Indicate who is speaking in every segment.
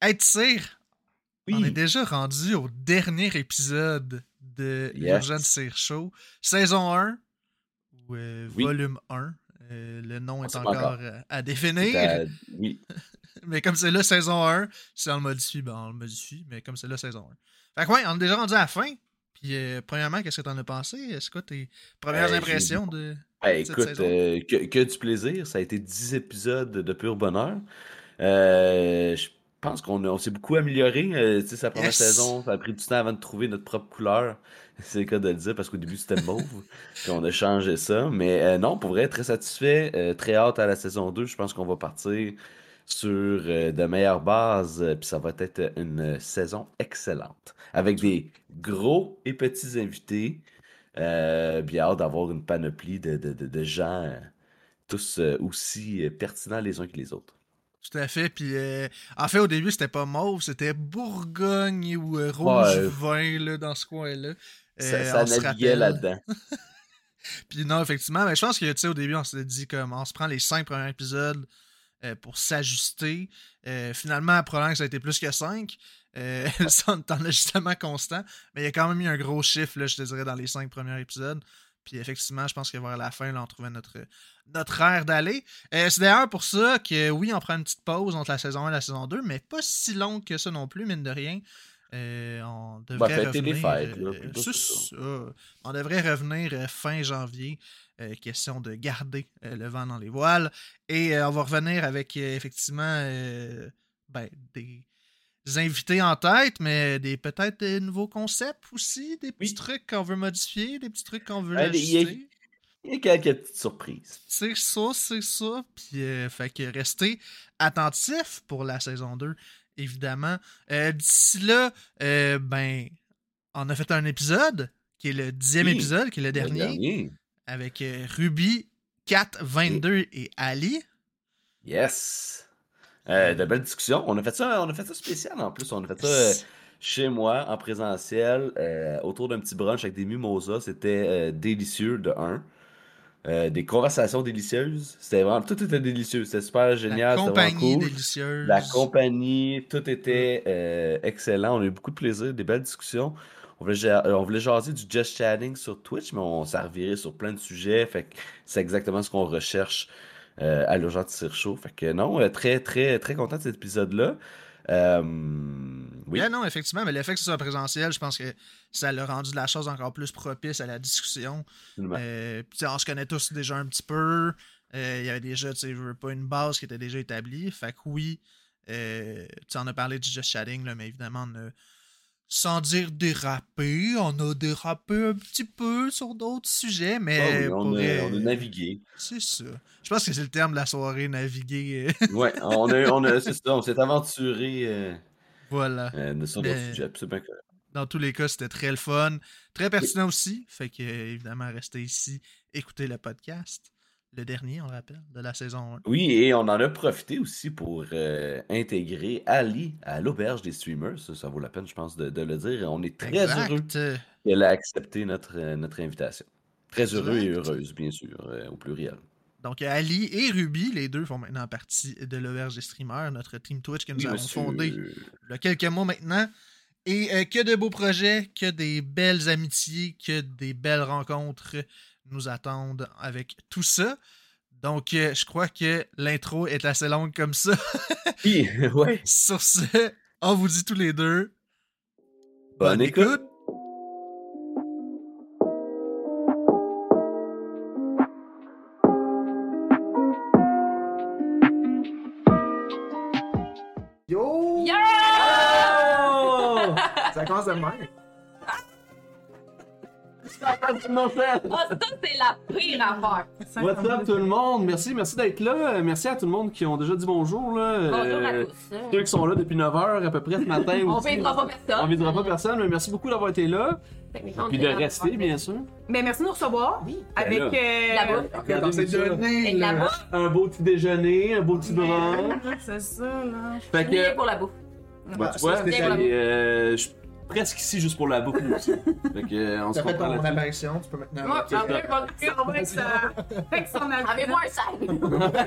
Speaker 1: Hey, tu sais,
Speaker 2: Oui.
Speaker 1: on est déjà rendu au dernier épisode de
Speaker 2: Yes.
Speaker 1: l'Urgent Sir Show, saison 1, ou euh,
Speaker 2: Oui.
Speaker 1: volume 1. Euh, le nom est
Speaker 2: sait pas
Speaker 1: encore,
Speaker 2: encore.
Speaker 1: euh, à définir,
Speaker 2: Euh, oui.
Speaker 1: mais comme c'est là saison 1, si on le modifie, ben on le modifie, mais comme c'est là saison 1. Fait que ouais, on est déjà rendu à la fin. Puis, euh, premièrement, qu'est-ce que t'en as pensé? C'est quoi tes premières
Speaker 2: Euh, j'ai-
Speaker 1: impressions de.
Speaker 2: Ben,
Speaker 1: Cette
Speaker 2: écoute,
Speaker 1: saison.
Speaker 2: euh, que, que du plaisir. Ça a été 10 épisodes de pur bonheur. Euh, je pense qu'on a- on s'est beaucoup amélioré. Euh, tu sais, sa première
Speaker 1: Yes.
Speaker 2: saison, ça a pris du temps avant de trouver notre propre couleur. C'est le cas de le dire, parce qu'au début, c'était mauve. Puis on a changé ça. Mais euh, non, pour vrai, très satisfait. euh, très hâte à la saison 2. Je pense qu'on va partir sur euh, de meilleures bases. euh, Puis ça va être une saison excellente. Avec des gros et petits invités. Euh, bien hâte d'avoir une panoplie de, de- de- de gens euh, tous euh, aussi euh, pertinents les uns que les autres.
Speaker 1: Tout à fait. Puis, euh, en fait, au début, c'était pas mauve, c'était Bourgogne ou euh, Rouge
Speaker 2: Ouais.
Speaker 1: Vin là, dans ce coin-là. Euh,
Speaker 2: Ça,
Speaker 1: on se
Speaker 2: ça naviguait
Speaker 1: rappelle.
Speaker 2: là-dedans.
Speaker 1: Puis, non, effectivement, mais je pense que, tu sais, au début, on s'était dit comme on se prend les cinq premiers épisodes euh, pour s'ajuster. Euh, finalement, probablement que ça a été plus que cinq. Euh, ça, on est en ajustement constant. Mais il y a quand même eu un gros chiffre, là, je te dirais, dans les cinq premiers épisodes. Puis effectivement, je pense que vers la fin, là, on trouvait notre, notre air d'aller. Euh, c'est d'ailleurs pour ça que oui, on prend une petite pause entre la saison 1 et la saison 2, mais pas si longue que ça non plus, mine de rien. Euh, on devrait
Speaker 2: Bah, fêter les
Speaker 1: revenir.
Speaker 2: fêtes, là,
Speaker 1: euh,
Speaker 2: plutôt
Speaker 1: c'est
Speaker 2: que ça.
Speaker 1: ça. On devrait revenir euh, fin janvier. euh, question de garder euh, le vent dans les voiles. Et euh, on va revenir avec euh, effectivement euh, ben, des des invités en tête, mais des peut-être des nouveaux concepts aussi, des petits
Speaker 2: Oui.
Speaker 1: trucs qu'on veut modifier, des petits trucs qu'on veut
Speaker 2: Ouais, il y a-
Speaker 1: ajuster.
Speaker 2: Il y a quelques petites surprises.
Speaker 1: C'est ça, c'est ça. Puis, euh, fait que restez attentifs pour la saison 2, évidemment. Euh, D'ici là, euh, ben, on a fait un épisode, qui est le dixième
Speaker 2: Oui,
Speaker 1: épisode, qui est le
Speaker 2: Le
Speaker 1: dernier, avec euh, Ruby, Kat, 22 et Ali.
Speaker 2: Yes. Euh, de belles discussions. On a fait ça, on a fait ça spécial en plus. On a fait ça euh, chez moi, en présentiel, euh, autour d'un petit brunch avec des mimosas. C'était euh, délicieux de un. Euh, des conversations délicieuses. C'était vraiment. Tout était délicieux. C'était super
Speaker 1: La
Speaker 2: génial. C'était vraiment
Speaker 1: compagnie
Speaker 2: cool.
Speaker 1: délicieuse.
Speaker 2: La compagnie, tout était euh, excellent. On a eu beaucoup de plaisir, des belles discussions. On voulait, ja- euh, on voulait jaser du just chatting sur Twitch, mais on s'est reviré sur plein de sujets. Fait que c'est exactement ce qu'on recherche euh, à l'urgence de Show. Fait que non, euh, très, très, très content de cet épisode-là. Euh,
Speaker 1: Ouais,
Speaker 2: oui,
Speaker 1: Ben non, effectivement, mais le fait que ce soit présentiel, je pense que ça l'a rendu la chose encore plus propice à la discussion.
Speaker 2: absolument.
Speaker 1: Euh, puis, tu sais, on se connaît tous déjà un petit peu. Euh, Il y avait déjà, tu sais, je veux pas une base qui était déjà établie. Fait que oui, euh, tu sais, on a parlé du Just Chatting, là, mais évidemment, on a, sans dire dérapé, on a dérapé un petit peu sur d'autres sujets,
Speaker 2: Ah
Speaker 1: mais
Speaker 2: oui, on,
Speaker 1: pour,
Speaker 2: a,
Speaker 1: euh,
Speaker 2: on a navigué.
Speaker 1: c'est ça. Je pense que c'est le terme de la soirée, naviguer. euh,
Speaker 2: Ouais, on a, on a, c'est ça, on s'est aventuré euh,
Speaker 1: voilà.
Speaker 2: euh, sur d'autres
Speaker 1: Mais-
Speaker 2: sujets. Absolument. que-
Speaker 1: Dans tous les cas, c'était très le fun, très pertinent aussi. Fait que, euh, évidemment, restez ici, écoutez le podcast, le dernier, on le rappelle, de la saison 1.
Speaker 2: Oui, et on en a profité aussi pour euh, intégrer Ali à l'auberge des streamers. Ça, ça vaut la peine, je pense, de, de le dire. On est très heureux
Speaker 1: Exact.
Speaker 2: qu'elle a accepté notre, euh, notre invitation. Très heureux et
Speaker 1: Exact.
Speaker 2: heureuse, bien sûr, euh, au pluriel.
Speaker 1: Donc, Ali et Ruby, les deux font maintenant partie de l'auberge des streamers, notre team Twitch que nous
Speaker 2: Oui,
Speaker 1: avons
Speaker 2: monsieur.
Speaker 1: fondé il y a quelques mois maintenant. Et euh, que de beaux projets, que des belles amitiés, que des belles rencontres nous attendent avec tout ça. Donc, euh, je crois que l'intro est assez longue comme ça.
Speaker 2: Oui, ouais.
Speaker 1: Sur ce, on vous dit tous les deux Bah,
Speaker 2: Bonne écoute.
Speaker 3: Yo!
Speaker 4: Yeah!
Speaker 3: Allô! Ça commence de même.
Speaker 4: Oh, ça, c'est la pire affaire.
Speaker 3: What's up tout le monde? Merci, merci d'être là. Euh, Merci à tout le monde qui ont déjà dit bonjour. Là. Euh,
Speaker 4: Bonjour à tous.
Speaker 3: Ceux qui sont là depuis 9h à peu près ce matin.
Speaker 4: On
Speaker 3: aussi.
Speaker 4: ne pas personne.
Speaker 3: On viendra pas personne, mais merci beaucoup d'avoir été là.
Speaker 4: personne.
Speaker 3: Puis de rester, bien sûr.
Speaker 5: Mais merci de nous recevoir. Avec.
Speaker 3: Ben
Speaker 4: La
Speaker 5: euh,
Speaker 4: bouffe.
Speaker 3: Regardez ça.
Speaker 4: Avec la bouffe.
Speaker 3: Un beau petit déjeuner, un beau petit brunch.
Speaker 5: C'est ça, là.
Speaker 3: Fait
Speaker 4: Oubliez
Speaker 3: que.
Speaker 4: pour la bouffe.
Speaker 3: Bah, tu
Speaker 5: Ah,
Speaker 3: vois,
Speaker 5: ça, c'est
Speaker 4: c'est
Speaker 3: puis, euh, je
Speaker 2: presque ici juste pour la boucle aussi. Fait que, euh, on se
Speaker 1: T'as fait
Speaker 2: comprend
Speaker 1: ton
Speaker 2: là-dessus.
Speaker 1: apparition, tu peux maintenant.
Speaker 5: Moi,
Speaker 1: adopter.
Speaker 5: ah ouais, bon, ça va être ça. Fait que son
Speaker 4: Avez-moi un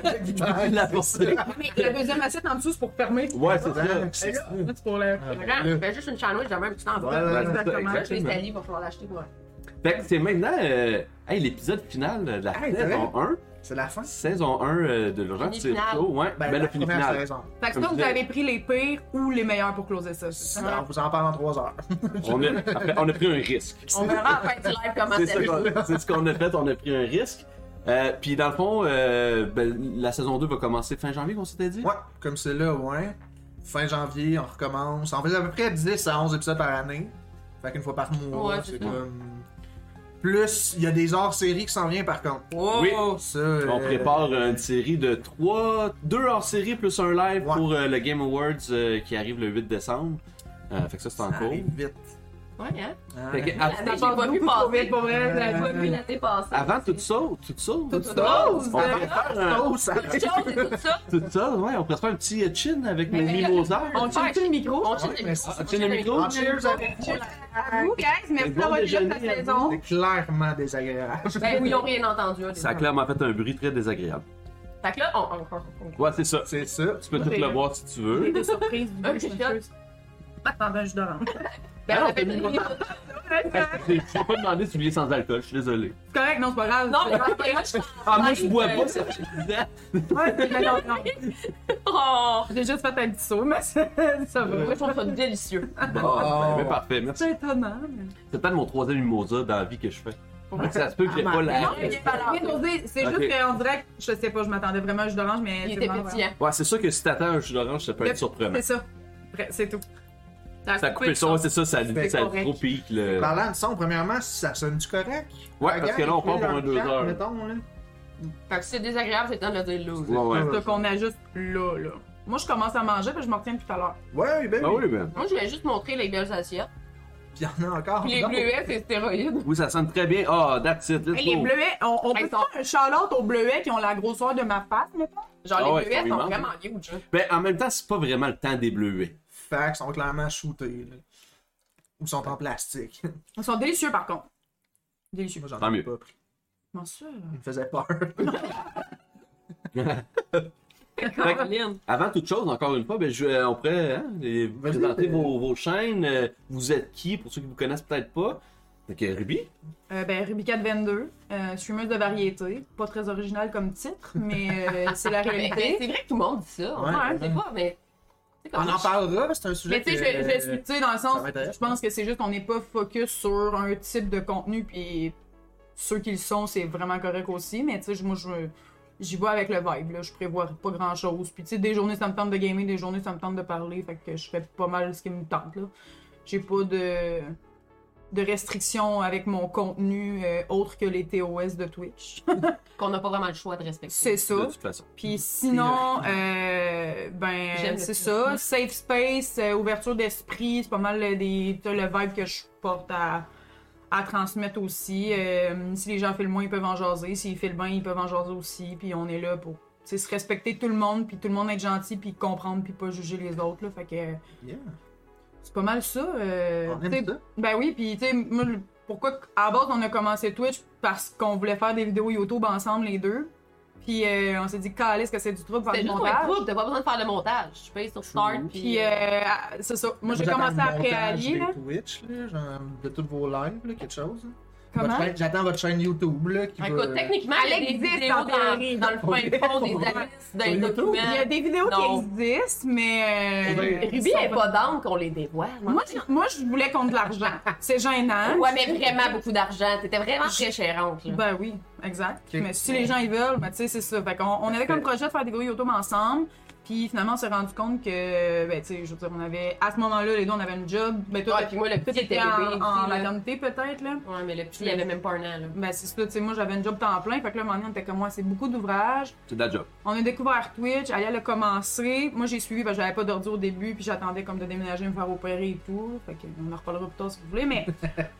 Speaker 4: sac!
Speaker 2: La pensée.
Speaker 5: Mais la deuxième assiette en dessous, c'est pour fermer.
Speaker 2: Ouais, c'est ça.
Speaker 5: Et là, là, c'est pour le.
Speaker 4: Regarde, fais juste une sandwich, j'avais un petit enfant.
Speaker 2: Ouais, ouais,
Speaker 4: Exactement.
Speaker 2: ouais,
Speaker 4: Je vais
Speaker 2: exactement.
Speaker 4: installer, il va falloir l'acheter pour
Speaker 2: Fait que c'est maintenant euh, hey, l'épisode final de la
Speaker 1: Hey,
Speaker 2: saison 1.
Speaker 1: C'est la fin. Ben,
Speaker 2: Saison 1 euh, de Laurent
Speaker 4: Fini
Speaker 2: Tirchot.
Speaker 4: finale.
Speaker 2: Ouais, ben,
Speaker 1: la
Speaker 2: le fini
Speaker 1: première
Speaker 2: final.
Speaker 1: saison.
Speaker 5: Fait que
Speaker 2: Comme
Speaker 5: ça, vous
Speaker 2: je
Speaker 5: avez pris les pires ou les meilleurs pour closer ça. c'est ça?
Speaker 1: On vous en parle en trois heures.
Speaker 2: On a, après, on a pris un risque.
Speaker 4: On verra en fin du live comment
Speaker 2: C'est
Speaker 4: ça
Speaker 2: ça
Speaker 4: va.
Speaker 2: qu'on- c'est ce qu'on a fait, on a pris un risque. Euh, Puis dans le fond, euh, ben, la saison 2 va commencer fin janvier, qu'on s'était dit.
Speaker 1: Ouais, comme c'est là, ouais. Fin janvier, on recommence. On fait à peu près 10 à 11 épisodes par année. Fait qu'une fois par mois,
Speaker 4: Ouais,
Speaker 1: c'est
Speaker 4: c'est
Speaker 1: comme. Plus, il y a des hors séries qui s'en viennent par contre.
Speaker 2: Oui.
Speaker 1: Ça, euh,
Speaker 2: On prépare une série de 3, 2 hors série plus un live
Speaker 1: Ouais.
Speaker 2: pour euh, le Game Awards euh, qui arrive le 8 décembre. Euh, fait que ça, c'est en
Speaker 1: ça
Speaker 2: cours.
Speaker 1: arrive vite.
Speaker 4: Ouais, hein?
Speaker 1: Hein?
Speaker 2: Fait que av-
Speaker 4: L'année, j'ai pas vu
Speaker 5: Beaucoup trop
Speaker 4: passer.
Speaker 5: vite, pour vrai.
Speaker 4: J'ai pas vu l'année passée.
Speaker 2: avant tout ça, tout ça, tout
Speaker 4: ça.
Speaker 2: on
Speaker 5: Tout
Speaker 2: pourrait
Speaker 5: ça.
Speaker 2: faire un,
Speaker 1: Oh, ça
Speaker 4: Toute chose et tout ça.
Speaker 2: tout ça, ouais, on pourrait se faire un petit euh, chin avec
Speaker 1: Ben,
Speaker 4: Mais-
Speaker 2: nos mimosas.
Speaker 5: On
Speaker 4: Ouais,
Speaker 5: tient le micro.
Speaker 4: On tient le micro.
Speaker 2: Ah, tiens le micro.
Speaker 1: Ah, cheers avec
Speaker 4: Cheers.
Speaker 5: À vous, guys. Merci
Speaker 2: bon
Speaker 5: d'avoir été là
Speaker 2: déjeuner
Speaker 5: cette
Speaker 2: à vous.
Speaker 5: saison.
Speaker 1: C'est clairement désagréable.
Speaker 4: Ben oui, ils ont rien entendu. hein, les
Speaker 2: Ça a
Speaker 4: gens.
Speaker 2: clairement fait un bruit très désagréable.
Speaker 4: Fait que là, on. on- on- Ben, on-
Speaker 2: Ouais, c'est ça.
Speaker 1: C'est ça.
Speaker 2: Tu peux tout
Speaker 5: Ouais.
Speaker 2: le voir si tu veux.
Speaker 5: Des surprises.
Speaker 4: Ok, shot.
Speaker 5: Attendez, je dors.
Speaker 4: Ben,
Speaker 2: Ah,
Speaker 4: on
Speaker 2: on
Speaker 4: a fait
Speaker 2: fait
Speaker 4: une
Speaker 2: une- Je ne pas demander si tu voulais sans alcool, je suis désolé.
Speaker 5: C'est correct, non, c'est pas grave.
Speaker 4: Non, mais là, je
Speaker 2: Ah, moi, je bois pas, ça fait bizarre.
Speaker 5: Ouais, mais non, non.
Speaker 4: Oh!
Speaker 5: J'ai juste fait un petit saut, mais ça ça
Speaker 4: Moi,
Speaker 5: va.
Speaker 4: je trouve ça délicieux.
Speaker 2: Bon, ben, parfait, merci.
Speaker 5: C'est étonnant. mais-
Speaker 2: C'est peut-être mon troisième mimosa dans la vie que je fais. Fait que Ça se peut que j'ai pas
Speaker 5: Non,
Speaker 2: la.
Speaker 5: mais j'ai pas l'air osé. c'est
Speaker 2: Ok.
Speaker 5: juste qu'on dirait que je sais pas, je m'attendais vraiment à un jus d'orange, mais.
Speaker 4: Il
Speaker 5: c'est
Speaker 4: était
Speaker 5: bon, voilà.
Speaker 4: pétillant.
Speaker 2: Ouais, c'est sûr que si t'attends un jus d'orange, ça peut
Speaker 5: Le-
Speaker 2: être surprenant.
Speaker 5: C'est ça. Bref, C'est tout.
Speaker 4: Ça
Speaker 2: Ça a coupé le son, ouais, c'est ça, ça,
Speaker 1: C'est Bah,
Speaker 2: ça
Speaker 5: correct.
Speaker 2: trop pique. Le...
Speaker 1: Parlant de son, premièrement, ça sonne du correct.
Speaker 2: Euh, Ouais, parce que là, on part pour un deux heures. Ah
Speaker 1: Mettons, là.
Speaker 4: Fait que c'est désagréable, c'est temps de le dire là.
Speaker 2: Ouais, ouais.
Speaker 5: Donc on ajuste là, là. Moi, je commence à manger, puis je m'en retiens tout à l'heure.
Speaker 1: Ouais, ben
Speaker 2: Ah
Speaker 1: oui.
Speaker 2: oui, ben.
Speaker 4: Moi, je voulais juste montrer les belles assiettes.
Speaker 1: Puis il y en a encore.
Speaker 4: Puis les
Speaker 1: Donc,
Speaker 4: bleuets, c'est stéroïdes.
Speaker 2: Oui, ça sonne très bien. Ah, that's it, let's
Speaker 5: Hey, les
Speaker 2: go.
Speaker 5: bleuets, on, on peut
Speaker 4: Hey,
Speaker 5: faire un shout-out aux bleuets qui ont la grosseur de ma face, mettons?
Speaker 4: Genre,
Speaker 2: Ah ouais,
Speaker 4: les bleuets sont
Speaker 2: carrément.
Speaker 4: vraiment huge. hein.
Speaker 2: Ben, en même temps, c'est pas vraiment le temps des bleuets.
Speaker 1: Facs sont clairement shootés. là. Ou sont en plastique.
Speaker 5: Ils sont délicieux, par contre. Délicieux.
Speaker 1: Moi, j'en
Speaker 2: Tant
Speaker 1: ai
Speaker 2: mieux.
Speaker 1: pas pris.
Speaker 5: Comment ça?
Speaker 1: Il me faisait peur.
Speaker 4: Caroline.
Speaker 2: Avant toute chose, encore une fois, ben, je, euh, on pourrait hein, les- vous
Speaker 1: Vas-y.
Speaker 2: présenter vos, vos chaînes. euh, vous êtes qui, pour ceux qui vous connaissent peut-être pas. Fait que Ruby,
Speaker 5: Euh, ben, Rubicat 22, euh, streameuse de variété. Pas très original comme titre, mais euh, c'est la
Speaker 4: Mais- mais
Speaker 5: réalité.
Speaker 4: C'est vrai que tout le monde dit ça.
Speaker 1: Ouais,
Speaker 4: Hein,
Speaker 1: ouais.
Speaker 4: c'est pas, mais. c'est
Speaker 1: On
Speaker 4: comme-
Speaker 1: en parlera, c'est un sujet.
Speaker 5: Mais tu sais,
Speaker 1: que- euh,
Speaker 5: je, je suis, tu sais, dans le sens,
Speaker 1: m'intéresse.
Speaker 5: je pense que c'est juste qu'on n'est pas focus sur un type de contenu, puis ceux qui le sont, c'est vraiment correct aussi, mais tu sais, moi, je, j'y vais avec le vibe, là, je prévois pas grand-chose, puis tu sais, des journées, ça me tente de gamer, des journées, ça me tente de parler, fait que je fais pas mal ce qui me tente, là. J'ai pas de, de restrictions avec mon contenu euh, autre que les TOS de Twitch.
Speaker 4: Qu'on n'a pas vraiment le choix de respecter.
Speaker 5: c'est ça.
Speaker 2: de toute façon.
Speaker 5: Puis sinon, euh, ben,
Speaker 4: J'aime
Speaker 5: c'est
Speaker 4: le
Speaker 5: ça.
Speaker 4: petit-
Speaker 5: Safe space, euh, ouverture d'esprit, c'est pas mal le- des, t'as le vibe que je porte à, à transmettre aussi. Euh, si les gens filment moins, ils peuvent en jaser. S'ils filment bien, ils peuvent en jaser aussi. Puis on est là pour tu sais, se respecter tout le monde, puis tout le monde être gentil, puis comprendre, puis pas juger les autres. Là. Fait que euh,
Speaker 1: Yeah.
Speaker 5: c'est pas mal ça. euh,
Speaker 1: On
Speaker 5: tu sais,
Speaker 1: aime ça.
Speaker 5: ben oui, puis tu sais, moi, le- pourquoi à la base on a commencé Twitch parce qu'on voulait faire des vidéos YouTube ensemble les deux. Puis euh, on s'est dit, calisse que c'est du trouble de faire
Speaker 4: C'est
Speaker 5: du
Speaker 4: juste pour être
Speaker 5: montage.
Speaker 4: trouble, t'as pas besoin de faire le montage. Tu payes sur Start,
Speaker 2: Mhm.
Speaker 5: Puis
Speaker 4: puis.
Speaker 5: euh,
Speaker 4: euh,
Speaker 5: ah, c'est ça. Moi j'ai
Speaker 1: J'attends
Speaker 5: commencé
Speaker 1: le
Speaker 5: après
Speaker 1: montage
Speaker 5: Allier
Speaker 1: des
Speaker 5: là.
Speaker 1: Twitch, là, genre, de tous vos lives, là, quelque chose. là.
Speaker 5: Comment? Ah,
Speaker 1: Votre chaîne- J'attends votre chaîne YouTube, là, qui va...
Speaker 4: Écoute, techniquement,
Speaker 5: Elle
Speaker 4: il y a des
Speaker 5: existe
Speaker 4: vidéos
Speaker 5: en
Speaker 4: dans,
Speaker 5: théorie.
Speaker 4: dans le fin de fond
Speaker 1: Sur
Speaker 4: des annexes, dans les
Speaker 1: YouTube.
Speaker 5: Il y a
Speaker 4: documents.
Speaker 5: des vidéos
Speaker 4: Non.
Speaker 5: qui existent, mais. euh,
Speaker 1: Ouais.
Speaker 4: Ruby est pas d'âme qu'on les dévoile. hein?
Speaker 5: moi, je- moi je voulais contre de l'argent. C'est gênant.
Speaker 4: Ouais, mais vraiment beaucoup d'argent. T'étais vraiment très chérante. là.
Speaker 5: Ben oui, exact.
Speaker 1: Ok.
Speaker 5: Mais si les gens ils veulent, ben tu sais, c'est ça. Fait qu'on on avait comme projet de faire des vidéos YouTube ensemble. Puis finalement, on s'est rendu compte que, ben tu sais, je veux dire, on avait, à ce moment-là, les deux, on avait une job. Ben toi,
Speaker 4: Ouais, Ah, puis moi, le
Speaker 5: toi,
Speaker 4: petit était
Speaker 5: t'étais
Speaker 4: bébé.
Speaker 5: en, en
Speaker 4: aussi, là.
Speaker 5: maternité peut-être, là.
Speaker 4: Ouais, mais le petit, il avait même pas un an. là.
Speaker 5: Ben c'est ça, tu sais, moi j'avais une job temps plein. Fait que là, à un moment donné, on était comme, moi, c'est beaucoup d'ouvrages.
Speaker 2: C'est de la job.
Speaker 5: On a découvert Twitch, elle a commencé. Moi, j'ai suivi, parce que j'avais pas d'ordi au début, puis j'attendais comme de déménager, me faire opérer et tout. Fait que on en reparlera plus tard si vous voulez, mais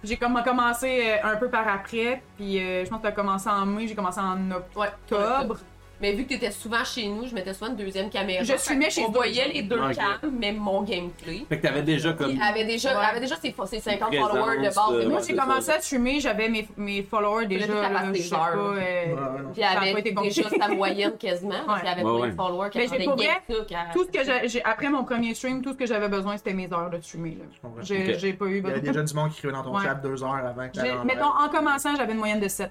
Speaker 5: j'ai comme commencé euh, un peu par après, puis euh, je pense que t'as commencé en mai, j'ai commencé en
Speaker 4: Ouais,
Speaker 5: octobre.
Speaker 4: Mais vu que t'étais souvent chez nous, je mettais souvent une deuxième caméra.
Speaker 5: Je filmais
Speaker 4: Fait
Speaker 5: chez
Speaker 4: On
Speaker 5: nous.
Speaker 4: voyait les deux
Speaker 3: Ok.
Speaker 4: cams, mais mon gameplay.
Speaker 3: Fait que t'avais déjà
Speaker 4: Il
Speaker 3: comme.
Speaker 4: avait déjà,
Speaker 5: Ouais.
Speaker 4: avait déjà ses, ses 50
Speaker 3: Présence,
Speaker 4: followers de
Speaker 3: euh,
Speaker 4: base.
Speaker 5: Moi,
Speaker 3: ouais,
Speaker 5: j'ai
Speaker 3: c'est
Speaker 5: commencé
Speaker 3: ça.
Speaker 5: à fumer, j'avais mes, mes followers déjà.
Speaker 4: Là, ça
Speaker 5: là,
Speaker 4: passe
Speaker 5: je
Speaker 4: des
Speaker 5: sais
Speaker 4: heures.
Speaker 5: pas, euh,
Speaker 1: Ouais, ouais.
Speaker 4: Puis il
Speaker 5: ça a
Speaker 4: avait
Speaker 5: pas été compliqué.
Speaker 4: déjà sa moyenne quasiment, parce qu'il avait
Speaker 3: Ouais,
Speaker 4: pas
Speaker 3: ouais.
Speaker 4: de followers.
Speaker 5: Mais j'ai
Speaker 4: qu'elle
Speaker 5: pour
Speaker 4: rendait
Speaker 5: vrai,
Speaker 4: bien que ça, qu'elle-
Speaker 5: Tout ce que j'ai- j'ai après mon premier stream, tout ce que j'avais besoin, c'était mes heures de fumée. là.
Speaker 1: Je comprends.
Speaker 5: J'ai
Speaker 3: Ok.
Speaker 5: j'ai pas eu
Speaker 1: Il y a
Speaker 5: besoin.
Speaker 1: déjà du monde qui crevait dans ton
Speaker 5: Ouais.
Speaker 1: chat deux heures avant que
Speaker 5: J'ai-
Speaker 1: t'ailles en
Speaker 5: Mettons,
Speaker 1: live.
Speaker 5: en commençant, j'avais une moyenne de 7.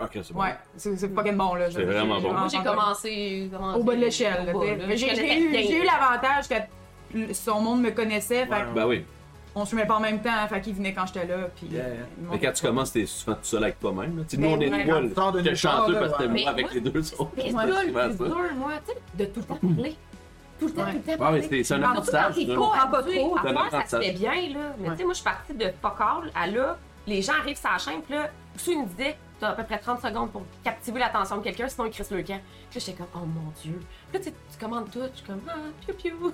Speaker 3: Ok, c'est bon.
Speaker 5: Ouais, c'est c'est fucking bon là.
Speaker 3: C'est vraiment bon.
Speaker 4: Moi, j'ai commencé, commencé
Speaker 5: Au bas de l'échelle. là,
Speaker 4: au bas,
Speaker 5: t'sais.
Speaker 4: là.
Speaker 5: Mais J'ai
Speaker 4: Je
Speaker 5: j'ai
Speaker 4: connaissais
Speaker 5: eu,
Speaker 4: rien.
Speaker 5: j'ai eu l'avantage que le- son monde me connaissait.
Speaker 1: Ouais.
Speaker 5: Fait
Speaker 3: Ben oui.
Speaker 5: on se met pas en même temps. hein, Fait qu'il venait quand j'étais là. Puis,
Speaker 1: Yeah, yeah.
Speaker 5: ils m'ont-
Speaker 3: Mais quand tu commences, t'es souvent tout seul avec toi-même. là. Tu sais, nous,
Speaker 5: Ben
Speaker 3: on est
Speaker 5: ouais.
Speaker 3: trois.
Speaker 1: Sors de
Speaker 3: là.
Speaker 1: nulle
Speaker 3: J'étais
Speaker 1: part,
Speaker 3: chanceux
Speaker 1: là,
Speaker 3: parce que
Speaker 1: ouais.
Speaker 3: t'es moi
Speaker 4: Mais
Speaker 3: avec
Speaker 4: moi,
Speaker 3: les deux autres.
Speaker 4: Mais
Speaker 3: C'est
Speaker 4: ça, le
Speaker 3: souvent
Speaker 4: plus
Speaker 3: ça.
Speaker 4: dur, moi, tu sais, de tout le temps parler. Tout le temps,
Speaker 5: Ouais.
Speaker 4: tout le temps
Speaker 3: Ah oui,
Speaker 4: parler.
Speaker 3: c'est- c'est un
Speaker 4: Surtout quand
Speaker 3: apprentissage.
Speaker 4: t'es
Speaker 3: là.
Speaker 5: Ah,
Speaker 4: pas
Speaker 5: pas
Speaker 4: habitué.
Speaker 5: trop.
Speaker 4: À
Speaker 3: C'est un
Speaker 4: faire, ça se
Speaker 3: apprentissage.
Speaker 4: fait bien, là. Mais
Speaker 5: Ouais.
Speaker 4: tu sais, moi, je suis partie de fuck all à là. Les gens arrivent sur la chaîne, puis là, tu nous disais, t'as à peu près 30 secondes pour captiver l'attention de quelqu'un, sinon il crisse le camp. Puis là, j'étais comme, oh mon Dieu. Puis là, tu sais, tu commandes tout, je suis comme, ah, piou piou.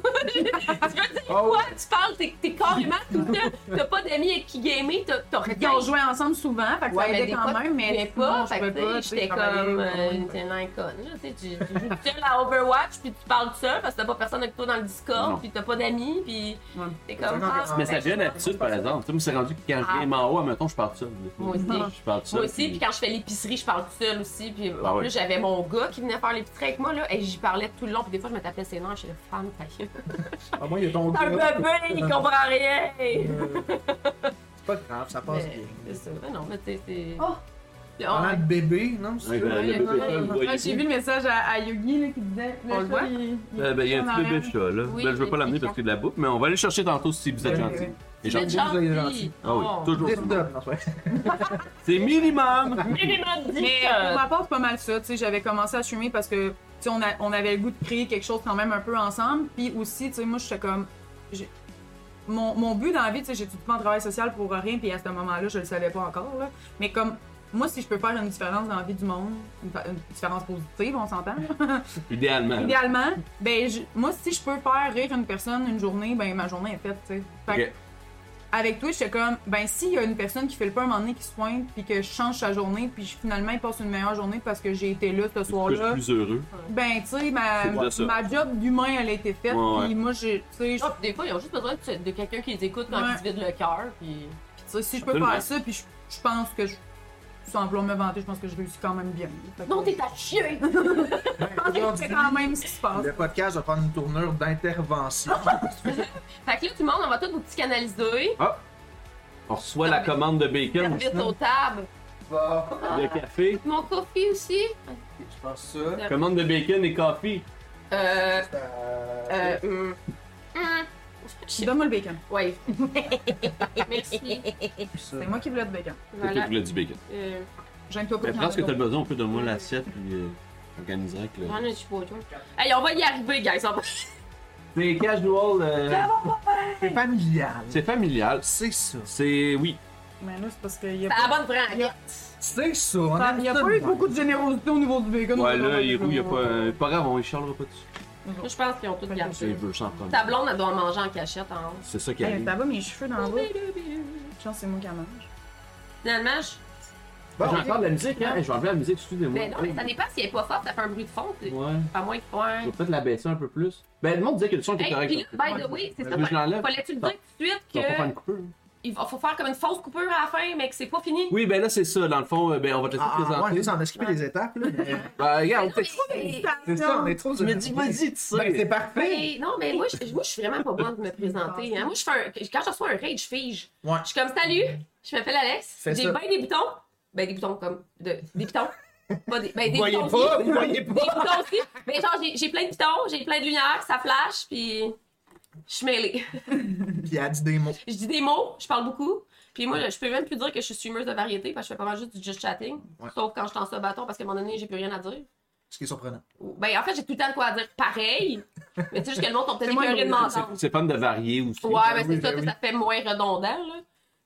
Speaker 5: Oh.
Speaker 4: tu veux dire
Speaker 3: Ah oui.
Speaker 4: quoi? Tu parles, t'es t'es carrément tout le temps. T'as pas d'amis avec qui gamer, t'as t'as
Speaker 5: Fait
Speaker 4: rien.
Speaker 5: qu'on jouait ensemble souvent. Fait que
Speaker 4: Ouais,
Speaker 5: ça
Speaker 4: mais
Speaker 5: aidait
Speaker 4: des
Speaker 5: quand
Speaker 4: fois,
Speaker 5: même.
Speaker 4: tu
Speaker 5: Mais
Speaker 4: pouvais pas,
Speaker 5: non, je
Speaker 4: fait
Speaker 5: pouvais
Speaker 4: que
Speaker 5: pas,
Speaker 4: tu
Speaker 5: tu
Speaker 4: sais,
Speaker 5: sais,
Speaker 4: j'étais comme
Speaker 5: travailler,
Speaker 4: euh,
Speaker 5: ouais.
Speaker 4: une une icône, là, tu sais, tu- tu joues tout seul à Overwatch, puis tu parles tout seul, parce que t'as pas personne avec toi dans le
Speaker 3: Non.
Speaker 4: Discord, puis t'as pas d'amis, puis
Speaker 5: Ouais.
Speaker 4: t'es comme...
Speaker 1: Ça,
Speaker 4: ah,
Speaker 1: ça,
Speaker 4: ouais,
Speaker 3: Mais ça devient une
Speaker 4: je-
Speaker 3: habitude, par exemple. Tu sais, moi, c'est rendu que quand je viens en haut, mettons, je parle seul.
Speaker 4: Ah. Moi aussi.
Speaker 3: Je parle seul.
Speaker 4: Moi aussi, puis quand je fais l'épicerie, je parle tout seul aussi. Puis
Speaker 3: Ah
Speaker 4: en
Speaker 3: ouais.
Speaker 4: plus, j'avais mon gars qui venait faire l'épicerie avec moi, là, et j'y parlais tout le long. Puis des fois, je me tapais ses nerfs, j'étais femme, ta gueule.
Speaker 1: Au moins, ah, il y a ton Euh,
Speaker 4: T'as un
Speaker 1: groupe.
Speaker 4: bébé, il comprend rien!
Speaker 1: Euh, C'est pas grave, ça passe
Speaker 4: Mais
Speaker 1: bien.
Speaker 4: C'est ça, mais non, mais tu sais, c'est.
Speaker 5: Oh!
Speaker 4: C'est- on-
Speaker 1: Parlant de bébé, non? c'est-
Speaker 3: Ouais, ben,
Speaker 5: Ouais,
Speaker 3: le
Speaker 5: ouais,
Speaker 3: bébé
Speaker 5: ouais.
Speaker 3: chat, vous voyez
Speaker 5: Ah, J'ai vu le message à, à Yogi là, qui disait.
Speaker 4: On le
Speaker 5: chat,
Speaker 4: voit?
Speaker 5: il- il-
Speaker 3: Euh, ben, il y a un
Speaker 5: en
Speaker 3: petit
Speaker 5: arrière.
Speaker 3: bébé chat, là.
Speaker 4: Oui,
Speaker 3: ben, je veux
Speaker 4: le
Speaker 3: pas l'amener
Speaker 4: petit
Speaker 3: parce qu'il y a de la bouffe, mais on va aller le chercher tantôt si vous êtes
Speaker 5: Ouais,
Speaker 3: gentil.
Speaker 5: ouais.
Speaker 3: Les
Speaker 4: Vous
Speaker 3: gens,
Speaker 4: êtes
Speaker 1: Gentil, vous êtes gentil.
Speaker 4: gentil!
Speaker 3: Ah oui,
Speaker 4: Oh.
Speaker 3: toujours.
Speaker 1: Des doubles, non, c'est vrai.
Speaker 3: c'est minimum!
Speaker 4: Minimum dix
Speaker 5: Mais
Speaker 4: heures.
Speaker 5: pour ma part, c'est pas mal ça. Tu sais, j'avais commencé à fumer parce que tu sais, on, a- on avait le goût de créer quelque chose quand même un peu ensemble. Puis aussi, tu sais, moi, j'étais comme. j'ai- Mon, mon but dans la vie, tu sais, j'ai tout le temps en travail social pour rien, puis à ce moment-là, je le savais pas encore. Là. Mais comme, moi, si je peux faire une différence dans la vie du monde, une, fa- une différence positive, on s'entend, là.
Speaker 3: Idéalement.
Speaker 5: idéalement, ben, je- moi, si je peux faire rire une personne une journée, ben, ma journée est faite, tu sais. Fait que
Speaker 3: Ok.
Speaker 5: avec toi, j'étais comme, ben s'il y a une personne qui fait le pas un moment donné, qui se pointe, puis que je change sa journée, puis je- finalement, il passe une meilleure journée parce que j'ai été là ce
Speaker 3: Tu couches
Speaker 5: soir-là,
Speaker 3: plus heureux.
Speaker 5: ben tu sais, ma,
Speaker 3: C'est vrai, ça.
Speaker 5: ma job d'humain, elle a été faite,
Speaker 3: Ouais, ouais.
Speaker 5: puis moi, j'ai- tu sais, je-
Speaker 4: Ah, puis des fois, ils ont juste besoin de, de quelqu'un qui les écoute quand
Speaker 5: Ouais.
Speaker 4: ils se vident le cœur. Puis...
Speaker 5: tu sais, si je peux
Speaker 3: Absolument.
Speaker 5: faire ça, puis je, je pense que je, sans vouloir me vanter, je pense que je réussis quand même bien. Fait que-
Speaker 4: Non, t'es à chier!
Speaker 5: Je pense que c'est quand même ce qui se passe.
Speaker 1: Le podcast va prendre une tournure d'intervention.
Speaker 4: fait que là, tout le monde, on va tous vous psychanalyser.
Speaker 3: On reçoit la commande de bacon,
Speaker 4: Service aux tables.
Speaker 1: Bon,
Speaker 3: de café.
Speaker 4: Mon coffee aussi.
Speaker 1: je pense ça.
Speaker 3: Commande de bacon et café.
Speaker 4: Euh.
Speaker 1: c'est à-
Speaker 4: Euh. hum. Hum. Je sais pas.
Speaker 5: Donne-moi le bacon.
Speaker 4: Ouais. Merci.
Speaker 1: ça.
Speaker 5: C'est moi qui voulais le bacon.
Speaker 3: C'est toi
Speaker 4: Voilà.
Speaker 3: qui voulais du bacon.
Speaker 4: Euh,
Speaker 5: J'aime toi
Speaker 3: Mais
Speaker 5: pas
Speaker 3: pense que t'as besoin, on peut donner moi l'assiette, puis euh, organiserai que le.
Speaker 4: J'en ai un petit peu autour. Hey, on va y arriver, guys. On va...
Speaker 3: C'est casual, euh,
Speaker 1: C'est familial.
Speaker 3: c'est familial.
Speaker 1: C'est ça.
Speaker 3: C'est. Oui.
Speaker 5: Mais là, c'est parce qu'il y a
Speaker 4: À la
Speaker 5: pas...
Speaker 4: bonne franquette.
Speaker 1: C'est ça. On
Speaker 5: Ah,
Speaker 1: aime
Speaker 5: Il y a
Speaker 1: ça,
Speaker 5: pas eu
Speaker 1: nous.
Speaker 5: beaucoup de générosité au niveau du bacon.
Speaker 3: Ouais, là, il est
Speaker 5: il
Speaker 3: roux, il y a pas. euh, Pas grave, on y charlera pas dessus.
Speaker 4: Moi, je pense qu'ils ont tout
Speaker 3: C'est
Speaker 4: gardé.
Speaker 3: il veut s'en prendre.
Speaker 4: Ta blonde, elle doit en manger en cachette en haut.
Speaker 3: C'est ça qui
Speaker 5: Hey, mais
Speaker 3: arrive.
Speaker 5: ça va, mes cheveux dans la bouche.
Speaker 4: Finalement,
Speaker 5: Je pense que c'est moi qui en mange.
Speaker 4: je...
Speaker 3: J'ai
Speaker 1: Bon,
Speaker 3: encore de la musique, hein? Je vais enlever la musique, excusez-moi.
Speaker 4: Mais Ben non, mais ça dépend si elle est pas forte, ça fait un bruit de fond. c'est-
Speaker 3: Ouais.
Speaker 4: À moins que. Ouais.
Speaker 3: Je vais peut-être la baisser un peu plus. Ben, le monde disait que le son était
Speaker 4: Hey,
Speaker 3: correct.
Speaker 4: puis là, by the
Speaker 3: Ouais.
Speaker 4: way, c'est
Speaker 3: Mais
Speaker 4: ça.
Speaker 3: moi, je
Speaker 1: Euh,
Speaker 3: l'enlève.
Speaker 4: Fallait-tu le dire tout de suite
Speaker 3: Tu vas pas faire une
Speaker 4: que
Speaker 3: coupure.
Speaker 4: il va- faut faire comme une fausse coupure à la fin, mais que c'est pas fini?
Speaker 3: Oui, ben là, c'est ça. Dans le fond, euh, ben, on va te laisser
Speaker 1: ah, ah, ouais,
Speaker 3: présenter.
Speaker 1: nous, on a skippé les étapes. Là, mais-
Speaker 3: Ben, regarde, t'es-
Speaker 4: Mais-
Speaker 1: C'est ça, on est trop.
Speaker 3: tu me dis, vas-y, tu
Speaker 1: Ben, c'est
Speaker 3: sais.
Speaker 1: parfait.
Speaker 4: mais- non, mais moi, je, moi, je suis vraiment pas bonne de me présenter. hein. Moi, je fais un- quand je reçois un raid, je fige.
Speaker 1: Ouais.
Speaker 4: Je suis comme, salut, je m'appelle Alex.
Speaker 1: Fais
Speaker 4: J'ai
Speaker 1: ça.
Speaker 4: bien des boutons. Ben, des boutons comme. de- des boutons. Pas des, ben, des
Speaker 1: Vous voyez
Speaker 4: boutons
Speaker 1: pas,
Speaker 4: aussi.
Speaker 1: vous voyez
Speaker 4: Des
Speaker 1: pas.
Speaker 4: boutons aussi. Ben, genre, j'ai- j'ai plein de boutons, j'ai plein de lumières, ça flash, puis. Je suis mêlée.
Speaker 1: Puis elle dit des mots.
Speaker 4: Je dis des mots, je parle beaucoup. Puis moi, je peux même plus dire que je suis streameuse de variété parce que je fais pas mal juste du just chatting.
Speaker 1: Ouais.
Speaker 4: Sauf quand je lance le bâton parce qu'à un moment donné, j'ai plus rien à dire.
Speaker 1: Ce qui est surprenant.
Speaker 4: Ben, en fait, j'ai tout le temps de quoi dire pareil. Mais tu sais, juste que le monde ont peut-être
Speaker 5: C'est moins
Speaker 4: écœuré de
Speaker 3: C'est-
Speaker 4: m'entendre.
Speaker 3: C'est fun de varier aussi.
Speaker 4: Ouais, mais
Speaker 1: oui,
Speaker 4: c'est ça,
Speaker 1: ben
Speaker 4: que
Speaker 1: oui.
Speaker 4: ça fait moins redondant, là.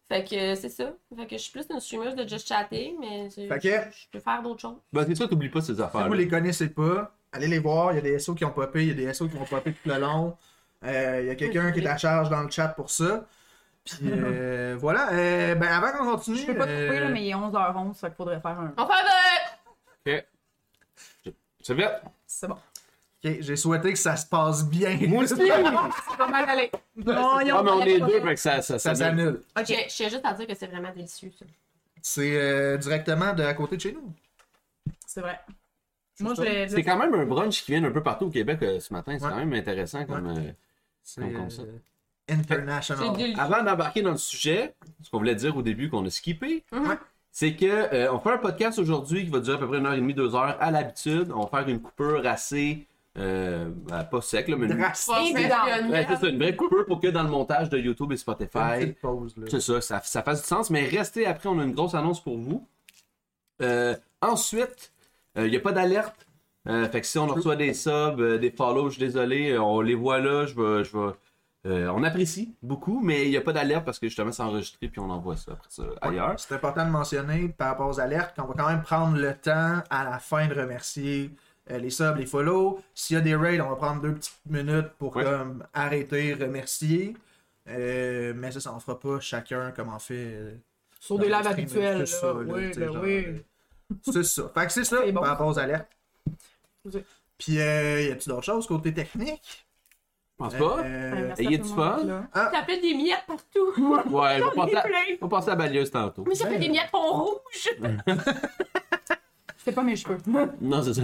Speaker 4: Fait que euh, c'est ça. Fait que je suis plus une streameuse de just chatting, mais je,
Speaker 1: Fait que-
Speaker 4: je peux faire d'autres choses.
Speaker 3: Ben, c'est ça, t'oublies pas ces
Speaker 1: Si
Speaker 3: affaires.
Speaker 1: vous les connaissez pas, allez les voir. Il y a des SO qui ont popé, il y a des SO qui vont popé tout le long. Euh, il y a quelqu'un qui est à charge dans le chat pour ça. Puis euh, voilà. Euh, ben avant qu'on continue.
Speaker 5: Je peux pas te couper,
Speaker 1: euh,
Speaker 5: là, mais il est 11h11, ça qu'il faudrait faire un.
Speaker 4: On fait un vote!
Speaker 3: C'est vite.
Speaker 5: C'est bon.
Speaker 1: euh,
Speaker 6: Ok, j'ai souhaité que ça se passe bien.
Speaker 3: Moi aussi.
Speaker 5: C'est pas mal aller. Non,
Speaker 3: Ah, mais on est deux, fait que ça, ça,
Speaker 6: ça
Speaker 3: ça,
Speaker 6: s'annule.
Speaker 4: Je je tiens juste à dire que c'est vraiment délicieux, ça.
Speaker 6: C'est euh, directement de à côté de chez nous.
Speaker 5: C'est vrai. Moi, je vais.
Speaker 3: C'est quand même un brunch qui vient un peu partout au Québec euh, ce matin. C'est
Speaker 6: Ouais.
Speaker 3: quand même intéressant comme. euh,
Speaker 6: C'est
Speaker 3: Comme concept.
Speaker 6: euh,
Speaker 4: C'est
Speaker 6: international.
Speaker 4: délicieux.
Speaker 3: euh, Avant d'embarquer dans le sujet, ce qu'on voulait dire au début qu'on a skippé,
Speaker 4: Mhm.
Speaker 3: c'est que euh, on fait un podcast aujourd'hui qui va durer à peu près une heure et demie, deux heures à l'habitude. On va faire une coupure assez euh, ben, pas sec, là, mais une...
Speaker 6: Drastique.
Speaker 5: Et
Speaker 4: C'est
Speaker 5: dedans.
Speaker 4: délicieux.
Speaker 3: Ouais, c'est ça, une vraie coupure pour que dans le montage de YouTube et
Speaker 6: Une
Speaker 3: Spotify,
Speaker 6: petite pause, là.
Speaker 3: c'est ça, ça, ça fasse du sens. Mais restez après, on a une grosse annonce pour vous. Euh, ensuite, il n'y a pas d'alerte. Euh, fait que si on reçoit des subs, euh, des follow, je suis désolé, euh, on les voit là, je vais. Je vais euh, on apprécie beaucoup, mais il n'y a pas d'alerte parce que justement c'est enregistré puis on envoie ça après ça ailleurs.
Speaker 6: C'est important de mentionner par rapport aux alertes qu'on va quand même prendre le temps à la fin de remercier euh, les subs, les follow. S'il y a des raids, on va prendre deux petites minutes pour
Speaker 3: Ouais.
Speaker 6: comme, arrêter, remercier. Euh, mais ça, ça on fera pas chacun comme on fait. euh,
Speaker 5: Sur des
Speaker 6: dans
Speaker 5: labs
Speaker 6: le stream,
Speaker 5: habituels.
Speaker 6: juste
Speaker 5: là.
Speaker 6: ça, là,
Speaker 5: Oui,
Speaker 6: tu sais,
Speaker 5: ben
Speaker 6: genre,
Speaker 5: oui.
Speaker 6: euh, C'est ça. Fait que c'est ça
Speaker 5: C'est bon.
Speaker 6: par rapport aux alertes.
Speaker 5: Excusez.
Speaker 6: Puis, euh, y a-tu d'autres choses côté technique?
Speaker 3: Je pense pas.
Speaker 6: Euh,
Speaker 5: Merci à
Speaker 3: ayez
Speaker 5: tout
Speaker 3: du
Speaker 5: le monde
Speaker 3: fun.
Speaker 5: d'être là.
Speaker 4: Ça fait des miettes partout.
Speaker 3: Ouais, on va
Speaker 4: J'en ai
Speaker 3: passer à,
Speaker 4: plein.
Speaker 3: on va passer à la balieuse tantôt.
Speaker 4: Mais ça fait des miettes en rouge.
Speaker 5: C'était pas mes cheveux.
Speaker 3: Non, c'est ça.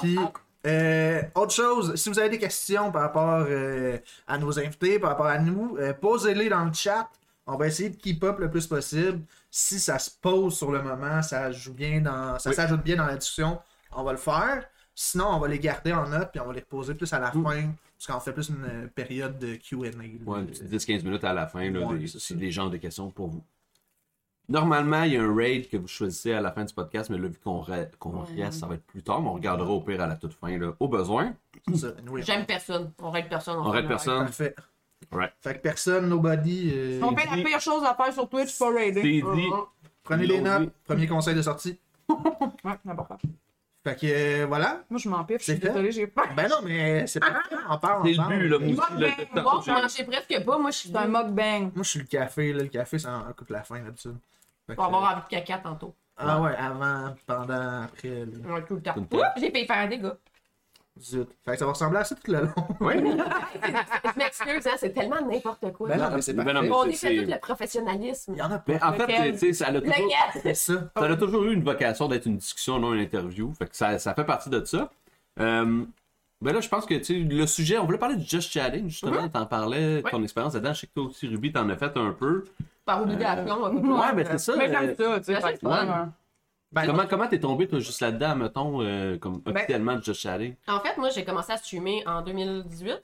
Speaker 6: Puis,
Speaker 3: Ah,
Speaker 6: euh, autre chose, si vous avez des questions par rapport euh, à nos invités, par rapport à nous, euh, posez-les dans le chat. On va essayer de keep up le plus possible. Si ça se pose sur le moment, ça joue bien dans, ça
Speaker 3: Oui.
Speaker 6: s'ajoute bien dans la discussion, on va le faire. Sinon, on va les garder en note puis on va les reposer plus à la
Speaker 3: Mm.
Speaker 6: fin, parce qu'on fait plus une euh, période de Q&A. là.
Speaker 3: Ouais, une petite 10-15 minutes à la fin, là,
Speaker 6: Ouais,
Speaker 3: des,
Speaker 6: c'est ça.
Speaker 3: des genres de questions pour vous. Normalement, il y a un raid que vous choisissez à la fin du podcast, mais là, vu qu'on re- qu'on reste, ça va être plus tard, mais on regardera au pire à la toute fin, là, au besoin.
Speaker 6: C'est ça. Anyway,
Speaker 4: J'aime personne. On règle personne.
Speaker 3: On raid personne.
Speaker 6: Parfait.
Speaker 3: Right.
Speaker 6: Fait que personne, nobody. euh,
Speaker 5: On fait la pire chose à faire sur Twitch, pas raider.
Speaker 3: C'est dit.
Speaker 4: Oh,
Speaker 6: prenez les
Speaker 3: Lonely.
Speaker 6: notes. Premier conseil de sortie.
Speaker 5: Ouais, n'importe quoi.
Speaker 6: Fait que euh, voilà.
Speaker 5: Moi, je m'en piffe, je suis
Speaker 6: C'est fait.
Speaker 5: désolée, j'ai peur.
Speaker 6: Ben non, mais c'est pas grave, on parle.
Speaker 3: C'est
Speaker 6: on
Speaker 3: le but,
Speaker 6: parle.
Speaker 3: là,
Speaker 6: Moi,
Speaker 3: moi aussi, le- le
Speaker 4: Bon,
Speaker 3: temps.
Speaker 4: je mangeais presque pas. Moi, je suis
Speaker 5: C'est un mukbang.
Speaker 6: je suis le café, là, le café, ça en coupe la fin d'habitude. Fait que,
Speaker 4: On va avoir envie de caca tantôt.
Speaker 6: Ah ouais, avant, pendant, après. là.
Speaker 4: Ouais, Tout le temps.
Speaker 3: Tout le temps.
Speaker 4: Oups, J'ai payé faire un dégât.
Speaker 6: Zut. Fait que ça va ressembler à ça tout le long.
Speaker 3: Oui,
Speaker 4: Je m'excuse, hein, c'est tellement n'importe quoi.
Speaker 6: Ben non, mais c'est
Speaker 3: Ben non,
Speaker 6: parfait.
Speaker 3: mais-
Speaker 4: on
Speaker 3: c'est-
Speaker 4: essaie
Speaker 3: c'est-
Speaker 4: tout le professionnalisme.
Speaker 6: Il y en a pas.
Speaker 3: mais en fait,
Speaker 5: Lequel?
Speaker 3: tu sais, ça a toujours,
Speaker 4: Lequel?
Speaker 6: C'est ça.
Speaker 3: ça a toujours eu une vocation d'être une discussion, non une interview. Fait que ça, ça fait partie de ça. Euh, ben là, je pense que tu sais, le sujet, on voulait parler du Just Chatting, justement, t'en parlais,
Speaker 4: Ouais.
Speaker 3: ton expérience dedans. Je sais que toi aussi, Ruby, t'en as fait un peu.
Speaker 4: Par obligation. on va
Speaker 3: Ouais, mais c'est ça.
Speaker 5: Mais j'aime
Speaker 3: euh,
Speaker 5: ça, tu sais.
Speaker 4: Ouais.
Speaker 5: fait que, ouais.
Speaker 6: Ben,
Speaker 3: comment comment t'es tombé toi juste là-dedans, mettons, euh, comme
Speaker 5: Ben-
Speaker 3: officiellement de Just Chatting?
Speaker 4: En fait, moi, j'ai commencé à streamer en 2018.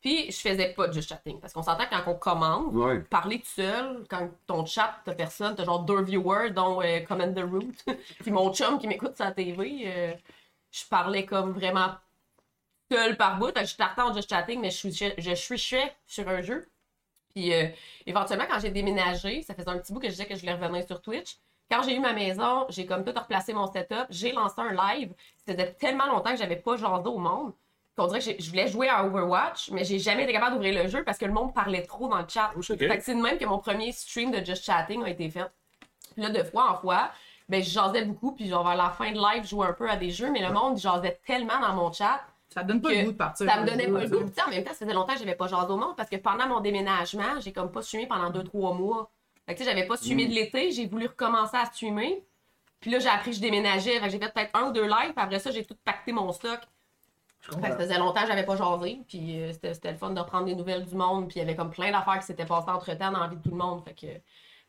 Speaker 4: Puis, je faisais pas de just chatting. Parce qu'on s'entend quand on commande,
Speaker 3: Ouais.
Speaker 4: parler tout seul, quand ton chat, t'as personne, t'as genre deux viewers, dont euh, Commander Root, puis mon chum qui m'écoute sur la TV, euh, je parlais comme vraiment seul par bout. Fait que Je partais en just chatting, mais je suis je suis chef sur un jeu. Puis euh, éventuellement, quand j'ai déménagé, ça faisait un petit bout que je disais que je voulais revenir sur Twitch. Quand j'ai eu ma maison, j'ai comme tout replacé mon setup, j'ai lancé un live. C'était tellement longtemps que j'avais pas jasé au monde qu'on dirait que j'ai- je voulais jouer à Overwatch, mais j'ai jamais été capable d'ouvrir le jeu parce que le monde parlait trop dans le chat.
Speaker 3: Ok.
Speaker 4: Fait que c'est de même que mon premier stream de Just Chatting a été fait. Puis là, de fois en fois, ben, je jasais beaucoup, puis genre vers la fin de live, je jouais un peu à des jeux, mais le monde jasait tellement dans mon chat
Speaker 5: Ça donne pas
Speaker 4: que
Speaker 5: le goût de partir.
Speaker 4: ça me donnait pas le goût. Puis, tu sais, en même temps, ça faisait longtemps que j'avais pas jasé au monde parce que pendant mon déménagement, j'ai comme pas streamé pendant 2-3 mois. Fait que tu sais, j'avais pas
Speaker 3: Mm.
Speaker 4: streamé de l'été, j'ai voulu recommencer à streamer. Puis là, j'ai appris que je déménageais. Fait que j'ai fait peut-être un ou deux lives, puis après ça, j'ai tout pacté mon stock.
Speaker 6: je
Speaker 4: Fait que
Speaker 6: comprends.
Speaker 4: ça faisait longtemps que j'avais pas jasé, puis euh, c'était c'était le fun de reprendre des nouvelles du monde, puis il y avait comme plein d'affaires qui s'étaient passées entre-temps dans la vie de tout le monde, fait que...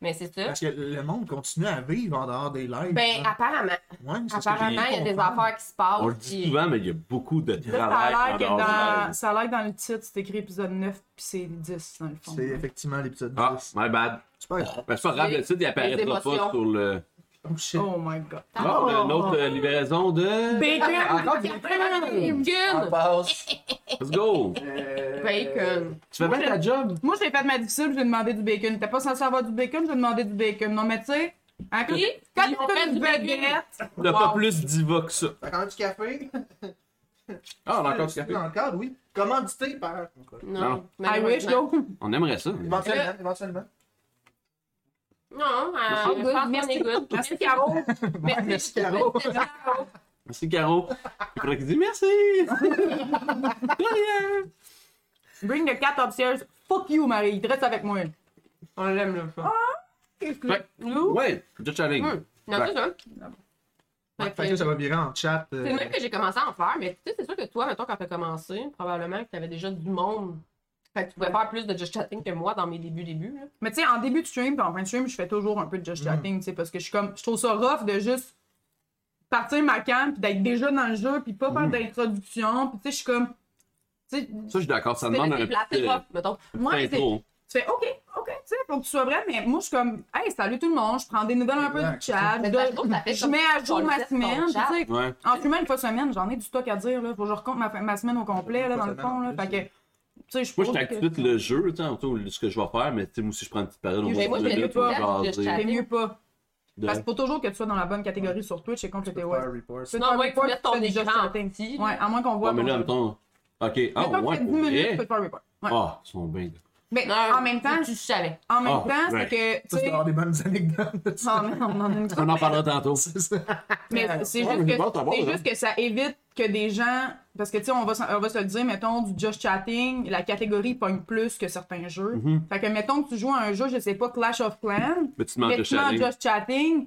Speaker 4: Mais c'est ça.
Speaker 6: Parce que le monde continue à vivre en dehors des lives.
Speaker 4: Ben,
Speaker 6: hein.
Speaker 4: apparemment,
Speaker 6: Ouais, c'est ce que
Speaker 4: apparemment,
Speaker 6: j'ai
Speaker 4: il y a des
Speaker 6: compris.
Speaker 4: affaires qui se passent,
Speaker 3: On le dit
Speaker 4: Ah, puis-
Speaker 3: souvent, mais il y a beaucoup de
Speaker 5: Ça a
Speaker 3: travail.
Speaker 5: l'air
Speaker 3: en dehors
Speaker 5: que
Speaker 3: du
Speaker 5: dans... ça a l'air que dans le titre, c'est écrit épisode 9 puis c'est 10 dans le fond.
Speaker 6: C'est effectivement l'épisode
Speaker 3: Ah,
Speaker 6: 10.
Speaker 3: my bad.
Speaker 6: Super.
Speaker 3: Ben, c'est pas grave, le titre, il apparaîtra pas
Speaker 4: émotions.
Speaker 3: sur le.
Speaker 6: Oh shit.
Speaker 5: Oh my god.
Speaker 4: Ah,
Speaker 3: Bon, ben, une autre euh, livraison de.
Speaker 5: Bacon!
Speaker 3: Encore du
Speaker 4: Bacon!
Speaker 3: bacon!
Speaker 6: On passe.
Speaker 3: Let's go!
Speaker 6: Euh,
Speaker 4: Bacon!
Speaker 3: Tu fais bien ta job?
Speaker 5: Moi, j'ai fait ma difficile, j'ai demandé du bacon. T'es pas censé avoir du bacon, j'ai demandé du bacon. Non, mais tu sais, hein, quand,
Speaker 4: Oui,
Speaker 5: quand
Speaker 4: ils
Speaker 5: tu
Speaker 4: ont fait
Speaker 5: fais
Speaker 4: du
Speaker 5: une baguette,
Speaker 3: T'as pas plus diva que ça.
Speaker 6: T'as quand même du café?
Speaker 3: Ah, on a encore du café.
Speaker 6: Encore, oui. Commandité par.
Speaker 4: Non.
Speaker 5: I
Speaker 3: Non.
Speaker 5: wish,
Speaker 4: malheureusement.
Speaker 5: though.
Speaker 3: On aimerait ça.
Speaker 6: Éventuellement,
Speaker 4: Euh,
Speaker 6: éventuellement.
Speaker 4: Non,
Speaker 5: Merci.
Speaker 4: euh, merci,
Speaker 5: Merci.
Speaker 4: good.
Speaker 5: Merci,
Speaker 4: Caro. Merci,
Speaker 6: Caro.
Speaker 4: Caro.
Speaker 3: Merci, Caro. Il faudrait qu'il dise merci. Rien.
Speaker 5: Bring the cat upstairs. Fuck you, Marie. Reste avec moi. On l'aime, là. ça.
Speaker 3: Ouais. ouais, Judge Channing.
Speaker 4: Hmm. Ah, Non, c'est ça. Fait
Speaker 1: Fait que
Speaker 4: que-
Speaker 1: là, ça va virer en chat. euh,
Speaker 4: C'est le même que j'ai commencé à en faire, mais tu sais, c'est sûr que toi, mettons, quand t'as commencé, probablement que t'avais déjà du monde. Fait que tu pouvais faire plus de just chatting que moi dans mes débuts débuts. là.
Speaker 5: Mais tu sais, en début de stream puis en fin de stream, je fais toujours un peu de just
Speaker 1: Mm.
Speaker 5: chatting, tu sais, parce que je suis comme, je trouve ça rough de juste partir ma cam puis d'être déjà dans le jeu puis pas
Speaker 1: Mm.
Speaker 5: faire d'introduction, puis tu sais, je suis comme, tu sais,
Speaker 3: Ça, je suis d'accord. Ça
Speaker 4: C'était
Speaker 3: demande
Speaker 4: le
Speaker 3: un
Speaker 4: déplacé
Speaker 3: petit
Speaker 4: rough, mettons.
Speaker 5: moi,
Speaker 3: petit
Speaker 5: c'est-
Speaker 3: intro.
Speaker 5: tu fais OK, OK, tu sais, faut que tu sois vrai, mais moi, je suis comme, hey, salut tout le monde, je prends des nouvelles un peu
Speaker 1: Exact,
Speaker 5: du chat,
Speaker 4: Mais
Speaker 5: de-
Speaker 4: ça, je trouve que ça fait
Speaker 5: je
Speaker 4: comme-
Speaker 5: mets à jour
Speaker 4: on le
Speaker 5: ma
Speaker 4: fait,
Speaker 5: semaine,
Speaker 4: ton
Speaker 5: tu sais.
Speaker 3: Ouais.
Speaker 5: En fumant une fois semaine, j'en ai du stock à dire, là. Faut que je raconte ma, ma semaine au complet, là, dans le
Speaker 1: Une fois
Speaker 5: fond, là.
Speaker 1: semaine en
Speaker 5: Fait que, tu sais, je
Speaker 3: Moi, je
Speaker 5: pose
Speaker 3: t'active
Speaker 5: Oh, que-
Speaker 3: tout le jeu, tu sais, en tout, ce que je vais faire, mais tu sais, moi aussi, je prends une petite période au
Speaker 5: Mais
Speaker 3: moins
Speaker 5: moi,
Speaker 3: de
Speaker 5: je l'ai
Speaker 3: minutes pour
Speaker 5: pas.
Speaker 4: Je-
Speaker 3: jaser.
Speaker 5: C'est mieux pas.
Speaker 3: De-
Speaker 5: Parce que faut toujours que tu sois dans la bonne catégorie sur Twitch, c'est
Speaker 1: tu peux
Speaker 5: compliqué, ouais.
Speaker 1: faire report.
Speaker 5: Tu peux
Speaker 4: Non,
Speaker 5: faire
Speaker 4: ouais, tu
Speaker 5: report,
Speaker 4: mets
Speaker 5: tu
Speaker 4: ton
Speaker 5: fais du
Speaker 4: écran
Speaker 5: just
Speaker 4: en
Speaker 5: chatting.
Speaker 4: petit.
Speaker 5: Ouais, à moins qu'on voit.
Speaker 3: Ouais, mais là,
Speaker 5: ton-
Speaker 3: mettons. Ok, ah,
Speaker 5: Mettons que
Speaker 3: ouais,
Speaker 5: tu fais 10
Speaker 3: pour
Speaker 5: minutes, tu peux
Speaker 3: vrai.
Speaker 5: te faire report. Ouais.
Speaker 3: Ah, ils sont bien.
Speaker 5: Mais
Speaker 4: Non,
Speaker 5: en même temps,
Speaker 4: tu savais.
Speaker 5: en même
Speaker 3: Ah,
Speaker 5: temps, c'est
Speaker 3: ouais.
Speaker 5: que, tu
Speaker 1: Ça, tu
Speaker 5: sais.
Speaker 1: dois avoir des bonnes anecdotes de ça.
Speaker 5: Ah, mais on en a une couple.
Speaker 3: On en parlera tantôt.
Speaker 1: C'est ça.
Speaker 5: Mais c'est
Speaker 3: Ouais,
Speaker 5: juste,
Speaker 3: mais
Speaker 5: que,
Speaker 3: c'est bon, t'as bon,
Speaker 5: c'est
Speaker 3: là.
Speaker 5: juste que ça évite que des gens. Parce que, tu sais, on, va s'en- on va se le dire, mettons, du just chatting, la catégorie pogne plus que certains jeux.
Speaker 3: Mm-hmm.
Speaker 5: Fait que, mettons que tu joues à un jeu, je sais pas, Clash of Clans,
Speaker 3: Mais tu te
Speaker 5: mais
Speaker 3: manques de
Speaker 5: tu mets en
Speaker 3: chatting.
Speaker 5: just chatting,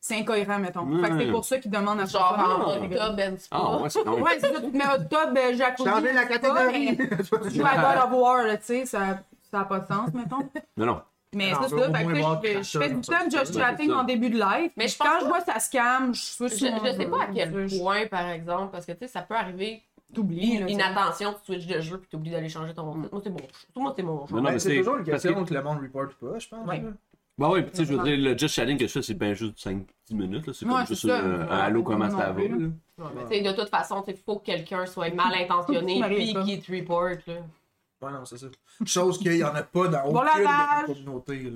Speaker 5: c'est incohérent, mettons. Fait que c'est
Speaker 3: Ouais.
Speaker 5: pour ça qu'ils demandent à
Speaker 4: Genre
Speaker 5: changer la
Speaker 4: en
Speaker 5: catégorie.
Speaker 4: octobre, ben, tu
Speaker 3: Ah,
Speaker 4: vois.
Speaker 3: ouais, c'est quand même.
Speaker 5: Ah, Ouais, c'est ça, tu te mets au top, euh, Jacuzzi,
Speaker 1: Changer la
Speaker 5: je sais pas,
Speaker 1: catégorie.
Speaker 5: mais
Speaker 1: Toi, tu
Speaker 5: Tu joues à God of War, là, tu sais, ça n'a pas de sens, mettons.
Speaker 3: Non, non.
Speaker 5: Mais
Speaker 1: Alors,
Speaker 5: ça,
Speaker 1: on
Speaker 5: c'est
Speaker 1: veut
Speaker 5: ça.
Speaker 1: au
Speaker 5: Fait que
Speaker 1: moins
Speaker 5: tu sais,
Speaker 1: voir
Speaker 5: je fais- je fais
Speaker 1: Crasher
Speaker 5: du
Speaker 1: dans ça,
Speaker 5: temps de just
Speaker 3: c'est
Speaker 5: chatting
Speaker 3: ça.
Speaker 5: en début de live.
Speaker 4: Mais
Speaker 5: Mais
Speaker 4: je pense
Speaker 5: quand je
Speaker 4: pas-
Speaker 5: vois ça scam, je suis
Speaker 4: Je,
Speaker 5: sur mon
Speaker 4: je sais
Speaker 5: jeu,
Speaker 4: pas à quel
Speaker 5: tu sais, je-
Speaker 4: point, par exemple, parce que tu sais, ça peut arriver
Speaker 5: T'oublies, là. tu sais.
Speaker 4: inattention, tu Mm. switches de jeu puis t'oublies d'aller changer ton outfit. Moi, c'est bon. Moi, c'est mon
Speaker 3: Non,
Speaker 4: jeu.
Speaker 3: non, mais
Speaker 1: Ben, c'est
Speaker 3: c'est.
Speaker 1: toujours une
Speaker 3: parce
Speaker 1: question
Speaker 3: que-
Speaker 1: que le monde report ou pas, je pense.
Speaker 5: Ouais.
Speaker 1: là.
Speaker 3: Bah oui, tu sais, je veux dire, le just chatting que je fais, c'est bien juste 5-10 minutes. là. C'est
Speaker 5: Ouais,
Speaker 3: comme
Speaker 5: c'est
Speaker 3: juste euh,
Speaker 5: ça.
Speaker 3: un
Speaker 5: Ouais,
Speaker 3: allô,
Speaker 5: c'est
Speaker 3: comment
Speaker 5: pas
Speaker 3: ça
Speaker 5: non
Speaker 3: va?
Speaker 5: plus, là.
Speaker 3: là.
Speaker 4: Ouais, mais tu sais, de toute façon, il faut que quelqu'un soit mal intentionné
Speaker 5: Marie est
Speaker 4: puis
Speaker 5: comme-
Speaker 4: qu'il te report. là.
Speaker 1: Ouais, non, c'est ça. Chose qu'il n'y en a pas dans
Speaker 5: Bon
Speaker 1: aucune
Speaker 5: lavage.
Speaker 1: de nos communautés.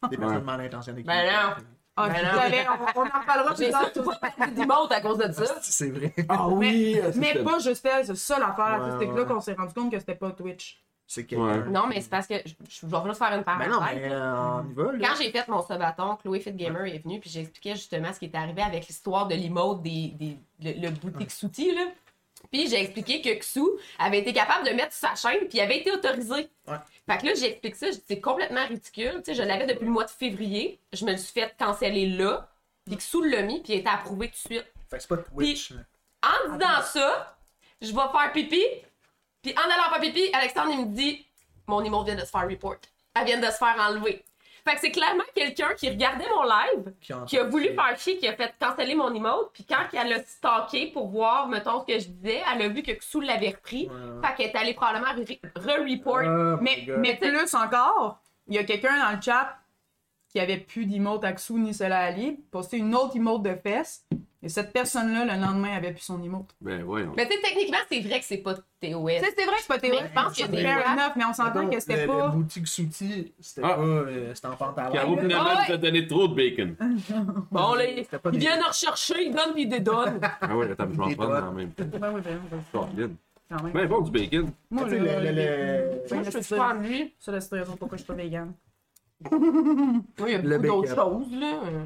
Speaker 1: là. Des personnes
Speaker 3: Ouais.
Speaker 1: mal intentionnées. qui-
Speaker 4: Ben non.
Speaker 5: Ah,
Speaker 4: Ben
Speaker 5: je
Speaker 4: non.
Speaker 5: savais, on, on en parlera plus
Speaker 4: Mais
Speaker 5: tard.
Speaker 4: ça, tu vois, du monde à cause de ça.
Speaker 1: C'est vrai.
Speaker 3: Ah oui! euh,
Speaker 5: Mais
Speaker 3: c'est-
Speaker 5: pas juste elle, c'est ça l'affaire.
Speaker 1: Ouais,
Speaker 5: tu sais, c'est que là
Speaker 1: ouais.
Speaker 5: qu'on s'est rendu compte que c'était pas Twitch.
Speaker 1: C'est quelqu'un.
Speaker 3: Ouais.
Speaker 4: Non, mais c'est parce que je, je vais juste faire
Speaker 1: Ben
Speaker 4: une parenthèse.
Speaker 1: non, mais euh, on y va. là.
Speaker 4: Quand j'ai fait mon sabaton, Chloé Fitgamer est venue, puis j'expliquais justement ce qui est arrivé avec l'histoire de l'emote des, des, le, le boutique Souti, là. Puis j'ai expliqué que Xu avait été capable de mettre sur sa chaîne, puis il avait été autorisé.
Speaker 1: Ouais.
Speaker 4: Fait que là, j'explique ça, je dis, c'est complètement ridicule. Tu sais, je l'avais depuis le mois de février, je me le suis fait canceller là, puis Xu l'a mis, puis il a été approuvé tout de suite.
Speaker 1: Fait que c'est pas Twitch. là.
Speaker 4: En disant ça, je vais faire pipi. Puis en allant faire pipi, Alexandre, il me dit Mon emote vient de se faire report. Elle vient de se faire enlever. Fait que c'est clairement quelqu'un qui regardait mon live,
Speaker 1: Qui a,
Speaker 4: qui a voulu faire chier, qui a fait canceller mon emote. Puis quand elle a stalké pour voir, mettons, ce que je disais, elle a vu que Xou l'avait repris.
Speaker 1: Ouais.
Speaker 4: Fait qu'elle est allée probablement re- re-report.
Speaker 1: Oh my
Speaker 5: Mais,
Speaker 1: God.
Speaker 5: mais plus encore, il y a quelqu'un dans le chat qui avait plus d'emote Aksu ni Sola Ali, posté une autre emote de fesses. Et cette personne-là, le lendemain, avait plus son emote.
Speaker 3: Ben voyons.
Speaker 4: Mais tu sais, techniquement, c'est vrai que c'est pas TOS.
Speaker 5: Tu sais, c'est vrai que c'est pas Théo.
Speaker 4: Mais je pense qu'il y a des
Speaker 5: Fair
Speaker 4: gens-
Speaker 5: enough, mais on s'entend
Speaker 1: Donc,
Speaker 5: que c'était
Speaker 1: le-
Speaker 5: pas.
Speaker 1: Le boutique Souti, c'était
Speaker 3: Ah.
Speaker 1: pas. euh, C'était en
Speaker 3: Caro,
Speaker 1: pantalon.
Speaker 3: finalement,
Speaker 4: Ah ouais.
Speaker 3: tu as donné trop de bacon.
Speaker 4: Bon, là, ils
Speaker 1: C'était pas
Speaker 4: ils
Speaker 1: des-
Speaker 4: viennent rechercher, ils donnent puis ils dédonnent.
Speaker 3: Ah ouais, attends, je m'en
Speaker 1: Des
Speaker 3: prends
Speaker 1: doigts.
Speaker 3: quand même.
Speaker 5: Ouais, ouais, ben, ouais,
Speaker 3: Caroline.
Speaker 5: quand même.
Speaker 3: Ben bon, du bacon.
Speaker 5: Moi,
Speaker 1: Tu sais, le-
Speaker 5: là,
Speaker 1: le-
Speaker 5: les-
Speaker 1: le-
Speaker 5: Ben,
Speaker 4: Moi, je
Speaker 5: c'est
Speaker 4: suis
Speaker 5: ça.
Speaker 4: pas en lui.
Speaker 5: Ça, là, c'est la raison pourquoi je suis pas végane.
Speaker 4: Oui, il y a
Speaker 1: Le
Speaker 4: beaucoup d'autres
Speaker 1: bacon.
Speaker 4: choses, là. Euh,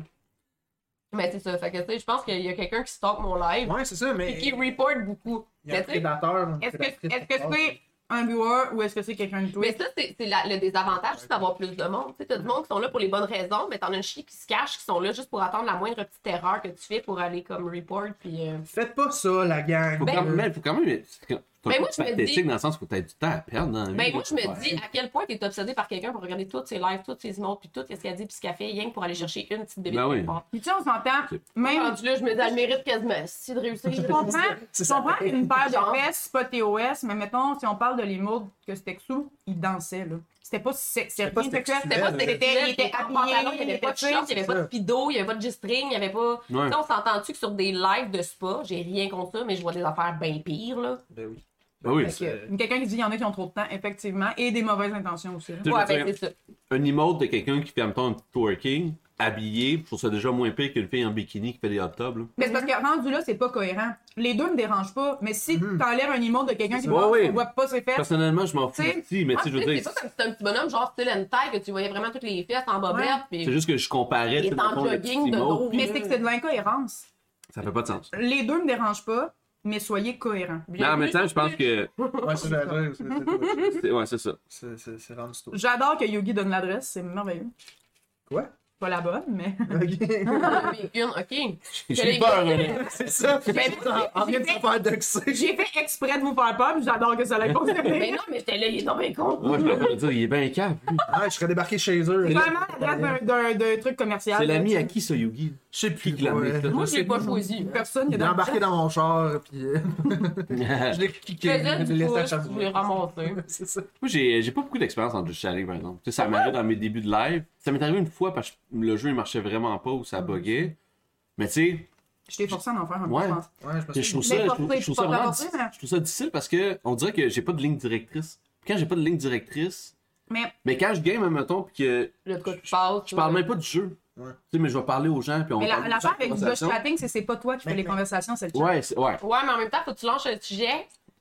Speaker 4: Mais c'est ça. Fait que, tu sais, je pense qu'il y a quelqu'un qui stalk mon live
Speaker 1: Ouais, c'est ça, mais.
Speaker 4: et qui reporte beaucoup.
Speaker 1: Il y a un
Speaker 4: Mais, tu sais,
Speaker 1: prédateur.
Speaker 5: Est-ce que est-ce que c'est un viewer ou est-ce que c'est quelqu'un de
Speaker 4: mais
Speaker 5: Twitch?
Speaker 4: ça, c'est c'est la- le désavantage, c'est d'avoir plus de monde. Tu sais, t'as du monde qui sont là pour les bonnes raisons, mais t'en as une chie qui se cache, qui sont là juste pour attendre la moindre petite erreur que tu fais pour aller comme report. Puis, euh,
Speaker 1: Faites pas ça, la gang.
Speaker 3: Faut
Speaker 4: Ben-
Speaker 3: quand même. Faut quand même. C'est un
Speaker 4: Ben,
Speaker 3: peu
Speaker 4: moi, je me dis-
Speaker 3: pathétique dans le sens que t'as du temps à perdre dans la vie.
Speaker 4: Ben,
Speaker 3: là,
Speaker 4: moi, je
Speaker 3: pour
Speaker 4: me
Speaker 3: faire.
Speaker 4: dis à quel point t'es obsédé par quelqu'un pour regarder toutes ses lives, toutes ses montres, puis tout ce qu'elle dit, puis ce qu'elle fait, rien que pour aller chercher une petite bébé.
Speaker 3: Ben oui.
Speaker 5: Puis tu sais, on s'entend,
Speaker 3: C'est-
Speaker 5: même.
Speaker 4: Rendu là, je me dis, elle mérite quasiment si de réussir.
Speaker 5: Je comprends,
Speaker 1: C'est
Speaker 5: je
Speaker 1: ça.
Speaker 5: comprends qu'une paire
Speaker 4: Genre.
Speaker 5: de fesses, c'est pas TOS, mais mettons, si on parle de l'émote que c'était Xou, il dansait, là. C'était pas sexe- c'était
Speaker 1: pas
Speaker 5: rien sexuel.
Speaker 1: sexuel.
Speaker 4: C'était pas
Speaker 1: Il était-
Speaker 4: sexuel,
Speaker 5: il était
Speaker 4: en
Speaker 5: habillé,
Speaker 4: pantalon, il n'y
Speaker 5: il
Speaker 4: avait pas de
Speaker 5: était
Speaker 4: short, il n'y avait
Speaker 1: c'est
Speaker 4: pas de
Speaker 1: ça.
Speaker 4: pido, il n'y avait pas de G-string, il n'y avait pas.
Speaker 3: Ouais.
Speaker 4: Tu sais, on s'entend-tu que sur des lives de spa, j'ai rien contre ça, mais je vois des affaires bien pires, là.
Speaker 1: Ben oui.
Speaker 3: Ben oui.
Speaker 5: Fait que, Quelqu'un qui dit qu'il y en a qui ont trop de temps, effectivement, et des mauvaises intentions aussi. là.
Speaker 3: Tu veux
Speaker 4: Ouais, ben
Speaker 3: dire-
Speaker 4: c'est ça.
Speaker 3: un emote de quelqu'un qui fait, mettons, un petit twerking, habillé, je trouve ça déjà moins pire qu'une fille en bikini qui fait des hot tubs, là.
Speaker 5: Mais c'est parce
Speaker 4: Mhm.
Speaker 5: que rendu là, c'est pas cohérent. Les deux me dérangent pas, mais si
Speaker 3: Mhm.
Speaker 5: t'enlèves un emote de quelqu'un qui
Speaker 3: Ouais,
Speaker 5: pense
Speaker 3: ouais.
Speaker 5: qu'on voit pas ses fesses,
Speaker 3: Personnellement, je m'en fous
Speaker 5: T'sais,
Speaker 3: aussi, mais tu
Speaker 4: Ah,
Speaker 3: sais,
Speaker 4: tu
Speaker 3: je veux
Speaker 4: sais, C'est
Speaker 3: dire,
Speaker 4: pas comme si c'était un petit bonhomme, genre style and taille, que tu voyais vraiment toutes les fesses en bobette,
Speaker 5: Ouais.
Speaker 4: puis.
Speaker 3: c'est juste que je comparais,
Speaker 4: Il est en
Speaker 3: mettons, le petit
Speaker 4: jogging de
Speaker 3: emote,
Speaker 4: dos.
Speaker 3: puis-
Speaker 5: mais c'est que c'est de l'incohérence.
Speaker 3: Ça fait pas de sens.
Speaker 5: Les deux me dérangent pas, mais soyez cohérents.
Speaker 3: Mais en même temps, je pense que.
Speaker 6: Ouais, c'est la vraie, c'est- c'est-
Speaker 3: c'est- Ouais, c'est ça.
Speaker 6: c'est- c'est- c'est rendu tout.
Speaker 5: J'adore que Yogi donne l'adresse, c'est merveilleux.
Speaker 6: Quoi?
Speaker 5: Pas la bonne, mais.
Speaker 6: Ok.
Speaker 4: Une, ok.
Speaker 3: J'ai peur, hein.
Speaker 6: C'est ça. En train de te faire doxer.
Speaker 5: J'ai fait exprès de vous faire peur, mais j'adore que ça l'ait
Speaker 4: Mais
Speaker 5: constaté.
Speaker 4: non, mais j'étais là, il est dans mes cons.
Speaker 3: Moi, je vais dire, il est bien capable. lui.
Speaker 6: Ah, je serais débarqué chez eux.
Speaker 5: C'est vraiment l'adresse d'un- d'un d'un truc commercial.
Speaker 3: C'est
Speaker 5: là,
Speaker 3: l'ami
Speaker 5: tu
Speaker 3: à
Speaker 5: sais.
Speaker 3: qui, ça, Yugi
Speaker 6: Je sais plus.
Speaker 3: Qui l'a mis,
Speaker 6: ouais.
Speaker 3: là?
Speaker 4: Moi, je l'ai pas choisi.
Speaker 5: Personne, il y a
Speaker 6: Il est
Speaker 5: dans-
Speaker 6: embarqué dans mon char, puis euh, je l'ai cliqué.
Speaker 4: Faisais
Speaker 6: Je l'ai
Speaker 4: du
Speaker 6: laissé à
Speaker 4: push,
Speaker 6: charger.
Speaker 4: je l'ai ramassé.
Speaker 6: C'est ça.
Speaker 3: Moi, j'ai j'ai pas beaucoup d'expérience en Just Chatting, par exemple. Tu sais, ça m'arrive dans mes débuts de live. Ça m'est arrivé une fois parce que le jeu, il marchait vraiment pas ou ça buguait. Mais tu sais,
Speaker 5: Je t'ai forcé à en faire un peu,
Speaker 3: Ouais.
Speaker 5: je pense.
Speaker 6: Ouais, je pense que
Speaker 3: je trouve
Speaker 5: Mais
Speaker 3: ça, je
Speaker 5: pas
Speaker 3: trouve,
Speaker 5: fait,
Speaker 3: je trouve
Speaker 5: pas
Speaker 3: ça vraiment
Speaker 5: fait,
Speaker 3: di-
Speaker 5: mais-
Speaker 3: je trouve ça difficile parce que on dirait que j'ai pas de ligne directrice. Quand j'ai pas de ligne directrice,
Speaker 5: Mais-
Speaker 3: quand je game, mettons, puis que
Speaker 4: Le truc passe.
Speaker 3: je parle même pas du jeu,
Speaker 6: Ouais.
Speaker 3: tu sais, mais je vais parler aux gens, puis on
Speaker 5: Mais la-
Speaker 3: parle
Speaker 5: l'affaire
Speaker 3: de
Speaker 5: avec du
Speaker 3: conversation. Ben,
Speaker 5: ghost chatting, c'est c'est pas toi qui fais
Speaker 6: Mais-
Speaker 5: les
Speaker 6: mais-
Speaker 5: conversations, c'est le chat.
Speaker 3: Ouais, c'est- ouais.
Speaker 4: Ouais, mais en même temps, faut que tu lances un sujet.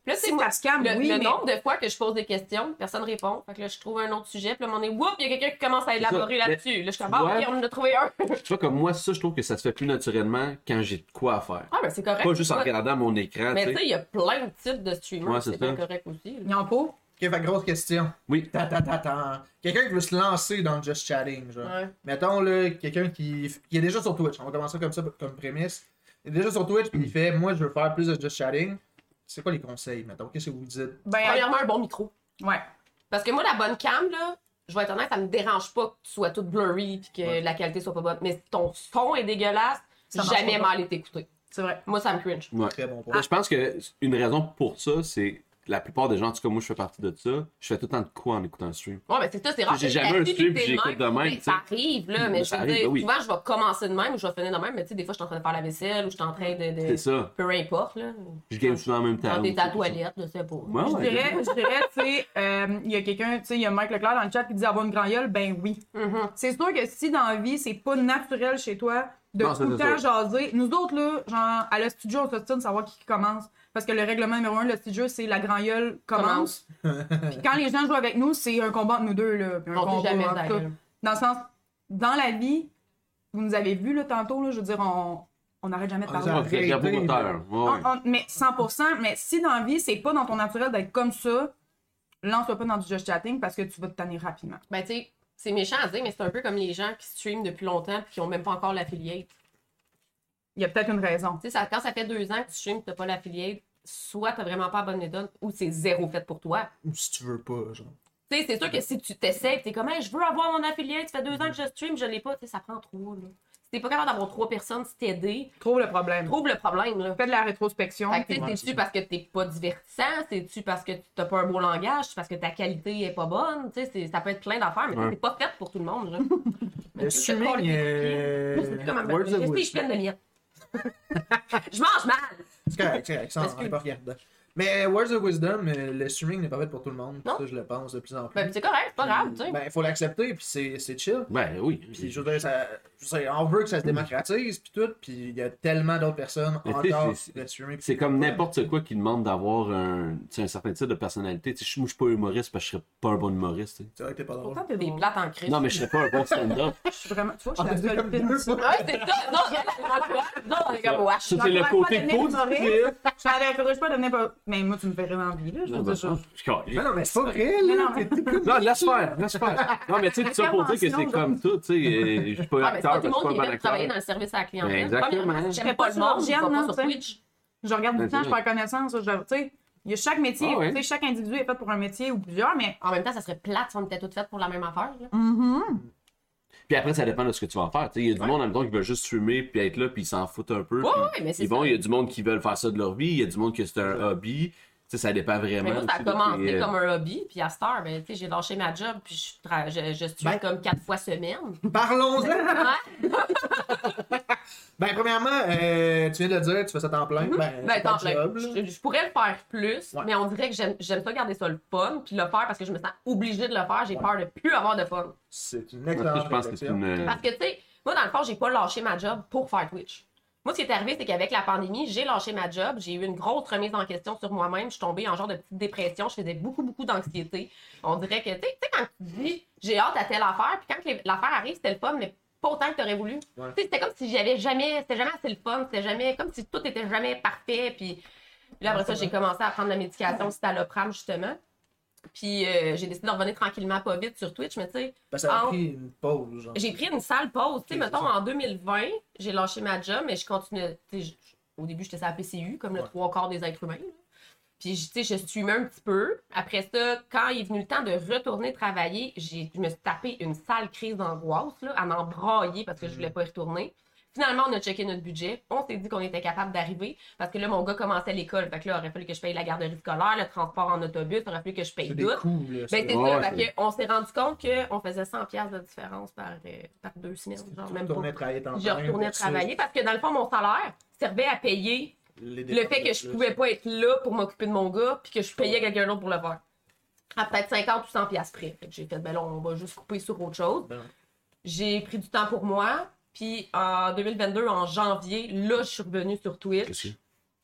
Speaker 4: Puis Là, c'est
Speaker 5: C'est
Speaker 4: moi.
Speaker 5: Pascal,
Speaker 4: Le,
Speaker 5: oui,
Speaker 4: le
Speaker 5: mais
Speaker 4: nombre de fois que je pose des questions, personne répond. Fait que là, je trouve un autre sujet, puis là, à un moment donné, whoop, il y a quelqu'un qui commence à élaborer
Speaker 3: C'est ça.
Speaker 4: là-dessus. Là, je suis comme,
Speaker 3: Tu
Speaker 4: ah,
Speaker 3: vois?
Speaker 4: ok, on en a trouvé un.
Speaker 3: Tu vois, comme moi, ça, je trouve que ça se fait plus naturellement quand j'ai de quoi à faire.
Speaker 4: Ah, ben, c'est correct.
Speaker 3: Pas juste en
Speaker 4: ça.
Speaker 3: regardant mon écran,
Speaker 4: Mais
Speaker 3: tu
Speaker 4: tu sais,
Speaker 3: sais.
Speaker 4: il y a plein de types de streamers.
Speaker 3: Ouais, c'est
Speaker 4: c'est
Speaker 3: ça.
Speaker 4: bien correct aussi.
Speaker 5: Ils en peau.
Speaker 6: Ok, fait grosse question.
Speaker 3: Oui. Euh,
Speaker 6: Ta, ta, ta, ta. Quelqu'un qui veut se lancer dans le Just Chatting, genre.
Speaker 4: Ouais.
Speaker 6: Mettons, là, quelqu'un qui, qui est déjà sur Twitch. On va commencer comme ça, comme prémisse. Il est déjà sur Twitch, puis il fait Moi, je veux faire plus de Just Chatting. C'est quoi les conseils, mettons Qu'est-ce que vous dites
Speaker 5: Ben,
Speaker 4: Premièrement, un bon micro.
Speaker 5: ouais.
Speaker 4: Parce que moi, la bonne cam, là, je vais être honnête, ça me dérange pas que tu sois toute blurry puis que
Speaker 6: Ouais.
Speaker 4: la qualité soit pas bonne. Mais si ton son est dégueulasse,
Speaker 5: Ça marche
Speaker 4: jamais
Speaker 5: pas.
Speaker 4: mal été écouté.
Speaker 5: C'est vrai.
Speaker 4: Moi, ça me cringe.
Speaker 6: Très bon point.
Speaker 4: Ah.
Speaker 3: Mais Je pense que une raison pour ça, c'est la plupart des gens, en tout cas moi je fais partie de ça, je fais tout le temps de quoi en écoutant un stream.
Speaker 4: Ouais, mais c'est ça, c'est rare.
Speaker 3: J'ai
Speaker 4: que
Speaker 3: jamais un
Speaker 4: j'active
Speaker 3: stream puis
Speaker 4: des
Speaker 3: j'écoute de même,
Speaker 4: mais
Speaker 3: tu sais.
Speaker 4: Ça arrive, là, mais
Speaker 3: Mais
Speaker 4: je
Speaker 3: ça
Speaker 4: veux dire,
Speaker 3: arrive, ben oui.
Speaker 4: souvent, je vais commencer de même ou je vais finir de même, mais tu sais, des fois, je suis en train de faire la vaisselle ou je suis en train de. de-
Speaker 3: C'est ça.
Speaker 4: Peu importe, là.
Speaker 3: Je game souvent en même temps.
Speaker 4: Quand
Speaker 3: ou
Speaker 4: t'es
Speaker 3: ça,
Speaker 4: à la
Speaker 3: tout ça.
Speaker 4: toilette, je sais pas.
Speaker 3: Ouais,
Speaker 5: Je
Speaker 3: ouais,
Speaker 5: dirais, je dirais, tu sais, euh, il y a quelqu'un, tu sais, il y a Mike Leclerc dans le chat qui dit avoir une grand gueule, ben oui.
Speaker 4: Mhm.
Speaker 5: C'est sûr que si dans la vie, c'est pas naturel chez toi de
Speaker 3: Non, ça,
Speaker 5: tout le
Speaker 3: c'est
Speaker 5: temps jaser. Nous autres, là, genre, à la studio, on s'obstine de savoir qui qui commence. Parce que le règlement numéro un de la studio, c'est la grand gueule commence. Puis quand les gens jouent avec nous, c'est un combat entre nous deux, là. puis un
Speaker 4: On
Speaker 5: combat
Speaker 4: dit jamais
Speaker 5: entre
Speaker 4: d'ailleurs.
Speaker 5: tout. Dans le sens, dans la vie, vous nous avez vu, là, tantôt, là, je veux dire, on on n'arrête jamais de
Speaker 6: On
Speaker 5: parler.
Speaker 6: les a
Speaker 3: Ouais, Ah, c'est un
Speaker 6: Arrêtez,
Speaker 3: promoteur. Ouais,
Speaker 4: Ah,
Speaker 3: ouais.
Speaker 5: On- on- mais 100%, mais si dans la vie, c'est pas dans ton naturel d'être comme ça, lance-toi pas dans du just chatting parce que tu vas te tanner rapidement.
Speaker 4: Ben, tu sais, c'est méchant à dire, mais c'est un peu comme les gens qui streament depuis longtemps puis qui ont même pas encore l'affiliate.
Speaker 5: Il y a peut-être une raison.
Speaker 4: Tu sais, ça- quand ça fait deux ans que tu streames, t'as pas l'affiliate, soit t'as vraiment pas abonné donne, ou c'est zéro fait pour toi.
Speaker 6: Ou si tu veux pas, genre.
Speaker 4: Tu sais, c'est sûr que si tu t'essayes, t'es comme, Hey, je veux avoir mon affiliate, ça fait deux ans que je stream, je l'ai pas, tu sais, ça prend trois, là. Si t'es pas capable d'avoir trois personnes qui t'aident,
Speaker 5: Trouve le problème.
Speaker 4: trouve le problème, là.
Speaker 5: Fais de la rétrospection.
Speaker 4: Fait que, tu sais,
Speaker 6: Ouais, c'est
Speaker 4: c'est-tu
Speaker 6: ça.
Speaker 4: parce que t'es pas divertissant, c'est-tu parce que t'as pas un beau langage, c'est parce que ta qualité est pas bonne, tu sais, c'est- ça peut être plein d'affaires, mais tu sais,
Speaker 3: Ouais.
Speaker 4: c'est pas fait pour tout le monde, là.
Speaker 6: Le streaming, euh,
Speaker 4: Je sais plus comment me-
Speaker 6: Words of
Speaker 4: Qu'est-ce que je
Speaker 6: wisdom.
Speaker 4: pleine de miettes? je mange mal!
Speaker 6: C'est correct, c'est correct, ça,
Speaker 4: Parce
Speaker 6: on
Speaker 4: que-
Speaker 6: est pas regardant. Mais euh, Words of Wisdom, euh, le streaming n'est pas fait pour tout le monde.
Speaker 4: Non.
Speaker 6: Ça, je le pense de plus en plus.
Speaker 4: Ben, c'est correct, c'est pas grave, tu sais.
Speaker 6: Ben, faut l'accepter, puis c'est c'est chill.
Speaker 3: Ben oui.
Speaker 6: Puis je veux dire, ça, je veux dire, on veut que ça se démocratise, puis tout, puis il y a tellement d'autres personnes
Speaker 3: Mais tu sais,
Speaker 6: encore
Speaker 3: c'est-
Speaker 6: qui le streaming.
Speaker 3: C'est comme n'importe quoi qui demande d'avoir un, tu sais, un certain type de personnalité. Tu sais, je- moi, je suis pas humoriste parce que je serais pas un bon humoriste. tu sais.
Speaker 6: C'est vrai que t'es pas drôle.
Speaker 5: Pourtant, t'es
Speaker 4: Des
Speaker 5: drôle.
Speaker 4: plates en crise.
Speaker 3: Non, mais je serais pas un bon stand-up.
Speaker 5: Je suis vraiment. Tu vois, je
Speaker 6: Ah,
Speaker 5: suis
Speaker 6: t'es
Speaker 5: la seule
Speaker 6: comme
Speaker 5: fille.
Speaker 6: deux,
Speaker 5: Je suis
Speaker 6: ça.
Speaker 4: Ouais, c'est ça. Non, je- non, on est comme
Speaker 3: Ça,
Speaker 4: wesh.
Speaker 3: c'est le
Speaker 5: l'encourage
Speaker 3: côté
Speaker 5: pas à devenir
Speaker 3: positif.
Speaker 5: humoriste. Je t'encourage pas à devenir pas. Mais moi, tu me verrais dans la vie, là. Je
Speaker 3: Non,
Speaker 5: veux
Speaker 3: ben,
Speaker 5: dire,
Speaker 3: ça,
Speaker 5: je-
Speaker 3: je suis calé.
Speaker 6: Mais non, mais c'est pas vrai,
Speaker 5: Mais
Speaker 6: là!
Speaker 5: non, mais-
Speaker 6: T'es- t'es-
Speaker 3: Non, laisse faire, laisse faire. Non, mais tu sais, tout ça pour dire que c'est comme tout, tu sais, euh, je suis pas
Speaker 4: Ah, mais c'est
Speaker 3: acteur
Speaker 4: pas tout
Speaker 3: parce
Speaker 4: le
Speaker 3: que je suis
Speaker 4: monde qui
Speaker 3: pas un
Speaker 4: est
Speaker 3: bon
Speaker 4: fait travailler dans
Speaker 3: acteur.
Speaker 4: le service à la clientèle.
Speaker 3: Ben, exactement.
Speaker 4: Premièrement, J'aime
Speaker 5: Mais
Speaker 4: pas
Speaker 5: pas
Speaker 4: le monde, je
Speaker 5: sur
Speaker 4: vais
Speaker 5: Orgiane,
Speaker 4: pas
Speaker 5: non,
Speaker 4: sur
Speaker 5: tu sais.
Speaker 4: Twitch.
Speaker 5: Je regarde tout le
Speaker 3: Ben,
Speaker 5: temps, je
Speaker 3: c'est
Speaker 5: fais connaissance. je- Tu sais, il y a chaque métier,
Speaker 3: Ah ouais.
Speaker 5: tu sais, chaque individu est fait pour un métier ou plusieurs, mais.
Speaker 4: En même temps, ça serait plate si on était toutes faites pour la même affaire. là.
Speaker 5: Mhm.
Speaker 3: Puis après, ça dépend de ce que tu vas en faire. Tu sais, Il y a du monde, en même temps, qui veut juste fumer puis être là puis ils s'en foutent un peu.
Speaker 4: Ouais,
Speaker 3: puis
Speaker 4: ouais, mais c'est
Speaker 3: ils vont,
Speaker 4: ça.
Speaker 3: il y a du monde qui veulent faire ça de leur vie, il y a du monde que c'est un hobby. Tu sais, ça dépend vraiment.
Speaker 4: Mais moi, ça
Speaker 3: aussi
Speaker 4: a
Speaker 3: de tes,
Speaker 4: commencé
Speaker 3: euh,
Speaker 4: comme un hobby, puis à cette heure, ben, tu sais, j'ai lâché ma job, puis je, tra- je, je suis
Speaker 6: Ben-
Speaker 4: comme quatre fois semaine.
Speaker 6: Parlons-en!
Speaker 4: Ouais,
Speaker 6: Ben, premièrement, euh, tu viens de le dire, tu fais ça temps plein. Ben,
Speaker 4: ben,
Speaker 6: c'est ton
Speaker 4: attends, ben,
Speaker 6: job, là.
Speaker 4: je, je pourrais le faire plus,
Speaker 6: Ouais.
Speaker 4: mais on dirait que j'aime- j'aime pas garder ça le fun, puis le faire parce que je me sens obligée de le faire, j'ai peur de plus avoir de fun.
Speaker 6: C'est une
Speaker 3: en tout
Speaker 6: excellente
Speaker 3: cas, je pense que c'est
Speaker 6: réflexion.
Speaker 3: une. euh,
Speaker 4: Parce que, tu sais, moi, dans le fond, j'ai pas lâché ma job pour faire Twitch. Moi, ce qui est arrivé, c'est qu'avec la pandémie, j'ai lâché ma job, j'ai eu une grosse remise en question sur moi-même, je suis tombée en genre de petite dépression, je faisais beaucoup, beaucoup d'anxiété. On dirait que, tu sais, tu sais, quand tu dis, j'ai hâte à telle affaire, puis quand que les- l'affaire arrive, c'était le fun, mais pas autant que t'aurais voulu.
Speaker 3: Ouais.
Speaker 4: Tu sais, C'était comme si j'avais jamais, c'était jamais assez le fun, c'était jamais, comme si tout était jamais parfait. Puis là, après ça, j'ai commencé à prendre la médication citalopram, justement. Puis euh, j'ai décidé de revenir tranquillement, pas vite sur Twitch, mais tu sais,
Speaker 6: Ben, ça a
Speaker 4: Ah.
Speaker 6: pris une pause. genre.
Speaker 4: j'ai pris une sale pause. Tu sais,
Speaker 6: Ok,
Speaker 4: mettons,
Speaker 6: c'est ça.
Speaker 4: en 2020, j'ai lâché ma job, mais je continuais. tu sais, je- Au début, j'étais sur la PCU, comme le
Speaker 6: Ouais.
Speaker 4: trois quarts des êtres humains. là. Puis, je- tu sais, je streamais un petit peu. Après ça, quand il est venu le temps de retourner travailler, j'ai, je me suis tapé une sale crise d'angoisse, là, à m'en brailler parce
Speaker 6: Mm.
Speaker 4: que je voulais pas y retourner. Finalement, on a checké notre budget. On s'est dit qu'on était capable d'arriver parce que là, mon gars commençait l'école. Fait que là, il aurait fallu que je paye la garderie scolaire, le transport en autobus, il aurait fallu que je paye
Speaker 6: C'est des
Speaker 4: tout.
Speaker 6: coups, là.
Speaker 4: Ben, c'est
Speaker 3: Ouais,
Speaker 4: ça.
Speaker 3: c'est-
Speaker 4: Fait qu'on s'est rendu compte qu'on faisait 100 pièces de différence par, euh, par deux semaines. Genre, même
Speaker 6: Je retournais
Speaker 4: pas.
Speaker 6: travailler temps
Speaker 4: Je
Speaker 6: plein
Speaker 4: retournais
Speaker 6: versus
Speaker 4: travailler parce que dans le fond, mon salaire servait à payer
Speaker 6: les
Speaker 4: le
Speaker 6: dépenses
Speaker 4: fait
Speaker 6: de
Speaker 4: que je
Speaker 6: plus.
Speaker 4: pouvais pas être là pour m'occuper de mon gars puis que je payais quelqu'un d'autre pour le faire. À peut-être 50 ou 100 pièces près. Fait que j'ai fait, ben là, on va juste couper sur autre chose.
Speaker 6: Ben ouais.
Speaker 4: J'ai pris du temps pour moi. Puis en 2022, en janvier, là, je suis revenue sur Twitch.
Speaker 2: Qu'est-ce que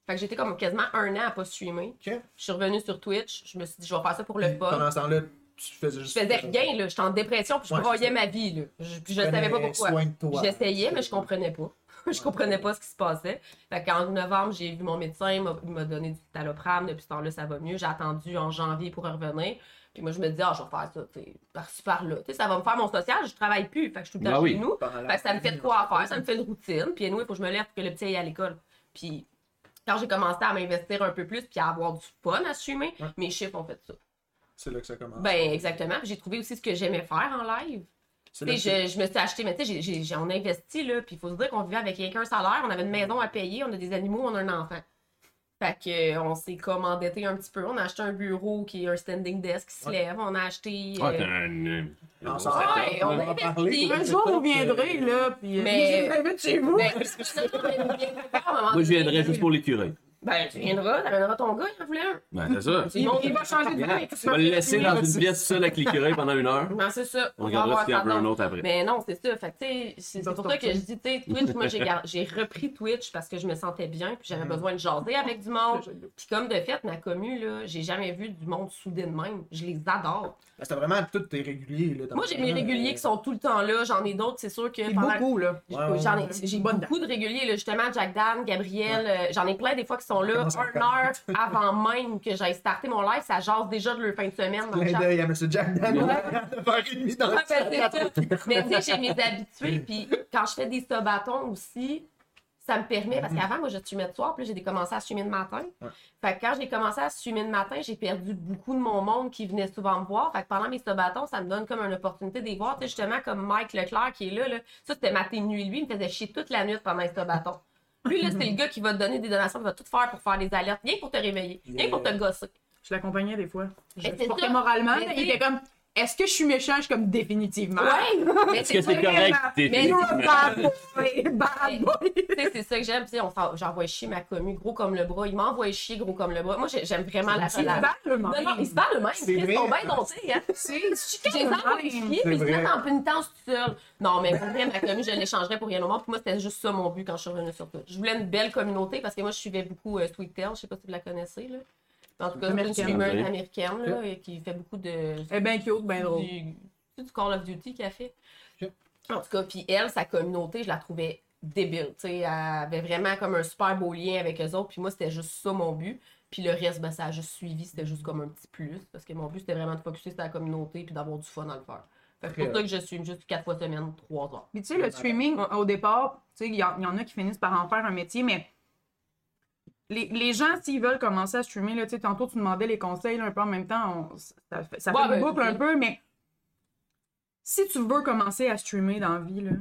Speaker 4: Fait que j'étais comme quasiment un an à pas streamer.
Speaker 6: Ok.
Speaker 4: Je suis revenue sur Twitch. Je me suis dit, je vais faire ça pour le
Speaker 6: Puis,
Speaker 4: fun
Speaker 6: Pendant ce temps-là, tu faisais
Speaker 4: je
Speaker 6: juste.
Speaker 4: faisais rien, là. J'étais en dépression, puis je
Speaker 6: Ouais, c'est
Speaker 4: broyais
Speaker 6: ça.
Speaker 4: ma vie, là. Je, puis je
Speaker 6: Prenais
Speaker 4: savais pas pourquoi.
Speaker 6: soin de toi.
Speaker 4: J'essayais, mais je comprenais pas. je comprenais pas ce qui se passait. Fait qu'en novembre, j'ai vu mon médecin, il m'a- il m'a donné du citalopram. Depuis ce temps-là, ça va mieux. J'ai attendu en janvier pour revenir. Puis moi, je me dis, ah, je vais faire ça, tu sais, par-ci, par-là. Tu sais, ça va me faire mon social, je travaille plus. Fait que je suis tout le temps
Speaker 3: Ben oui.
Speaker 4: chez nous.
Speaker 6: Pendant la
Speaker 4: Fait que ça me fait de
Speaker 6: pandémie,
Speaker 4: quoi à
Speaker 6: on
Speaker 4: faire, ça me fait une routine. Puis anyway, il faut que je me lève pour que le petit aille à l'école. Puis quand j'ai commencé à m'investir un peu plus puis à avoir du fun à streamer,
Speaker 6: Ouais.
Speaker 4: mes chiffres ont fait ça.
Speaker 6: C'est là que ça commence.
Speaker 4: Ben
Speaker 3: Ah.
Speaker 4: exactement. Puis J'ai trouvé aussi ce que j'aimais faire en live.
Speaker 6: C'est
Speaker 4: Tu
Speaker 6: là que-
Speaker 4: sais, je, je me suis acheté, mais tu sais, j'ai- j'ai- j'ai- on a investi, là, puis il faut se dire qu'on vivait avec quelqu'un salaire, on avait une maison à payer, on a des animaux, on a un enfant. Fait que, euh, on s'est comme endetté un petit peu. On a acheté un bureau qui est un standing desk qui se lève. On a acheté.
Speaker 3: Ouais,
Speaker 4: euh,
Speaker 3: Ah, t'as un. un-
Speaker 6: On
Speaker 3: un-
Speaker 6: s'en
Speaker 4: Ouais,
Speaker 6: va
Speaker 3: hein.
Speaker 4: on
Speaker 6: en
Speaker 4: a
Speaker 6: parler.
Speaker 4: investi.
Speaker 5: Un jour, vous viendrez, là, puis... euh,
Speaker 4: Mais-
Speaker 6: J'invite chez vous.
Speaker 4: ben, non, non, mais on viendra pas, à un moment
Speaker 3: Moi, je
Speaker 4: donné.
Speaker 3: viendrais juste pour l'écureuil.
Speaker 4: Ben, tu viendras, t'amèneras ton gars, il en voulait un.
Speaker 3: Ben, c'est ça.
Speaker 4: Tu montes-
Speaker 5: Il va changer de vie.
Speaker 3: On va le laisser dans une pièce seul avec l'écureuil pendant une heure.
Speaker 4: Non, Ben, c'est ça.
Speaker 3: On
Speaker 4: va
Speaker 3: regardera
Speaker 4: avoir
Speaker 3: s'il y en
Speaker 4: ça
Speaker 3: a un
Speaker 4: dans-
Speaker 3: autre après.
Speaker 4: Mais non, c'est ça. Fait que, tu sais, c'est c'est pour ça que je dis, tu sais, Twitch, moi, j'ai gar- j'ai repris Twitch parce que je me sentais bien, puis j'avais besoin de jaser avec du monde. Puis comme de fait, ma commu, là, j'ai jamais vu du monde soudé de même. Je les adore.
Speaker 6: Ben, C'était vraiment tout tes réguliers. là, dans
Speaker 4: Moi,
Speaker 6: le
Speaker 4: j'ai
Speaker 6: temps,
Speaker 4: mes réguliers
Speaker 6: euh,
Speaker 4: qui sont tout le temps là. J'en ai d'autres, c'est sûr que
Speaker 5: Puis
Speaker 4: pendant que-
Speaker 5: beaucoup, là.
Speaker 6: Ouais, ouais,
Speaker 4: J'en ai,
Speaker 5: ouais.
Speaker 4: j'ai
Speaker 5: Bonne
Speaker 4: beaucoup de réguliers, là, justement, Jack Dan, Gabriel, euh, j'en ai plein des fois qui sont là,
Speaker 6: commence à
Speaker 4: une heure avant même que j'aille starter mon live, ça jase déjà de leur fin de semaine dans le
Speaker 6: Clin
Speaker 4: chat.
Speaker 6: d'œil à M. Jack Daniel. de faire une mise dans le
Speaker 4: Ouais, ben, c'est
Speaker 6: chat.
Speaker 4: ça. Mais tu sais, j'ai mes habitués. Puis quand je fais des sabatons aussi, ça me permet, parce qu'avant, moi, je streamais de soir, puis là, j'ai commencé à streamer de matin.
Speaker 6: Ouais.
Speaker 4: Fait que quand j'ai commencé à streamer de matin, j'ai perdu beaucoup de mon monde qui venait souvent me voir. Fait que pendant mes sabatons, ça me donne comme une opportunité de les voir. Tu sais, justement, comme Mike Leclerc qui est là, là. ça, c'était matin nuit. Lui, il me faisait chier toute la nuit pendant les sabatons. Lui, là, c'est le gars qui va te donner des donations, qui va tout faire pour faire des alertes, rien que pour te réveiller, rien que pour te gosser.
Speaker 5: Je l'accompagnais des fois. Je
Speaker 4: Mais
Speaker 5: le
Speaker 4: c'est
Speaker 5: portais
Speaker 4: ça.
Speaker 5: moralement.
Speaker 4: Mais
Speaker 5: Il
Speaker 4: c'est-
Speaker 5: était comme, est-ce que je suis méchant? Je suis comme, définitivement.
Speaker 4: Ouais! Mais
Speaker 3: Est-ce que c'est correct?
Speaker 4: Mais-
Speaker 5: You're
Speaker 3: Définitivement.
Speaker 5: a bad boy, bad boy.
Speaker 4: Tu sais, c'est ça que j'aime. tu sais, on s'en- J'envoie chier ma commu, gros comme le bras. Il m'envoie chier, gros comme le bras. Moi, j'ai- j'aime vraiment la
Speaker 5: C'est
Speaker 4: relation. Non, non, ils se battent eux-mêmes.
Speaker 6: C'est
Speaker 4: Ils
Speaker 6: vrai.
Speaker 4: sont bien domptés, hein. Je les envoie chier,
Speaker 6: C'est
Speaker 4: puis ils se
Speaker 6: vrai.
Speaker 4: mettent en pénitence tout seuls. Non, mais pour vrai, ma commu, je l'échangerais pour rien au monde. Puis moi, c'était juste ça mon but quand je suis revenue sur Twitch. Je voulais une belle communauté parce que moi, je suivais beaucoup euh, Sweetel. Je sais pas si vous la connaissez, là. En tout cas, c'est une
Speaker 5: Américaine.
Speaker 4: streamer américaine, là, et qui fait beaucoup de.
Speaker 5: Eh ben cute, ben drôle.
Speaker 4: Du, c'est du Call of Duty qu'elle fait.
Speaker 6: Ok.
Speaker 4: En tout cas, puis elle, sa communauté, je la trouvais débile. tu sais, elle avait vraiment comme un super beau lien avec eux autres. Puis moi, c'était juste ça mon but. Puis le reste, ben, ça a juste suivi. C'était juste comme un petit plus. Parce que mon but, c'était vraiment de focuser sur la communauté puis d'avoir du fun à le faire. Fait que c'est pour ça que je suis juste quatre fois semaine, trois heures.
Speaker 5: Mais tu sais, le streaming, au- au départ, tu sais, il y, en il y en a qui finissent par en faire un métier, mais les, les gens, s'ils veulent commencer à streamer, là, tu sais, tantôt, tu demandais les conseils là, un peu en même temps, on- ça fait, ça fait
Speaker 4: Ouais,
Speaker 5: une
Speaker 4: ben,
Speaker 5: boucle un
Speaker 4: oui.
Speaker 5: peu, mais si tu veux commencer à streamer dans la vie, là,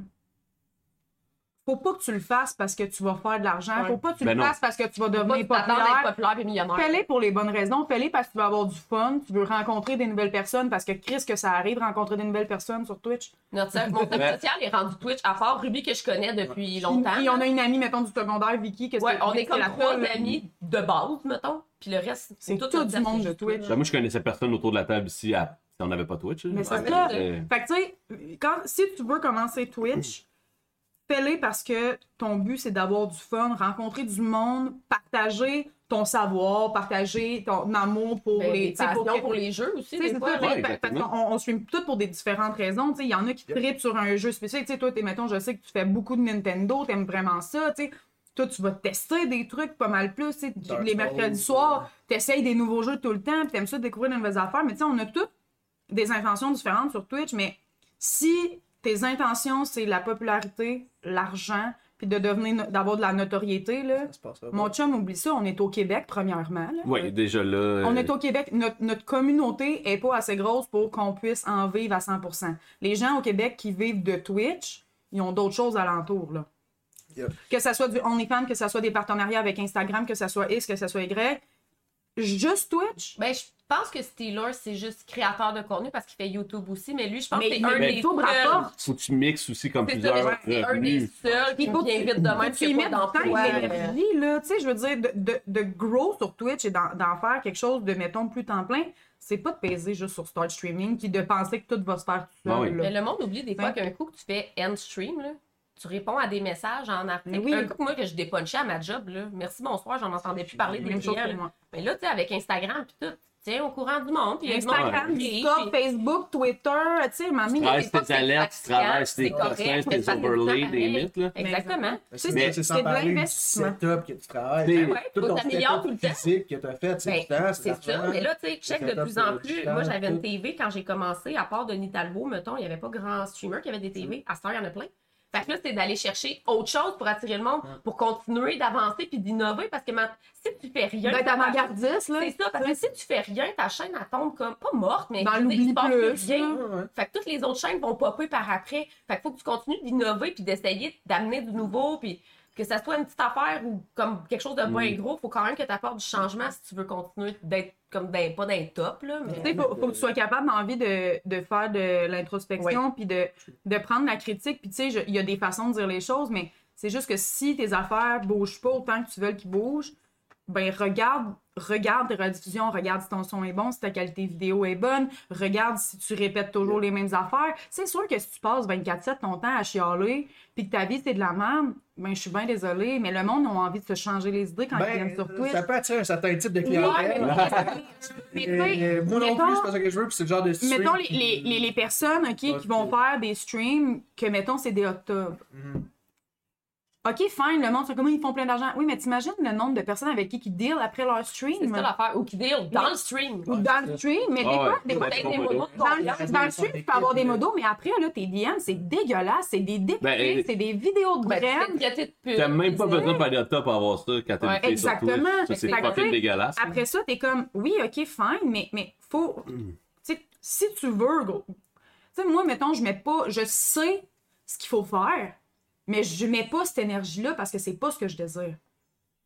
Speaker 5: faut pas que tu le fasses parce que tu vas faire de l'argent,
Speaker 4: Ouais.
Speaker 5: faut pas que tu
Speaker 3: Ben
Speaker 5: le
Speaker 3: non.
Speaker 5: fasses parce que tu vas
Speaker 4: Pas
Speaker 5: devenir
Speaker 4: tu t'attends à être
Speaker 5: populaire.
Speaker 4: populaire puis millionnaire.
Speaker 5: Fais-les pour les bonnes raisons. Fais-les parce que tu veux avoir du fun, tu veux rencontrer des nouvelles personnes parce que Chris, que ça arrive, rencontrer des nouvelles personnes sur Twitch.
Speaker 4: Notre cercle- mon cercle
Speaker 3: Ouais.
Speaker 4: social est rendu Twitch, à part Ruby que je connais depuis
Speaker 5: Puis
Speaker 4: longtemps.
Speaker 5: puis on a une amie, mettons, du secondaire, Vicky, que
Speaker 4: Ouais,
Speaker 5: c'est-
Speaker 4: on
Speaker 5: c'est
Speaker 4: est comme
Speaker 5: la
Speaker 4: trois
Speaker 5: folle.
Speaker 4: amis de base, mettons. Puis le reste,
Speaker 5: C'est
Speaker 4: toute
Speaker 5: tout
Speaker 4: notre
Speaker 5: du
Speaker 4: cercle,
Speaker 5: monde
Speaker 4: c'est
Speaker 5: de
Speaker 4: juste
Speaker 5: Twitch.
Speaker 4: là.
Speaker 3: Ben, Moi, je connaissais personne autour de la table si, à- si on n'avait pas Twitch. là.
Speaker 5: Mais c'est
Speaker 3: Ouais,
Speaker 5: ça.
Speaker 3: euh,
Speaker 5: Fait que, tu sais, quand, si tu veux commencer Twitch, fais-les parce que ton but, c'est d'avoir du fun, rencontrer du monde, partager ton savoir, partager ton amour pour
Speaker 4: Ben,
Speaker 5: les...
Speaker 4: des
Speaker 5: tu sais,
Speaker 4: passions
Speaker 5: que-
Speaker 4: pour les jeux aussi,
Speaker 5: Tu sais,
Speaker 4: des
Speaker 5: c'est
Speaker 4: fois.
Speaker 5: ça,
Speaker 4: là.
Speaker 5: tu sais,
Speaker 3: Ouais,
Speaker 5: pa- parce
Speaker 3: exactement.
Speaker 5: qu'on on stream tout pour des différentes raisons. tu sais. Il y en a qui
Speaker 6: Yep.
Speaker 5: tripent sur un jeu spécifique. Tu sais, toi, t'es- mettons, je sais que tu fais beaucoup de Nintendo, t'aimes vraiment ça. tu sais. Toi, tu vas tester des trucs pas mal plus. tu sais.
Speaker 6: Dark
Speaker 5: Les
Speaker 6: Souls,
Speaker 5: mercredis
Speaker 6: ouais.
Speaker 5: soirs, t'essayes des nouveaux jeux tout le temps, puis t'aimes ça découvrir de nouvelles affaires. Mais tu sais, on a toutes des intentions différentes sur Twitch, mais si tes intentions, c'est la popularité, l'argent, puis de devenir no- d'avoir de la notoriété, là,
Speaker 6: Ça se passera pas.
Speaker 5: mon chum, oublie ça, on est au Québec, premièrement. là.
Speaker 3: Oui, déjà là. euh,
Speaker 5: On est au Québec, notre, notre communauté est pas assez grosse pour qu'on puisse en vivre à 100%. Les gens au Québec qui vivent de Twitch, ils ont d'autres choses alentour. Là.
Speaker 6: Yep.
Speaker 5: Que ça soit du OnlyFans, que ça soit des partenariats avec Instagram, que ça soit X, que ça soit Y. Juste Twitch.
Speaker 4: Ben, je pense que Steeler, c'est juste créateur de contenu parce qu'il fait YouTube aussi, Ah, mais lui, je pense
Speaker 5: Mais
Speaker 4: que c'est
Speaker 5: il-
Speaker 4: un
Speaker 3: mais
Speaker 4: des
Speaker 5: tout
Speaker 4: seuls.
Speaker 5: rapporte.
Speaker 3: Faut que tu mixes aussi comme
Speaker 4: C'est ça, mais je
Speaker 3: plusieurs
Speaker 4: pense que c'est un des
Speaker 3: revenus.
Speaker 4: seuls qui
Speaker 5: Faut
Speaker 4: vient vite de même,
Speaker 5: Tu
Speaker 4: qui
Speaker 5: y
Speaker 4: n'a
Speaker 5: mets
Speaker 4: pas
Speaker 5: du temps
Speaker 4: d'emploi. euh,
Speaker 5: et de l'énergie, là. Tu sais, je veux dire, de, de, de gros sur Twitch et d'en d'en faire quelque chose de, mettons, plus temps plein, c'est pas de peser juste sur Start Streaming puis de penser que tout va se faire tout seul.
Speaker 3: Ah oui.
Speaker 5: là.
Speaker 4: Mais le monde oublie des fois
Speaker 5: Ouais.
Speaker 4: qu'un coup que tu fais end stream, là, tu réponds à des messages en article.
Speaker 5: Oui.
Speaker 4: Un coup que moi que je dépunchais à ma job, là, merci bonsoir, j'en entendais plus parler des
Speaker 5: Même chose
Speaker 4: clients.
Speaker 5: pour
Speaker 4: là.
Speaker 5: moi.
Speaker 4: Mais là, tu sais, avec Instagram puis tout, tu es au courant du monde, puis il y a du monde qui
Speaker 5: Instagram,
Speaker 4: crée,
Speaker 5: TikTok,
Speaker 4: puis-
Speaker 5: Facebook, Twitter, tu sais, mamie.
Speaker 4: Ouais.
Speaker 3: Traverse
Speaker 4: c'est
Speaker 3: tes
Speaker 4: pas
Speaker 3: alertes, tu
Speaker 4: fatigant,
Speaker 3: traverses
Speaker 4: c'est
Speaker 3: tes
Speaker 4: correct,
Speaker 3: cossins,
Speaker 4: mais
Speaker 3: tes
Speaker 4: ça fait
Speaker 3: overlays,
Speaker 4: du temps
Speaker 3: des limites, là.
Speaker 4: Exactement.
Speaker 6: Mais c'est-
Speaker 5: Mais-
Speaker 6: c'est
Speaker 5: c'est
Speaker 6: sans
Speaker 5: de
Speaker 6: parler du
Speaker 5: l'investissement.
Speaker 6: setup que tu travailles,
Speaker 3: C'est-
Speaker 6: tout
Speaker 4: Ouais, faut
Speaker 6: ton
Speaker 4: t'améliorer
Speaker 6: setup
Speaker 4: tout le temps.
Speaker 6: physique que tu as fait, c'est
Speaker 4: Ben,
Speaker 6: du temps,
Speaker 4: c'est ça,
Speaker 6: l'argent.
Speaker 4: mais là, tu sais, check
Speaker 6: c'est
Speaker 4: de plus en plus.
Speaker 6: digital,
Speaker 4: Moi, j'avais une
Speaker 6: tout.
Speaker 4: TV quand j'ai commencé, à part de Nitalbo, mettons, il n'y avait pas grand streamer qui avait des TV. À ce temps, il y en a plein. Fait que là, c'est d'aller chercher autre chose pour attirer le monde,
Speaker 6: Mm.
Speaker 4: pour continuer d'avancer puis d'innover. Parce que ma- si tu fais rien,
Speaker 5: D'être
Speaker 4: ta-
Speaker 5: avant-gardiste, là.
Speaker 4: c'est ça, parce que si tu fais rien, ta chaîne, elle tombe comme, pas morte, mais
Speaker 5: Dans
Speaker 4: je veux dire, il
Speaker 5: l'oubli
Speaker 4: se passe
Speaker 5: plus,
Speaker 4: rien.
Speaker 6: Ouais, ouais.
Speaker 4: Fait que toutes les autres chaînes vont popper par après. Fait que faut que tu continues d'innover puis d'essayer d'amener du nouveau puis que ça soit une petite affaire ou comme quelque chose de moins gros, faut quand même que tu apportes du changement si tu veux continuer d'être comme d'un pas d'un top là,
Speaker 5: Tu
Speaker 4: mais
Speaker 5: sais, faut, faut que tu sois capable d'envie de, de faire de l'introspection, puis de, de prendre la critique. Puis, tu sais, je- il y a des façons de dire les choses, mais c'est juste que si tes affaires bougent pas autant que tu veux qu'ils bougent, ben regarde, regarde tes rediffusions, regarde si ton son est bon, si ta qualité vidéo est bonne, regarde si tu répètes toujours les mêmes affaires. C'est sûr que si tu passes 24-7 ton temps à chialer, puis que ta vie c'est de la merde, ben je suis bien désolée, mais le monde a envie de se changer les idées quand ils viennent
Speaker 6: Ben,
Speaker 5: sur Twitch.
Speaker 6: ça peut attirer un certain type de
Speaker 5: Ouais,
Speaker 6: clientèle.
Speaker 5: mais- mais
Speaker 6: Et-
Speaker 5: tu sais,
Speaker 6: et euh, Moi non
Speaker 5: mettons-
Speaker 6: plus, c'est pas ça que je veux, puis c'est le genre de stream
Speaker 5: mettons les,
Speaker 6: qui-
Speaker 5: les, les, les personnes ok, qui vont
Speaker 6: Ok.
Speaker 5: faire des streams que mettons c'est des octobre.
Speaker 6: Mhm.
Speaker 5: OK, fine, le monde, c'est comment ils font plein d'argent. Oui, mais t'imagines le nombre de personnes avec qui ils deal après leur
Speaker 4: c'est
Speaker 5: stream
Speaker 4: ça l'affaire ou qui deal dans
Speaker 5: Mais-
Speaker 4: le stream.
Speaker 5: ou dans le stream, mais des
Speaker 3: Ah
Speaker 5: fois,
Speaker 3: ouais,
Speaker 5: des fois,
Speaker 3: ouais,
Speaker 5: t'es-
Speaker 4: Peut-être des
Speaker 3: bon,
Speaker 4: mots de
Speaker 3: bon.
Speaker 5: dans,
Speaker 4: confiance.
Speaker 5: le- dans le stream, tu peux avoir des modos, mais après, là, tes DM, c'est dégueulasse, c'est des dick
Speaker 3: Ben,
Speaker 5: pics,
Speaker 3: et-
Speaker 5: c'est des vidéos de
Speaker 4: Ben, tu fais
Speaker 5: graines.
Speaker 4: une piété de pub.
Speaker 3: T'as même pas
Speaker 4: C'est-
Speaker 3: besoin d'aller au top pour avoir ça quand t'es
Speaker 4: Ouais,
Speaker 3: une fille sur Twitch.
Speaker 5: exactement.
Speaker 3: Ça, c'est
Speaker 5: Fait que, tu
Speaker 3: fucking
Speaker 5: sais,
Speaker 3: dégueulasse.
Speaker 5: Après ça, t'es comme, oui, ok, fine, mais, mais faut. Tu sais, si tu veux, gros. Tu sais, moi, mettons, je mets pas. Je sais ce qu'il faut faire, mais je mets pas cette énergie-là parce que c'est pas ce que je désire.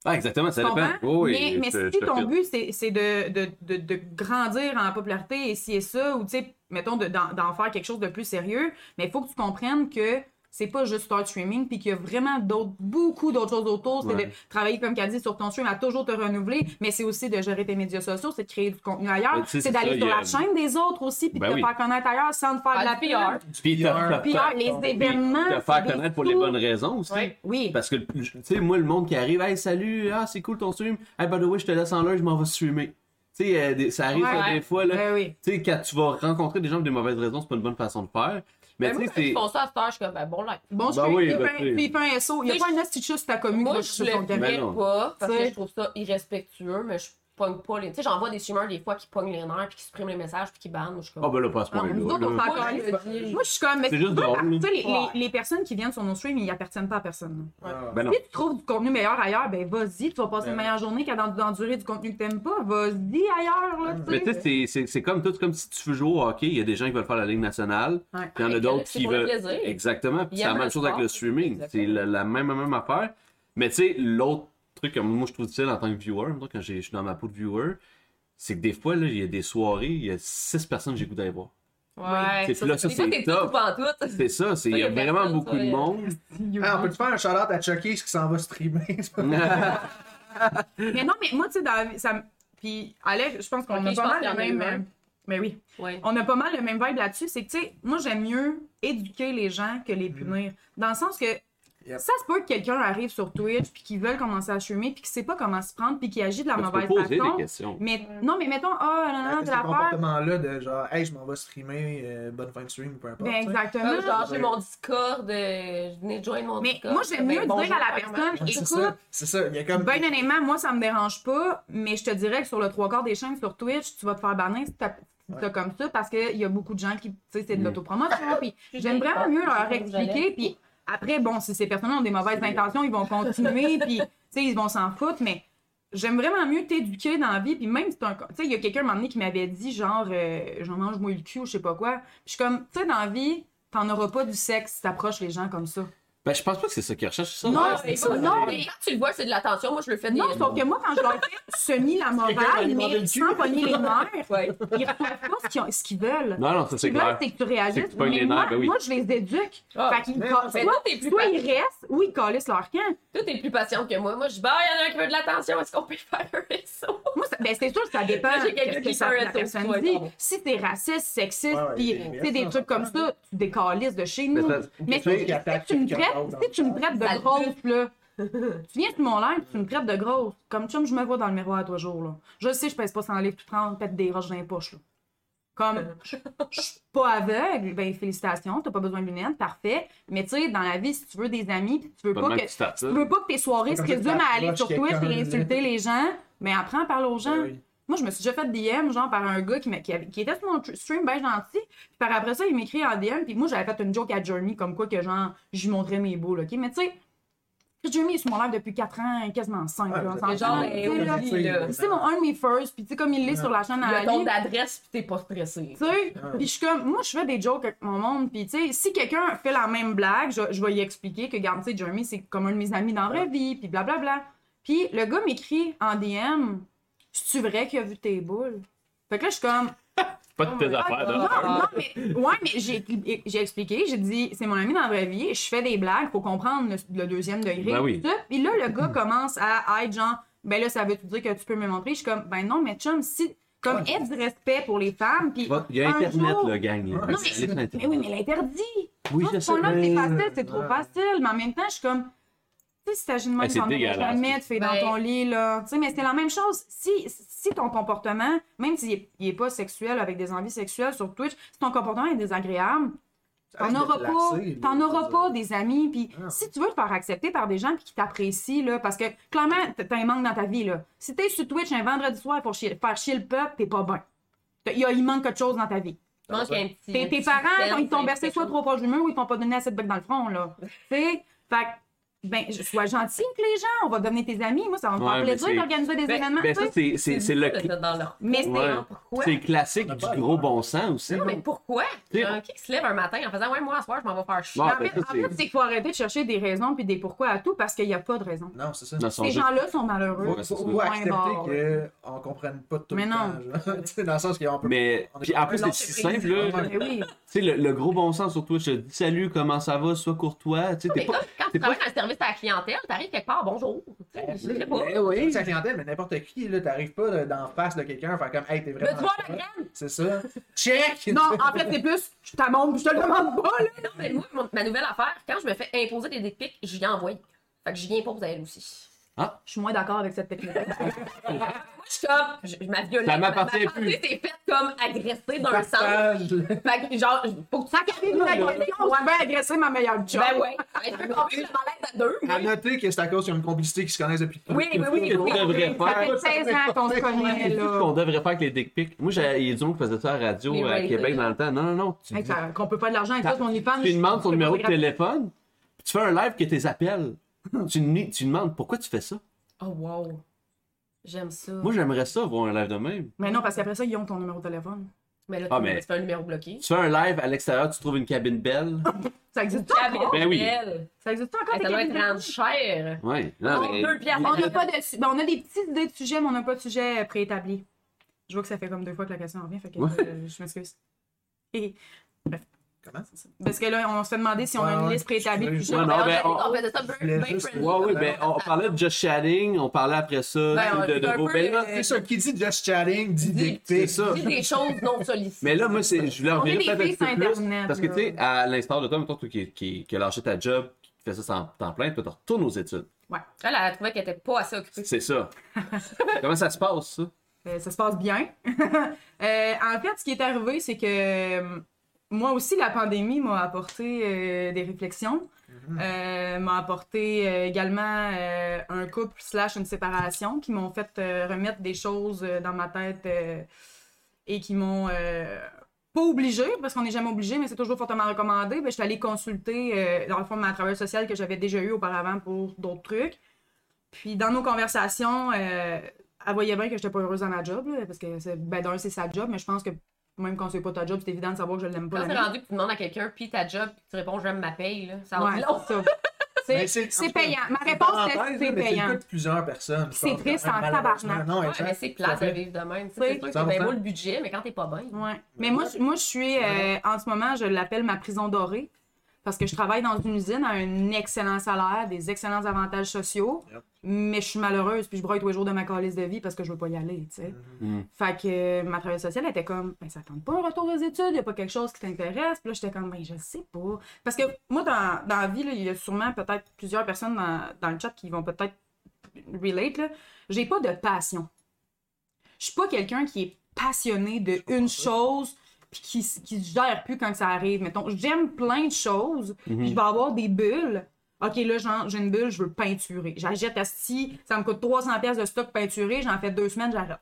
Speaker 3: Ah, exactement, ça
Speaker 5: Tu
Speaker 3: dépend.
Speaker 5: comprends?
Speaker 3: Oui,
Speaker 5: mais
Speaker 3: oui,
Speaker 5: mais
Speaker 3: je te-
Speaker 5: si
Speaker 3: je te
Speaker 5: ton
Speaker 3: file.
Speaker 5: but, c'est c'est de, de, de, de grandir en popularité et ci et ça, ou tu sais, mettons, de- d'en d'en faire quelque chose de plus sérieux, mais il faut que tu comprennes que c'est pas juste Start Streaming, puis qu'il y a vraiment d'autres, beaucoup d'autres choses autour. C'est
Speaker 3: Ouais.
Speaker 5: de travailler, comme qu'elle dit, sur ton stream, à toujours te renouveler, mais c'est aussi de gérer tes médias sociaux, c'est de créer du contenu ailleurs,
Speaker 3: Ben, tu sais,
Speaker 5: c'est
Speaker 3: c'est ça,
Speaker 5: d'aller sur
Speaker 3: il y a-
Speaker 5: la chaîne des autres aussi, puis
Speaker 3: Ben
Speaker 5: de te
Speaker 3: oui.
Speaker 5: faire connaître ailleurs sans te faire de
Speaker 4: Ah,
Speaker 5: la
Speaker 4: du
Speaker 5: pub.
Speaker 4: PR.
Speaker 3: Puis t'as-
Speaker 6: PR.
Speaker 3: t'as-
Speaker 5: Puis, ah, les événements.
Speaker 3: te
Speaker 5: c'est
Speaker 3: faire
Speaker 5: des
Speaker 3: connaître pour les
Speaker 5: sous.
Speaker 3: bonnes raisons aussi.
Speaker 4: Ouais.
Speaker 5: Oui.
Speaker 3: Parce que, tu sais, moi, le monde qui arrive, hey, salut, ah, c'est cool ton stream, hey, by the way, je te laisse en l'heure, je m'en vais streamer. Tu sais, euh, des- ça arrive
Speaker 5: Ouais,
Speaker 3: là,
Speaker 4: ouais.
Speaker 3: des fois, là.
Speaker 5: Ben oui.
Speaker 3: Tu sais, quand tu vas rencontrer des gens pour des mauvaises raisons, c'est pas une bonne façon de faire. Mais
Speaker 4: Ben,
Speaker 3: tu
Speaker 4: moi,
Speaker 3: sais,
Speaker 4: quand
Speaker 3: c'est.
Speaker 4: ils font ça à cette heure, je suis comme, ben, bon, là.
Speaker 5: Bon, je
Speaker 3: Ben oui,
Speaker 5: il fait
Speaker 3: ben,
Speaker 5: un-
Speaker 3: tu sais.
Speaker 5: puis il fait un SO. Il n'y
Speaker 4: Tu
Speaker 5: a
Speaker 4: sais,
Speaker 5: pas un astuce sur ta commune.
Speaker 4: Moi,
Speaker 5: là,
Speaker 4: je
Speaker 5: sur
Speaker 4: le
Speaker 5: son café.
Speaker 3: Ben
Speaker 4: ferais
Speaker 3: non.
Speaker 4: pas parce
Speaker 5: Tu
Speaker 4: que
Speaker 5: sais.
Speaker 4: je trouve ça irrespectueux, mais je pogne pas les. Tu sais, j'en vois des streamers des fois qui pognent les nerfs, puis qui suppriment les messages, puis qui bannent. Moi, Je suis
Speaker 3: Ah,
Speaker 4: comme.
Speaker 3: ben là, pas à ce
Speaker 5: Ah, nous
Speaker 3: point-là.
Speaker 5: autres, on
Speaker 3: là.
Speaker 5: s'en
Speaker 4: Moi, je
Speaker 5: calisse.
Speaker 4: le dis.
Speaker 5: Moi, je suis comme. mais
Speaker 3: C'est
Speaker 5: tu
Speaker 3: juste
Speaker 5: veux,
Speaker 3: drôle, là.
Speaker 5: tu sais, les,
Speaker 4: Ouais.
Speaker 5: les- les personnes qui viennent sur nos streams, ils appartiennent pas à personne. là.
Speaker 6: Ah,
Speaker 3: Ben non.
Speaker 5: Si tu trouves du contenu meilleur ailleurs, ben vas-y, tu vas passer
Speaker 6: Ben
Speaker 5: une
Speaker 6: oui.
Speaker 5: meilleure journée qu'à d'en- d'endurer du contenu que t'aimes pas. Vas-y ailleurs, là,
Speaker 3: Mais
Speaker 5: tu
Speaker 3: tu sais,
Speaker 5: sais.
Speaker 3: c'est- c'est- c'est comme tout, c'est comme si tu veux jouer au hockey, il y a des gens qui veulent faire la Ligue nationale,
Speaker 5: Ouais.
Speaker 3: puis il y en a
Speaker 4: Ouais,
Speaker 3: d'autres
Speaker 4: c'est
Speaker 3: qui
Speaker 4: pour le
Speaker 3: veulent.
Speaker 4: plaisir.
Speaker 3: Exactement, puis
Speaker 4: Ils
Speaker 3: c'est la
Speaker 4: aiment
Speaker 3: même
Speaker 4: le
Speaker 3: chose avec
Speaker 4: sport.
Speaker 3: le streaming, c'est
Speaker 4: Exactement.
Speaker 3: la, la même, même affaire. Mais tu sais, l'autre truc que moi je trouve
Speaker 4: oh.
Speaker 3: difficile en tant que viewer, mettons, quand j'ai- je suis dans ma peau de viewer, c'est que des fois, là, il y a des soirées, il y a six personnes que j'ai le goût d'aller voir.
Speaker 4: Ouais.
Speaker 3: C'est- là, ça,
Speaker 4: Des fois,
Speaker 3: c'est
Speaker 4: t'es
Speaker 3: top.
Speaker 4: tout en tout.
Speaker 3: C'est ça, c'est- il y a
Speaker 4: personne,
Speaker 3: vraiment
Speaker 4: ça,
Speaker 3: beaucoup de
Speaker 4: il y a-
Speaker 3: monde.
Speaker 6: Ah, on peut-tu faire un shout-out à Chucky, ce qui s'en va streamer? ça?
Speaker 5: Mais non, mais moi, tu sais, dans la vie, ça. me- Puis, Alex, je pense qu'on
Speaker 4: Ok,
Speaker 5: a
Speaker 4: je
Speaker 5: pas
Speaker 4: pense
Speaker 5: mal
Speaker 4: qu'il y en a
Speaker 5: le
Speaker 4: eu
Speaker 5: même.
Speaker 4: un.
Speaker 5: euh, Mais oui.
Speaker 4: Ouais.
Speaker 5: on a pas mal le même vibe là-dessus, c'est que, tu sais, moi, j'aime mieux éduquer les gens que les punir. Dans le sens que,
Speaker 6: Mm. Yep.
Speaker 5: Ça se peut que quelqu'un arrive sur Twitch puis qu'il veulent commencer à chumer puis qu'il sait pas comment se prendre puis qu'il agit de la
Speaker 3: Tu peux
Speaker 5: mauvaise
Speaker 3: poser des
Speaker 5: façon.
Speaker 3: questions.
Speaker 5: Mais non, mais mettons, ah, non, non, non,
Speaker 6: C'est
Speaker 5: c'est
Speaker 6: ce
Speaker 5: l'affaire.
Speaker 6: comportement-là de genre, hey, je m'en vais streamer, euh, bonne fin de stream, peu importe.
Speaker 5: Ben,
Speaker 6: tu sais.
Speaker 5: exactement.
Speaker 4: Genre, j'ai mon Discord, euh, je venais de joindre mon
Speaker 5: Mais
Speaker 4: Discord.
Speaker 5: moi, j'aime
Speaker 4: Ben,
Speaker 5: mieux
Speaker 4: bonjour,
Speaker 5: dire à la
Speaker 4: vraiment.
Speaker 5: personne,
Speaker 6: Ouais, c'est
Speaker 5: écoute,
Speaker 6: ça. C'est ça, il y a comme.
Speaker 5: Ben honnêtement, moi ça me dérange pas, mais je te dirais que sur le trois quarts des chaînes sur Twitch, tu vas te faire bannir si t'as si t'as
Speaker 6: Ouais.
Speaker 5: comme ça parce qu'il y a beaucoup de gens qui, tu sais, c'est de
Speaker 3: Mm.
Speaker 5: l'autopromotion. puis
Speaker 4: Je
Speaker 5: j'aime
Speaker 4: sais pas,
Speaker 5: vraiment mieux leur
Speaker 4: je sais pas où
Speaker 5: expliquer. Puis après, bon, si ces personnes ont des mauvaises intentions, ils vont continuer, puis tu sais, ils vont s'en foutre, mais j'aime vraiment mieux t'éduquer dans la vie. Puis même si t'as un. Tu sais, il y a quelqu'un un moment donné qui m'avait dit genre, euh, j'en mange moi le cul ou je sais pas quoi. Puis je suis comme, tu sais, dans la vie, t'en auras pas du sexe si t'approches les gens comme ça.
Speaker 3: Ben, je pense pas que c'est ça qu'ils recherchent, ça.
Speaker 5: Non,
Speaker 3: Ouais,
Speaker 4: Ouais,
Speaker 5: c'est ça.
Speaker 4: Non, mais quand tu le vois, c'est de l'attention. Moi, je le fais des.
Speaker 5: Non, sauf que moi, quand je leur fais semi la morale,
Speaker 6: demander
Speaker 5: mais
Speaker 6: le cul.
Speaker 5: sans pogner les nerfs,
Speaker 4: Ouais.
Speaker 5: ils ne reçoivent pas ce qu'ils, ont- ce qu'ils veulent.
Speaker 3: Non, non, ça
Speaker 5: Ce
Speaker 3: c'est
Speaker 5: qu'ils veulent,
Speaker 3: clair.
Speaker 5: c'est que tu
Speaker 3: C'est que
Speaker 5: réagisses.
Speaker 3: tu pognes
Speaker 5: mais
Speaker 3: les nerfs,
Speaker 5: moi,
Speaker 3: ben oui.
Speaker 5: moi, je les éduque.
Speaker 4: Ah,
Speaker 5: fait qu'ils
Speaker 6: mais-
Speaker 5: ca-
Speaker 4: mais
Speaker 5: soit,
Speaker 4: toi, t'es plus
Speaker 5: soit
Speaker 4: pa-
Speaker 5: ils restent, ou ils calissent leur camp.
Speaker 4: Toi, t'es plus patiente que moi. Moi, je dis, bah, il y en a un qui veut de l'attention. Est-ce qu'on peut faire un réseau?
Speaker 5: Moi, ça- ben, c'est sûr que ça dépend
Speaker 4: Là, j'ai
Speaker 5: de
Speaker 4: quelqu'un
Speaker 5: ce que
Speaker 4: qui
Speaker 5: ça,
Speaker 4: fait un
Speaker 5: la personne
Speaker 4: resto,
Speaker 5: dit.
Speaker 4: toi,
Speaker 5: Si t'es raciste, sexiste,
Speaker 6: Ouais, ouais,
Speaker 5: puis
Speaker 6: des-
Speaker 5: tu sais, des
Speaker 6: ça,
Speaker 5: trucs
Speaker 6: ça,
Speaker 5: comme
Speaker 6: ça.
Speaker 5: ça, tu décalisses de chez
Speaker 3: Mais
Speaker 5: nous.
Speaker 3: ça-
Speaker 5: Mais
Speaker 6: Quelque chose
Speaker 5: si,
Speaker 6: qui attaque,
Speaker 5: si tu me
Speaker 6: qui
Speaker 5: traites,
Speaker 6: accorde dans
Speaker 5: si
Speaker 6: le
Speaker 5: tu me
Speaker 6: corps.
Speaker 5: traites
Speaker 4: Sale
Speaker 5: de grosse, là, tu viens sur mon live, tu me traites de grosse. Comme chum, je me vois dans le miroir à trois jours, là. Je le sais, je pèse pas sans livres, tu prends, pète des roches dans les poches, là. Comme, je je suis pas aveugle, ben félicitations, t'as pas besoin de lunettes, parfait. Mais tu sais, dans la vie, si tu veux des amis, puis tu veux
Speaker 3: Pas
Speaker 5: pas
Speaker 3: de
Speaker 5: que,
Speaker 3: que tu tapes ça.
Speaker 5: tu veux pas que tes soirées se
Speaker 6: C'est comme ça que
Speaker 5: résument à aller
Speaker 6: t'approches
Speaker 5: sur Twitch
Speaker 6: quelqu'un,
Speaker 5: et insulter les gens, mais apprends à parler aux gens.
Speaker 6: Ben oui.
Speaker 5: Moi, je me suis déjà fait DM, genre, par un gars qui, m'a- qui, avait- qui était sur mon tr- stream bien gentil. Puis par après ça, il m'écrit en DM. Puis moi, j'avais fait une joke à Jeremy, comme quoi que, genre, j'y montrais mes boules, OK? Mais tu sais, Jeremy est sur mon live depuis 4 ans, quasiment 5.
Speaker 6: Ouais,
Speaker 5: là,
Speaker 6: vous
Speaker 5: on
Speaker 6: êtes-
Speaker 5: s'entend,
Speaker 4: Genre,
Speaker 6: Ouais,
Speaker 5: tu sais,
Speaker 6: vous
Speaker 5: là.
Speaker 6: êtes-
Speaker 4: oublie-le.
Speaker 5: C'est mon un de mes first. Puis tu sais, comme il l'est
Speaker 6: Ouais.
Speaker 5: sur la chaîne à la
Speaker 4: Le ton
Speaker 5: ligne,
Speaker 4: d'adresse, pis t'es pas stressé.
Speaker 5: tu sais, puis je suis comme, moi, je fais des jokes avec mon monde. Puis, tu sais, si quelqu'un fait la même blague, je, je vais lui expliquer que, regarde, tu sais, Jeremy, c'est comme un de mes amis dans la vraie vie, puis blablabla. Puis, le gars m'écrit en DM, c'est-tu vrai qu'il a vu tes boules? Fait que là, je suis comme,
Speaker 3: Pas de
Speaker 4: Oh
Speaker 3: tes
Speaker 4: my
Speaker 3: affaires,
Speaker 4: God.
Speaker 5: non,
Speaker 3: là.
Speaker 5: non, mais, ouais, mais j'ai j'ai expliqué, j'ai dit, c'est mon ami dans la vraie vie, je fais des blagues, faut comprendre le, le deuxième degré.
Speaker 3: Ben oui.
Speaker 5: tout ça. Puis là, le gars commence à être genre, ben là, ça veut dire que tu peux me montrer? Je suis comme, ben non, mais chum, si, comme, aide du respect pour les femmes, puis.
Speaker 3: Va- Il y a
Speaker 5: un
Speaker 3: Internet,
Speaker 5: jour-
Speaker 3: là, gang. là.
Speaker 6: Non,
Speaker 5: mais-
Speaker 3: Allez sur Internet.
Speaker 5: Mais oui, mais l'interdit!
Speaker 3: Oui,
Speaker 5: Moi,
Speaker 3: je
Speaker 5: ce point-là, c'est
Speaker 3: sais.
Speaker 5: facile, c'est trop
Speaker 6: Ouais.
Speaker 5: facile. Mais en même temps, je suis comme. Tu sais, si t'agis de même,
Speaker 3: Ben, c'est
Speaker 5: t'en aurais
Speaker 3: dégueulasse.
Speaker 5: jamais, tu fais dans
Speaker 4: Ouais.
Speaker 5: ton lit, là. Tu sais, mais c'est la même chose. Si, si ton comportement, même s'il est, il est pas sexuel, avec des envies sexuelles sur Twitch, si ton comportement est désagréable,
Speaker 6: Ah,
Speaker 5: t'en
Speaker 6: je vais
Speaker 5: auras
Speaker 6: te
Speaker 5: pas,
Speaker 6: laxer, là,
Speaker 5: t'en
Speaker 6: je
Speaker 5: auras
Speaker 6: veux
Speaker 5: pas
Speaker 6: dire.
Speaker 5: des amis. Puis
Speaker 6: Ah.
Speaker 5: si tu veux te faire accepter par des gens puis qui t'apprécient, là, parce que clairement, t- t'as un manque dans ta vie, là. Si t'es sur Twitch un vendredi soir pour chier- faire chier le peuple, t'es pas bien. T'as- il y a- Il manque quelque chose dans ta vie.
Speaker 4: Il manque un petit.
Speaker 5: Tes, tes
Speaker 4: petit
Speaker 5: parents,
Speaker 4: suspense,
Speaker 5: quand ils
Speaker 4: un
Speaker 5: t'ont
Speaker 4: petit
Speaker 5: bercé
Speaker 4: quelque
Speaker 5: soit
Speaker 4: chose.
Speaker 5: trois proches du mur ou ils t'ont pas donné assez de bec dans le front, là. tu sais? Fait que, ben, je- sois gentil avec les gens, on va devenir tes amis. Moi, ça va me
Speaker 3: Ouais,
Speaker 5: faire
Speaker 3: mais
Speaker 5: plaisir
Speaker 3: c'est-
Speaker 5: d'organiser des
Speaker 4: Ben-
Speaker 5: événements, tu
Speaker 3: Ben, ça,
Speaker 5: sais.
Speaker 3: c'est- c'est c'est le
Speaker 4: dur de
Speaker 3: cl-
Speaker 4: mettre dans leur
Speaker 5: Mais c'est.
Speaker 3: Ouais.
Speaker 4: Non, pourquoi?
Speaker 3: c'est le classique du gros bon sens aussi.
Speaker 4: Non, mais pourquoi?
Speaker 3: C'est-
Speaker 4: Un qui se lève un matin en faisant Ouais, moi, à soir, je m'en vais faire chier.
Speaker 5: En
Speaker 3: Ah, ben,
Speaker 5: fait,
Speaker 3: ça,
Speaker 5: en
Speaker 3: c'est-
Speaker 5: fait, c'est qu'il faut arrêter de chercher des raisons puis des pourquoi à tout parce qu'il n'y a pas de raison.
Speaker 6: Non, c'est ça.
Speaker 3: Dans son
Speaker 5: Ces
Speaker 3: jeu.
Speaker 5: gens-là sont malheureux.
Speaker 6: Faut,
Speaker 3: Ouais, c'est
Speaker 6: faut,
Speaker 3: ça.
Speaker 6: faut accepter
Speaker 5: Point barre,
Speaker 6: qu'on comprenne pas tout
Speaker 5: Mais
Speaker 6: le
Speaker 5: non.
Speaker 6: temps. genre. Tu sais, dans le sens qu'on peut
Speaker 3: Mais
Speaker 6: on est
Speaker 3: puis
Speaker 6: pas-
Speaker 3: en plus,
Speaker 4: Non,
Speaker 3: c'est
Speaker 4: c'est
Speaker 3: si simple,
Speaker 4: prévisible.
Speaker 3: là.
Speaker 5: Ben oui.
Speaker 3: Tu sais, le, le gros bon sens sur Twitch, je dis salut, comment ça va, sois courtois. Tu sais,
Speaker 4: Mais
Speaker 3: t'es
Speaker 4: comme
Speaker 3: pas.
Speaker 4: quand
Speaker 3: t'es
Speaker 4: tu travailles dans le service à la clientèle, t'arrives quelque part, bonjour. Tu sais, Je sais pas.
Speaker 3: Eh oui.
Speaker 6: sa clientèle, mais n'importe qui, là, t'arrives pas là, d'en face de quelqu'un, faire comme, hey, t'es
Speaker 4: Veux-tu
Speaker 6: vraiment.
Speaker 4: voir la graine?
Speaker 6: C'est ça. Check!
Speaker 5: Non, en fait, c'est plus, je te montre, je te le demande pas, là.
Speaker 4: Ben Non, mais moi, mon- ma nouvelle affaire, quand je me fais imposer des dick pics, j'y envoie. Fait que j'y impose à elle aussi.
Speaker 5: Je suis moins d'accord avec cette technique.
Speaker 4: Moi, je suis comme, je, je- ma violence,
Speaker 3: Ça
Speaker 4: ma-
Speaker 3: m'appartient
Speaker 4: ma pensée s'est faite comme agressée dans le sens.
Speaker 6: Partage, là.
Speaker 4: Fait que genre, faut que tu
Speaker 5: Ça crée une agression, je vais agresser ma meilleure job.
Speaker 4: Ben ouais. Ben, je peux qu'on vive le malaise à deux,
Speaker 6: À
Speaker 4: moi.
Speaker 6: noter que c'est à cause qu'ils ont une complicité qui se connaissent depuis tout
Speaker 4: Oui, oui, oui,
Speaker 3: Qu'est-ce
Speaker 4: oui.
Speaker 3: qu'on devrait
Speaker 5: Ça fait
Speaker 3: faire?
Speaker 5: 16 ans qu'on se connaît,
Speaker 3: Qu'est-ce
Speaker 5: là.
Speaker 3: qu'on devrait faire avec les dick pics? Moi, j'ai- il y a du monde qui faisait ça à la radio
Speaker 4: Les
Speaker 3: à
Speaker 4: raisins.
Speaker 3: euh, Québec dans le temps. Non, non, non. Tu,
Speaker 5: Hey,
Speaker 3: dis-
Speaker 5: ça- qu'on peut pas de l'argent avec
Speaker 3: Ta-
Speaker 5: ça, ton IPAN.
Speaker 3: tu lui demandes son
Speaker 5: je-
Speaker 3: numéro de
Speaker 5: je-
Speaker 3: téléphone, puis tu fais un live que tes appels. tu, lui- tu lui demandes pourquoi tu fais ça.
Speaker 4: Oh wow. J'aime ça.
Speaker 3: Moi, j'aimerais ça voir un live de même.
Speaker 5: Mais non, parce qu'après ça, ils ont ton numéro de téléphone.
Speaker 4: mais là, tu
Speaker 3: Ah, mais-
Speaker 4: tu fais un numéro bloqué.
Speaker 3: Tu fais un live à l'extérieur, tu trouves une cabine belle.
Speaker 5: Ça existe encore?
Speaker 3: Ben oui.
Speaker 4: Elle,
Speaker 5: Ça existe encore?
Speaker 4: elle,
Speaker 5: tes
Speaker 4: ça doit être
Speaker 5: cabinets?
Speaker 4: grande chère.
Speaker 3: Ouais. Non,
Speaker 4: Oh,
Speaker 3: mais-
Speaker 4: deux piastres.
Speaker 5: On n'a pas de su- ben, on a des petites idées de sujets, mais on n'a pas de sujet euh, préétabli. Je vois que ça fait comme deux fois que la question en revient, fait que
Speaker 3: Ouais.
Speaker 5: euh, je m'excuse. Hé, Bref.
Speaker 6: Comment?
Speaker 5: Parce que là, on se fait demander si on a
Speaker 6: Ouais,
Speaker 5: une
Speaker 6: ouais,
Speaker 5: liste préétablie.
Speaker 6: excuse.
Speaker 3: Ouais,
Speaker 5: Genre,
Speaker 3: non,
Speaker 4: on,
Speaker 3: ben,
Speaker 4: fait-
Speaker 3: on-
Speaker 4: on faisait ça
Speaker 6: Je voulais
Speaker 4: bien
Speaker 6: juste-
Speaker 4: friendly.
Speaker 3: Ouais, oui,
Speaker 5: euh,
Speaker 3: ben, on parlait de Just Chatting, on parlait après ça
Speaker 4: Ben,
Speaker 3: de,
Speaker 4: on-
Speaker 3: de
Speaker 4: un
Speaker 3: vos
Speaker 4: peu,
Speaker 3: belles-
Speaker 4: euh,
Speaker 6: C'est ça, qui dit just chatting
Speaker 4: Dis-
Speaker 6: dit dick pic.
Speaker 3: c'est ça.
Speaker 4: Dis des choses non sollicitées.
Speaker 3: Mais là, moi, c'est, je voulais
Speaker 5: On
Speaker 3: revenir
Speaker 5: est des
Speaker 3: peut-être un
Speaker 5: filles
Speaker 3: petit peu
Speaker 5: sur
Speaker 3: plus.
Speaker 5: Internet,
Speaker 3: parce que,
Speaker 5: là.
Speaker 3: tu sais, à l'instar de toi, mettons, toi qui, qui, qui a lâché ta job, qui fais ça sans temps plein, puis tu retournes aux études.
Speaker 4: Elle, elle trouvait qu'elle était pas assez occupée.
Speaker 3: C'est ça. Comment ça se passe, ça?
Speaker 5: Euh, ça se passe bien. Euh, en fait, ce qui est arrivé, c'est que euh, moi aussi, la pandémie m'a apporté euh, des réflexions. Euh, m'a apporté euh, également euh, un couple slash une séparation qui m'ont fait euh, remettre des choses euh, dans ma tête euh, et qui m'ont euh, pas obligé, parce qu'on n'est jamais obligé, mais c'est toujours fortement recommandé. Ben, je suis allée consulter, euh, dans le fond, ma travailleuse sociale que j'avais déjà eue auparavant pour d'autres trucs. Puis dans nos conversations, euh, elle voyait bien que j'étais pas heureuse dans ma job, là, parce que, c'est- ben, d'un, c'est sa job, mais je pense que même quand c'est pas ta job, c'est évident de savoir que je l'aime pas. la
Speaker 4: Quand c'est
Speaker 5: mienne.
Speaker 4: rendu que tu demandes à quelqu'un, puis ta job, puis tu réponds, j'aime ma paye, là. Ça en
Speaker 5: Ouais,
Speaker 4: dit long.
Speaker 5: c'est ça.
Speaker 6: Mais
Speaker 5: C'est-
Speaker 6: Ben, c'est-
Speaker 5: C'est payant. Ma réponse, c'est que
Speaker 6: Parenthèse,
Speaker 5: c'est
Speaker 6: mais C'est le
Speaker 5: payant.
Speaker 6: cas de plusieurs personnes. je
Speaker 5: C'est
Speaker 6: pense,
Speaker 5: triste
Speaker 6: quand même,
Speaker 5: en
Speaker 6: malheureusement.
Speaker 5: tabarnak.
Speaker 6: Non,
Speaker 4: Ouais,
Speaker 6: exact.
Speaker 4: mais c'est plate
Speaker 6: Tout à
Speaker 4: de
Speaker 6: fait.
Speaker 4: vivre de même. tu sais,
Speaker 5: Oui.
Speaker 4: C'est sûr que
Speaker 6: Ça
Speaker 4: c'est
Speaker 6: va
Speaker 4: bien
Speaker 6: faire.
Speaker 4: beau le budget, mais quand t'es pas bien.
Speaker 5: Ouais. Mais moi, je- moi, je suis, euh, en ce moment, je l'appelle ma prison dorée parce que je travaille dans une usine à un excellent salaire, des excellents avantages sociaux,
Speaker 6: Yep.
Speaker 5: mais je suis malheureuse puis je broye tous les jours de ma calice de vie parce que je veux pas y aller, tu sais.
Speaker 3: Mhm.
Speaker 5: Fait que euh, ma travailleuse sociale elle était comme, ben, ça tente pas un retour aux études, y a pas quelque chose qui t'intéresse. Puis là, j'étais comme, ben, je sais pas. Parce que moi, dans, dans la vie, là, il y a sûrement peut-être plusieurs personnes dans, dans le chat qui vont peut-être relate, là. J'ai pas de passion. Je suis pas quelqu'un qui est passionné de une chose puis qui, s- qui se gère plus quand ça arrive. Mettons, j'aime plein de choses, puis je vais avoir des bulles. OK, là, j'en- j'ai une bulle, je veux peinturer. J'achète Asti, ça me coûte 300$ piastres de stock peinturé, j'en fais deux semaines, j'arrête.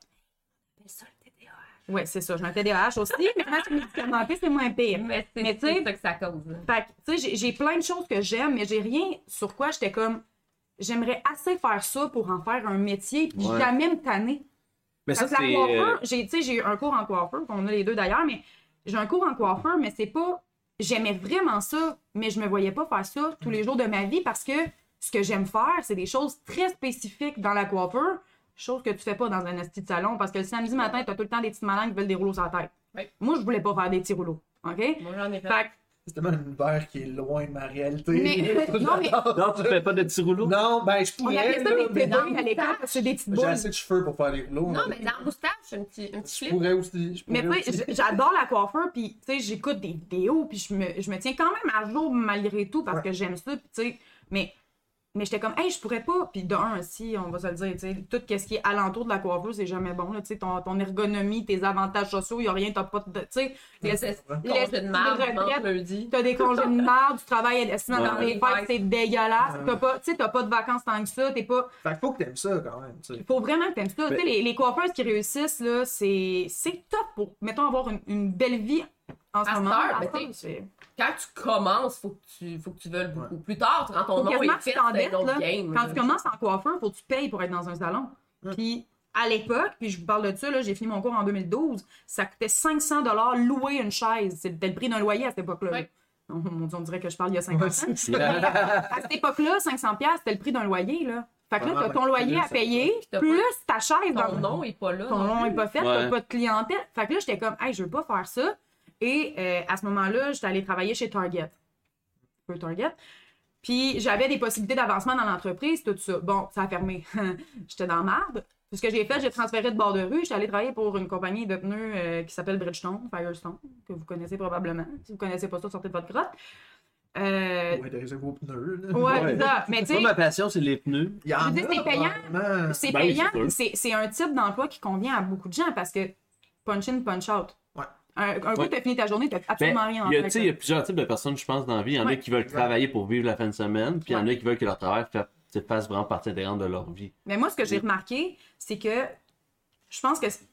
Speaker 4: C'est ça, le TDA.
Speaker 5: Oui, c'est ça. Je me fais des haches aussi, mais quand je suis médicamentée, c'est moins pire.
Speaker 4: Mais c'est
Speaker 5: Mais tu sais-
Speaker 4: c'est ça que ça cause. là.
Speaker 5: Fait que, tu sais, j'ai- j'ai plein de choses que j'aime, mais j'ai rien sur quoi j'étais comme, j'aimerais assez faire ça pour en faire un métier, puis
Speaker 3: Ouais.
Speaker 5: jamais me tanner.
Speaker 3: Mais ça,
Speaker 5: Parce que la
Speaker 3: c'est.
Speaker 5: coiffeur,
Speaker 3: euh,
Speaker 5: j'ai, tu sais, j'ai eu un cours en coiffeur, qu'on a les deux d'ailleurs, mais j'ai un cours en coiffeur, mais c'est pas. J'aimais vraiment ça, mais je me voyais pas faire ça tous les jours de ma vie parce que ce que j'aime faire, c'est des choses très spécifiques dans la coiffeur, choses que tu fais pas dans un esti de salon parce que le samedi matin, t'as tout le temps des petites malins qui veulent des rouleaux sur la tête.
Speaker 4: Oui.
Speaker 5: Moi, je voulais pas faire des petits rouleaux. OK?
Speaker 4: Moi, j'en ai fait.
Speaker 5: Fait que-
Speaker 6: C'est tellement un univers qui est loin de ma réalité.
Speaker 5: Mais- non, mais-
Speaker 3: Non, tu fais pas de petits rouleaux?
Speaker 6: Non, ben, je
Speaker 5: on
Speaker 6: pourrais.
Speaker 5: appelait ça des
Speaker 6: là, mais
Speaker 5: pédales
Speaker 4: dans
Speaker 5: à
Speaker 4: le
Speaker 5: l'école
Speaker 4: temps,
Speaker 5: parce que c'est des petites
Speaker 6: J'ai
Speaker 5: boules.
Speaker 6: assez de cheveux pour faire des rouleaux.
Speaker 4: Non,
Speaker 6: hein.
Speaker 4: mais dans le moustache, un petit, un petit
Speaker 6: Je
Speaker 4: flip.
Speaker 6: pourrais aussi. je
Speaker 5: Mais
Speaker 6: pourrais
Speaker 5: tu sais,
Speaker 6: aussi.
Speaker 5: j- j'adore la coiffeur, puis tu sais, j'écoute des vidéos, puis je me, je me tiens quand même à jour malgré tout parce que j'aime ça, puis tu sais, mais, mais j'étais comme, hey, je pourrais pas. Puis de un, si, on va se le dire, tu sais, tout ce qui est alentour de la coiffeur, c'est jamais bon, là, tu sais, ton, ton ergonomie, tes avantages sociaux, il y a rien, t'as pas de. Tu sais,
Speaker 4: Le
Speaker 5: laisse-
Speaker 4: congé
Speaker 5: laisse-
Speaker 4: de marde,
Speaker 5: les retraites,
Speaker 4: manque lundi.
Speaker 5: T'as des congés de merde, tu travailles à l'estimant dans
Speaker 3: Ouais.
Speaker 5: les fêtes, c'est dégueulasse.
Speaker 6: Ouais.
Speaker 5: T'as pas, tu sais, t'as pas de vacances tant que ça, t'es pas.
Speaker 6: Fait que faut que t'aimes ça quand même. tu sais.
Speaker 5: Il faut vraiment que t'aimes ça. Tu sais, les, les coiffeuses qui réussissent, là, c'est, c'est top pour, mettons, avoir une, une belle vie en ce
Speaker 4: À
Speaker 5: moment.
Speaker 4: cette heure,
Speaker 5: À
Speaker 4: mais
Speaker 5: cette heure,
Speaker 4: t'sais,
Speaker 5: c'est-
Speaker 4: Quand tu commences, faut que tu, faut que tu veuilles beaucoup. Plus tard, quand ton
Speaker 5: Faut
Speaker 4: nom
Speaker 5: quasiment
Speaker 4: est
Speaker 5: que tu
Speaker 4: fait, c'est
Speaker 5: t'endettes,
Speaker 4: un autre
Speaker 5: là.
Speaker 4: game.
Speaker 5: Quand tu commences en coiffeur, faut que tu payes pour être dans un salon. Puis, à l'époque, puis je vous parle de ça, là, j'ai fini mon cours en 2012, ça coûtait 500 louer une chaise. C'était le prix d'un loyer à cette époque-là.
Speaker 4: Ouais.
Speaker 5: Oh mon Dieu, on dirait que je parle il y a 50 ans.
Speaker 6: C'est
Speaker 5: Mais à à cette époque-là, 500 c'était le prix d'un loyer, là. Fait que là, t'as ton loyer à payer,
Speaker 4: t'as
Speaker 5: plus ta chaise dans
Speaker 4: Ton nom est pas là.
Speaker 5: ton
Speaker 4: non
Speaker 5: nom
Speaker 4: plus.
Speaker 5: est pas fait,
Speaker 3: Ouais.
Speaker 5: t'as pas de clientèle. Fait que là, j'étais comme, hey, je veux pas faire ça. Et euh, à ce moment-là, j'étais allée travailler chez Target. Peu Target. Puis j'avais des possibilités d'avancement dans l'entreprise, tout ça. Bon, ça a fermé. j'étais dans la marde. Ce que j'ai fait, j'ai transféré de bord de rue. J'étais allée travailler pour une compagnie de pneus euh, qui s'appelle Bridgestone, Firestone, que vous connaissez probablement. Si vous connaissez pas ça, sortez de votre grotte. Euh,
Speaker 6: Ouais, des vos pneus. là.
Speaker 5: ouais,
Speaker 3: Ouais.
Speaker 5: c'est ça. Mais tu
Speaker 3: Moi,
Speaker 5: sais,
Speaker 3: ma passion, c'est les pneus.
Speaker 6: Il y en
Speaker 5: Je veux dire,
Speaker 6: a,
Speaker 5: c'est payant.
Speaker 6: probablement.
Speaker 5: c'est
Speaker 3: Ben oui,
Speaker 5: payant,
Speaker 3: c'est sûr.
Speaker 5: puis c'est c'est un type d'emploi qui convient à beaucoup de gens parce que punch in, punch out.
Speaker 6: Ouais.
Speaker 5: Un, un
Speaker 3: Ouais.
Speaker 5: coup, t'as fini ta journée, t'as
Speaker 3: Ben,
Speaker 5: absolument rien en
Speaker 3: il y a, tu
Speaker 5: tête,
Speaker 3: sais, il y a plusieurs types de personnes, je pense, dans la vie. Il y en a
Speaker 5: Ouais.
Speaker 3: qui veulent travailler pour vivre la fin de semaine, puis il y en a
Speaker 5: Ouais.
Speaker 3: qui veulent que leur travail fa- tu sais, fasse vraiment partie intégrante de leur vie.
Speaker 5: Mais moi, ce que j'ai remarqué, c'est que je pense que c'est-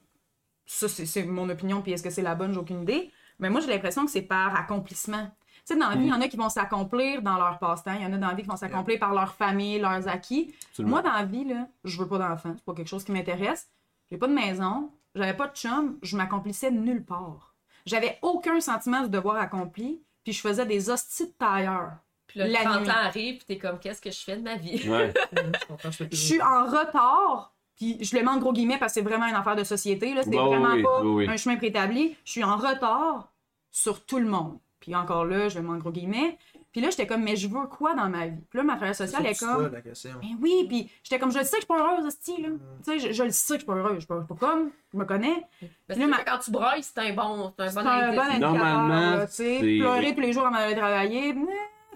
Speaker 5: ça, c'est c'est mon opinion, puis est-ce que c'est la bonne, j'ai aucune idée. Mais moi, j'ai l'impression que c'est par accomplissement. Tu sais, dans la
Speaker 3: Mm-hmm.
Speaker 5: vie, il y en a qui vont s'accomplir dans leur passe-temps, il y en a dans la vie qui vont s'accomplir par leur famille, leurs acquis.
Speaker 3: Absolument.
Speaker 5: Moi, dans la vie, là, je veux pas d'enfants, c'est pas quelque chose qui m'intéresse. J'ai pas de maison, j'avais pas de chum, je m'accomplissais nulle part. J'avais aucun sentiment de devoir accompli, puis je faisais des hosties de tailleur.
Speaker 4: Puis là,
Speaker 5: La
Speaker 4: 30
Speaker 5: nuit.
Speaker 4: ans arrive, puis t'es comme, qu'est-ce que je fais de ma vie?
Speaker 3: Ouais.
Speaker 6: Je comprends ce que tu
Speaker 5: Je
Speaker 6: veux
Speaker 5: suis
Speaker 6: dire.
Speaker 5: en retard, puis je le mets en gros guillemets parce que c'est vraiment une affaire de société, là. C'est
Speaker 3: Ouais,
Speaker 5: vraiment
Speaker 3: oui,
Speaker 5: pas
Speaker 3: oui, oui.
Speaker 5: un chemin préétabli. Je suis en retard sur tout le monde. Puis encore là, je le mets en gros guillemets. Puis là, j'étais comme, mais je veux quoi dans ma vie? Puis là, ma travailleuse sociale est
Speaker 6: C'est ça,
Speaker 5: comme,
Speaker 6: la question.
Speaker 5: mais oui, puis j'étais comme, je le sais que je suis pas heureuse, hostie, là. Tu sais, je, je le sais que je suis pas heureuse. Je suis pas, je suis pas comme, je me connais.
Speaker 4: Parce
Speaker 5: Là,
Speaker 4: que
Speaker 5: ma-
Speaker 4: quand tu brailles, c'est un bon, c'est un
Speaker 5: C'est
Speaker 4: bon
Speaker 5: un bon
Speaker 4: indice.
Speaker 5: indicateur,
Speaker 3: Normalement,
Speaker 5: là, tu sais.
Speaker 3: c'est-
Speaker 5: Pleurer tous les jours avant d'aller travailler, mais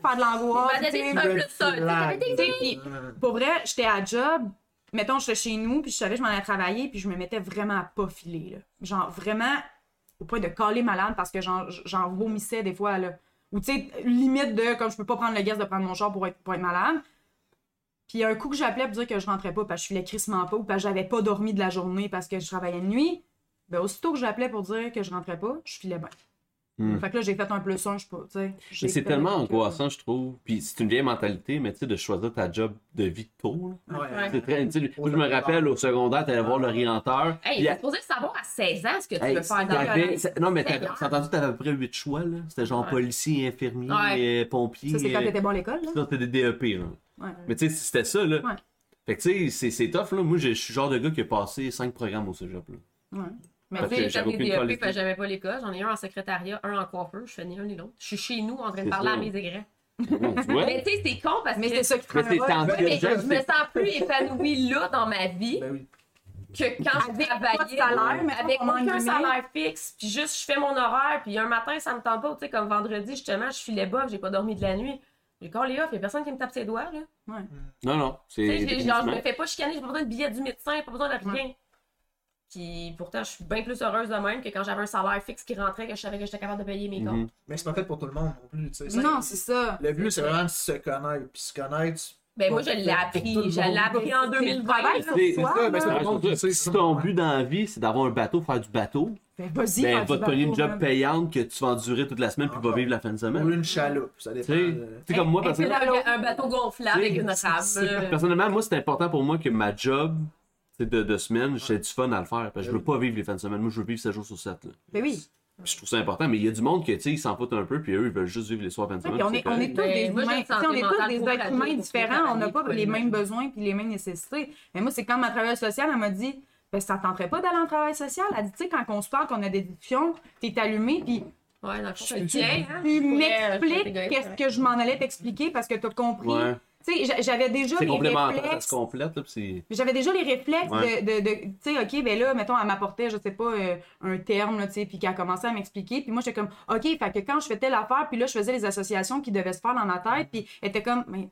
Speaker 5: faire de l'angoisse.
Speaker 4: Bah,
Speaker 5: tu sais,
Speaker 4: un plus seul.
Speaker 6: Flag.
Speaker 5: tu sais, puis pour vrai, j'étais à job. Mettons, j'étais chez nous, puis je savais que je m'en allais travailler, puis je me mettais vraiment à pas filer. Là. Genre, vraiment, au point de caler malade parce que j'en- j'en vomissais des fois. Là. Ou tu sais, limite de, comme je peux pas prendre le gaz de prendre mon char pour être, pour être malade. Puis un coup que j'appelais pour dire que je rentrais pas parce que je filais crissement pas ou parce que j'avais pas dormi de la journée parce que je travaillais de nuit, ben aussitôt que j'appelais pour dire que je rentrais pas, je filais bien.
Speaker 3: Hmm.
Speaker 5: Fait que là, j'ai fait un plus un, je sais pas, tu sais. j'ai
Speaker 3: Mais c'est
Speaker 5: fait
Speaker 3: tellement
Speaker 5: que-
Speaker 3: angoissant, je trouve. Puis c'est une vieille mentalité, mais tu sais, de choisir ta job de vie tôt. là.
Speaker 4: Ouais.
Speaker 3: C'est très. tu sais, Moi, je me rappelle au secondaire, t'allais voir l'orienteur.
Speaker 4: Hey,
Speaker 3: puis
Speaker 4: t'es supposé savoir à 16 ans ce que tu
Speaker 3: Hey,
Speaker 4: veux faire dans la
Speaker 3: t'avais-
Speaker 4: vie.
Speaker 3: c'est- non, mais t'avais c'est entendu, t'avais à peu près 8 choix, là. C'était genre
Speaker 4: Ouais.
Speaker 3: policier, infirmier,
Speaker 4: Ouais.
Speaker 3: euh, pompier.
Speaker 5: Ça, c'est quand
Speaker 3: euh,
Speaker 5: t'étais bon à l'école, là?
Speaker 3: ça, c'était des DEP, là.
Speaker 5: Ouais.
Speaker 3: Mais tu sais, c'était ça, là.
Speaker 5: Ouais.
Speaker 3: Fait que tu sais, c'est- c'est tough, là. Moi, je je suis le genre de gars qui a passé 5 programmes au cégep, là.
Speaker 5: Ouais.
Speaker 4: Mais
Speaker 3: Parce
Speaker 4: tu
Speaker 3: que
Speaker 4: sais,
Speaker 3: j'avais
Speaker 4: j'avais
Speaker 3: aucune
Speaker 4: des
Speaker 3: colle
Speaker 4: DEP,
Speaker 3: ici.
Speaker 4: fait j'avais pas l'école. J'en ai un en secrétariat, un en coiffeur. Je fais ni un ni l'autre. Je suis chez nous en train de
Speaker 3: C'est
Speaker 4: parler
Speaker 3: ça.
Speaker 4: à mes égrès.
Speaker 3: Bon, tu vois?
Speaker 4: Mais tu sais, c'est con parce
Speaker 5: Mais
Speaker 4: que
Speaker 5: c'est ça qui
Speaker 3: Mais c'est
Speaker 5: travaille.
Speaker 4: Ouais, mais
Speaker 3: Déjà,
Speaker 4: je me sens plus épanouie là dans ma vie
Speaker 6: Ben oui.
Speaker 4: que quand je
Speaker 5: pas de
Speaker 4: travaillais
Speaker 5: salaire, mais
Speaker 4: avec
Speaker 5: on en
Speaker 4: aucun
Speaker 5: guillemets.
Speaker 4: salaire fixe, puis juste je fais mon horaire, puis un matin ça me tente pas, tu sais comme vendredi justement, je filais bof, j'ai pas dormi de la nuit. J'ai quand les off, y a personne qui me tape ses doigts là.
Speaker 3: Non, non.
Speaker 4: Tu
Speaker 3: C'est.
Speaker 4: sais, j'ai- genre, je me
Speaker 3: définitivement.
Speaker 4: fais pas chicaner, j'ai pas besoin de billet du médecin, pas besoin de rien. Puis pourtant, je suis bien plus heureuse de même que quand j'avais un salaire fixe qui rentrait, que je savais que j'étais capable de payer mes comptes.
Speaker 3: Mhm.
Speaker 6: Mais c'est pas fait pour tout le monde non plus, tu sais.
Speaker 5: Non, c'est ça.
Speaker 6: Le but, c'est vraiment de se connaître. Puis se connaître.
Speaker 4: Ben moi, je l'ai appris,
Speaker 6: Tout le
Speaker 4: je l'ai
Speaker 6: monde.
Speaker 4: appris en 2020.
Speaker 5: travail,
Speaker 4: là.
Speaker 5: Pour
Speaker 3: C'est-
Speaker 5: soi,
Speaker 3: c'est ça, ben,
Speaker 5: là.
Speaker 3: c'est vraiment
Speaker 6: Ouais.
Speaker 3: ça. Si ton but dans la vie, c'est d'avoir un bateau, faire du bateau,
Speaker 5: Ben, vas-y,
Speaker 3: ben,
Speaker 5: fais
Speaker 3: va
Speaker 5: du
Speaker 3: te pogner une
Speaker 5: bateau,
Speaker 3: job
Speaker 5: là.
Speaker 3: payante que tu vas endurer toute la semaine puis va
Speaker 6: Encore.
Speaker 3: vivre la fin de
Speaker 6: Ou
Speaker 3: semaine.
Speaker 6: une chaloupe, ça dépend.
Speaker 3: Tu sais,
Speaker 6: de-
Speaker 3: tu sais, comme moi,
Speaker 4: Hey,
Speaker 3: personnellement,
Speaker 4: c'est un, un bateau gonflable avec une table.
Speaker 3: personnellement, moi, c'est important pour moi que ma job tu sais, de, de semaine, j'ai du fun à le faire. Parce que je veux pas vivre les fins de semaine. Moi, je veux vivre 7 jours sur 7. Là.
Speaker 5: Ben oui.
Speaker 3: Puis je trouve ça important. Mais il y a du monde que, tu sais, ils s'en foutent un peu, puis eux, ils veulent juste vivre les soirs fin de
Speaker 5: Ouais, puis
Speaker 3: semaine.
Speaker 5: on
Speaker 3: puis
Speaker 5: est,
Speaker 3: c'est
Speaker 5: on est
Speaker 3: correct.
Speaker 5: tous
Speaker 4: Ben,
Speaker 5: des
Speaker 4: moi, j'ai
Speaker 5: humains.
Speaker 4: une
Speaker 5: Tu sais, on est
Speaker 4: santé
Speaker 5: tous
Speaker 4: mentale
Speaker 5: des
Speaker 4: trop
Speaker 5: êtres
Speaker 4: fragile
Speaker 5: humains
Speaker 4: pour
Speaker 5: différents. On n'a
Speaker 4: travailler,
Speaker 5: pas
Speaker 4: pour
Speaker 5: les
Speaker 4: aimer.
Speaker 5: mêmes besoins puis les mêmes nécessités. Mais moi, c'est quand ma travailleuse sociale, elle m'a dit ben, ça tenterait pas d'aller en travail social. Elle dit tu sais, quand on se parle, qu'on a des discussions, t'es allumé, puis
Speaker 4: Ouais, dans le fond, je
Speaker 6: Tu-
Speaker 4: le tiens, hein.
Speaker 5: tu
Speaker 4: Je pourrais-
Speaker 5: m'expliques
Speaker 4: je pourrais
Speaker 5: qu'est-ce que je m'en allais t'expliquer parce que t'as compris.
Speaker 3: Ouais.
Speaker 5: Tu sais, j'a- j'avais déjà
Speaker 3: C'est
Speaker 5: les
Speaker 3: complémentaire, ça
Speaker 5: réflexes.
Speaker 3: se complète. Là, puis c'est-
Speaker 5: Mais J'avais déjà les réflexes
Speaker 3: Ouais.
Speaker 5: de, de, de- tu sais, OK, ben là, mettons, elle m'apportait, je sais pas, euh, un terme, là, tu sais, puis qu'elle commençait à m'expliquer. Puis moi, j'étais comme, OK, fait que quand je fais telle affaire, puis là, je faisais les associations qui devaient se faire dans ma tête, puis elle était comme, mais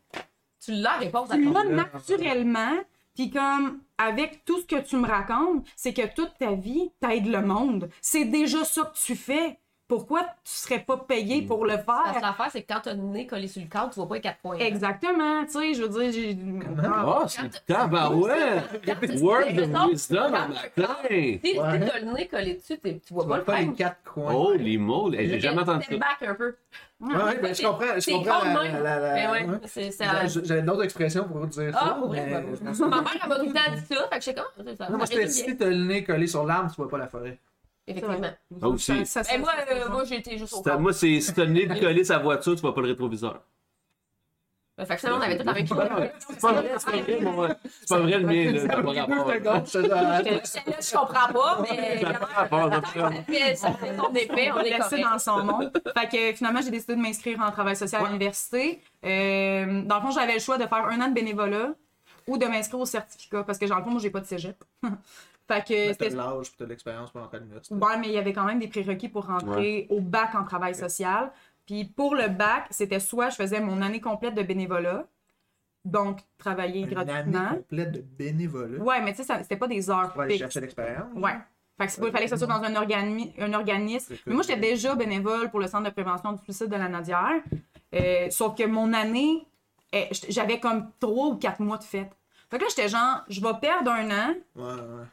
Speaker 4: Tu l'as réponse à
Speaker 5: tu
Speaker 4: ton
Speaker 5: l'as naturellement, puis comme, avec tout ce que tu me racontes, c'est que toute ta vie, t'aides le monde. C'est déjà ça que tu fais. Pourquoi tu serais pas payé pour le
Speaker 4: Parce que
Speaker 5: faire?
Speaker 4: l'affaire, c'est que quand t'as le nez collé sur le cadre, tu vois pas les quatre points.
Speaker 5: Exactement, tu sais, je veux dire, j'ai...
Speaker 3: Ah, c'est tabarouette! Word of wisdom à matin!
Speaker 4: Si, si
Speaker 6: Ouais.
Speaker 4: t'as le nez collé dessus, t'es- tu vois pas
Speaker 6: Tu vois
Speaker 4: le
Speaker 6: pas les
Speaker 4: problème.
Speaker 6: quatre coins.
Speaker 3: Holy moly! Hey, J'ai
Speaker 4: T'es-
Speaker 3: jamais entendu
Speaker 4: t'es
Speaker 3: ça.
Speaker 4: back un
Speaker 6: Euh,
Speaker 4: peu.
Speaker 6: Ouais, ouais, ben, je comprends. Je
Speaker 4: C'est
Speaker 6: comprends.
Speaker 4: con de
Speaker 6: la-
Speaker 4: même.
Speaker 6: la- la-
Speaker 4: Ben ouais,
Speaker 6: ouais.
Speaker 4: c'est- c'est-
Speaker 6: J'avais- J'avais d'autres expressions pour dire
Speaker 4: Ah,
Speaker 6: ça.
Speaker 4: pour vrai,
Speaker 6: mais-
Speaker 4: bah, Ma mère, elle m'a tout le temps dit ça, fait que je sais comment. ça-
Speaker 6: Non, moi,
Speaker 4: ça m'arrive
Speaker 6: c'était
Speaker 4: bien.
Speaker 6: si t'as le nez collé sur l'arbre, tu vois pas la forêt.
Speaker 4: Effectivement.
Speaker 3: Ah, aussi.
Speaker 5: Ça, ça,
Speaker 4: Et moi,
Speaker 5: ça, ça,
Speaker 4: euh,
Speaker 5: ça.
Speaker 4: moi j'ai été juste au
Speaker 3: Si t'as-
Speaker 4: cadre.
Speaker 3: Moi, c'est si t'as le nez de coller sa voiture, tu vois pas le rétroviseur.
Speaker 4: Fait que finalement, on avait tout la même chose.
Speaker 3: C'est pas vrai, c'est pas vrai, mon- c'est pas vrai le mien, là. Ça n'a pas rapport.
Speaker 6: Deux secondes, je te
Speaker 4: J'étais
Speaker 6: dis,
Speaker 4: là, j'étais là, je comprends pas, mais
Speaker 3: Ça n'a pas rapport, ça n'a pas rapport.
Speaker 4: ça fait- ça fait son effet, on
Speaker 5: on
Speaker 4: est correct.
Speaker 5: dans son monde. Fait que finalement, j'ai décidé de m'inscrire en travail social à l'université. Euh, dans le fond, j'avais le choix de faire un an de bénévolat ou de m'inscrire au certificat parce que, dans le fond, moi, j'ai pas de cégep. fait que
Speaker 6: T'as
Speaker 5: c'était.
Speaker 6: l'âge puis t'as l'expérience pour entrer à l'université.
Speaker 5: Ouais, mais il y avait quand même des prérequis pour rentrer au bac en travail social. Puis pour le bac, c'était soit je faisais mon année complète de bénévolat, donc travailler
Speaker 6: Une année
Speaker 5: gratuitement.
Speaker 6: complète de bénévolat
Speaker 5: Ouais, mais tu sais, ça- c'était pas des heures
Speaker 6: pour aller
Speaker 5: fixes.
Speaker 6: chercher l'expérience.
Speaker 5: Ouais. Fait que c'est pas, il fallait que ça soit dans un, organi- un organisme.
Speaker 6: C'est
Speaker 5: Mais moi, j'étais déjà bénévole pour le Centre de prévention du suicide de la Nadière. Euh, sauf que mon année, eh, j't- j'avais comme trois ou quatre mois de fête. Fait que là, j'étais genre, je vais perdre un an,
Speaker 6: Ouais, ouais.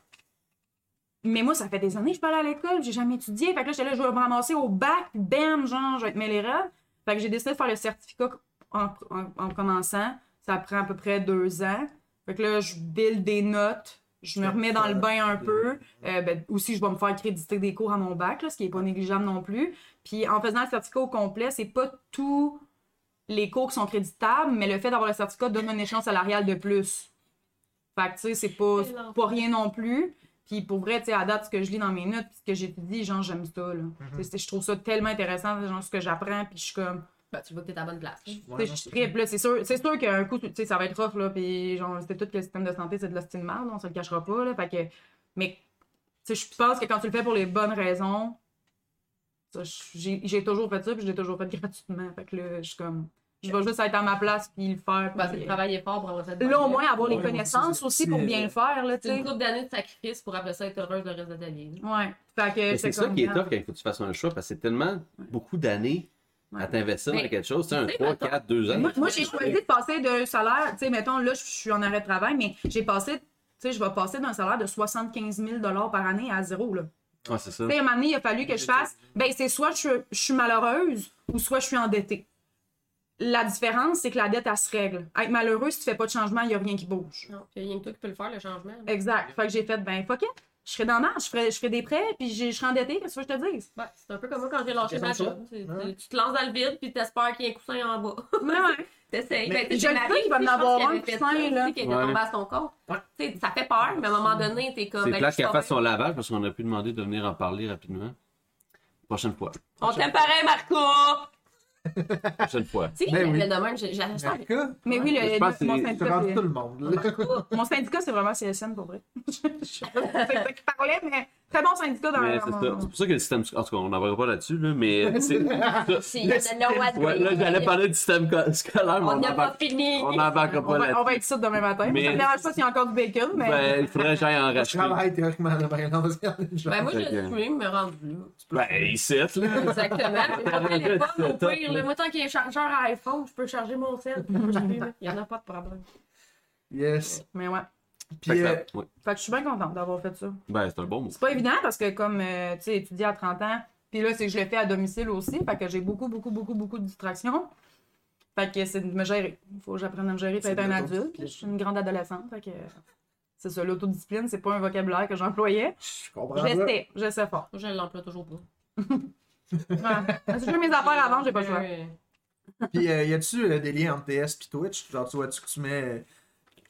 Speaker 5: mais moi, ça fait des années que je parle à l'école, j'ai jamais étudié. Fait que là, j'étais là, je vais me ramasser au bac, puis bam, genre, je vais être mêlérable. Fait que j'ai décidé de faire le certificat en, en- en commençant. Ça prend à peu près deux ans. Fait que là, je build des notes, je me remets dans le bain un peu. Euh, ben, aussi, je vais me faire créditer des cours à mon bac, là, ce qui n'est pas négligeable non plus. Puis en faisant le certificat au complet, c'est pas tous les cours qui sont créditables, mais le fait d'avoir le certificat donne un échelon salarial de plus. Fait que, tu sais, c'est pas,
Speaker 4: C'est long.
Speaker 5: pas rien non plus. Puis pour vrai, tu sais, à date, ce que je lis dans mes notes, puis ce que j'étudie, genre, j'aime ça, là. Tu sais, c'est- Je trouve ça tellement intéressant, genre, ce que j'apprends, puis je suis comme...
Speaker 4: Ben, tu vois que t'es à la bonne place.
Speaker 6: Ouais,
Speaker 5: Tu
Speaker 6: non,
Speaker 5: sais, je
Speaker 6: c'est-
Speaker 5: trippe, là, c'est sûr, c'est sûr qu'un coup, tu sais, ça va être rough, là, puis genre, c'est tout que le système de santé, c'est de l'hostie de merde, on se le cachera pas, là, fait que, mais, tu sais, je pense que quand tu le fais pour les bonnes raisons, ça, je- j'ai j'ai toujours fait ça, puis je l'ai toujours fait gratuitement, fait que là, je suis comme, Je vais juste être à ma place puis le faire.
Speaker 4: Bah, c'est
Speaker 5: puis, euh,
Speaker 4: de travailler fort pour avoir cette
Speaker 5: là, au
Speaker 4: bonne
Speaker 5: moins, avoir les
Speaker 6: Ouais,
Speaker 5: connaissances
Speaker 6: c'est-
Speaker 5: aussi
Speaker 6: c'est-
Speaker 5: pour bien le faire, là, tu
Speaker 4: C'est
Speaker 5: sais.
Speaker 4: une couple d'années de sacrifice pour après ça être heureuse le reste de ta vie.
Speaker 5: Ouais. Fait que
Speaker 3: Mais C'est ça
Speaker 5: comme-
Speaker 3: qui est tough quand il faut que tu fasses un choix parce que c'est tellement beaucoup d'années à t'investir dans
Speaker 4: Mais-
Speaker 3: quelque chose. Tu sais, Oh, un
Speaker 4: Tu sais,
Speaker 3: 3,
Speaker 4: mettons-
Speaker 3: 4, 2 ans.
Speaker 5: Moi, moi, j'ai choisi de passer de salaire, tu sais, mettons, là, je suis en arrêt de travail, mais j'ai passé, tu sais, je vais passer d'un salaire de 75 000 par année à zéro, là.
Speaker 3: Ah, c'est ça.
Speaker 5: Tu sais, à un moment donné, il a fallu que je fasse, ben, c'est soit je, je suis malheureuse ou soit je suis endettée. La différence, c'est que la dette, elle se règle. Être malheureux, si tu fais pas de changement, il n'y a rien qui bouge.
Speaker 4: Non, il y a que toi qui peut le faire, le changement. là.
Speaker 5: Exact. Fait que j'ai fait, ben, fuck it. Je serais dans la marge, je ferais, je ferais des prêts, puis je, je serais endettée, qu'est-ce que tu veux que je te dise?
Speaker 4: Ouais, Ben, c'est un peu comme moi quand j'ai lâché ma
Speaker 6: Question de
Speaker 4: job. Tu, tu- tu te lances dans le vide puis t'espères qu'il y a un coussin en bas.
Speaker 5: Ouais,
Speaker 4: T'essayes.
Speaker 5: Mais
Speaker 4: Ben, tu sais,
Speaker 5: je le
Speaker 4: Marie,
Speaker 5: sais qu'il va
Speaker 4: tu sais,
Speaker 5: en
Speaker 4: je pense
Speaker 5: avoir
Speaker 4: qu'elle
Speaker 5: un
Speaker 4: avait fait
Speaker 5: coussin, là.
Speaker 4: ça, tu sais, qu'elle était
Speaker 3: Ouais.
Speaker 4: tombée à son corps. Tu sais, ça fait peur, mais à un moment donné, t'es comme.
Speaker 3: C'est
Speaker 4: ben,
Speaker 3: plate
Speaker 4: je
Speaker 3: qu'elle
Speaker 4: suis
Speaker 3: fasse
Speaker 4: pas-
Speaker 3: son lavage parce qu'on a pu demander de venir en parler rapidement. Prochaine fois.
Speaker 4: On t'aime pareil, Marco!
Speaker 3: Prochaine fois.
Speaker 4: Tu sais,
Speaker 6: Ben
Speaker 4: le
Speaker 6: oui.
Speaker 4: demain, j'ai j'ai acheté un-
Speaker 6: Marca,
Speaker 5: Mais oui, le-
Speaker 3: Je pense que
Speaker 5: le- mon
Speaker 3: c'est-
Speaker 6: tu
Speaker 5: syndicat,
Speaker 6: rentres tout
Speaker 5: c'est-
Speaker 6: le monde. là.
Speaker 5: mon syndicat, c'est vraiment CSN pour vrai. Je sais pas si c'est ça qui parlait, mais très bon syndicat dans
Speaker 3: Mais
Speaker 5: dans
Speaker 3: c'est
Speaker 5: mon-
Speaker 3: ça. C'est pour ça que le système. En tout cas, on n'en pas là-dessus, là, mais c'est.
Speaker 4: Si, il y en a no one
Speaker 3: Ouais, là,
Speaker 4: doing
Speaker 3: j'allais
Speaker 4: it.
Speaker 3: parler du système co- scolaire, mais
Speaker 4: On
Speaker 3: on
Speaker 4: n'a pas
Speaker 3: n'embarque
Speaker 4: fini.
Speaker 3: on n'embarquera
Speaker 5: On va, on
Speaker 3: pas
Speaker 5: va
Speaker 3: là-dessus.
Speaker 5: être ici demain matin.
Speaker 3: Mais-
Speaker 5: Ça me dérange pas s'il y a encore du bacon, mais.
Speaker 3: Ben, il faudrait que j'aille en
Speaker 6: Je
Speaker 3: racheter.
Speaker 6: travaille théoriquement là, ben non, c'est un genre.
Speaker 4: Ben, moi, je
Speaker 3: Fait que-
Speaker 4: stream, me rendu.
Speaker 3: Ben, ici, là.
Speaker 4: Exactement. Je prends mon téléphone, au pire.
Speaker 3: C'est top.
Speaker 4: là. Moi, tant qu'il y a un chargeur à iPhone, je peux charger mon cell. Je peux streamer. Il n'y en a pas de problème.
Speaker 6: Yes.
Speaker 5: Mais ouais.
Speaker 3: Fait
Speaker 6: Puis,
Speaker 3: que ça-
Speaker 6: euh,
Speaker 3: ouais.
Speaker 5: Fait que je suis bien contente d'avoir fait ça.
Speaker 3: Ben, c'est un bon mot.
Speaker 5: C'est pas évident parce que, comme euh, tu sais, étudier à 30 ans, puis là, c'est que je le fais à domicile aussi. Fait que j'ai beaucoup, beaucoup, beaucoup, beaucoup de distractions. Fait que c'est de me gérer. Faut que j'apprenne à me gérer pour
Speaker 6: C'est
Speaker 5: être un
Speaker 6: de
Speaker 5: adulte.
Speaker 6: l'autodiscipline.
Speaker 5: Je suis une grande adolescente. Fait que. C'est ça, l'autodiscipline, c'est pas un vocabulaire que j'employais.
Speaker 6: je comprends ça.
Speaker 5: J'essaie, j'essaie fort.
Speaker 4: Moi, je l'emploie toujours pas.
Speaker 5: Ouais. Parce que je fais mes affaires avant, j'ai pas le choix.
Speaker 4: Euh,
Speaker 6: Puis, euh, y a-tu euh, des liens entre TS puis Twitch? Genre, tu vois-tu que tu mets euh,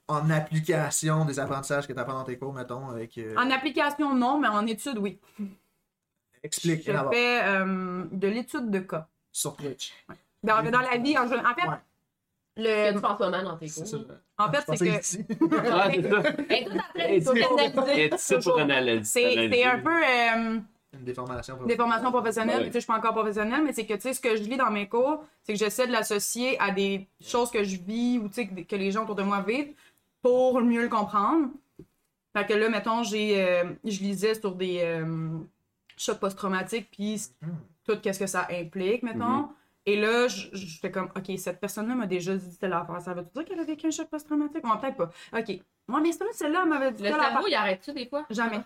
Speaker 6: en application des apprentissages que tu apprends dans tes cours, mettons, avec. euh,
Speaker 5: En application, non, mais en étude, oui.
Speaker 6: Explique
Speaker 5: Je
Speaker 6: d'abord,
Speaker 5: fais euh, de l'étude de cas. Ben,
Speaker 6: sur Twitch.
Speaker 5: Dans, dans la vie, en, gen- en fait,
Speaker 6: Ouais.
Speaker 4: Que
Speaker 5: le,
Speaker 4: tu penses moment dans tes
Speaker 6: C'est
Speaker 4: cours.
Speaker 6: ça.
Speaker 5: en fait c'est que
Speaker 3: Ah, c'est ça.
Speaker 4: Et tout après,
Speaker 3: Et
Speaker 4: il faut
Speaker 3: tu-
Speaker 4: canaliser.
Speaker 3: Et tu sais, pour analyser.
Speaker 5: c'est c'est un peu euh,
Speaker 6: Une déformation.
Speaker 5: des formations professionnelles.
Speaker 3: Ouais.
Speaker 5: mais tu sais, Je suis pas encore professionnelle, mais c'est que tu sais, ce que je lis dans mes cours, c'est que j'essaie de l'associer à des choses que je vis ou tu sais, que que les gens autour de moi vivent pour mieux le comprendre. Fait que là, mettons, j'ai, euh, je lisais sur des euh, chocs post-traumatiques, puis
Speaker 6: Mhm.
Speaker 5: tout qu'est-ce que ça implique, mettons. Et là, je- je fais comme, OK, cette personne-là m'a déjà dit telle affaire. Ça veut dire qu'elle a vécu un choc post-traumatique? Ouais, peut-être pas. OK. Moi, mais c'est pas celle-là elle m'avait dit
Speaker 4: Le
Speaker 5: telle affaire.
Speaker 4: cerveau, il arrête-tu des fois?
Speaker 5: Jamais.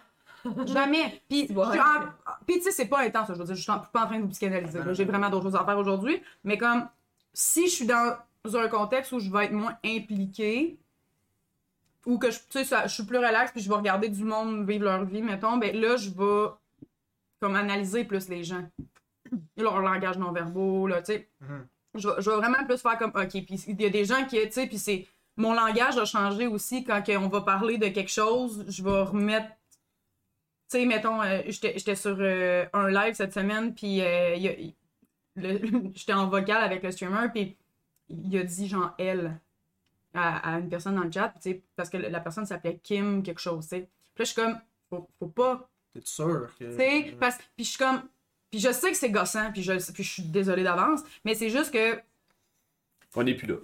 Speaker 5: Jamais. Puis,
Speaker 4: Tu vois,
Speaker 5: je-
Speaker 4: ouais.
Speaker 5: en- puis, tu sais, c'est pas intense. Je veux dire, je suis en- je suis pas en train de vous psychanalyser. là. J'ai vraiment d'autres choses à faire aujourd'hui. Mais comme, si je suis dans un contexte où je vais être moins impliquée, ou que je, tu sais, ça- je suis plus relax, puis je vais regarder du monde vivre leur vie, mettons, ben là, je vais comme analyser plus les gens. Leur langage non-verbal, là, tu sais.
Speaker 6: Mhm.
Speaker 5: Je vais- je vais vraiment plus faire comme, OK, puis il y a des gens qui, tu sais, puis c'est mon langage a changé aussi quand que on va parler de quelque chose. Je vais remettre. Tu sais, mettons, euh, j'étais j'étais sur euh, un live cette semaine, puis euh, il y a- il- le- j'étais en vocal avec le streamer, puis il a dit genre elle à, à une personne dans le chat, tu sais, parce que la personne s'appelait Kim quelque chose, tu sais. Puis là, je suis comme, faut, faut pas
Speaker 6: T'es sûr que.
Speaker 5: tu sais, parce puis je suis comme puis je sais que c'est gossant, puis je le sais- puis je suis désolée d'avance, mais c'est juste que
Speaker 3: On n'est plus là.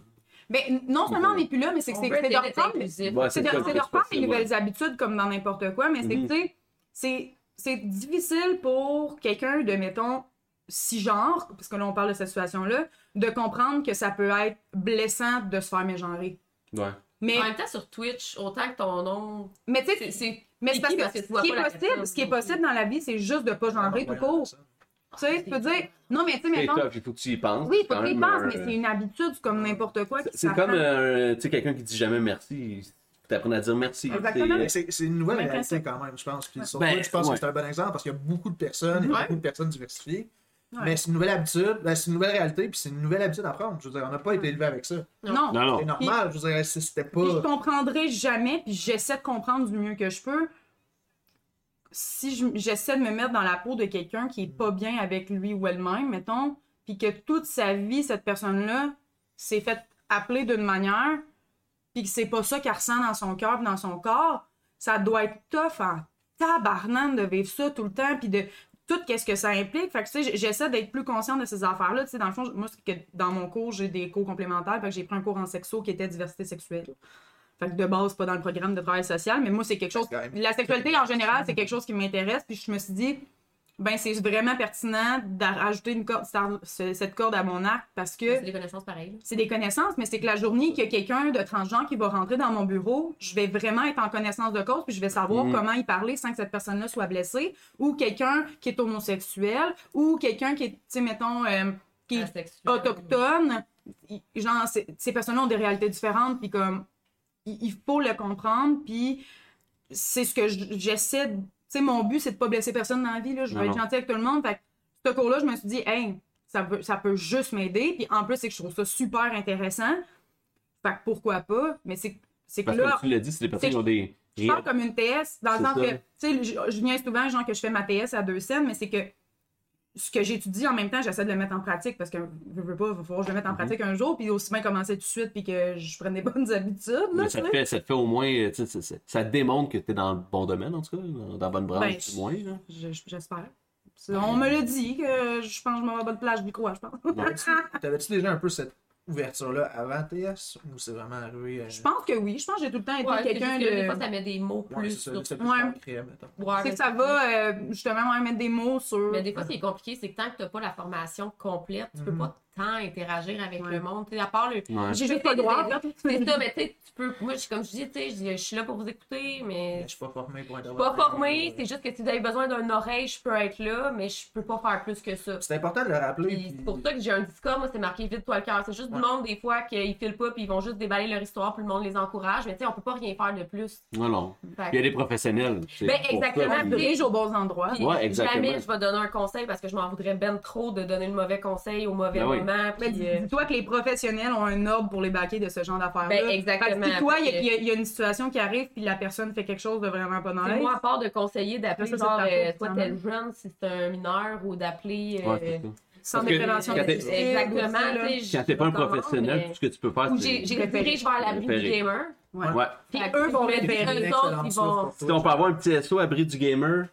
Speaker 5: ben non seulement on n'est plus là, mais c'est que
Speaker 4: On
Speaker 5: c'est
Speaker 4: veut
Speaker 5: c'est de
Speaker 4: essayer d'être
Speaker 5: reprendre
Speaker 4: inclusif.
Speaker 3: Ouais,
Speaker 5: c'est de,
Speaker 3: Ah, ça,
Speaker 5: c'est de
Speaker 3: qu'est-ce
Speaker 5: reprendre
Speaker 3: que
Speaker 5: les
Speaker 3: c'est, ouais.
Speaker 5: nouvelles habitudes comme dans n'importe quoi, mais c'est que,
Speaker 3: Mhm.
Speaker 5: tu sais, c'est- c'est difficile pour quelqu'un de, mettons, si genre, parce que là on parle de cette situation-là, de comprendre que ça peut être blessant de se faire mégenrer.
Speaker 3: Ouais.
Speaker 5: Mais,
Speaker 4: En même temps, sur Twitch, autant que ton nom,
Speaker 5: mais tu
Speaker 4: c'est-
Speaker 5: sais,
Speaker 4: c'est.
Speaker 5: mais c'est parce
Speaker 4: piqué
Speaker 5: que
Speaker 4: parce que tu vois
Speaker 5: ce qui
Speaker 4: pas
Speaker 5: est
Speaker 4: la
Speaker 5: possible,
Speaker 4: personne. Ah,
Speaker 5: ce qui est possible dans la vie, c'est juste de pas
Speaker 6: Ah,
Speaker 5: genrer tout court. Tu sais, tu peux dire, non mais tu sais,
Speaker 3: C'est
Speaker 5: mettons,
Speaker 3: tough, il faut que tu y penses.
Speaker 5: Oui, faut
Speaker 3: quand
Speaker 5: que tu y
Speaker 3: même,
Speaker 5: penses,
Speaker 3: euh,
Speaker 5: mais c'est une habitude c'est comme n'importe quoi. qui
Speaker 3: C'est
Speaker 5: s'apprend.
Speaker 3: comme euh, tu sais, quelqu'un qui dit jamais merci. Faut T'apprendre à dire merci.
Speaker 5: Exactement.
Speaker 3: C'est-
Speaker 6: Mais C'est c'est une nouvelle
Speaker 5: Même
Speaker 6: réalité quand même, je pense. Puis sur
Speaker 3: Ben,
Speaker 6: Twitch, je pense
Speaker 3: ouais.
Speaker 6: que c'est un bon exemple parce qu'il y a beaucoup de personnes, il y a
Speaker 5: Ouais.
Speaker 6: beaucoup de personnes diversifiées.
Speaker 5: Ouais.
Speaker 6: Mais c'est une nouvelle habitude, ben, c'est une nouvelle réalité, puis c'est une nouvelle habitude à prendre. Je veux dire, on n'a pas été élevé avec ça.
Speaker 5: Non.
Speaker 3: Non,
Speaker 6: C'est
Speaker 3: non.
Speaker 6: normal, je veux dire, si c'était
Speaker 5: Puis je
Speaker 6: pas.
Speaker 5: comprendrai jamais, puis j'essaie de comprendre du mieux que je peux. Si je- j'essaie de me mettre dans la peau de quelqu'un qui est pas bien avec lui ou elle-même, mettons, puis que toute sa vie, cette personne-là s'est faite appeler d'une manière, puis que c'est pas ça qu'elle ressent dans son cœur, puis dans son corps, ça doit être tough en tabarnane de vivre ça tout le temps, puis de tout qu'est-ce que ça implique. Fait que, tu sais, j'essaie d'être plus consciente de ces affaires-là. Tu sais, dans le fond, moi, c'est que dans mon cours, j'ai des cours complémentaires. Fait que j'ai pris un cours en sexo qui était diversité sexuelle. Fait que de base, c'est pas dans le programme de travail social, mais moi, c'est quelque chose.
Speaker 6: Quand même.
Speaker 5: La sexualité en général, c'est quelque chose qui m'intéresse. Puis je me suis dit, ben, c'est vraiment pertinent d'ajouter une corde, cette corde à mon arc parce que
Speaker 4: C'est des connaissances pareilles.
Speaker 5: c'est des connaissances, mais c'est que la journée qu'il y a quelqu'un de transgenre qui va rentrer dans mon bureau, je vais vraiment être en connaissance de cause, puis je vais savoir
Speaker 2: Mhm.
Speaker 5: comment y parler sans que cette personne-là soit blessée, ou quelqu'un qui est homosexuel, ou quelqu'un qui est, tu sais, mettons, euh, qui
Speaker 4: Ah,
Speaker 5: est
Speaker 4: Asexuelles.
Speaker 5: autochtones. i- Genre, c'est- ces personnes-là ont des réalités différentes, puis comme, il il faut le comprendre, puis c'est ce que j- j'essaie. de- Tu sais, mon but, c'est de pas blesser personne dans la vie, là. Je
Speaker 2: Non,
Speaker 5: veux être
Speaker 2: non.
Speaker 5: gentil avec tout le monde. Fait que ce cours-là, je me suis dit, hey, ça peut, ça peut juste m'aider, puis en plus, c'est que je trouve ça super intéressant. Fait que pourquoi pas, mais c'est c'est que
Speaker 3: Parce que
Speaker 5: là,
Speaker 3: comme tu l'as dit, c'est des personnes qui ont des.
Speaker 5: je parle comme une TS, dans le
Speaker 3: C'est
Speaker 5: sens
Speaker 3: ça.
Speaker 5: que, tu sais, je, je viens souvent, genre, que je fais ma TS à deux scènes, mais c'est que ce que j'étudie en même temps, j'essaie de le mettre en pratique parce que je veux pas, il va falloir que je le mette en
Speaker 3: Mhm.
Speaker 5: pratique un jour, puis aussi bien commencer tout de suite, puis que je prenne des bonnes habitudes. Là,
Speaker 3: Mais ça,
Speaker 5: tu
Speaker 3: te
Speaker 5: sais.
Speaker 3: fait, ça te fait au moins. euh, tu sais, Ça, ça, ça te démontre que t'es dans le bon domaine, en tout cas, dans dans la bonne branche,
Speaker 5: Ben,
Speaker 3: du moins. là.
Speaker 5: Je- je- J'espère. On me le dit que je pense que je m'en vais à la bonne plage du croix, je pense.
Speaker 3: Euh.
Speaker 6: T'avais-tu- T'avais-tu déjà un peu cette ouverture-là avant TS ou c'est vraiment arrivé? euh,
Speaker 5: Je pense que oui. Je pense que j'ai tout le temps été
Speaker 4: Ouais, c'est
Speaker 5: quelqu'un
Speaker 4: juste que Des fois,
Speaker 5: de.
Speaker 4: ça met des mots plus.
Speaker 6: ouais, c'est ça,
Speaker 4: sur-
Speaker 6: c'est plus
Speaker 5: Ouais.
Speaker 6: concret, mettons.
Speaker 4: Ouais,
Speaker 5: C'est
Speaker 4: mais
Speaker 5: que ça va euh, justement ouais, mettre des mots sur.
Speaker 4: Mais des fois, ce qui est compliqué, c'est que tant que tu n'as pas la formation complète, tu peux
Speaker 6: Mhm.
Speaker 4: pas tant interagir avec
Speaker 5: Ouais.
Speaker 4: le monde. Tu sais, à part le.
Speaker 3: Ouais.
Speaker 5: J'ai juste pas le droit.
Speaker 4: C'est ça, mais tu sais, tu peux. Moi, je suis comme je dis, tu sais, je je suis là pour vous écouter, mais
Speaker 6: Je suis pas formé pour euh,
Speaker 4: je
Speaker 6: être
Speaker 4: suis pas formée. C'est juste que si vous avez besoin d'une oreille, je peux être là, mais je peux pas faire plus que ça.
Speaker 6: C'est important de le rappeler.
Speaker 4: Puis
Speaker 6: puis-
Speaker 4: c'est pour ça que j'ai un Discord, moi, c'est marqué vide-toi le cœur. C'est juste
Speaker 6: Ouais.
Speaker 4: du monde, des fois, qu'ils filent pas, puis ils vont juste déballer leur histoire, puis le monde les encourage. Mais tu sais, on peut pas rien faire de plus.
Speaker 3: Non, non.
Speaker 4: Fait que-
Speaker 3: Il y a des professionnels. c'est
Speaker 4: Ben,
Speaker 3: pour ça,
Speaker 4: exactement.
Speaker 3: puis-
Speaker 5: On se dirige aux bons endroits.
Speaker 4: Puis
Speaker 3: Ouais, exactement.
Speaker 4: Jamais je vais donner un conseil parce que je m'en voudrais ben trop de donner le mauvais conseil au mauvais
Speaker 3: Ben oui.
Speaker 4: moment.
Speaker 5: Mais
Speaker 4: Puis,
Speaker 5: dis-
Speaker 4: euh,
Speaker 5: dis-toi que les professionnels ont un ordre pour les baquets de ce genre d'affaires-là.
Speaker 4: Ben,
Speaker 5: Fait que
Speaker 4: exactement.
Speaker 5: si toi, il y,
Speaker 4: Fait
Speaker 5: a- il
Speaker 4: que-
Speaker 5: y a- il y a une situation qui arrive, puis la personne fait quelque chose de vraiment pas dans
Speaker 4: C'est
Speaker 5: l'aise.
Speaker 4: moi, à part de conseiller d'appeler
Speaker 5: Ça, c'est
Speaker 4: genre,
Speaker 5: ta faute,
Speaker 4: euh, soit
Speaker 5: finalement.
Speaker 4: tel jeune si c'est un mineur ou d'appeler. euh,
Speaker 3: Ouais, c'est ça.
Speaker 5: Sans
Speaker 3: Parce
Speaker 5: des
Speaker 3: que-
Speaker 5: préventions
Speaker 3: quand t'es-
Speaker 5: difficiles, aussi, là.
Speaker 4: Exactement. tu sais,
Speaker 3: Quand t'es pas un
Speaker 4: je-
Speaker 3: professionnel,
Speaker 4: mais-
Speaker 3: tout ce que tu peux faire,
Speaker 4: Ou
Speaker 3: c'est.
Speaker 4: j'ai j'ai dirige vers l'abri du
Speaker 3: Référé.
Speaker 4: gamer.
Speaker 5: Ouais.
Speaker 3: Ouais.
Speaker 5: Puis
Speaker 4: Fait que
Speaker 5: eux
Speaker 4: si
Speaker 5: vont
Speaker 4: je me dis
Speaker 5: référer.
Speaker 4: que
Speaker 6: Une
Speaker 4: Eux
Speaker 6: excellente
Speaker 4: autres, ils
Speaker 6: source
Speaker 4: vont.
Speaker 6: pour
Speaker 3: Si
Speaker 6: toi.
Speaker 3: on peut avoir un petit SO abri du gamer,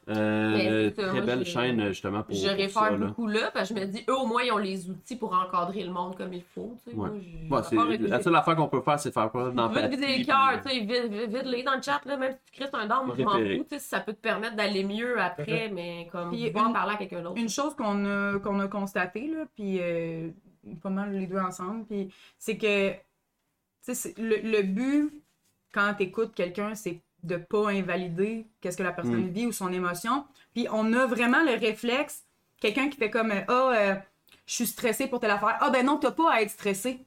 Speaker 4: Ben,
Speaker 3: euh,
Speaker 4: c'est ça,
Speaker 3: très
Speaker 4: moi,
Speaker 3: belle
Speaker 4: j'ai-
Speaker 3: chaîne euh, justement pour,
Speaker 4: Je
Speaker 3: pour
Speaker 4: réfère
Speaker 3: ça. là.
Speaker 4: beaucoup là, parce que je me dis, eux au moins, ils ont les outils pour encadrer le monde comme il faut. tu sais.
Speaker 3: Ouais.
Speaker 4: Moi, je-
Speaker 3: Ouais,
Speaker 4: à
Speaker 3: c'est-
Speaker 4: part être-
Speaker 3: la seule affaire qu'on peut faire, c'est faire preuve
Speaker 4: Vite
Speaker 3: d'empathie.
Speaker 4: vider le cœur, tu sais, vide, vide, les dans le chat, là, même si tu crisses un dent, moi, je m'en
Speaker 3: Référé.
Speaker 4: fous, tu sais, si ça peut te permettre d'aller mieux après, mais comme,
Speaker 5: Puis
Speaker 4: va en
Speaker 5: une-
Speaker 4: parler à quelqu'un d'autre.
Speaker 5: Une chose qu'on a, qu'on a constatée, là, puis euh, pas mal les deux ensemble, puis c'est que tu sais, c'est- le, le but, quand tu écoutes quelqu'un, c'est de pas invalider qu'est-ce que la personne vit ou son émotion. Puis on a vraiment le réflexe, quelqu'un qui fait comme euh, « Ah, euh, je suis stressé pour telle affaire. Ah ben non, t'as pas à être stressé. »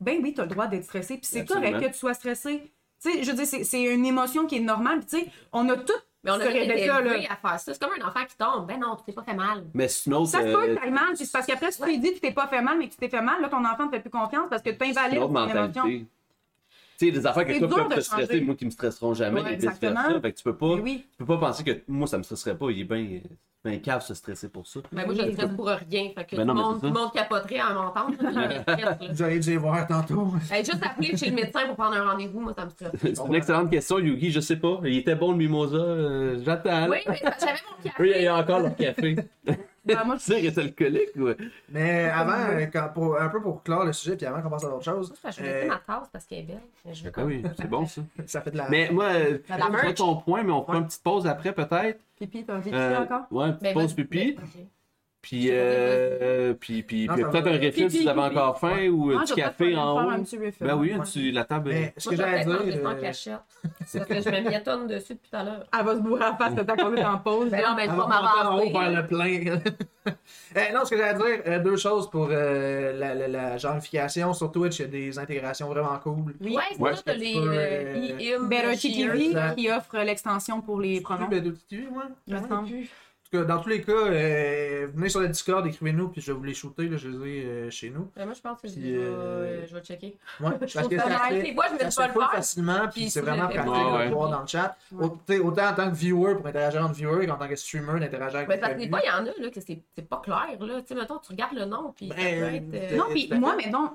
Speaker 5: Ben oui, t'as le droit d'être stressé, puis c'est
Speaker 3: Absolument.
Speaker 5: correct que tu sois stressé. Tu sais, je veux dire, c'est- c'est une émotion qui est normale, puis tu sais, on a tout
Speaker 4: Mais on a
Speaker 5: ce
Speaker 4: tous été
Speaker 5: réflexe-là, là.
Speaker 4: élevés à faire ça. C'est comme un enfant qui tombe. Ben non, tu t'es pas fait mal.
Speaker 3: Mais sinon,
Speaker 5: Ça se peut tellement, puis c'est parce qu'après, si tu lui dis que tu t'es pas fait mal, mais que tu t'es fait mal, là, ton enfant ne te fait plus confiance parce que tu
Speaker 3: c'est
Speaker 5: invalides
Speaker 3: une autre
Speaker 5: son
Speaker 3: mentalité.
Speaker 5: émotion.
Speaker 3: Tu sais, des affaires que
Speaker 5: C'est
Speaker 3: toi
Speaker 5: dur
Speaker 3: peuvent
Speaker 5: de
Speaker 3: te stresser,
Speaker 5: changer.
Speaker 3: moi qui me stresseront jamais,
Speaker 5: Ouais,
Speaker 3: et vice-versa.
Speaker 5: exactement.
Speaker 3: Fait que tu peux
Speaker 5: Mais
Speaker 3: pas,
Speaker 5: Eh Oui,
Speaker 3: tu peux pas penser que moi ça me stresserait pas, il est bien ben cave se stresser pour ça.
Speaker 4: Ben moi, je le stresse pour rien. Fait que
Speaker 3: Ben
Speaker 4: tout, le
Speaker 3: non, mais
Speaker 4: monde,
Speaker 3: c'est ça.
Speaker 4: tout le monde capoterait à m'entendre.
Speaker 6: Vous allez dû les voir tantôt.
Speaker 4: euh, hey, juste appeler chez le médecin pour prendre un rendez-vous, moi, ça me stresse.
Speaker 3: C'est une excellente question, Yugi, je sais pas. Il était bon le mimosa, euh, j'attends.
Speaker 4: Oui, oui, j'avais mon
Speaker 3: Eux, il
Speaker 4: café.
Speaker 3: y a encore leur café.
Speaker 5: Ben, moi,
Speaker 3: Tu sais, reste alcoolique, ouais.
Speaker 6: Mais avant, euh, quand- pour- un peu pour clore le sujet, puis avant qu'on passe à d'autres choses,
Speaker 4: Je vais
Speaker 6: euh,
Speaker 4: laisser ma tasse parce qu'elle est belle. Mais Je veux
Speaker 3: Ah
Speaker 4: comme...
Speaker 3: oui, c'est bon ça.
Speaker 6: ça fait de la.
Speaker 3: Mais moi, euh,
Speaker 4: La merch.
Speaker 3: c'est ton point, mais on fera une petite pause après peut-être.
Speaker 5: pipi, t'as envie de
Speaker 3: Euh,
Speaker 5: ça encore?
Speaker 3: ouais, une petite
Speaker 4: Ben,
Speaker 3: pause
Speaker 4: vas-y.
Speaker 3: pipi.
Speaker 4: Ok.
Speaker 3: Puis, euh, puis, puis,
Speaker 6: Non,
Speaker 3: puis
Speaker 6: ça
Speaker 3: peut-être
Speaker 6: va.
Speaker 3: un refill si vous avez
Speaker 4: Pipi,
Speaker 3: encore faim ou un
Speaker 5: Ah,
Speaker 3: petit
Speaker 5: je vais
Speaker 3: café
Speaker 5: peut-être faire
Speaker 3: en
Speaker 5: un
Speaker 3: haut.
Speaker 5: petit refill.
Speaker 3: Ben oui,
Speaker 5: Ouais.
Speaker 3: un petit- la table.
Speaker 6: Mais ce
Speaker 4: Moi, je
Speaker 6: que
Speaker 4: vais
Speaker 6: j'allais
Speaker 4: peut-être manger
Speaker 6: dire.
Speaker 4: sans
Speaker 6: euh,
Speaker 4: cachette. Parce que je me miétonne dessus depuis tout à l'heure.
Speaker 5: Elle va se bourrer en face de temps qu'on est en pause.
Speaker 4: Ben non, mais je vais
Speaker 6: Avant qu'on en haut vers
Speaker 4: m'avancer.
Speaker 6: le plein. Eh, non, ce que j'allais dire, euh, deux choses pour euh, la, la- la genrification. Sur Twitch, il y a des intégrations vraiment cool.
Speaker 4: Oui, c'est
Speaker 3: Ouais.
Speaker 4: ça, t'as les
Speaker 6: Euh,
Speaker 4: euh, IM,
Speaker 5: Better
Speaker 4: Cheers.
Speaker 5: Chickiri
Speaker 6: Cheers.
Speaker 3: Ben.
Speaker 5: qui offre l'extension pour les pronoms.
Speaker 6: Ben, de petits, ouais.
Speaker 5: me semble.
Speaker 6: En tout cas, dans tous les cas, euh, venez sur le Discord, écrivez-nous, puis je vais vous les shooter, là, je les ai euh, chez nous.
Speaker 4: Ben, Moi, je pense que je
Speaker 6: Puis,
Speaker 4: vais euh,
Speaker 6: euh,
Speaker 4: je vais checker.
Speaker 6: Ouais,
Speaker 4: Je
Speaker 6: parce
Speaker 4: trouve
Speaker 6: que
Speaker 4: ça
Speaker 6: ça
Speaker 4: nice.
Speaker 6: fait-
Speaker 4: Des fois, je me
Speaker 6: ça
Speaker 4: dis
Speaker 6: se
Speaker 4: pas le
Speaker 6: fait
Speaker 4: faire.
Speaker 6: facilement,
Speaker 4: puis
Speaker 6: puis c'est
Speaker 4: tu le
Speaker 6: vraiment
Speaker 4: fais
Speaker 6: pratique
Speaker 3: pas.
Speaker 6: de
Speaker 3: Ouais,
Speaker 6: le voir
Speaker 4: ouais.
Speaker 6: dans le chat.
Speaker 5: Ouais.
Speaker 6: Au- t'sais, Autant en tant que viewer pour interagir en viewer qu'en tant que streamer d'interagir avec
Speaker 4: Mais
Speaker 6: le
Speaker 4: Ben,
Speaker 5: Euh,
Speaker 4: parce que des
Speaker 6: public.
Speaker 4: fois, il y en a là, que c'est c'est pas clair. Là. Tu sais, mettons, tu regardes le nom, puis ça peut
Speaker 6: Ben,
Speaker 4: être. euh,
Speaker 6: euh,
Speaker 5: Non, puis moi,
Speaker 3: Ah.
Speaker 5: mais non,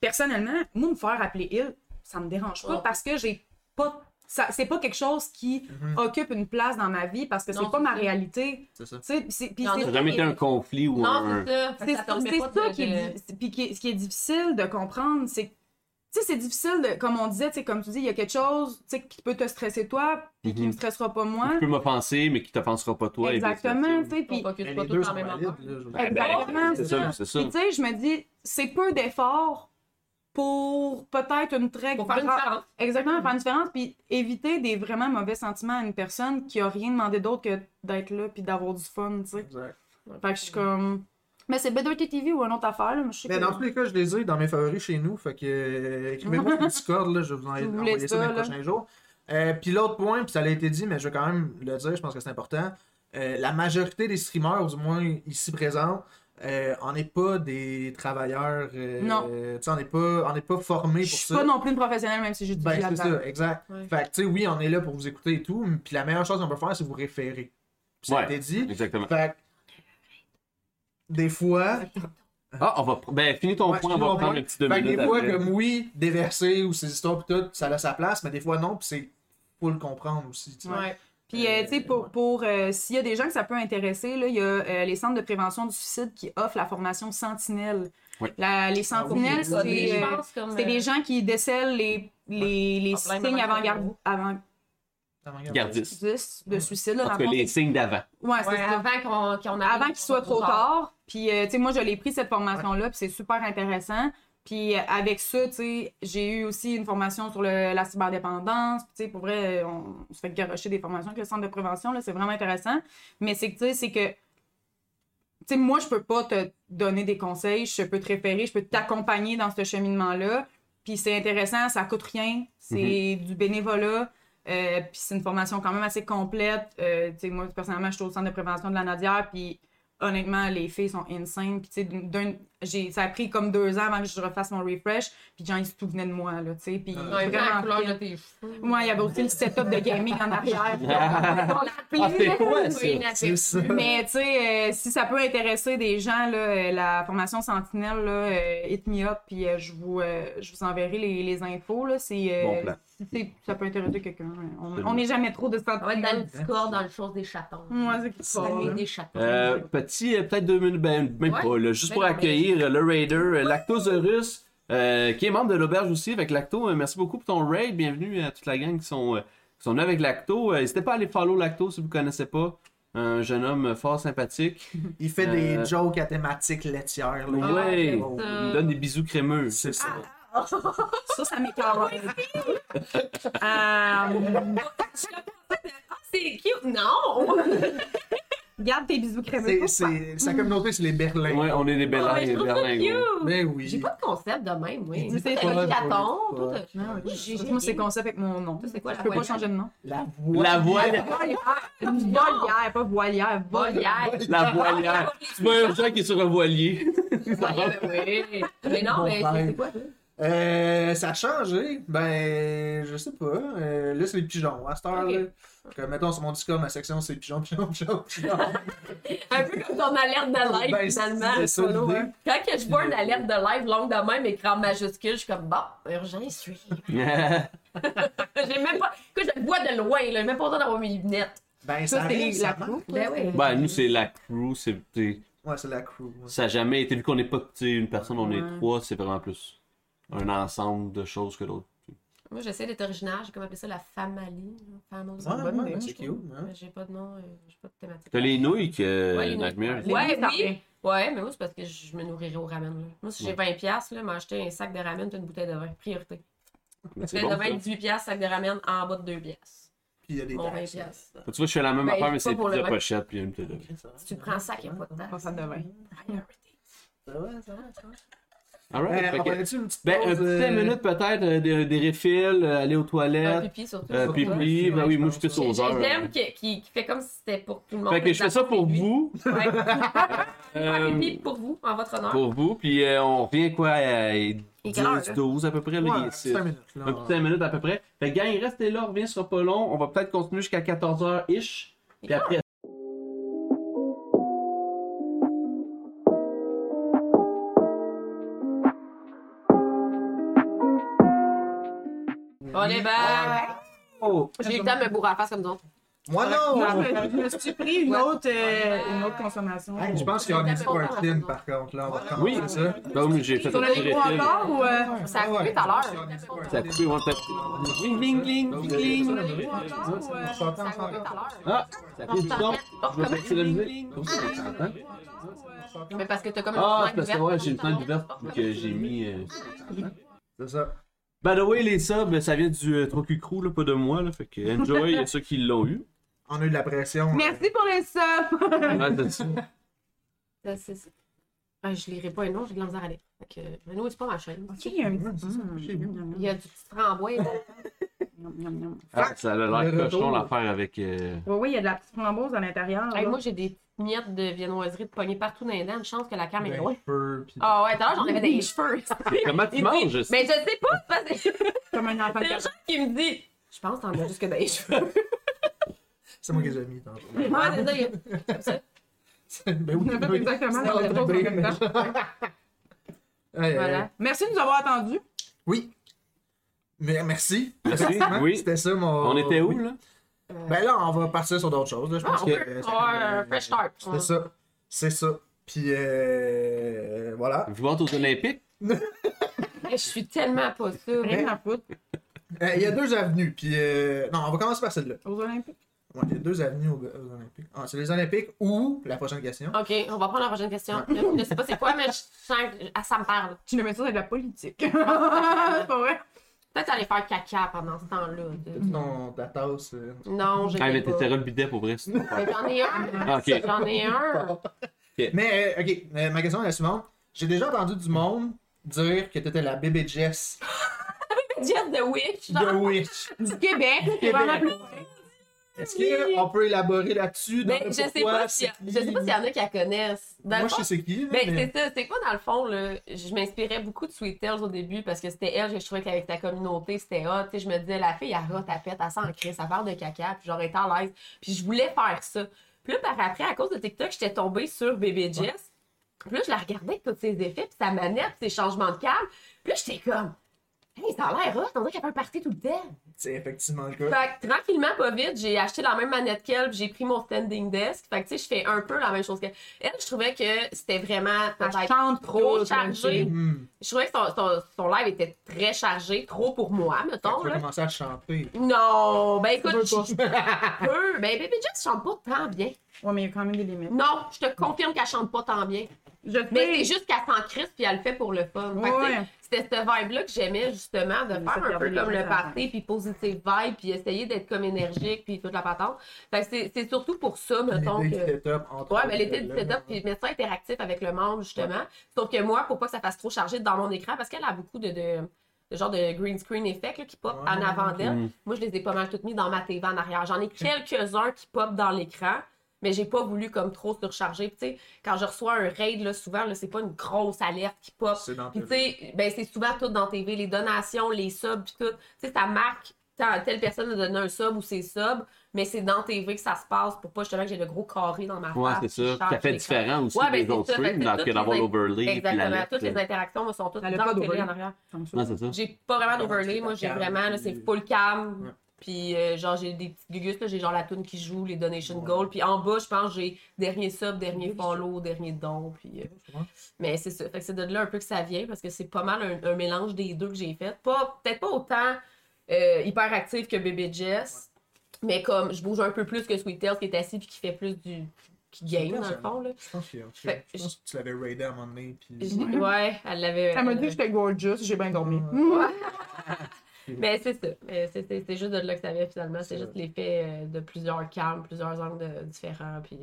Speaker 5: personnellement, moi, me faire appeler il, ça me dérange pas
Speaker 4: Ouais.
Speaker 5: parce que j'ai pas ça- c'est pas quelque chose qui
Speaker 3: Mm-hmm.
Speaker 6: Mhm.
Speaker 5: occupe une place dans ma vie parce que c'est
Speaker 4: Non,
Speaker 5: pas
Speaker 4: c'est
Speaker 5: ma
Speaker 4: ça.
Speaker 5: réalité.
Speaker 6: C'est ça.
Speaker 5: Tu sais, c'est- puis
Speaker 4: Non,
Speaker 5: c'est-
Speaker 4: non,
Speaker 3: Ça n'a jamais été un conflit ou
Speaker 4: Non,
Speaker 3: un.
Speaker 4: c'est ça. Fait que
Speaker 5: c'est
Speaker 4: ça te permet
Speaker 5: c'est
Speaker 4: pas
Speaker 5: ça
Speaker 4: de-
Speaker 5: qui est,
Speaker 4: de-
Speaker 5: di- puis qui est- ce qui est difficile de comprendre, c'est tu sais, c'est difficile, de, comme on disait, tu sais, comme tu dis, il y a quelque chose tu sais, qui peut te stresser toi, puis qui
Speaker 3: Mhm.
Speaker 5: ne stressera pas moi.
Speaker 3: Tu peux m'offenser, mais qui t'offensera pas toi. et vice-versa.
Speaker 5: Exactement, tu sais,
Speaker 4: On
Speaker 5: puis
Speaker 4: focus
Speaker 6: Mais
Speaker 4: pas
Speaker 6: ben, les
Speaker 4: tout
Speaker 6: deux
Speaker 4: dans la
Speaker 6: sont
Speaker 4: même
Speaker 6: valides.
Speaker 4: affaire.
Speaker 6: là, je-
Speaker 3: Ben,
Speaker 5: Exactement,
Speaker 3: c'est
Speaker 5: c'est ça.
Speaker 3: ça, c'est ça.
Speaker 5: Puis tu sais, je me dis, c'est peu d'efforts pour peut-être une très
Speaker 4: Pour faire une
Speaker 5: grande-
Speaker 4: différence.
Speaker 5: Exactement, faire une différence, puis éviter des vraiment mauvais sentiments à une personne qui a rien demandé d'autre que d'être là puis d'avoir du fun, tu sais.
Speaker 6: Exact.
Speaker 5: Fait que je suis
Speaker 4: Mm.
Speaker 5: comme... Mais c'est Better TV ou une autre affaire, là, mais je sais
Speaker 6: Mais
Speaker 5: que-
Speaker 6: Ben, dans tous les cas, je les ai dans mes favoris chez nous. Fait que euh, écrivez-moi sur le Discord, là, je vais vous en
Speaker 5: Si vous
Speaker 6: envoyer
Speaker 5: voulez
Speaker 6: ça dans les
Speaker 5: ça, là.
Speaker 6: prochains jours. Euh, Puis l'autre point, puis ça a été dit, mais je vais quand même le dire, je pense que c'est important. euh, la majorité des streamers, du moins ici présents, euh, on n'est pas des travailleurs. euh,
Speaker 5: Non.
Speaker 6: tu sais, on n'est pas, on n'est pas formés
Speaker 5: Je
Speaker 6: pour
Speaker 5: suis
Speaker 6: ça.
Speaker 5: pas non plus une professionnelle, même si j'ai du
Speaker 6: Ben, c'est
Speaker 5: là-dedans.
Speaker 6: ça, exact.
Speaker 4: Ouais.
Speaker 6: Fait que, tu sais, oui, on est là pour vous écouter et tout, m- puis la meilleure chose qu'on peut faire, c'est vous référer. Puis ça a
Speaker 3: Ouais.
Speaker 6: été dit.
Speaker 3: Exactement.
Speaker 6: Fait que, des fois,
Speaker 3: Ah, on va. pr- Ben, finis ton
Speaker 6: Ouais,
Speaker 3: point, on
Speaker 6: finis
Speaker 3: va
Speaker 6: mon
Speaker 3: prendre
Speaker 6: point.
Speaker 3: un petit deux
Speaker 6: fait que
Speaker 3: minutes.
Speaker 6: des fois,
Speaker 3: après.
Speaker 6: comme oui, déverser ou ces histoires pis tout, ça a sa place, mais des fois non, pis c'est faut le comprendre aussi. tu sais.
Speaker 5: Ouais. Puis, euh, tu sais, pour, pour euh, s'il y a des gens que ça peut intéresser, là, il y a euh, les centres de prévention du suicide qui offrent la formation Sentinelle.
Speaker 3: Oui.
Speaker 5: La- les
Speaker 6: Ah oui,
Speaker 5: Sentinelles,
Speaker 6: ça, des
Speaker 5: c'est, euh,
Speaker 4: Je pense comme,
Speaker 5: c'est
Speaker 4: euh,
Speaker 5: des gens qui décèlent les, les, les
Speaker 4: Problème
Speaker 5: signes
Speaker 4: avant-gardistes.
Speaker 5: avant-gardistes avant
Speaker 3: Gardiste.
Speaker 5: de suicide. Là,
Speaker 3: En
Speaker 5: dans
Speaker 3: tout
Speaker 5: le
Speaker 3: cas,
Speaker 5: fond.
Speaker 3: les signes d'avant.
Speaker 5: Ouais, c'est
Speaker 4: Ouais,
Speaker 5: ça.
Speaker 4: avant qu'on qu'on arrive,
Speaker 5: avant qu'il soit trop tard. Puis, euh, tu sais, moi, je l'ai pris cette formation-là, puis c'est super intéressant. Puis, euh, avec ça, tu sais, j'ai eu aussi une formation sur le- la cyberdépendance. Puis, tu sais, pour vrai, euh, on, on se fait garocher des formations avec le centre de prévention, là, c'est vraiment intéressant. Mais c'est que, tu sais, c'est que. Tu sais, moi, je peux pas te donner des conseils, je peux te référer, je peux t'accompagner dans ce cheminement-là. Puis c'est intéressant, ça coûte rien, c'est du bénévolat. Euh, puis c'est une formation quand même assez complète. Euh, tu sais, moi, personnellement, je suis au centre de prévention de la Nadière, puis honnêtement, les filles sont insane. Puis tu sais, d'une- d'un- j'ai- ça a pris comme deux ans avant que je refasse mon refresh, puis gens, ils se souvenaient de moi, là, tu sais, puis
Speaker 6: Ouais,
Speaker 4: Non, il y avait Ah. la couleur de tes cheveux.
Speaker 5: Moi, il y avait aussi le setup de gaming en arrière. puis on l'a appelé,
Speaker 3: Ah, c'est quoi, ça?
Speaker 4: Oui, la
Speaker 6: C'est ça.
Speaker 5: mais tu sais, euh, si ça peut intéresser des gens, là, euh, la formation Sentinelle, là, euh, hit me up, puis euh, je, vous, euh, je vous enverrai les, les infos. Là, c'est, euh,
Speaker 3: Bon plan.
Speaker 5: si c'est- ça peut intéresser quelqu'un. hein.
Speaker 3: Absolument.
Speaker 5: On n'est jamais trop de
Speaker 4: On va être dans le
Speaker 5: Sentinelle.
Speaker 4: Discord, dans le chose des chatons.
Speaker 5: Moi, c'est qui
Speaker 4: Ça met
Speaker 5: parle.
Speaker 4: des chatons.
Speaker 3: Euh, petit, euh, peut-être deux minutes, ben, même
Speaker 4: Ouais.
Speaker 3: pas, là, juste
Speaker 4: Ben
Speaker 3: pour
Speaker 4: non, mais-
Speaker 3: accueillir euh, le Raider, euh, Lactosaurus, euh, qui est membre de l'auberge aussi avec Lacto. Euh, merci beaucoup pour ton raid. Bienvenue à toute la gang qui sont, euh, qui sont là avec Lacto. Euh, N'hésitez pas à aller follow Lacto si vous ne connaissez pas. Un jeune homme fort sympathique.
Speaker 6: Il fait des
Speaker 3: Euh,
Speaker 6: jokes à thématiques laitières. Là,
Speaker 3: ouais.
Speaker 6: Il est bon.
Speaker 3: Il me
Speaker 4: Euh.
Speaker 3: donne des bisous crémeux.
Speaker 6: C'est ça.
Speaker 5: Ça, ça m'écœure. Euh,
Speaker 4: Ah, C'est cute. Non!
Speaker 5: garde tes bisous crémeux.
Speaker 6: C'est- c'est- Sa communauté, c'est les Berlins.
Speaker 3: Ouais, on est des
Speaker 4: Ah, mais je
Speaker 3: belles
Speaker 4: trouve ça cute.
Speaker 6: Mais oui.
Speaker 4: J'ai pas de concept de même, oui.
Speaker 5: Je sais
Speaker 4: C'est
Speaker 5: pas,
Speaker 4: un chaton.
Speaker 6: je sais
Speaker 4: toi,
Speaker 6: pas.
Speaker 4: t'as-
Speaker 5: Non,
Speaker 4: Moi, j'ai- j'ai-
Speaker 5: Moi, c'est concept avec mon nom.
Speaker 4: Ça, c'est quoi,
Speaker 5: je
Speaker 4: la
Speaker 5: peux pas
Speaker 4: voilière?
Speaker 5: changer de nom.
Speaker 6: La voix.
Speaker 3: La voix.
Speaker 5: Volière, volière, pas voilière,
Speaker 4: Volière.
Speaker 3: La voilière. Tu vois un chat qui est sur un voilier.
Speaker 4: Ouais, ben oui. Mais non,
Speaker 6: Bon
Speaker 4: mais
Speaker 6: ben.
Speaker 4: c'est- c'est quoi? ça?
Speaker 6: Euh, ça a changé. Ben, je sais pas. Euh, là, c'est les pigeons. À cette heure,
Speaker 4: Ok.
Speaker 6: là. Comme, mettons, sur mon Discord, ma section, c'est pigeons, pigeons, pigeons, pigeons.
Speaker 4: Un peu comme ton alerte de live,
Speaker 6: Ben,
Speaker 4: finalement.
Speaker 6: c'est ça,
Speaker 4: Follow,
Speaker 6: l'idée.
Speaker 4: hein. Quand que je vois une alerte de live longue de même, écran majuscule, je suis comme, bon, urgent, il suit. J'ai même pas. Écoute, je le vois de loin, là. J'ai même pas besoin d'avoir mes lunettes.
Speaker 6: Ben, ça
Speaker 5: Ça, c'est
Speaker 6: arrive,
Speaker 5: les-
Speaker 6: ça
Speaker 5: la
Speaker 6: marche.
Speaker 5: coupe.
Speaker 4: Ben oui.
Speaker 3: ben, nous, c'est la crew. c'est- c'est-
Speaker 6: Ouais, c'est la crew. ouais.
Speaker 3: Ça n'a jamais été, vu qu'on n'est pas tu sais, une personne, on est
Speaker 5: Ouais.
Speaker 3: trois, c'est vraiment plus un ensemble de choses que l'autre.
Speaker 4: Moi, j'essaie d'être original. J'ai comme appelé ça la famalie. là. Famose.
Speaker 6: Ouais,
Speaker 5: bonne
Speaker 6: ouais,
Speaker 5: idée,
Speaker 6: c'est
Speaker 5: je
Speaker 6: cute. hein.
Speaker 4: Mais J'ai pas de nom, euh, j'ai pas de thématique.
Speaker 3: T'as les nouilles que
Speaker 4: Ouais, les nouilles.
Speaker 3: Euh, Nightmare.
Speaker 5: Les
Speaker 4: Ouais,
Speaker 5: nouilles, ça
Speaker 4: oui.
Speaker 5: revient.
Speaker 4: Ouais, mais moi, c'est parce que je me nourrirais au ramen. Là. Moi, si j'ai 20$, piastres, là, m'acheter un sac de ramen puis une bouteille de vin. Priorité.
Speaker 3: Mais c'est
Speaker 4: Bouteille
Speaker 3: bon,
Speaker 4: de
Speaker 3: ça.
Speaker 4: Ben, vin, 18$, piastres, sac de ramen en bas de 2$. piastres.
Speaker 6: Puis il y a des
Speaker 4: Mon 20$.
Speaker 6: taxes.
Speaker 4: piastres.
Speaker 3: Tu vois, je fais la même
Speaker 4: Ben,
Speaker 3: affaire, mais
Speaker 4: pas
Speaker 3: c'est
Speaker 4: pour le
Speaker 3: plus de
Speaker 4: vin.
Speaker 3: pochette puis une petite de
Speaker 4: Si tu prends sac, il n'y a pas de temps.
Speaker 5: Pas ça de vin.
Speaker 4: Priorité.
Speaker 3: Alright,
Speaker 6: Ben,
Speaker 3: fait
Speaker 6: on
Speaker 3: que-
Speaker 6: va une petite
Speaker 3: Ben, un
Speaker 6: pause,
Speaker 3: petit
Speaker 6: euh,
Speaker 3: 10 minutes peut-être, euh, des, des refills, euh, aller aux
Speaker 4: Un
Speaker 3: toilettes,
Speaker 4: pipi surtout.
Speaker 3: euh,
Speaker 4: surtout.
Speaker 3: pipi.
Speaker 6: Ouais,
Speaker 3: ben oui, moi, je suis
Speaker 6: je
Speaker 3: plus
Speaker 6: pense.
Speaker 3: aux heures.
Speaker 4: J'aime qui, qui, qui fait comme si c'était pour tout le monde.
Speaker 3: Fait que je fais ça pour
Speaker 4: Ouais.
Speaker 3: vous.
Speaker 4: Un
Speaker 3: euh,
Speaker 4: pipi pour vous, en votre honneur.
Speaker 3: Pour vous, puis euh, on revient quoi à
Speaker 4: quelle heure,
Speaker 3: 10,
Speaker 4: là?
Speaker 3: 12 à peu près.
Speaker 6: Ouais,
Speaker 3: là, il
Speaker 6: un
Speaker 3: est
Speaker 6: petit
Speaker 3: six.
Speaker 6: cinq minutes, là.
Speaker 3: Un petit 5 minutes à peu près. Fait que gang, restez là, on revient, ce sera pas long. On va peut-être continuer jusqu'à 14h-ish. Puis après.
Speaker 4: Ah, On est back.
Speaker 6: Oh!
Speaker 4: J'ai eu le temps de me bourrer à la face comme donc.
Speaker 6: Moi
Speaker 5: Non,
Speaker 6: non!
Speaker 5: mais je me suis pris une autre, euh, une autre consommation.
Speaker 6: Hey, je pense qu'il y a un petit peu un clean par contre là, on va recommencer
Speaker 3: ben Oui.
Speaker 6: ça.
Speaker 3: Comme j'ai fait
Speaker 5: Sur
Speaker 3: un
Speaker 5: le
Speaker 3: petit
Speaker 5: micro
Speaker 3: réfil.
Speaker 5: encore ou. euh,
Speaker 4: Ça a coupé tout à l'heure.
Speaker 3: Ça a coupé, ouais, peut-être. Bling, bling, bling, bling.
Speaker 5: Sur le micro encore ou. euh,
Speaker 6: On s'entend
Speaker 4: Ça a coupé tout
Speaker 6: ensemble.
Speaker 4: à l'heure.
Speaker 3: Ah, ça coupe du temps. Je vais partir la musique. Oh, Comme ça, ça s'entend.
Speaker 4: Mais parce que t'as comme
Speaker 3: Ah, c'est
Speaker 4: une
Speaker 3: parce que
Speaker 4: fenêtre
Speaker 3: ouais,
Speaker 4: ouverte.
Speaker 3: j'ai une fenêtre ouverte que j'ai mis. euh,
Speaker 6: C'est ça.
Speaker 3: By the way, les subs, ça vient du euh, Trocu Crew, là, pas de moi, là. Fait que enjoy, il y a ceux qui l'ont eu.
Speaker 6: On a eu de la pression. euh,
Speaker 5: Merci pour les subs!
Speaker 3: Ouais, c'est ça.
Speaker 4: Ça, c'est ça. Ah, je lirai pas un nom, j'ai de la misère à lire. Fait que, mais nous, c'est pas ma chaîne.
Speaker 5: Il y a un
Speaker 6: Ouais, c'est ça, j'ai vu.
Speaker 4: Il y a du petit framboise.
Speaker 3: Ah, ça a
Speaker 6: Le
Speaker 3: l'air
Speaker 6: retour.
Speaker 3: cochon l'affaire avec. euh,
Speaker 5: Oui, oui, il y a de la petite framboise à l'intérieur.
Speaker 4: Hey,
Speaker 5: là.
Speaker 4: moi, j'ai des petites miettes de viennoiserie de poignée partout dans les dents. Une chance que la cam est
Speaker 6: Ben,
Speaker 4: loin.
Speaker 6: feu, pis-
Speaker 4: Ah ouais, tout à l'heure, j'en avais des cheveux.
Speaker 3: Comment tu manges ça?
Speaker 4: Mais je sais pas, c'est parce que c'est
Speaker 5: Comme un enfant de
Speaker 4: le
Speaker 5: quatre
Speaker 4: genre qui me dit. Je pense que t'en as juste que des cheveux.
Speaker 6: C'est moi qui les ai mis tantôt.
Speaker 4: Ouais, Ah, c'est ça, il y a-
Speaker 6: ben oui,
Speaker 5: ans. On a fait exactement
Speaker 6: c'est
Speaker 5: la même chose en même temps.
Speaker 6: Ouais, ouais.
Speaker 4: Voilà.
Speaker 5: Merci de nous avoir attendus.
Speaker 6: Oui. Mais merci. Hein?
Speaker 3: Merci. Oui.
Speaker 6: C'était ça mon.
Speaker 3: On était où, là?
Speaker 6: Ben là, on va partir sur d'autres choses. là. Je
Speaker 4: Euh, Ah,
Speaker 6: pense
Speaker 4: on
Speaker 6: que.
Speaker 4: peut.
Speaker 6: euh,
Speaker 4: On va avoir un fresh start.
Speaker 6: C'était ça. C'est ça. Puis euh, voilà.
Speaker 3: Vous vente aux Olympiques?
Speaker 4: Je suis tellement pas
Speaker 6: Ben.
Speaker 4: sûre.
Speaker 5: Rien à foutre.
Speaker 6: Euh, Il y a deux avenues. Puis euh, non, on va commencer par celle-là.
Speaker 5: Aux Olympiques.
Speaker 6: Ouais, il y a deux avenues aux, aux Olympiques. Ah, c'est les Olympiques ou la prochaine question.
Speaker 4: Ok, on va prendre la prochaine question. Je ne sais pas c'est quoi, mais je sens que ah, ça me parle.
Speaker 5: Tu le mets ça dans de la politique. C'est pas vrai.
Speaker 4: Peut-être aller faire caca pendant ce temps-là.
Speaker 5: Ah.
Speaker 6: Non, ta tasse. euh,
Speaker 4: Non, je
Speaker 3: Ah, mais
Speaker 4: ne
Speaker 3: t'étais
Speaker 4: sais
Speaker 3: le bidet pour vrai. sinon.
Speaker 4: pas. Mais J'en ai un.
Speaker 3: Ah, ok.
Speaker 4: J'en ai un.
Speaker 6: Mais, euh, ok, euh, ma question est la suivante. J'ai déjà entendu du monde dire que t'étais la bébé Jess
Speaker 4: Jeff the Witch.
Speaker 6: de Witch.
Speaker 5: Du Québec. C'est vraiment plus vrai.
Speaker 6: Est-ce qu'on peut élaborer là-dessus? dans
Speaker 4: Mais
Speaker 6: le
Speaker 4: Ben, je sais
Speaker 6: pourquoi,
Speaker 4: pas si-
Speaker 6: c'est
Speaker 4: je
Speaker 6: qui?
Speaker 4: sais pas s'il y en a qui la connaissent. Dans
Speaker 6: Moi,
Speaker 4: le
Speaker 6: je
Speaker 4: fond,
Speaker 6: sais c'est qui. là,
Speaker 4: ben,
Speaker 6: mais-
Speaker 4: c'est ça, c'est quoi dans le fond, là? Je m'inspirais beaucoup de Sweet Tales au début parce que c'était elle que je trouvais qu'avec ta communauté, c'était hot. Tu sais, je me disais, la fille, elle rote, elle pète, elle s'en crise, elle parle de caca, puis j'aurais été à l'aise. Puis je voulais faire ça. Puis là, par après, à cause de TikTok, j'étais tombée sur Bébé Jess. Puis là, je la regardais avec tous ses effets, puis sa manette, puis ses changements de câble. Puis là, j'étais comme, hey, ça a l'air hot, on dirait qu'elle fait un party tout le temps.
Speaker 6: C'est effectivement le cas.
Speaker 4: Fait que tranquillement, pas vite, j'ai acheté la même manette qu'elle, puis j'ai pris mon standing desk. Fait que tu sais, je fais un peu la même chose qu'elle. Elle, je trouvais que c'était vraiment
Speaker 5: Ça
Speaker 4: peut-être
Speaker 5: chante
Speaker 4: trop
Speaker 5: trop.
Speaker 4: chargé.
Speaker 6: Hmm.
Speaker 4: Je trouvais que son, son- son live était très chargé, trop pour moi,
Speaker 6: Fait que
Speaker 4: mettons.
Speaker 6: Tu vas
Speaker 4: Là.
Speaker 6: commencer à te chanter.
Speaker 4: Non, ben
Speaker 6: Je veux
Speaker 4: écoute, je peux. Ben Baby Jess chante pas tant bien.
Speaker 5: Ouais, mais il y a quand même des limites.
Speaker 4: Non, je te confirme qu'elle chante pas tant bien.
Speaker 5: Je
Speaker 4: Mais c'est
Speaker 5: sais.
Speaker 4: juste qu'elle s'en crisse puis elle le fait pour le fun. Fait que, tu sais,
Speaker 5: Ouais.
Speaker 4: C'était ce vibe-là que j'aimais justement de
Speaker 5: Mais ça,
Speaker 4: faire un peu
Speaker 5: garder
Speaker 4: comme
Speaker 5: les
Speaker 4: le
Speaker 5: gens à la
Speaker 4: party, puis positive vibe, puis essayer d'être comme énergique, puis toute la patente. Fait que c'est- c'est surtout pour ça, mettons
Speaker 6: L'idée
Speaker 4: que.
Speaker 6: du setup entre
Speaker 4: Ouais, ben,
Speaker 6: autres,
Speaker 4: mais l'été du
Speaker 6: là,
Speaker 4: setup,
Speaker 6: là.
Speaker 4: puis mettre ça interactif avec le monde, justement. Sauf que moi, pour pas que ça fasse trop chargé dans mon écran, parce qu'elle a beaucoup de, de, de genre de green screen effect là, qui pop en
Speaker 6: Ouais.
Speaker 4: avant d'elle.
Speaker 3: Mm.
Speaker 4: Moi, je les ai pas mal toutes mis dans ma TV en arrière. J'en ai quelques-uns qui popent dans l'écran, mais j'ai pas voulu comme trop surcharger. Puis, tu sais, quand je reçois un raid, là, souvent, là, c'est pas une grosse alerte qui pop.
Speaker 6: C'est dans
Speaker 4: Puis
Speaker 6: tes-
Speaker 4: tu sais, ben c'est souvent tout dans TV, les donations, les subs, puis tout. Tu sais, ça marque tant- telle personne a donné un sub ou ses subs, mais c'est dans TV que ça se passe pour pas justement que j'ai le gros carré dans ma face.
Speaker 3: Ouais, c'est ça.
Speaker 4: qui charge
Speaker 3: Ça fait
Speaker 4: Ah, les
Speaker 3: différent aussi
Speaker 4: Ouais, ben,
Speaker 3: des
Speaker 4: c'est
Speaker 3: autres
Speaker 4: ça, fait
Speaker 3: streams
Speaker 4: que
Speaker 3: dans-
Speaker 4: toutes
Speaker 3: que d'avoir
Speaker 4: les-
Speaker 3: l'overlay et puis la
Speaker 4: Exactement.
Speaker 3: lettre.
Speaker 4: Toutes les interactions sont toutes dans
Speaker 5: Elle a pas
Speaker 4: la télé
Speaker 5: d'overlay.
Speaker 4: en arrière.
Speaker 3: Non, c'est ça.
Speaker 4: J'ai pas vraiment d'overlay,
Speaker 6: c'est
Speaker 4: moi
Speaker 6: la
Speaker 4: j'ai
Speaker 6: cam,
Speaker 4: vraiment, là,
Speaker 6: puis-
Speaker 4: c'est full cam.
Speaker 6: Ouais.
Speaker 4: Puis euh, genre j'ai des petites gugus, là, j'ai genre la toune qui joue, les donation
Speaker 6: Ouais.
Speaker 4: goals. Puis en bas, je pense j'ai dernier sub, dernier follow, dernier don. Puis, euh,
Speaker 6: Ouais.
Speaker 4: Mais c'est ça. Fait que c'est de là un peu que ça vient parce que c'est pas mal un, un mélange des deux que j'ai fait. Pas, peut-être pas autant euh, hyper actif que Bébé Jess, mais comme je bouge un peu plus que Sweet Tales qui est assis puis qui fait plus du. qui game dans le fond. Là.
Speaker 6: Je pense que, je
Speaker 4: Fait-
Speaker 6: pense que tu l'avais raidé à un moment donné. Puis...
Speaker 4: ben, Je- Ouais, elle l'avait.
Speaker 5: Elle m'a
Speaker 4: elle
Speaker 5: dit que j'étais gorgeous, j'ai bien dormi.
Speaker 4: Mais c'est ça. Mais c'est- c'est c'est juste de là que ça vient finalement. C'est
Speaker 6: C'est
Speaker 4: juste
Speaker 6: ça.
Speaker 4: l'effet euh, de plusieurs calmes, plusieurs angles de- différents. Puis...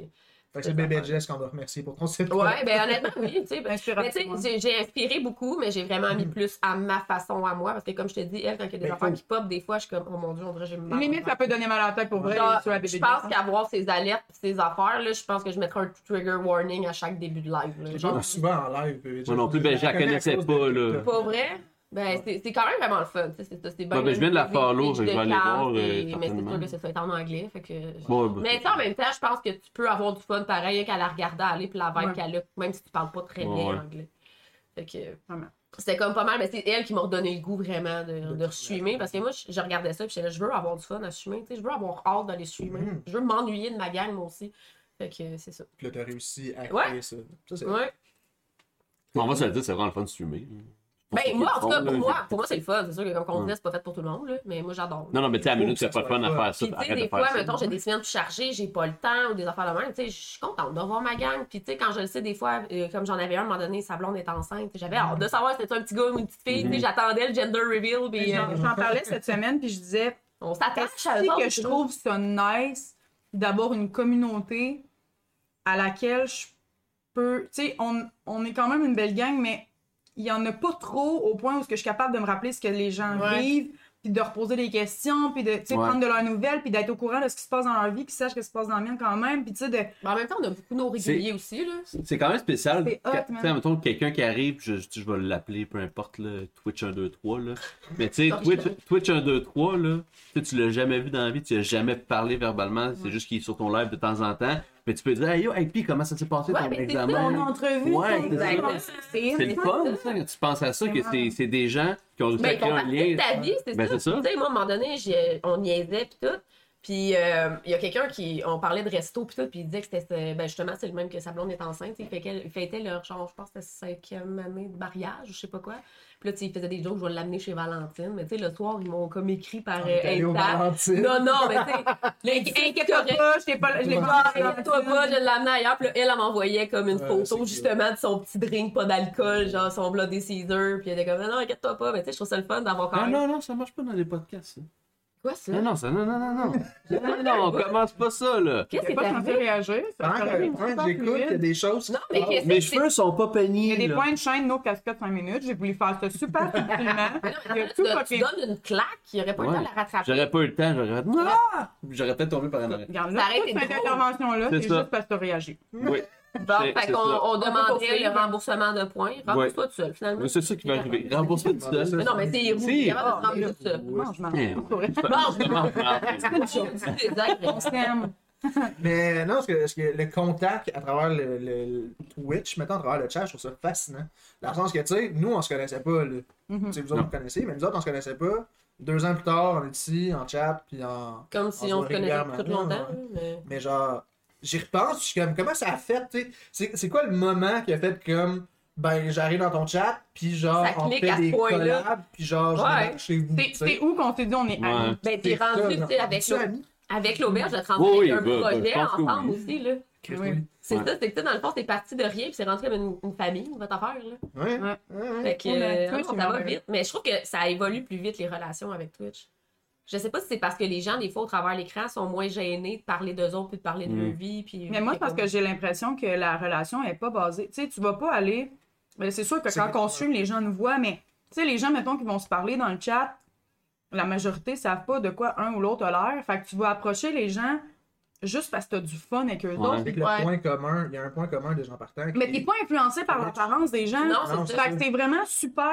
Speaker 6: Fait que c'est bébé Jess qu'on doit remercier pour ton site.
Speaker 4: Ouais, ben honnêtement, oui. Tu sais, ben, mais tu sais,
Speaker 5: Inspiration.
Speaker 4: j'ai- j'ai inspiré beaucoup, mais j'ai vraiment
Speaker 5: Mhm.
Speaker 4: mis plus à ma façon, à moi. Parce que comme je te dis, elle, quand il y a des
Speaker 6: Ben,
Speaker 4: affaires
Speaker 6: faut-
Speaker 4: qui pop, des fois, je suis comme, oh mon dieu, on dirait que j'ai mal.
Speaker 5: Limite, ça peut donner mal à la tête pour vrai.
Speaker 4: Genre,
Speaker 5: sur la
Speaker 4: je
Speaker 5: BBJ.
Speaker 4: pense qu'avoir ces alertes et ces affaires, là, je pense que je mettrai un trigger warning à chaque début de live. là. Genre,
Speaker 6: Genre souvent en live. bébé Jess.
Speaker 3: Moi non plus, ben, je la
Speaker 6: connais à
Speaker 3: connaissais
Speaker 6: cause
Speaker 3: pas,
Speaker 6: de
Speaker 3: là.
Speaker 6: TikTok.
Speaker 4: Pas vrai? Ben, c'est- c'est quand même vraiment le fun. tu sais, C'est ça, c'est bien.
Speaker 3: Ouais, ben, je viens de la
Speaker 4: Des-
Speaker 3: follow,
Speaker 4: des-
Speaker 3: fait que je vais
Speaker 4: des
Speaker 3: aller voir,
Speaker 4: cartes, et-
Speaker 3: euh,
Speaker 4: Mais c'est
Speaker 3: certainement.
Speaker 4: sûr que ça va être en anglais. Fait que...
Speaker 3: Bon, ben,
Speaker 4: Mais tu sais, en même temps, je pense que tu peux avoir du fun pareil qu'à la regarder aller puis la vibe
Speaker 5: Ouais.
Speaker 4: qu'elle a, même si tu parles pas très bien
Speaker 3: Ouais.
Speaker 4: anglais. Fait que.
Speaker 5: Vraiment.
Speaker 4: c'était comme pas mal, mais c'est elle qui m'a redonné le goût vraiment de, de streamer, Parce que moi, je, je regardais ça, puis j'étais là, je veux avoir du fun à streamer, tu sais, je veux avoir hâte d'aller streamer.
Speaker 6: Mhm.
Speaker 4: Je veux m'ennuyer de ma gang, moi aussi. Fait que c'est ça.
Speaker 6: Puis là, t'as réussi à
Speaker 4: Ouais.
Speaker 6: créer ça. Ça, c'est
Speaker 4: Ouais.
Speaker 3: On va se le dire, c'est vraiment le fun de fumer.
Speaker 4: Ben, moi, en tout cas, pour moi, pour moi, c'est le fun. C'est sûr que, comme on disait, c'est pas fait pour tout le monde, là, mais moi, j'adore.
Speaker 3: Non, non, mais tu sais, à la
Speaker 6: Faut
Speaker 3: minute,
Speaker 6: que
Speaker 3: c'est
Speaker 6: ça
Speaker 3: pas le
Speaker 6: soit
Speaker 3: fun à
Speaker 6: fun.
Speaker 3: faire
Speaker 4: Puis,
Speaker 3: ça.
Speaker 4: tu sais,
Speaker 3: arrête de
Speaker 4: des
Speaker 3: faire
Speaker 4: fois,
Speaker 3: ça.
Speaker 4: mettons, j'ai des semaines plus chargées, j'ai pas le temps ou des affaires de même. Tu sais, je suis contente d'avoir ma gang. Puis, tu sais, quand je le sais, des fois, euh, comme j'en avais un, à un moment donné, sa blonde est enceinte. J'avais hâte
Speaker 3: Mm-hmm.
Speaker 4: de savoir si c'était un petit gars ou une petite fille. Tu sais, j'attendais le gender reveal. Puis, euh,
Speaker 5: J'en j'en parlais cette semaine, puis je disais,
Speaker 4: on s'attache à
Speaker 5: Est-ce
Speaker 4: eux autres,
Speaker 5: que je
Speaker 4: là.
Speaker 5: trouve ça nice d'avoir une communauté à laquelle je peux. Tu sais, on, on est quand même une belle gang, mais il y en a pas trop au point où ce que je suis capable de me rappeler ce que les gens
Speaker 1: Ouais.
Speaker 5: vivent, puis de reposer des questions, puis de tu sais,
Speaker 3: Ouais.
Speaker 5: prendre de leurs nouvelles, puis d'être au courant de ce qui se passe dans leur vie, qu'ils sachent ce qui se passe dans la mienne quand même, puis tu sais, de.
Speaker 4: Mais en même temps, on a beaucoup nos réguliers aussi, là.
Speaker 3: C'est quand même spécial.
Speaker 5: C'est hot,
Speaker 3: Quand- Tu
Speaker 5: man.
Speaker 3: sais, mettons, quelqu'un qui arrive, je, je, je vais l'appeler, peu importe, là, Twitch 1, 2, 3, là. Mais tu sais, Twitch, Twitch 1, 2, 3, là, tu sais, tu l'as jamais vu dans la vie, tu l'as jamais parlé verbalement, c'est juste qu'il est sur ton live de temps en temps. Mais tu peux dire, hey, yo, hey, puis comment ça s'est passé
Speaker 4: Ouais,
Speaker 3: ton
Speaker 4: mais c'est ça,
Speaker 5: Mon
Speaker 3: examen?
Speaker 5: entrevue,
Speaker 3: Ouais,
Speaker 5: ton-
Speaker 3: c'est ça.
Speaker 5: ton-
Speaker 3: C'est le fun, ça, quand tu penses à ça, que c'est- c'est des gens qui ont réussi à
Speaker 4: Ben, ils
Speaker 3: créer
Speaker 4: font
Speaker 3: un
Speaker 4: partie
Speaker 3: lien.
Speaker 4: de ta vie, c'est
Speaker 3: Ben,
Speaker 4: ça.
Speaker 3: c'est ça.
Speaker 4: Tu sais, moi, à un moment donné, j'ai- on niaisait, puis tout. Puis, euh, il y a quelqu'un qui. On parlait de resto, puis tout, puis il disait que c'était. c'était- Ben, justement, c'est le même que sa blonde est enceinte. tu sais, Ils fêtaient- ils fêtaient leur, genre, je pense que c'était cinquième année de mariage, ou je sais pas quoi. Puis là, tu sais, ils faisaient des jokes, je vais l'amener chez Valentine. Mais, tu sais, le soir, ils m'ont comme écrit par.
Speaker 6: On
Speaker 4: euh,
Speaker 6: est allé au
Speaker 4: Insta.
Speaker 6: Valentine.
Speaker 4: Non, non, mais tu sais,
Speaker 5: Toi
Speaker 4: inquiète-toi,
Speaker 5: pas, je t'ai pas- je l'ai pas-
Speaker 4: toi pas, je l'amenais ailleurs. Puis là, elle, elle m'envoyait comme une
Speaker 6: Ouais, c'est
Speaker 4: photo
Speaker 6: cool.
Speaker 4: justement de son petit drink, pas d'alcool, genre son Bloody Caesar. Puis elle était comme, Ah non, inquiète-toi pas. Mais tu sais, je trouve ça le fun d'avoir quand
Speaker 3: Non,
Speaker 4: même.
Speaker 3: Ah, non, non, ça marche pas dans les podcasts. ça.
Speaker 4: Quoi ça?
Speaker 3: Non, non, ça, non, non, non, non. Non, non, on commence pas ça, là.
Speaker 4: Qu'est-ce
Speaker 5: T'es
Speaker 4: qui est
Speaker 5: pas censé
Speaker 4: arrivé?
Speaker 5: réagir. ça
Speaker 6: Pendant
Speaker 5: paraît
Speaker 6: que
Speaker 5: vraiment
Speaker 6: quand j'écoute, il y a
Speaker 5: fluide.
Speaker 6: des choses.
Speaker 4: Non, mais qu'est-ce
Speaker 3: Mes
Speaker 4: que c'est?
Speaker 3: cheveux sont pas peignés.
Speaker 5: Il y a des
Speaker 3: là.
Speaker 5: points de chaîne, nos casquettes 5 minutes. J'ai voulu faire ça super facilement.
Speaker 4: Mais non, mais
Speaker 5: Il y a
Speaker 4: attends,
Speaker 5: tout
Speaker 4: tu,
Speaker 5: fucké.
Speaker 4: tu donnes une claque, il n'y aurait pas le
Speaker 3: Ouais.
Speaker 4: temps de la rattraper.
Speaker 3: J'aurais pas eu le temps, j'aurais fait. Ah! J'aurais peut-être tombé par un arrêt.
Speaker 5: Regarde,
Speaker 4: Ça
Speaker 5: là,
Speaker 4: aurait été
Speaker 5: toute cette
Speaker 4: drôle.
Speaker 5: intervention-là,
Speaker 3: C'est
Speaker 5: c'est
Speaker 3: ça.
Speaker 5: juste parce que t'as réagi.
Speaker 3: Oui.
Speaker 4: Bon,
Speaker 3: C'est-
Speaker 4: fait
Speaker 3: c'est
Speaker 4: qu'on
Speaker 3: ça.
Speaker 4: on demandait
Speaker 5: poursuivre.
Speaker 4: le remboursement de points. Rembourse-toi tout seul, finalement.
Speaker 3: Mais c'est ça qui va arriver. Rembourse-toi tout seul.
Speaker 4: Mais non, mais c'est roux.
Speaker 3: Si.
Speaker 4: Il y avait de se
Speaker 5: Ah,
Speaker 4: rembourser tout seul.
Speaker 5: Non, je m'en
Speaker 3: Ouais.
Speaker 5: fous, pour vrai.
Speaker 4: Bon, je
Speaker 3: Rembourse-toi.
Speaker 4: me suis dit,
Speaker 5: On s'aime.
Speaker 6: Mais non, parce que, parce que le contact à travers le, le- le Twitch, maintenant à travers le chat, je trouve ça fascinant. Dans le sens que, tu sais, nous, on se connaissait pas. Là.
Speaker 5: Mhm.
Speaker 6: Tu sais, Vous autres,
Speaker 3: Non.
Speaker 6: vous connaissez, mais nous autres, on se connaissait pas. Deux ans plus tard, on est ici, en chat, puis en.
Speaker 4: comme si
Speaker 6: On
Speaker 4: on
Speaker 6: se
Speaker 4: se connaissait
Speaker 6: regarde
Speaker 4: depuis tout
Speaker 6: maintenant,
Speaker 4: longtemps.
Speaker 6: ouais.
Speaker 4: mais-
Speaker 6: Mais genre, j'y repense, je suis comme, comment ça a fait, tu sais? C'est- C'est quoi le moment qui a fait comme, ben, j'arrive dans ton chat, puis genre,
Speaker 4: Ça
Speaker 6: on
Speaker 4: clique
Speaker 6: fait
Speaker 4: à ce
Speaker 6: des
Speaker 4: point-là.
Speaker 6: collabs, puis genre, je
Speaker 4: Ouais.
Speaker 6: débarque chez vous.
Speaker 5: C'est-
Speaker 6: tu sais.
Speaker 5: C'est où qu'on s'est dit on est amis?
Speaker 3: Ouais.
Speaker 4: Ben, t'es
Speaker 6: ça,
Speaker 4: rendu
Speaker 6: genre,
Speaker 4: tu sais, avec
Speaker 6: t'es-tu
Speaker 4: l'autre.
Speaker 6: ami?
Speaker 4: Avec l'auberge, de rendu avec
Speaker 3: Oui,
Speaker 4: un
Speaker 3: bah, bah, je
Speaker 4: projet
Speaker 3: pense que
Speaker 4: ensemble
Speaker 3: oui.
Speaker 4: aussi, là.
Speaker 6: Chris,
Speaker 5: Oui.
Speaker 6: oui.
Speaker 4: C'est
Speaker 3: Ouais.
Speaker 4: ça, c'est que, tu sais, dans le fond, t'es parti de rien, puis c'est rentré comme une, une famille, votre affaire, là.
Speaker 6: Ouais.
Speaker 5: Ouais.
Speaker 6: ouais.
Speaker 4: Fait que,
Speaker 5: On a
Speaker 4: euh,
Speaker 5: Twitch,
Speaker 4: non,
Speaker 5: c'est
Speaker 4: ça va
Speaker 5: merveilleux.
Speaker 4: vite. Mais je trouve que ça évolue plus vite, les relations avec Twitch. Je sais pas si c'est parce que les gens, des fois, au travers de l'écran, sont moins gênés de parler d'eux autres, puis de parler de
Speaker 3: Mm.
Speaker 4: leur vie, puis...
Speaker 5: Mais moi, c'est parce que j'ai l'impression que la relation est pas basée. Tu sais, tu vas pas aller. Ben, c'est sûr que
Speaker 6: C'est-
Speaker 5: quand on stream, les gens nous voient, mais tu sais, les gens, mettons, qui vont se parler dans le chat, la majorité savent pas de quoi un ou l'autre a l'air. Fait que tu vas approcher les gens juste parce que t'as du fun avec eux
Speaker 3: Ouais.
Speaker 5: autres.
Speaker 6: C'est que le
Speaker 4: Ouais.
Speaker 6: point commun, il y a un point commun des gens partant. qui-
Speaker 5: Mais t'es pas influencé par l'apparence des gens.
Speaker 4: Non,
Speaker 6: Non,
Speaker 4: c'est
Speaker 6: c'est
Speaker 4: ça.
Speaker 5: Fait que c'est vraiment super.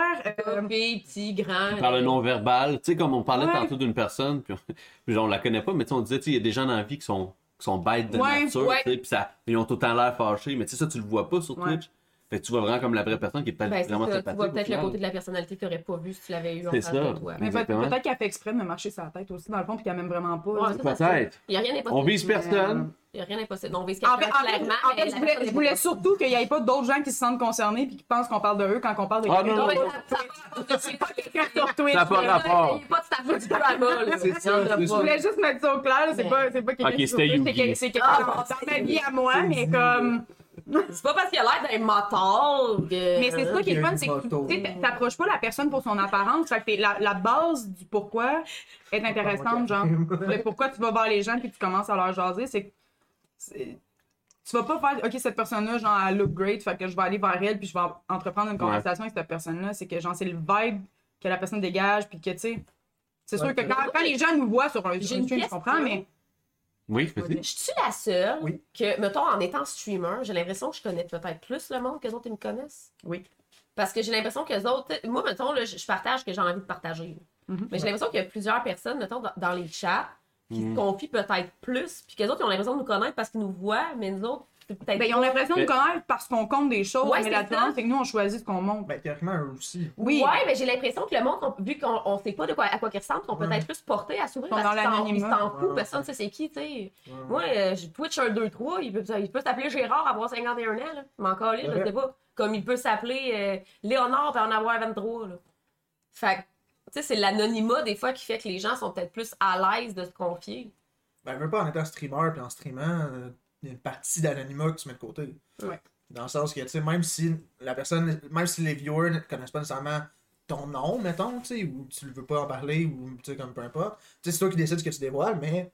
Speaker 5: euh,
Speaker 4: Petit, petit, grand...
Speaker 3: Par le non-verbal. Tu sais, comme on parlait
Speaker 5: Ouais.
Speaker 3: tantôt d'une personne, puis, on- puis genre, on la connaît pas, mais tu sais, on disait, tu sais, il y a des gens dans la vie qui sont, qui sont bêtes de
Speaker 5: Ouais,
Speaker 3: nature,
Speaker 4: ouais.
Speaker 3: tu sais, puis ça, ils ont tout le temps l'air fâchés, mais tu sais, ça, tu le vois pas sur
Speaker 5: Ouais.
Speaker 3: Twitch. Fait que tu vois vraiment comme la vraie personne qui est peut-être
Speaker 4: Ben, c'est
Speaker 3: vraiment
Speaker 4: ça, tu
Speaker 3: sympathique
Speaker 4: vois
Speaker 3: au
Speaker 4: peut-être le
Speaker 3: final.
Speaker 4: côté de la personnalité que t'aurais pas vu si tu l'avais eu en
Speaker 3: C'est
Speaker 4: face de
Speaker 3: ça.
Speaker 4: toi.
Speaker 5: mais peut-
Speaker 3: Exactement.
Speaker 5: peut-être qu'elle fait exprès de me marcher sa tête aussi, dans le fond, puis qu'elle m'aime vraiment pas.
Speaker 4: Ouais,
Speaker 5: là.
Speaker 4: ça, ça se
Speaker 3: Peut-être.
Speaker 4: peut. Il y a rien d'impossible.
Speaker 3: On vise personne.
Speaker 4: Il y a rien d'impossible. On vise
Speaker 5: En
Speaker 4: quelqu'un
Speaker 5: fait, en fait,
Speaker 4: clairement,
Speaker 5: en fait,
Speaker 4: mais
Speaker 5: je
Speaker 4: la
Speaker 5: voulais,
Speaker 4: personne
Speaker 5: je voulais
Speaker 4: est pas-
Speaker 5: surtout qu'il n'y ait pas d'autres gens qui se sentent concernés puis qui pensent qu'on parle de eux quand on parle de
Speaker 3: Ah,
Speaker 5: quelqu'un
Speaker 3: non,
Speaker 4: Non, mais
Speaker 5: d'autre.
Speaker 4: ça- ça va pas, c'est pas quelqu'un
Speaker 5: Quelqu'un sur Twitch.
Speaker 3: Ça a pas
Speaker 5: là.
Speaker 3: rapport.
Speaker 4: Essayez pas de taper du drama, là.
Speaker 6: C'est
Speaker 4: Il y
Speaker 6: ça,
Speaker 4: en a
Speaker 6: c'est
Speaker 5: Je
Speaker 4: pas.
Speaker 5: voulais juste mettre ça au clair, là, c'est
Speaker 4: Mais-
Speaker 5: pas, c'est pas quelqu'un sur
Speaker 3: Ok, c'était
Speaker 5: Twitch, c'est
Speaker 3: Yugi.
Speaker 5: quel- c'est quelqu'un dans
Speaker 4: Ah,
Speaker 5: ma vie à moi, mais comme...
Speaker 4: C'est pas parce qu'il a l'air d'un moteur que...
Speaker 5: Mais c'est ça qui est le fun, c'est que tu- tu sais, t'approches pas la personne pour son apparence, fait que t'es- la, la base du pourquoi est intéressante, genre. Le pourquoi tu vas voir les gens puis tu commences à leur jaser, c'est que c'est- tu vas pas faire, OK, cette personne-là, genre, elle look great, fait que je vais aller vers elle puis je vais en- entreprendre une conversation avec cette personne-là. C'est que, genre, c'est le vibe que la personne dégage puis que, tu sais, c'est sûr
Speaker 6: Ouais.
Speaker 5: que quand, quand les gens nous voient sur un
Speaker 4: J'ai
Speaker 5: sur
Speaker 4: une
Speaker 5: une stream, je
Speaker 4: question.
Speaker 5: comprends, mais
Speaker 3: Oui,
Speaker 4: Je
Speaker 3: vas-y.
Speaker 4: suis la seule
Speaker 6: Oui.
Speaker 4: que, mettons, en étant streamer, j'ai l'impression que je connais peut-être plus le monde que les autres, ils me connaissent.
Speaker 5: oui.
Speaker 4: Parce que j'ai l'impression que les autres, moi, mettons, là, je je partage ce que j'ai envie de partager.
Speaker 5: Mhm.
Speaker 4: Mais j'ai l'impression qu'il y a plusieurs personnes, mettons, dans,
Speaker 5: Mhm.
Speaker 4: dans les chats, qui se confient peut-être plus, puis que les autres, ils ont l'impression de nous connaître parce qu'ils nous voient, mais nous autres, c'est peut-être.
Speaker 5: Ben, ils ont l'impression de
Speaker 3: Mais-
Speaker 5: connaître parce qu'on compte des choses,
Speaker 4: Ouais,
Speaker 5: mais
Speaker 4: c'est
Speaker 5: la
Speaker 4: ça.
Speaker 5: différence, c'est que nous, on choisit ce qu'on montre.
Speaker 6: Ben, théoriquement, eux aussi.
Speaker 5: Oui,
Speaker 4: Ouais, mais j'ai l'impression que le monde, on- vu qu'on on sait pas de quoi, à quoi qu'ils ressemblent, sont peut-être plus portés à s'ouvrir
Speaker 5: Ils sont
Speaker 4: parce
Speaker 5: dans
Speaker 4: qu'ils s'en- ils
Speaker 5: Mhm. l'anonymat.
Speaker 4: s'en foutent.
Speaker 6: Ouais,
Speaker 4: Personne ne
Speaker 6: ouais.
Speaker 4: sait c'est qui, tu sais.
Speaker 6: Ouais.
Speaker 4: Moi, euh, je Twitch 1, 2, 3, il peut, il peut s'appeler Gérard, avoir 51 ans, là. Mais encore, là, je
Speaker 6: Ouais.
Speaker 4: sais pas. Comme il peut s'appeler euh, Léonard et en avoir 23, là. Fait que, tu sais, c'est l'anonymat des fois qui fait que les gens sont peut-être plus à l'aise de se confier.
Speaker 6: Ben, veux pas en étant streamer puis en streamant, euh, il y a une partie d'anonymat que tu mets de côté.
Speaker 5: Ouais.
Speaker 6: Dans le sens que, tu sais, même si la personne, même si les viewers ne connaissent pas nécessairement ton nom, mettons, tu sais, ou tu ne veux pas en parler, ou tu sais, comme peu importe, tu sais, c'est toi qui décides ce que tu dévoiles, mais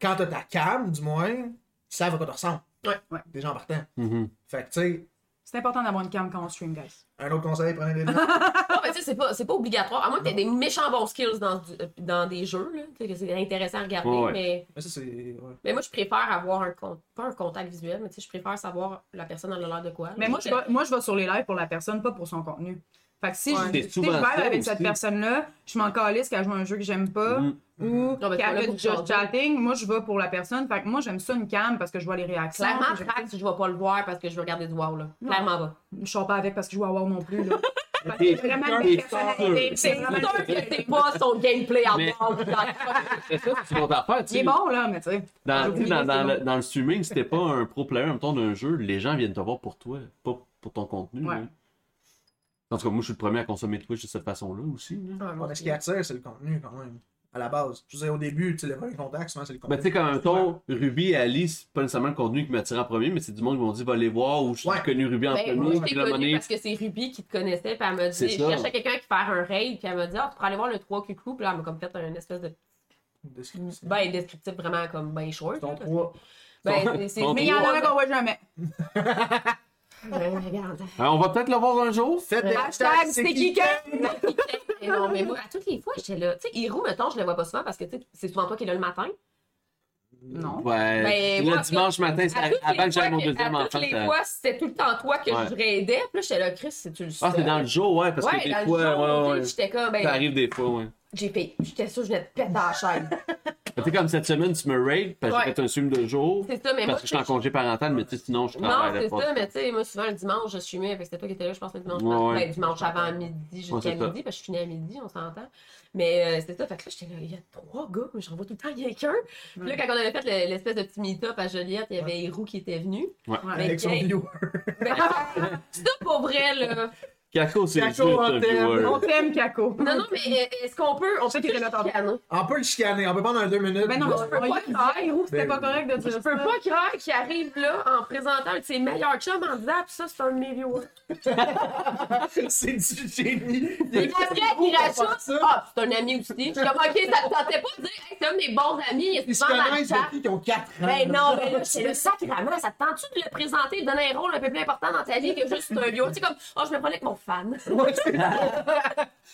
Speaker 6: quand t'as ta cam, du moins, ils savent à quoi tu ressembles.
Speaker 5: Ouais, ouais.
Speaker 6: Déjà en partant.
Speaker 3: Mhm.
Speaker 6: Fait que, tu sais,
Speaker 5: c'est important d'avoir une cam quand on stream, guys.
Speaker 6: un autre conseil, prenez des notes.
Speaker 4: Non, Ah, mais tu sais, c'est pas, c'est pas obligatoire. À moins que t'aies des méchants bons skills dans, du- euh, dans des jeux, là. Tu sais, que c'est intéressant à regarder,
Speaker 3: Ouais, ouais.
Speaker 4: mais.
Speaker 6: mais ça, c'est. ouais.
Speaker 4: Mais moi, je préfère avoir un compte, pas un contact visuel, mais tu sais, je préfère savoir la personne elle a l'air de quoi.
Speaker 5: Mais moi je, vais, moi, je vais sur les lives pour la personne, pas pour son contenu. Fait que si
Speaker 4: Ouais.
Speaker 5: je
Speaker 3: C'est
Speaker 5: si je
Speaker 3: souvent
Speaker 5: vibe
Speaker 3: ça
Speaker 5: avec
Speaker 3: aussi.
Speaker 5: cette personne-là, je m'en calisse qu'elle joue à un jeu que j'aime pas.
Speaker 3: Mhm.
Speaker 5: Ou
Speaker 4: Non,
Speaker 5: qu'elle
Speaker 4: mais t'es pas là
Speaker 5: fait
Speaker 4: pour
Speaker 5: du just
Speaker 4: changer.
Speaker 5: chatting, moi je vais pour la personne. Fait que moi j'aime ça une cam parce que je vois les réactions.
Speaker 4: Clairement,
Speaker 5: puis je-
Speaker 4: Frax, je vais pas le voir parce que je vais regarder du wow, là. Clairement, va.
Speaker 5: Je sors pas avec parce que je joue à WoW non plus. Là.
Speaker 3: T'es-
Speaker 5: vraiment
Speaker 3: t'es
Speaker 5: une belle personnalité,
Speaker 3: sûr.
Speaker 5: c'est
Speaker 4: C'est
Speaker 5: vraiment une
Speaker 4: sûr que c'est pas son gameplay à
Speaker 3: Mais-
Speaker 4: voir.
Speaker 3: C'est ça, c'est ton affaire, tu
Speaker 5: Il est
Speaker 3: sais.
Speaker 5: bon là, mais tu sais.
Speaker 4: Ah,
Speaker 3: Dans,
Speaker 5: J'ai
Speaker 3: tu sais, dans,
Speaker 5: oublié,
Speaker 3: dans
Speaker 5: c'est
Speaker 3: le, dans le streaming, si t'es pas un pro player, en même temps d'un jeu, les gens viennent te voir pour toi, pas pour ton contenu.
Speaker 5: Ouais.
Speaker 3: là. En tout cas, moi, je suis le premier à consommer Twitch de cette façon-là aussi. là.
Speaker 6: Bon, mais ce qui attire, c'est le contenu, quand même, à la base. Je veux dire, au début, tu sais, le premier contact, souvent,
Speaker 4: Ah,
Speaker 6: c'est le contenu.
Speaker 3: Ben, tu sais, quand un ton, Ruby et Alice, c'est pas nécessairement le contenu qui m'attire en premier, mais c'est du monde qui m'ont dit, va les voir, ou je suis
Speaker 6: Ouais.
Speaker 3: connu Ruby en
Speaker 4: Ben, moi,
Speaker 3: premier,
Speaker 4: je
Speaker 3: puis
Speaker 4: t'ai
Speaker 3: là,
Speaker 4: connue
Speaker 3: monnaie.
Speaker 4: parce que c'est Ruby qui te connaissait, puis elle m'a
Speaker 3: C'est
Speaker 4: dit, je
Speaker 3: ça.
Speaker 4: cherchais quelqu'un qui faire un raid, puis elle m'a dit, ah, tu pourrais aller voir le 3 QQ, puis là, elle m'a comme fait un espèce de,
Speaker 6: De ce qui-
Speaker 4: ben, descriptif vraiment comme, ben, short.
Speaker 6: Ton
Speaker 4: là, parce-
Speaker 6: trois.
Speaker 4: Ben, c'est- c'est,
Speaker 3: Ton
Speaker 5: Mais il y en a un qu'on voit jamais.
Speaker 4: Ben, regarde.
Speaker 3: Hein, on va peut-être le voir un jour.
Speaker 6: Faites des
Speaker 5: Hashtag c'est qui
Speaker 4: Mais non, mais moi, à toutes les fois, j'étais là. Tu sais, Hiro, mettons, je le vois pas souvent parce que tu sais, c'est souvent toi qui es là le matin.
Speaker 5: Non.
Speaker 3: Ouais.
Speaker 4: Ben,
Speaker 3: le
Speaker 4: moi,
Speaker 3: dimanche matin, c'est
Speaker 4: À toutes
Speaker 3: avant
Speaker 4: les
Speaker 3: que j'aille
Speaker 4: fois
Speaker 3: mon
Speaker 4: que-
Speaker 3: deuxième
Speaker 4: à
Speaker 3: enfant.
Speaker 4: toutes les
Speaker 3: ça-
Speaker 4: fois, c'était tout le temps toi que
Speaker 3: Ouais.
Speaker 4: je raidais. Puis là, j'étais là, Chris, c'est-tu le
Speaker 3: Ah, c'était dans le jour, ouais, parce
Speaker 4: Ouais,
Speaker 3: que
Speaker 4: dans
Speaker 3: des
Speaker 4: le
Speaker 3: fois,
Speaker 4: jour,
Speaker 3: ouais, ouais.
Speaker 4: j'étais comme,
Speaker 3: Ça
Speaker 4: ben,
Speaker 3: arrive des fois, ouais.
Speaker 4: j'ai payé. J'étais sûre que je venais de péter la chaîne.
Speaker 3: Tu sais, comme cette semaine, tu me raides, parce que j'ai
Speaker 4: Ouais.
Speaker 3: fait un stream de jour.
Speaker 4: C'est ça, mais moi,
Speaker 3: Parce que je suis en congé parental, mais tu sais, sinon, je
Speaker 4: Non,
Speaker 3: travaille
Speaker 4: c'est
Speaker 3: pas.
Speaker 4: ça, mais tu sais, moi, souvent, le dimanche, je suis avec c'était toi qui étais là, je pense, le dimanche,
Speaker 3: Ouais, ouais.
Speaker 4: ben, dimanche avant midi, jusqu'à
Speaker 3: Ouais, c'est ça.
Speaker 4: midi, parce que je finis à midi, on s'entend. Mais euh, c'était ça, fait que là, j'étais là, il y a trois gars, mais j'en vois tout le temps quelqu'un. Puis
Speaker 3: Mm.
Speaker 4: là, quand on avait fait le- l'espèce de petit meet-up à Joliette, il y avait Hérou qui était venu.
Speaker 5: Ouais.
Speaker 6: Avec son
Speaker 4: Hey.
Speaker 6: viewer.
Speaker 4: Ben, c'est ça pour vrai, là.
Speaker 3: Kako, c'est juste
Speaker 6: Kako, on
Speaker 3: un euh,
Speaker 6: t'aime.
Speaker 3: viewer.
Speaker 5: On t'aime, Caco.
Speaker 4: Non, non, mais euh, est-ce qu'on peut. On peut
Speaker 5: Ceux qui étaient là, pardon.
Speaker 4: chicaner?
Speaker 6: On peut le chicaner, on peut prendre un deux minutes.
Speaker 5: Ben non, mais
Speaker 6: Bon,
Speaker 5: tu peux pas crier. Héros, c'était
Speaker 3: Ben,
Speaker 5: pas correct de dire
Speaker 4: Je peux pas croire qu'il arrive là en présentant un de ses meilleurs chums en disant, Ah, pis ça, c'est un de mes viewers.
Speaker 6: c'est du génie.
Speaker 4: Et après, il rajoute,
Speaker 6: faire ça.
Speaker 4: ah, c'est un ami aussi. Je suis comme, ok, ça te tentait pas de dire, hey, c'est un de mes bons amis, il est
Speaker 6: Ils se
Speaker 4: souvent dans le
Speaker 6: connaissent
Speaker 4: chat.
Speaker 6: depuis qu'ils ont 4 ans.
Speaker 4: Ben non, mais là, c'est le sacrement. Ça te tente-tu de le présenter, de donner un rôle un peu plus important dans ta vie que juste un bio? Tu sais, comme, oh, je me prenais avec mon fan.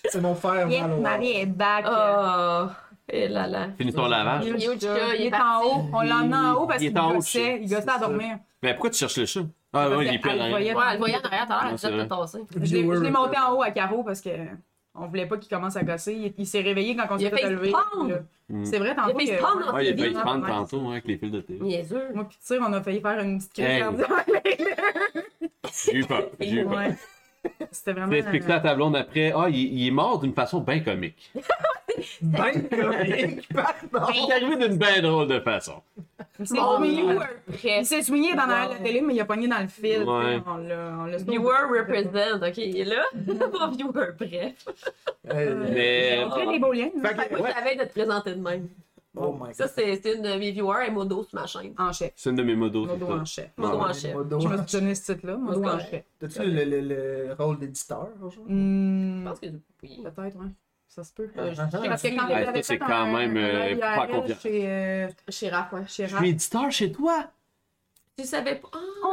Speaker 6: C'est mon frère.
Speaker 5: Yes,
Speaker 6: Malo.
Speaker 5: Marie est back.
Speaker 4: Oh, et là là.
Speaker 3: Finis ton lavage.
Speaker 5: Il est-
Speaker 3: euh,
Speaker 4: Yuchka,
Speaker 5: il
Speaker 4: il
Speaker 5: est
Speaker 4: est
Speaker 5: en
Speaker 4: parti.
Speaker 5: haut. On l'emmène en haut parce
Speaker 3: Il est
Speaker 5: qu'il
Speaker 3: en haut,
Speaker 5: gossait. Il gossait à
Speaker 6: c'est ça.
Speaker 5: dormir.
Speaker 3: Mais pourquoi tu cherches le chat? Ah ouais, il est plus
Speaker 5: Elle voyait-
Speaker 3: rien.
Speaker 4: Ouais, elle voyait en arrière tout à l'heure,
Speaker 3: Ouais,
Speaker 4: elle
Speaker 3: c'est
Speaker 4: disait de
Speaker 3: vrai.
Speaker 4: te tasser.
Speaker 5: Je l'ai- je l'ai
Speaker 6: Viewer.
Speaker 5: monté en haut à Caro parce que euh, on voulait pas qu'il commence à gosser. Il, il s'est réveillé quand on
Speaker 4: Il
Speaker 5: s'est
Speaker 4: a
Speaker 5: fait
Speaker 4: failli se
Speaker 5: lever.
Speaker 4: pendre.
Speaker 5: Là.
Speaker 3: Mm.
Speaker 5: C'est vrai,
Speaker 4: Il a
Speaker 5: tantôt.
Speaker 4: failli
Speaker 5: il
Speaker 4: se
Speaker 5: a-
Speaker 4: prendre dans
Speaker 3: Ouais, Ah, il
Speaker 4: ses
Speaker 3: a failli se
Speaker 4: vies.
Speaker 3: prendre tantôt hein, avec les fils de télé.
Speaker 4: Niaiseux.
Speaker 5: Moi pis Tire, on a failli faire une petite crise
Speaker 3: Hey.
Speaker 5: cardiaque avec
Speaker 3: J'ai eu peur. J'ai eu
Speaker 5: lui.
Speaker 3: peur.
Speaker 5: Ouais. C'était vraiment.
Speaker 3: Je vais expliquer ça à ta blonde après. Ah, il, il est mort d'une façon bien comique.
Speaker 6: Ben comique, pardon.
Speaker 5: Ben,
Speaker 3: Il est arrivé d'une bien drôle de façon.
Speaker 5: euh, Il s'est
Speaker 4: Mon
Speaker 5: swingé.
Speaker 4: viewer
Speaker 5: Il
Speaker 4: presque.
Speaker 5: s'est swingé dans l'arrière de la télé, mais il a pogné dans le fil.
Speaker 3: Ouais.
Speaker 5: On l'a. on l'a-
Speaker 4: Viewer represent, ok, il est là. Pas viewer, bref.
Speaker 6: Euh,
Speaker 3: Mais.
Speaker 5: On crée des beaux liens. nous.
Speaker 6: Fait que-
Speaker 4: Moi,
Speaker 6: ouais.
Speaker 4: je savais de te présenter de même.
Speaker 6: Oh my
Speaker 4: Ça,
Speaker 6: god.
Speaker 4: c'est c'est une de mes viewers, elle m'odo sur ma chaîne.
Speaker 5: En chef.
Speaker 3: C'est une de mes modos. Oh, c'est
Speaker 5: Modo
Speaker 3: ça.
Speaker 5: en chef.
Speaker 4: Modo
Speaker 3: Ouais.
Speaker 4: en chef.
Speaker 6: Modo.
Speaker 5: Je me suis donné ce titre-là. Modo en
Speaker 4: correct.
Speaker 5: chef.
Speaker 6: T'as-tu le, le, le rôle d'éditeur aujourd'hui?
Speaker 5: Hmm,
Speaker 4: Je pense que oui.
Speaker 5: Peut-être, oui. Ça se peut.
Speaker 4: Euh,
Speaker 6: Ah,
Speaker 5: Parce que quand
Speaker 3: Ouais,
Speaker 5: il
Speaker 3: ça,
Speaker 5: avait
Speaker 3: c'est
Speaker 5: fait
Speaker 3: quand
Speaker 5: un-
Speaker 3: même,
Speaker 5: un
Speaker 3: euh,
Speaker 5: IRL
Speaker 3: pas confiant.
Speaker 5: chez, euh,
Speaker 4: Chez Raph, ouais.
Speaker 5: chez
Speaker 3: Je
Speaker 5: Raph.
Speaker 3: suis éditeur chez toi.
Speaker 4: Tu savais pas. Ah,
Speaker 5: Oh!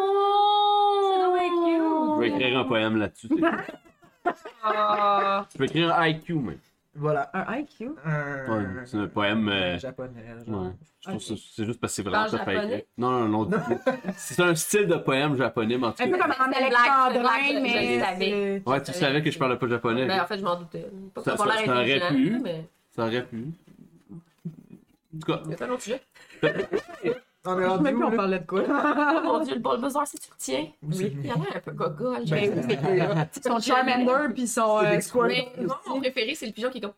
Speaker 3: Je vais écrire un poème là-dessus. c'est cool.
Speaker 4: Ah.
Speaker 3: Je vais écrire un IQ, mais.
Speaker 6: Voilà.
Speaker 5: Un IQ?
Speaker 6: Un...
Speaker 3: Ouais, c'est un poème, euh,
Speaker 6: Japonais. genre.
Speaker 3: Ouais. Je trouve
Speaker 5: Ok.
Speaker 3: ça- c'est juste parce que c'est vraiment
Speaker 4: Parle
Speaker 3: ça fait.
Speaker 4: japonais?
Speaker 3: Non, non, non. C'est un style de poème japonais, mais en tout
Speaker 5: Un peu
Speaker 3: cas.
Speaker 5: comme en
Speaker 4: C'est blague,
Speaker 5: alexandrin,
Speaker 4: je- je
Speaker 5: mais...
Speaker 4: le savais.
Speaker 5: c'est-
Speaker 3: Ouais, tu savais que je parlais pas japonais.
Speaker 4: Ben, en fait, je m'en doutais. Pas que
Speaker 3: Ça-
Speaker 4: ça a pas
Speaker 3: ça-
Speaker 4: l'air
Speaker 3: ça aurait
Speaker 4: intelligent,
Speaker 3: pu.
Speaker 4: mais
Speaker 3: Ça aurait pu. En tout cas,
Speaker 4: c'est un autre sujet.
Speaker 6: On est
Speaker 5: Je sais
Speaker 6: rendu
Speaker 5: même plus
Speaker 6: où,
Speaker 5: on
Speaker 6: là?
Speaker 5: parlait de quoi.
Speaker 4: Oh mon dieu, le Bulbasaur, si tu retiens.
Speaker 6: Oui, c'est
Speaker 4: Oui. Il a l'air un peu gogol. j'ai
Speaker 6: Ben,
Speaker 4: aimé.
Speaker 5: Son Charmander puis son
Speaker 6: C'est
Speaker 5: euh,
Speaker 6: des
Speaker 5: Squirtle.
Speaker 4: Mais Ben, moi, mon préféré, c'est le pigeon qui est comme.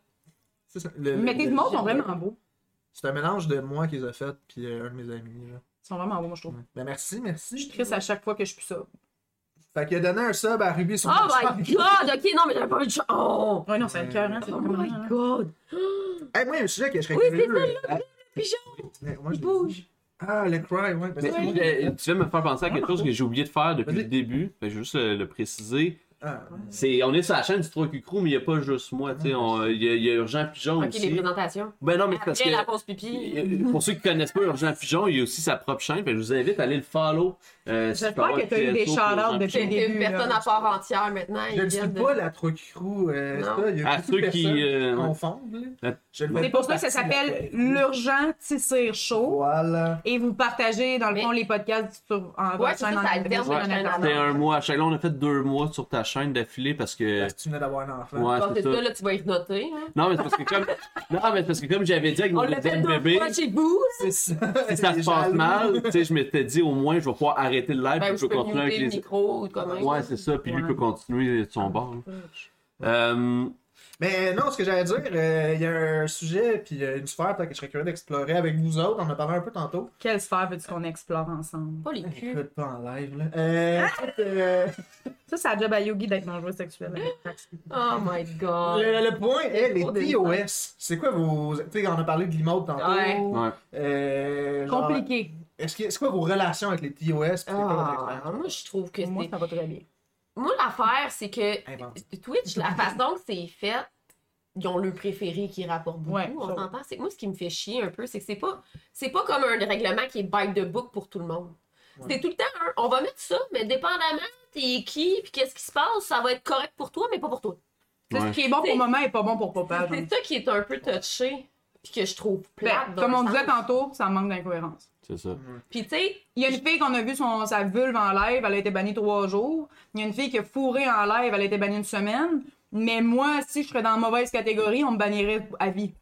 Speaker 6: C'est ça, le-
Speaker 5: Mais
Speaker 6: le-
Speaker 5: tes
Speaker 6: le-
Speaker 5: mots sont vraiment beaux.
Speaker 6: C'est un mélange de moi qu'ils ont fait, puis euh, un de mes amis. Là.
Speaker 5: Ils sont vraiment beaux, moi, je trouve.
Speaker 6: Ouais. Ben, merci,
Speaker 5: Je suis
Speaker 6: merci.
Speaker 5: triste à chaque fois que je suis ça.
Speaker 6: Fait qu'il a donné un sub à Ruby sur
Speaker 4: Oh my god, ok, non, mais j'avais pas vu de chat. Oh,
Speaker 5: Ouais, non, c'est le cœur, hein. C'est
Speaker 4: oh
Speaker 5: comme
Speaker 4: my
Speaker 5: un-
Speaker 4: god.
Speaker 6: Hey, moi, il y a un sujet que je serais
Speaker 4: Oui, c'est
Speaker 6: curieux. euh,
Speaker 4: Pigeon,
Speaker 6: mais
Speaker 4: il
Speaker 6: moi, je l'ai dit.
Speaker 4: bouge.
Speaker 6: Ah, le cry, ouais. parce
Speaker 3: Mais,
Speaker 6: que moi,
Speaker 3: euh, tu viens de me faire penser à quelque chose que j'ai oublié de faire depuis
Speaker 6: Vas-y.
Speaker 3: le début. Fait que je vais juste le, le préciser.
Speaker 6: Ah, ouais.
Speaker 3: C'est, on est sur la chaîne du 3Q Crew, mais il n'y a pas juste moi. tu sais,
Speaker 5: Ah,
Speaker 3: on- Il y, a- il y a Urgent Pigeon
Speaker 4: Ok, les
Speaker 3: aussi.
Speaker 4: présentations.
Speaker 3: Ben non, mais c'est parce
Speaker 4: Après
Speaker 3: que.
Speaker 4: la pause pipi.
Speaker 3: Euh, Pour ceux qui connaissent pas Urgent Pigeon, il y a aussi sa propre chaîne. Fait que je vous invite à aller le follow. Euh, si
Speaker 5: J'espère
Speaker 3: tu
Speaker 5: que t'as eu des
Speaker 3: peux avoir
Speaker 5: shout-outs
Speaker 3: Urgent
Speaker 5: depuis
Speaker 4: C'est
Speaker 3: Pigeon.
Speaker 5: début,
Speaker 4: une
Speaker 5: là.
Speaker 4: personne à part entière maintenant.
Speaker 6: Je
Speaker 4: ils
Speaker 6: ne dis
Speaker 4: viennent de-
Speaker 6: pas la trocrou, euh,
Speaker 4: Non.
Speaker 6: ça, il y a
Speaker 3: À
Speaker 6: beaucoup de
Speaker 3: ceux qui,
Speaker 6: personnes
Speaker 3: euh, ouais.
Speaker 6: confondent, là.
Speaker 3: La-
Speaker 6: Je le
Speaker 3: C'est
Speaker 6: fais
Speaker 5: C'est pour ça
Speaker 6: pas
Speaker 5: que ça
Speaker 6: partie de la
Speaker 5: s'appelle
Speaker 6: trocrou.
Speaker 5: l'urgent tissir chaud.
Speaker 6: Voilà.
Speaker 5: Et vous partagez, dans le
Speaker 4: Mais-
Speaker 5: fond, les podcasts sur, en
Speaker 4: Ouais,
Speaker 5: votre
Speaker 4: c'est
Speaker 5: chaîne
Speaker 4: ça,
Speaker 5: en
Speaker 4: ça
Speaker 5: ligne.
Speaker 4: alterne
Speaker 3: Ouais,
Speaker 4: la chaîne en
Speaker 5: Ah,
Speaker 3: C'était
Speaker 4: ligne.
Speaker 3: un mois à chaque. Là, on a fait deux mois sur ta chaîne d'affilée parce que.
Speaker 5: Ben,
Speaker 6: Parce que tu venais d'avoir un enfant.
Speaker 3: Ouais,
Speaker 4: Bon,
Speaker 3: c'est
Speaker 4: c'est
Speaker 3: ça.
Speaker 4: ça, là, tu vas y noter.
Speaker 3: Non, mais c'est parce que comme. Non, mais c'est parce que comme j'avais dit avec mon
Speaker 4: On l'a fait
Speaker 3: deuxième
Speaker 4: deux
Speaker 3: bébé.
Speaker 4: fois chez vous.
Speaker 6: C'est ça.
Speaker 3: si ça
Speaker 6: les
Speaker 3: se passe
Speaker 6: jaloux.
Speaker 3: mal, tu sais, je m'étais dit au moins je vais pouvoir arrêter le
Speaker 4: Ben,
Speaker 3: live puis
Speaker 4: je
Speaker 3: je peux
Speaker 4: peux
Speaker 3: continuer
Speaker 4: muter le
Speaker 3: avec les.
Speaker 4: micro ou de quoi même.
Speaker 3: Ouais, c'est ça, puis lui
Speaker 5: Ouais. Ah.
Speaker 3: peut continuer de son bord. là. Euh,
Speaker 6: Mais non, ce que j'allais dire, euh, il y a un sujet, puis euh, une sphère peut-être que je serais curieux d'explorer avec vous autres. On en a parlé un peu tantôt.
Speaker 5: Quelle sphère veux-tu qu'on explore ensemble?
Speaker 4: Pas les culs.
Speaker 6: Écoute, pas en live, là. Euh,
Speaker 5: Ah!
Speaker 6: euh,
Speaker 5: Ça, c'est la job à Yogi d'être mon joueur sexuel.
Speaker 4: Oh my god.
Speaker 6: Euh, le, le point est
Speaker 4: Trop
Speaker 6: les
Speaker 4: délicat.
Speaker 6: TOS. C'est quoi vos. Tu sais, on a parlé de l'imote tantôt.
Speaker 4: Ah, Ouais.
Speaker 3: Ouais.
Speaker 6: Euh, genre,
Speaker 5: Compliqué.
Speaker 6: Est-ce que, c'est quoi vos relations avec les TOS? puis C'est quoi votre
Speaker 4: Ah,
Speaker 6: expérience?
Speaker 4: moi, je trouve que
Speaker 5: Moi,
Speaker 4: c'est.
Speaker 5: ça va très bien.
Speaker 4: Moi, l'affaire, c'est que
Speaker 6: Invente.
Speaker 4: Twitch, la façon que c'est fait, ils ont le préféré qui rapporte beaucoup.
Speaker 5: Ouais,
Speaker 4: on
Speaker 5: ça va.
Speaker 4: s'entend. C'est que moi, ce qui me fait chier un peu, c'est que c'est pas, c'est pas comme un règlement qui est by the book pour tout le monde. C'est tout le temps un, on va mettre ça, mais dépendamment t'es qui, puis qu'est-ce qui se passe, ça va être correct pour toi, mais pas pour toi.
Speaker 5: C'est
Speaker 3: Ouais.
Speaker 5: Ce qui est bon
Speaker 4: C'est-
Speaker 5: pour maman est pas bon pour papa. genre.
Speaker 4: C'est ça qui est un peu touché, puis que je trouve plate.
Speaker 5: Ben,
Speaker 4: dans
Speaker 5: comme
Speaker 4: le
Speaker 5: on
Speaker 4: sens.
Speaker 5: disait tantôt, ça manque d'incohérence.
Speaker 3: C'est ça.
Speaker 4: Puis tu sais,
Speaker 5: Il y a une fille qu'on a vu son, sa vulve en live, elle a été bannie trois jours. Il y a une fille qui a fourré en live, elle a été bannie une semaine. Mais moi, si je serais dans la mauvaise catégorie, on me bannirait à vie.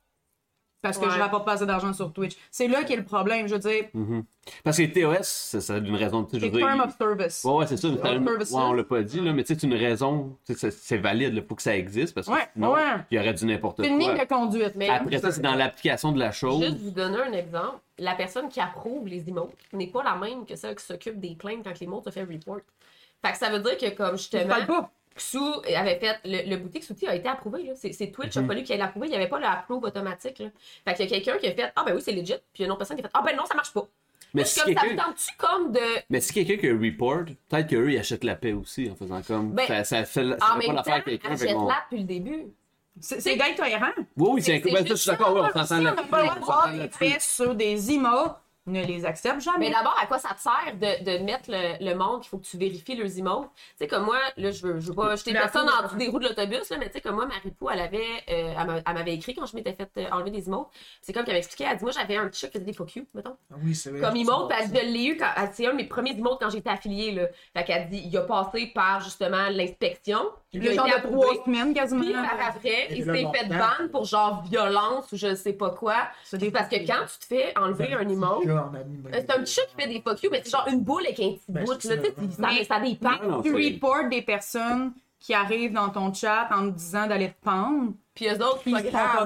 Speaker 5: Parce que
Speaker 4: Ouais.
Speaker 5: je rapporte pas assez d'argent sur Twitch. C'est là qu'est le problème. Je veux dire,
Speaker 3: Mhm. Parce que les TOS, c'est ça, d'une raison. tu sais, je
Speaker 5: c'est
Speaker 3: veux dire,
Speaker 5: term of service.
Speaker 3: Ouais, ouais, c'est ça. mais t'as-
Speaker 5: Term of
Speaker 3: ouais, on l'a pas dit, là, mais tu sais, c'est une raison. tu sais, C'est c'est valide, il faut que ça existe parce que
Speaker 5: Ouais,
Speaker 3: sinon,
Speaker 5: ouais.
Speaker 3: il y aurait du n'importe
Speaker 5: C'est une ligne
Speaker 3: quoi.
Speaker 5: de conduite.
Speaker 4: mais
Speaker 3: Après ça, c'est dans l'application de la chose.
Speaker 4: juste vous donner un exemple, la personne qui approuve les emotes n'est pas la même que celle qui s'occupe des plaintes quand les emotes ont fait report. Fait que ça veut dire que comme
Speaker 5: Je parle
Speaker 4: justement,
Speaker 5: pas.
Speaker 4: Xou avait fait le, le boutique Souti a été approuvé là. C'est, c'est Twitch
Speaker 3: Mhm.
Speaker 4: a fallu qu'il l'approuve. Il n'y avait pas le approve automatique là. Fait qu'il y a quelqu'un qui a fait ah ben oui c'est legit, puis il y a une autre personne qui a fait ah ben non ça marche pas.
Speaker 3: Mais
Speaker 4: Je
Speaker 3: si
Speaker 4: suis comme ça me
Speaker 3: quelqu'un
Speaker 4: tente-tu comme de
Speaker 3: mais si quelqu'un qui a un report, peut-être qu'eux, ils achètent la paix aussi en faisant comme.
Speaker 4: Ben,
Speaker 3: ça, ça fait, la- ça
Speaker 4: en
Speaker 3: fait pas
Speaker 4: même temps
Speaker 3: l'affaire à quelqu'un. fait
Speaker 4: achète
Speaker 3: qu'on-
Speaker 4: là depuis le début.
Speaker 5: C'est c'est d'incohérent.
Speaker 3: Oui, oui, c'est
Speaker 4: C'est- c'est
Speaker 3: incroyable. Ça, je suis
Speaker 4: juste
Speaker 3: d'accord,
Speaker 4: ça,
Speaker 3: ouais, on s'entend
Speaker 4: aussi,
Speaker 5: Si on
Speaker 3: là
Speaker 5: n'a pas le droit de voir les
Speaker 3: là-dessus.
Speaker 5: faits sur des IMA, ne les accepte
Speaker 4: Mais
Speaker 5: jamais.
Speaker 4: d'abord, à quoi ça te sert de, de mettre le, le monde qu'il faut que tu vérifies leurs emotes? Tu sais, comme moi, là, je veux, je veux pas jeter
Speaker 5: Mais
Speaker 4: personne
Speaker 5: après-
Speaker 4: en dessous des roues de l'autobus, là, mais tu sais, comme moi, Marie-Pou, elle avait, euh, elle m'a- elle m'avait écrit quand je m'étais fait euh, enlever des emotes. C'est comme qu'elle m'expliquait, elle dit, moi, j'avais un chat qui faisait des fuck you, mettons.
Speaker 6: Ah Oui, c'est vrai.
Speaker 4: Comme emote,
Speaker 6: C'est
Speaker 4: parce que je l'ai eu quand, elle- c'est un de mes premiers emotes quand j'étais affiliée, là. Fait qu'elle dit, il a passé par, justement, l'inspection. Il
Speaker 5: Le
Speaker 4: a
Speaker 5: genre
Speaker 4: été
Speaker 5: de
Speaker 4: approuvé.
Speaker 5: trois semaines quasiment.
Speaker 4: Puis par après,
Speaker 6: Et
Speaker 4: il
Speaker 6: là,
Speaker 4: s'est fait
Speaker 6: longtemps.
Speaker 4: ban pour genre violence ou je ne sais pas quoi.
Speaker 5: C'est des-
Speaker 4: Parce que quand tu te fais enlever
Speaker 6: Ben,
Speaker 4: un emote,
Speaker 6: petit chat en anime.
Speaker 4: euh, C'est un petit chat qui fait des fuck you, mais c'est genre une boule avec un petit
Speaker 6: Ben,
Speaker 4: bout. Là,
Speaker 6: c'est
Speaker 4: tu
Speaker 6: ça.
Speaker 4: sais, tu- ça,
Speaker 5: Mais-
Speaker 4: ça dépend.
Speaker 3: Non, non,
Speaker 5: tu
Speaker 3: c'est-
Speaker 5: reportes des personnes qui arrivent dans ton chat en te disant d'aller te pendre,
Speaker 4: Puis eux autres,
Speaker 5: puis ils
Speaker 4: pas
Speaker 5: sont pas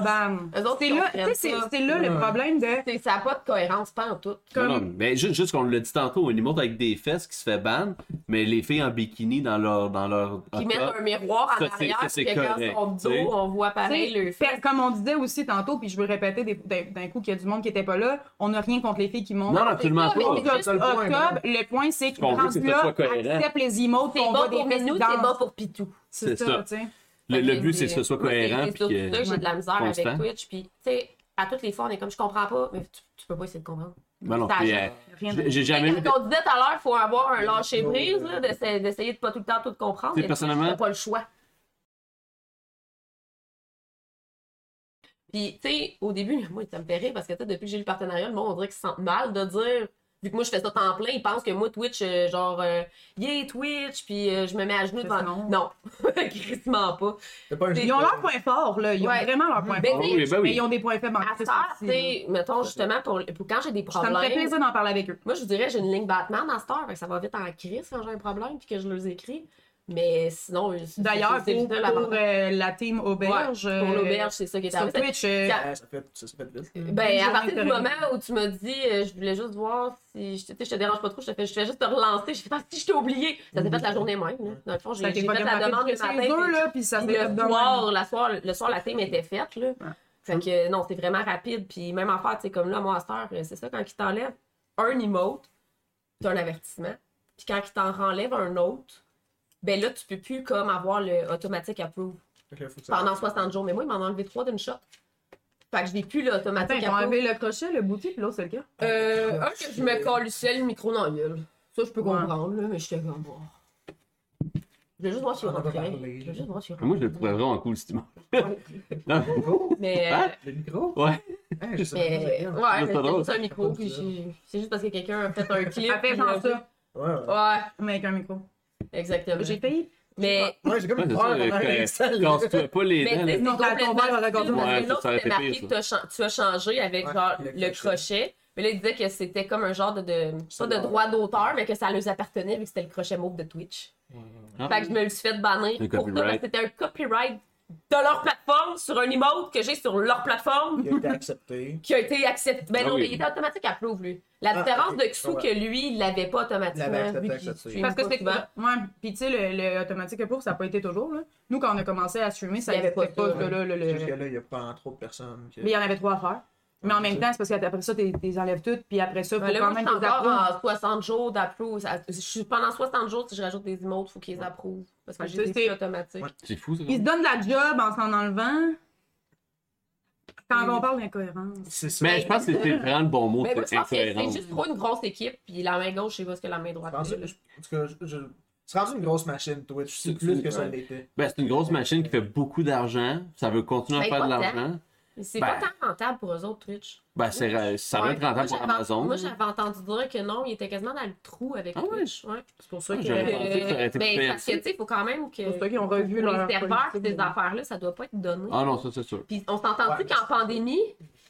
Speaker 5: ban.
Speaker 4: grave. Eux autres,
Speaker 5: C'est
Speaker 4: ils
Speaker 5: là, tu
Speaker 4: comprennent
Speaker 5: sais, c'est
Speaker 4: ça.
Speaker 5: c'est là le
Speaker 6: Ouais.
Speaker 5: problème de
Speaker 4: C'est- Ça n'a pas de cohérence, pas en tout.
Speaker 3: Non,
Speaker 5: comme
Speaker 3: non, mais juste, juste qu'on l'a dit tantôt, une monte avec des fesses qui se fait ban, mais les filles en bikini dans leur. Dans leur
Speaker 4: Puis
Speaker 3: hot
Speaker 4: mettre
Speaker 3: top.
Speaker 4: un miroir en
Speaker 3: Ça, c'est-
Speaker 4: arrière,
Speaker 3: ça, c'est
Speaker 4: puis que
Speaker 3: correct,
Speaker 4: quand
Speaker 3: tu
Speaker 4: son
Speaker 3: sais.
Speaker 4: dos, on voit pareil
Speaker 5: T'sais,
Speaker 4: le
Speaker 5: per- Comme on disait aussi tantôt, puis je veux répéter des- d'un d'un coup qu'il y a du monde qui était pas là, on n'a rien contre les filles qui montent.
Speaker 3: Non, non, absolument
Speaker 4: c'est ça,
Speaker 3: pas.
Speaker 4: mais
Speaker 5: Octobre,
Speaker 6: c'est ça le point,
Speaker 5: octobre, le point, c'est que
Speaker 3: qu'on veut,
Speaker 5: rendu
Speaker 3: c'est que ça
Speaker 5: là,
Speaker 3: soit cohérent.
Speaker 5: accepte les emotes,
Speaker 4: C'est
Speaker 5: qu'on voit
Speaker 4: bon
Speaker 5: des
Speaker 4: pour
Speaker 5: fesses
Speaker 4: Minou,
Speaker 5: qui
Speaker 4: c'est bon
Speaker 5: dansent.
Speaker 4: pour Pitou.
Speaker 5: C'est
Speaker 3: C'est
Speaker 5: ça,
Speaker 3: ça.
Speaker 5: tu sais.
Speaker 3: Le, le
Speaker 4: Fait
Speaker 3: but, c'est que ce soit
Speaker 4: moi, c'est-
Speaker 3: cohérent.
Speaker 4: C'est
Speaker 3: puis
Speaker 4: surtout
Speaker 3: que-
Speaker 4: ça que j'ai de la misère
Speaker 3: constant.
Speaker 4: avec Twitch. Puis, tu sais, à toutes les fois, on est comme, je comprends pas, mais tu, tu peux pas essayer de comprendre.
Speaker 3: Ben non,
Speaker 4: Ça
Speaker 3: puis,
Speaker 4: change.
Speaker 3: euh,
Speaker 5: Rien
Speaker 3: j'ai- j'ai jamais vu. de-
Speaker 4: Quand on disait tout à l'heure, il faut avoir un lâcher brise, là, d'essa- d'essayer de pas tout le temps tout comprendre.
Speaker 3: Tu sais,
Speaker 4: mais
Speaker 3: personnellement-
Speaker 4: t'as pas le choix. Puis, tu sais, au début, moi, ça me fait rire parce que, tu sais, depuis que j'ai eu le partenariat, le monde, on dirait qu'ils se sentent mal de dire vu que moi je fais ça temps plein, ils pensent que moi Twitch, euh, genre, euh, yeah Twitch, puis euh, je me mets à genoux devant.
Speaker 5: Non.
Speaker 4: Non, crissement pas.
Speaker 6: T'as pas un
Speaker 5: Ils ont leur point fort, là. Ils ont
Speaker 4: Ouais.
Speaker 5: vraiment leur point
Speaker 4: Ben,
Speaker 5: fort.
Speaker 4: oui,
Speaker 3: ben
Speaker 5: Mais ils ont des points faibles en
Speaker 4: À
Speaker 5: Christ
Speaker 4: ça, tu
Speaker 5: aussi, là.
Speaker 4: sais, mettons justement pour, pour quand j'ai des
Speaker 5: Ça me fait
Speaker 4: problèmes.
Speaker 5: plaisir d'en parler avec eux.
Speaker 4: Moi, je vous dirais, j'ai une ligne Batman à cette heure, fait que ça va vite en crise quand j'ai un problème puis que je les écris. Mais sinon, c'est- c'est-
Speaker 5: D'ailleurs,
Speaker 4: c'est
Speaker 5: pour,
Speaker 4: vital,
Speaker 5: pour,
Speaker 4: l'avantage.
Speaker 5: euh, la team auberge.
Speaker 4: Ouais, pour l'auberge, c'est ça qui
Speaker 5: euh,
Speaker 4: est
Speaker 5: sur
Speaker 4: arrivé.
Speaker 5: Twitch, euh,
Speaker 4: Quand-
Speaker 6: Ouais, ça fait, ça, ça fait vite.
Speaker 4: Ben, à
Speaker 5: Journée
Speaker 4: partir du
Speaker 5: intérieure.
Speaker 4: moment où tu m'as dit, euh, je voulais juste voir si je, tu sais, je te dérange pas trop, je te fais, je fais juste te relancer. Je fais pas si je t'ai oublié. Ça
Speaker 5: Mhm.
Speaker 4: s'est fait la journée même. là. Dans le fond, j'ai
Speaker 5: ça
Speaker 4: j'ai
Speaker 5: t'est
Speaker 4: fait
Speaker 5: pas
Speaker 4: la demande le
Speaker 5: c'est
Speaker 4: matin.
Speaker 5: eux,
Speaker 4: puis-
Speaker 5: là, puis ça
Speaker 4: puis
Speaker 5: s'est fait
Speaker 4: le
Speaker 5: de
Speaker 4: soir,
Speaker 5: même.
Speaker 4: la soir, le soir, la team était faite. Là. Fait que non, c'était vraiment rapide. Puis même en fait, c'est comme là, moi, à cette heure, euh, c'est ça, quand il t'enlève un emote, t'as un avertissement. Puis quand il t'en renlève un autre, ben là, tu peux plus comme avoir le automatique approve
Speaker 6: Fait que là, faut que ça-
Speaker 4: pendant 60 jours. Mais moi, il m'en a enlevé trois d'une shot. Fait que je n'ai plus
Speaker 5: Attends,
Speaker 4: l'automatique
Speaker 5: ils ont
Speaker 4: approve.
Speaker 5: enlevé le crochet, le boutique, puis l'autre, c'est lequel?
Speaker 4: Euh, un que je me calissais le micro dans la gueule. Ça, je peux
Speaker 5: Ouais.
Speaker 4: comprendre, là, mais j'étais comme bon. Je vais juste voir s'il
Speaker 6: On en a
Speaker 4: rentrait.
Speaker 6: parlé.
Speaker 4: Je vais juste voir s'il
Speaker 3: Moi, je le
Speaker 4: rentrait.
Speaker 3: trouverais vraiment cool, Steam.
Speaker 6: Le micro?
Speaker 4: Mais.
Speaker 3: Hein?
Speaker 6: Oh, Le micro?
Speaker 3: Ouais.
Speaker 6: Hein, je sais pas.
Speaker 4: mais- ouais,
Speaker 6: c'est-
Speaker 4: mais
Speaker 3: C'est drôle.
Speaker 4: c'est juste un micro, puis j'ai- c'est juste parce que quelqu'un a fait un clip.
Speaker 5: Après,
Speaker 4: puis,
Speaker 5: genre
Speaker 4: euh,
Speaker 5: ça,
Speaker 6: Ouais, ouais.
Speaker 4: Ouais,
Speaker 5: mais avec un micro.
Speaker 4: exactement.
Speaker 5: J'ai payé.
Speaker 4: Mais.
Speaker 6: Ouais, j'ai comme
Speaker 3: Ouais,
Speaker 6: une
Speaker 3: c'est
Speaker 6: peur
Speaker 3: ça,
Speaker 6: avant
Speaker 3: euh,
Speaker 6: l'install.
Speaker 3: Casse-toi pas les
Speaker 4: Mais
Speaker 3: dents.
Speaker 4: c'est
Speaker 3: là.
Speaker 5: Non, quand on
Speaker 4: complètement
Speaker 5: va regarder ton
Speaker 4: stupide, parce que
Speaker 3: verre,
Speaker 4: l'autre,
Speaker 3: ça aurait
Speaker 4: c'était
Speaker 3: été pire,
Speaker 4: marqué que
Speaker 3: ça.
Speaker 4: t'as chan- tu as changé avec
Speaker 6: Ouais,
Speaker 4: genre
Speaker 6: le
Speaker 4: le,
Speaker 6: crochet.
Speaker 4: crochet. Mais là, il disait que c'était comme un genre de, de- pas de
Speaker 6: Ouais.
Speaker 4: droit d'auteur, mais que ça leur appartenait vu que c'était le crochet mauve de Twitch.
Speaker 3: Ah.
Speaker 4: Fait que je me le suis fait bannir
Speaker 3: Un
Speaker 4: pour ça, parce
Speaker 3: copyright.
Speaker 4: que c'était un copyright de leur plateforme sur un emote que j'ai sur leur plateforme
Speaker 6: Il a été accepté.
Speaker 4: qui a été accepté. Ben
Speaker 3: Ah
Speaker 4: non,
Speaker 3: oui.
Speaker 4: mais il était automatique à prouve, lui. La
Speaker 6: Ah,
Speaker 4: différence
Speaker 6: ok,
Speaker 4: de Xu
Speaker 6: je
Speaker 4: que lui, il l'avait pas automatiquement.
Speaker 6: Il l'avait accepté,
Speaker 4: vu qu'il
Speaker 6: accepté.
Speaker 4: stream
Speaker 5: Parce que
Speaker 4: pas
Speaker 5: c'est
Speaker 4: souvent.
Speaker 5: Ouais, puis tu sais, le, le automatique pour, ça n'a pas été toujours, là. Nous, quand on a commencé à streamer, ça
Speaker 4: Il y avait
Speaker 5: n'avait pas,
Speaker 4: pas ça,
Speaker 5: ça, là, le- le-
Speaker 6: Jusque là, il y a pas trop de personnes. qui-
Speaker 5: Mais il y en avait trois à faire. Mais en même temps, c'est parce qu'après ça, t'es t'es enlèves toutes, puis après ça, faut
Speaker 4: Ben là,
Speaker 5: quand
Speaker 4: moi,
Speaker 5: même
Speaker 4: je suis
Speaker 5: les approuves.
Speaker 4: encore en 60 jours d'approve. Ça- Je suis pendant 60 jours, si je rajoute des emotes, il faut qu'ils les approuvent. Parce que
Speaker 5: Ouais,
Speaker 4: j'ai
Speaker 5: ça,
Speaker 4: des
Speaker 5: c'est-
Speaker 4: filles automatiques.
Speaker 6: Ouais.
Speaker 3: C'est fou, ça.
Speaker 5: Ils se donnent de la job en s'en enlevant. Quand on parle d'incohérence.
Speaker 6: C'est ça.
Speaker 3: Mais je pense que c'était vraiment le bon mot,
Speaker 4: Mais moi,
Speaker 3: c'était
Speaker 4: je pense que c'est
Speaker 3: incohérent.
Speaker 4: juste trop une grosse équipe, puis la main gauche, c'est pas ce que la main droite
Speaker 6: Je pense
Speaker 4: fait,
Speaker 6: que-
Speaker 4: là.
Speaker 6: je- En tout cas, je- je- c'est rendu une grosse machine, Twitch. C'est
Speaker 3: C'est-
Speaker 6: plus
Speaker 3: c'est-
Speaker 6: que ça
Speaker 3: ouais.
Speaker 6: l'était.
Speaker 3: Ben, c'est une grosse machine qui fait beaucoup d'argent. Ça veut continuer à
Speaker 4: Mais
Speaker 3: faire de
Speaker 4: pas tant.
Speaker 3: l'argent.
Speaker 4: Mais C'est
Speaker 3: Ben-
Speaker 4: pas tant rentable pour eux autres, Twitch.
Speaker 3: Ben, c'est, ra- ça va
Speaker 4: Ouais.
Speaker 3: être rentable pour
Speaker 4: Moi, j'avais-
Speaker 3: Amazon.
Speaker 4: Moi, j'avais entendu dire que non, il était quasiment dans le trou avec
Speaker 3: Ah ouais?
Speaker 4: Twitch. Ouais.
Speaker 5: C'est pour ça
Speaker 3: Ouais,
Speaker 5: que.
Speaker 3: j'aurais
Speaker 4: Euh,
Speaker 3: pensé que ça aurait été plus
Speaker 4: ben, parce que,
Speaker 3: facile.
Speaker 4: tu sais, il faut quand même que.
Speaker 5: C'est pour ça qu'ils ont revu
Speaker 4: pour
Speaker 5: leur
Speaker 4: les serveurs,
Speaker 5: politique.
Speaker 4: ces affaires-là, ça doit pas être donné.
Speaker 3: Ah non, ça, c'est sûr.
Speaker 4: Puis on s'entend-tu
Speaker 6: Ouais.
Speaker 4: qu'en pandémie,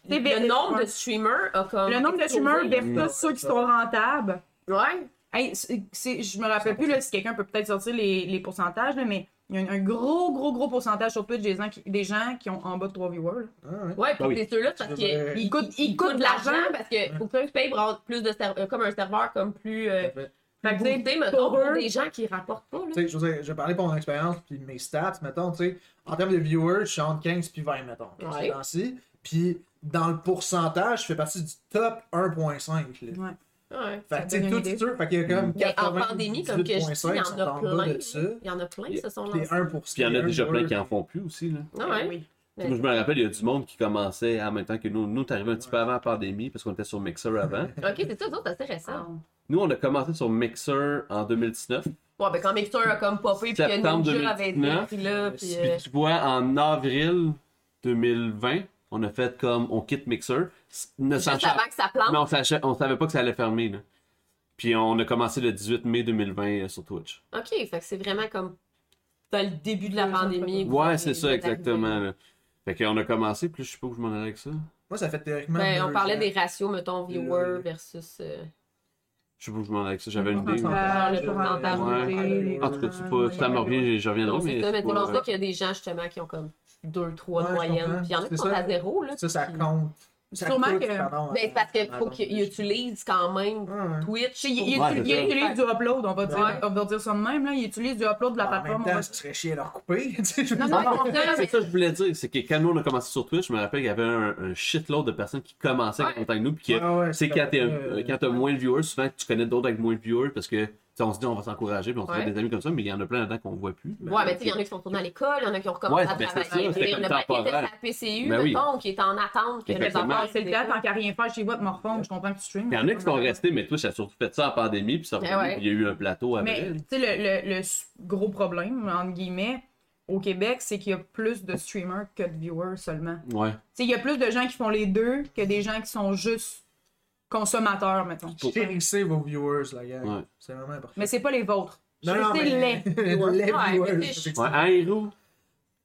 Speaker 5: C'est
Speaker 4: le
Speaker 5: vrai,
Speaker 4: nombre
Speaker 5: ouais.
Speaker 4: de streamers a comme.
Speaker 5: Le nombre de
Speaker 4: explosé.
Speaker 5: streamers
Speaker 6: Mm.
Speaker 5: versus ceux qui sont rentables.
Speaker 4: Ouais.
Speaker 5: Hey, c'est- c'est- je me rappelle plus là, si quelqu'un peut peut-être sortir les, les pourcentages, là, mais il y a un, un gros, gros, gros pourcentage sur Twitch des gens qui, des gens qui ont en bas de 3 viewers. là.
Speaker 6: Ah, ouais.
Speaker 4: Ouais, puis
Speaker 3: Ah oui.
Speaker 4: c'est ceux-là, parce
Speaker 6: C'est vrai.
Speaker 4: qu'ils
Speaker 5: Ils coûtent- ils coûtent
Speaker 4: de l'argent parce que faut que tu payes pour avoir plus de serveurs, comme un serveur comme plus. Euh,
Speaker 6: Tout à fait.
Speaker 4: fait que, tu sais, mettons,
Speaker 5: pour eux-
Speaker 4: pour des gens qui rapportent pas,
Speaker 6: Tu
Speaker 4: là.
Speaker 6: sais, je, veux dire, je vais parler pour mon expérience puis mes stats, mettons, tu sais, en termes de viewers, je suis entre 15 puis 20, mettons,
Speaker 4: Ouais.
Speaker 6: ces temps-ci. Puis dans le pourcentage, je fais partie du top 1.5. là.
Speaker 5: Ouais.
Speaker 4: Ouais.
Speaker 6: Fait
Speaker 5: Ça
Speaker 6: que tu sais,
Speaker 5: donne une
Speaker 6: tout
Speaker 5: idée.
Speaker 6: sûr, fait qu'il y a comme
Speaker 4: Mais en
Speaker 6: 98,5
Speaker 4: pandémie, comme que je dis, il y
Speaker 6: sont
Speaker 4: en a
Speaker 6: en bas
Speaker 4: plein.
Speaker 6: de ça.
Speaker 4: Il y en a plein qui se sont
Speaker 6: Puis
Speaker 4: lancés.
Speaker 6: 1%.
Speaker 3: Puis il y en a déjà plein qui en font plus aussi. Là.
Speaker 4: Ah ouais.
Speaker 5: Ben Oui.
Speaker 4: Ouais.
Speaker 3: Moi, je me rappelle, il y a du monde qui commençait en même temps que nous. Nous, t'es arrivé un petit peu avant la pandémie parce qu'on était sur Mixer avant.
Speaker 4: Ok, c'est ça, c'est assez
Speaker 5: Ah.
Speaker 4: récent.
Speaker 3: Nous, on a commencé sur Mixer en 2019.
Speaker 4: Ouais, ben quand Mixer a comme popé, puis que
Speaker 3: Septembre
Speaker 4: Ninja avait été
Speaker 3: 2019,
Speaker 4: pris là, puis.
Speaker 3: Puis
Speaker 4: euh,
Speaker 3: tu vois, en avril 2020, on a fait comme on quitte Mixer. S- Ne
Speaker 4: Juste
Speaker 3: sachant
Speaker 4: avant que ça plante.
Speaker 3: Mais on, sachait- on savait pas que ça allait fermer. Là. Puis on a commencé le 18 mai 2020 euh, sur Twitch.
Speaker 4: Ok, fait que c'est vraiment comme dans le début de la pandémie.
Speaker 3: Ouais,
Speaker 4: que
Speaker 3: c'est ça,
Speaker 4: arrivé.
Speaker 3: exactement. là. Fait qu'on a commencé, puis là, je sais pas où je m'en allais avec ça.
Speaker 6: Moi, ça fait théoriquement.
Speaker 4: Ben, on
Speaker 6: deux
Speaker 4: parlait
Speaker 6: ans.
Speaker 4: des ratios, mettons, viewer
Speaker 6: Le-
Speaker 4: versus. euh,
Speaker 3: Je sais pas où je m'en allais avec ça, j'avais une idée. mais-
Speaker 5: Pourcentage,
Speaker 4: Ouais.
Speaker 5: pourcentage,
Speaker 3: Ouais.
Speaker 5: les-
Speaker 3: En tout cas, c'est pas, si ça me revient, j'y- je reviendrai.
Speaker 4: Non, c'est
Speaker 3: mais
Speaker 4: ça, mais
Speaker 3: c'est
Speaker 4: c'est pour
Speaker 3: pas-
Speaker 4: ça qu'il y a des gens justement qui ont comme 2, 3
Speaker 6: Ouais,
Speaker 4: de
Speaker 6: je comprends.
Speaker 4: moyenne. Puis il y en a
Speaker 6: C'est
Speaker 4: qui sont
Speaker 6: ça.
Speaker 4: à zéro. Là,
Speaker 6: Ça, ça
Speaker 4: puis-
Speaker 6: compte. Ça
Speaker 5: Sûrement
Speaker 6: coûte,
Speaker 5: que-
Speaker 6: pardon,
Speaker 4: Ben, c'est parce qu'il faut
Speaker 6: attends,
Speaker 4: qu'ils
Speaker 6: je-
Speaker 4: utilisent quand même
Speaker 6: Ah, ouais.
Speaker 4: Twitch.
Speaker 5: Il, il-
Speaker 3: Ouais,
Speaker 5: il-
Speaker 3: c'est
Speaker 5: il
Speaker 3: ça.
Speaker 5: utilise du upload, on va dire,
Speaker 4: Ouais.
Speaker 5: on va dire ça de même. Là. Il utilise du upload de la
Speaker 6: En
Speaker 5: plateforme.
Speaker 6: même
Speaker 5: on va-
Speaker 6: temps, ce serait chier à leur couper. tu sais, je veux
Speaker 5: Non,
Speaker 6: dire.
Speaker 5: non,
Speaker 4: Ouais,
Speaker 5: mais-
Speaker 3: C'est ça que je voulais dire, c'est que quand nous on a commencé sur Twitch, je me rappelle qu'il y avait un, un shitload de personnes qui commençaient à
Speaker 4: Ouais.
Speaker 3: contacter nous, puis que
Speaker 6: Ah Ouais, ouais,
Speaker 3: tu sais,
Speaker 6: c'est
Speaker 3: quand t'es un-
Speaker 6: euh,
Speaker 3: euh, quand t'as moins de viewers, souvent tu connais d'autres avec moins de viewers parce que tu sais, on se dit on va s'encourager, puis on se fait
Speaker 4: Ouais.
Speaker 3: des amis comme ça, mais il y en a plein là-dedans qu'on voit plus.
Speaker 4: Ouais, mais tu sais, il y en a qui sont retournés à l'école, il y en a qui ont recommencé
Speaker 3: Ben Ouais,
Speaker 4: à
Speaker 3: ben, c'est
Speaker 4: travailler.
Speaker 3: ça, c'était
Speaker 4: Il y en a
Speaker 3: comme
Speaker 4: plein qui étaient
Speaker 3: temporaire.
Speaker 4: sur la PCU,
Speaker 3: Ben oui.
Speaker 4: mettons, qui est en attente que les
Speaker 3: Exactement.
Speaker 4: enfants.
Speaker 5: C'est le cas, tant qu'à rien faire chez vous, de me refondre, je comprends que tu streames.
Speaker 3: Il y en a qui sont restés, mais Twitch a surtout fait ça en pandémie, puis ça
Speaker 4: Ben
Speaker 3: revenu,
Speaker 4: ouais.
Speaker 3: puis il y a eu un plateau après.
Speaker 5: Eh Mais tu sais, le, le- le s- gros problème, entre guillemets, au Québec, c'est qu'il y a plus de streamers que de viewers seulement.
Speaker 3: Ouais.
Speaker 5: Tu sais, il y a plus de gens qui font les deux que des gens qui sont juste consommateurs, mettons.
Speaker 6: Chérissez vos viewers, la gang.
Speaker 3: Ouais.
Speaker 6: C'est vraiment important.
Speaker 5: Mais c'est pas les vôtres.
Speaker 6: Non,
Speaker 5: c'est
Speaker 6: non, mais-
Speaker 5: les viewers.
Speaker 4: Ouais,
Speaker 6: les viewers,
Speaker 4: mais c'est-
Speaker 6: effectivement.
Speaker 3: Ouais, hein, Hiro?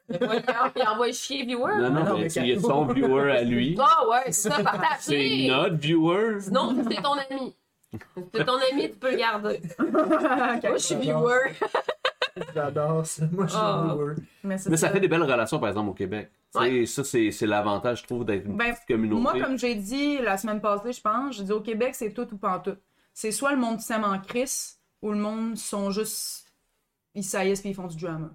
Speaker 4: Voyons, il envoie chier
Speaker 5: Ah,
Speaker 4: viewer.
Speaker 3: Non, non,
Speaker 6: non,
Speaker 3: mais
Speaker 6: mais
Speaker 3: il y a son viewer à lui.
Speaker 4: Ah ouais, c'est ça,
Speaker 3: C'est
Speaker 4: partagez!
Speaker 3: notre viewer.
Speaker 4: Sinon, c'est ton ami. C'est ton ami, tu peux le garder. Moi, je suis
Speaker 6: J'adore.
Speaker 4: viewer.
Speaker 6: J'adore ça. Moi, je
Speaker 5: Oh.
Speaker 6: suis
Speaker 4: Ah.
Speaker 6: viewer.
Speaker 5: Mais c'est
Speaker 3: Mais ça
Speaker 5: ça.
Speaker 3: fait des belles relations, par exemple, au Québec. Tu sais, Ça, c'est c'est l'avantage, je trouve, d'être une
Speaker 5: Ben,
Speaker 3: petite communauté.
Speaker 5: Moi, comme j'ai dit la semaine passée, je pense, j'ai dit au Québec, c'est tout ou pas tout. C'est soit le monde s'aime en crise ou le monde sont juste. Ils saillissent puis ils font du drama.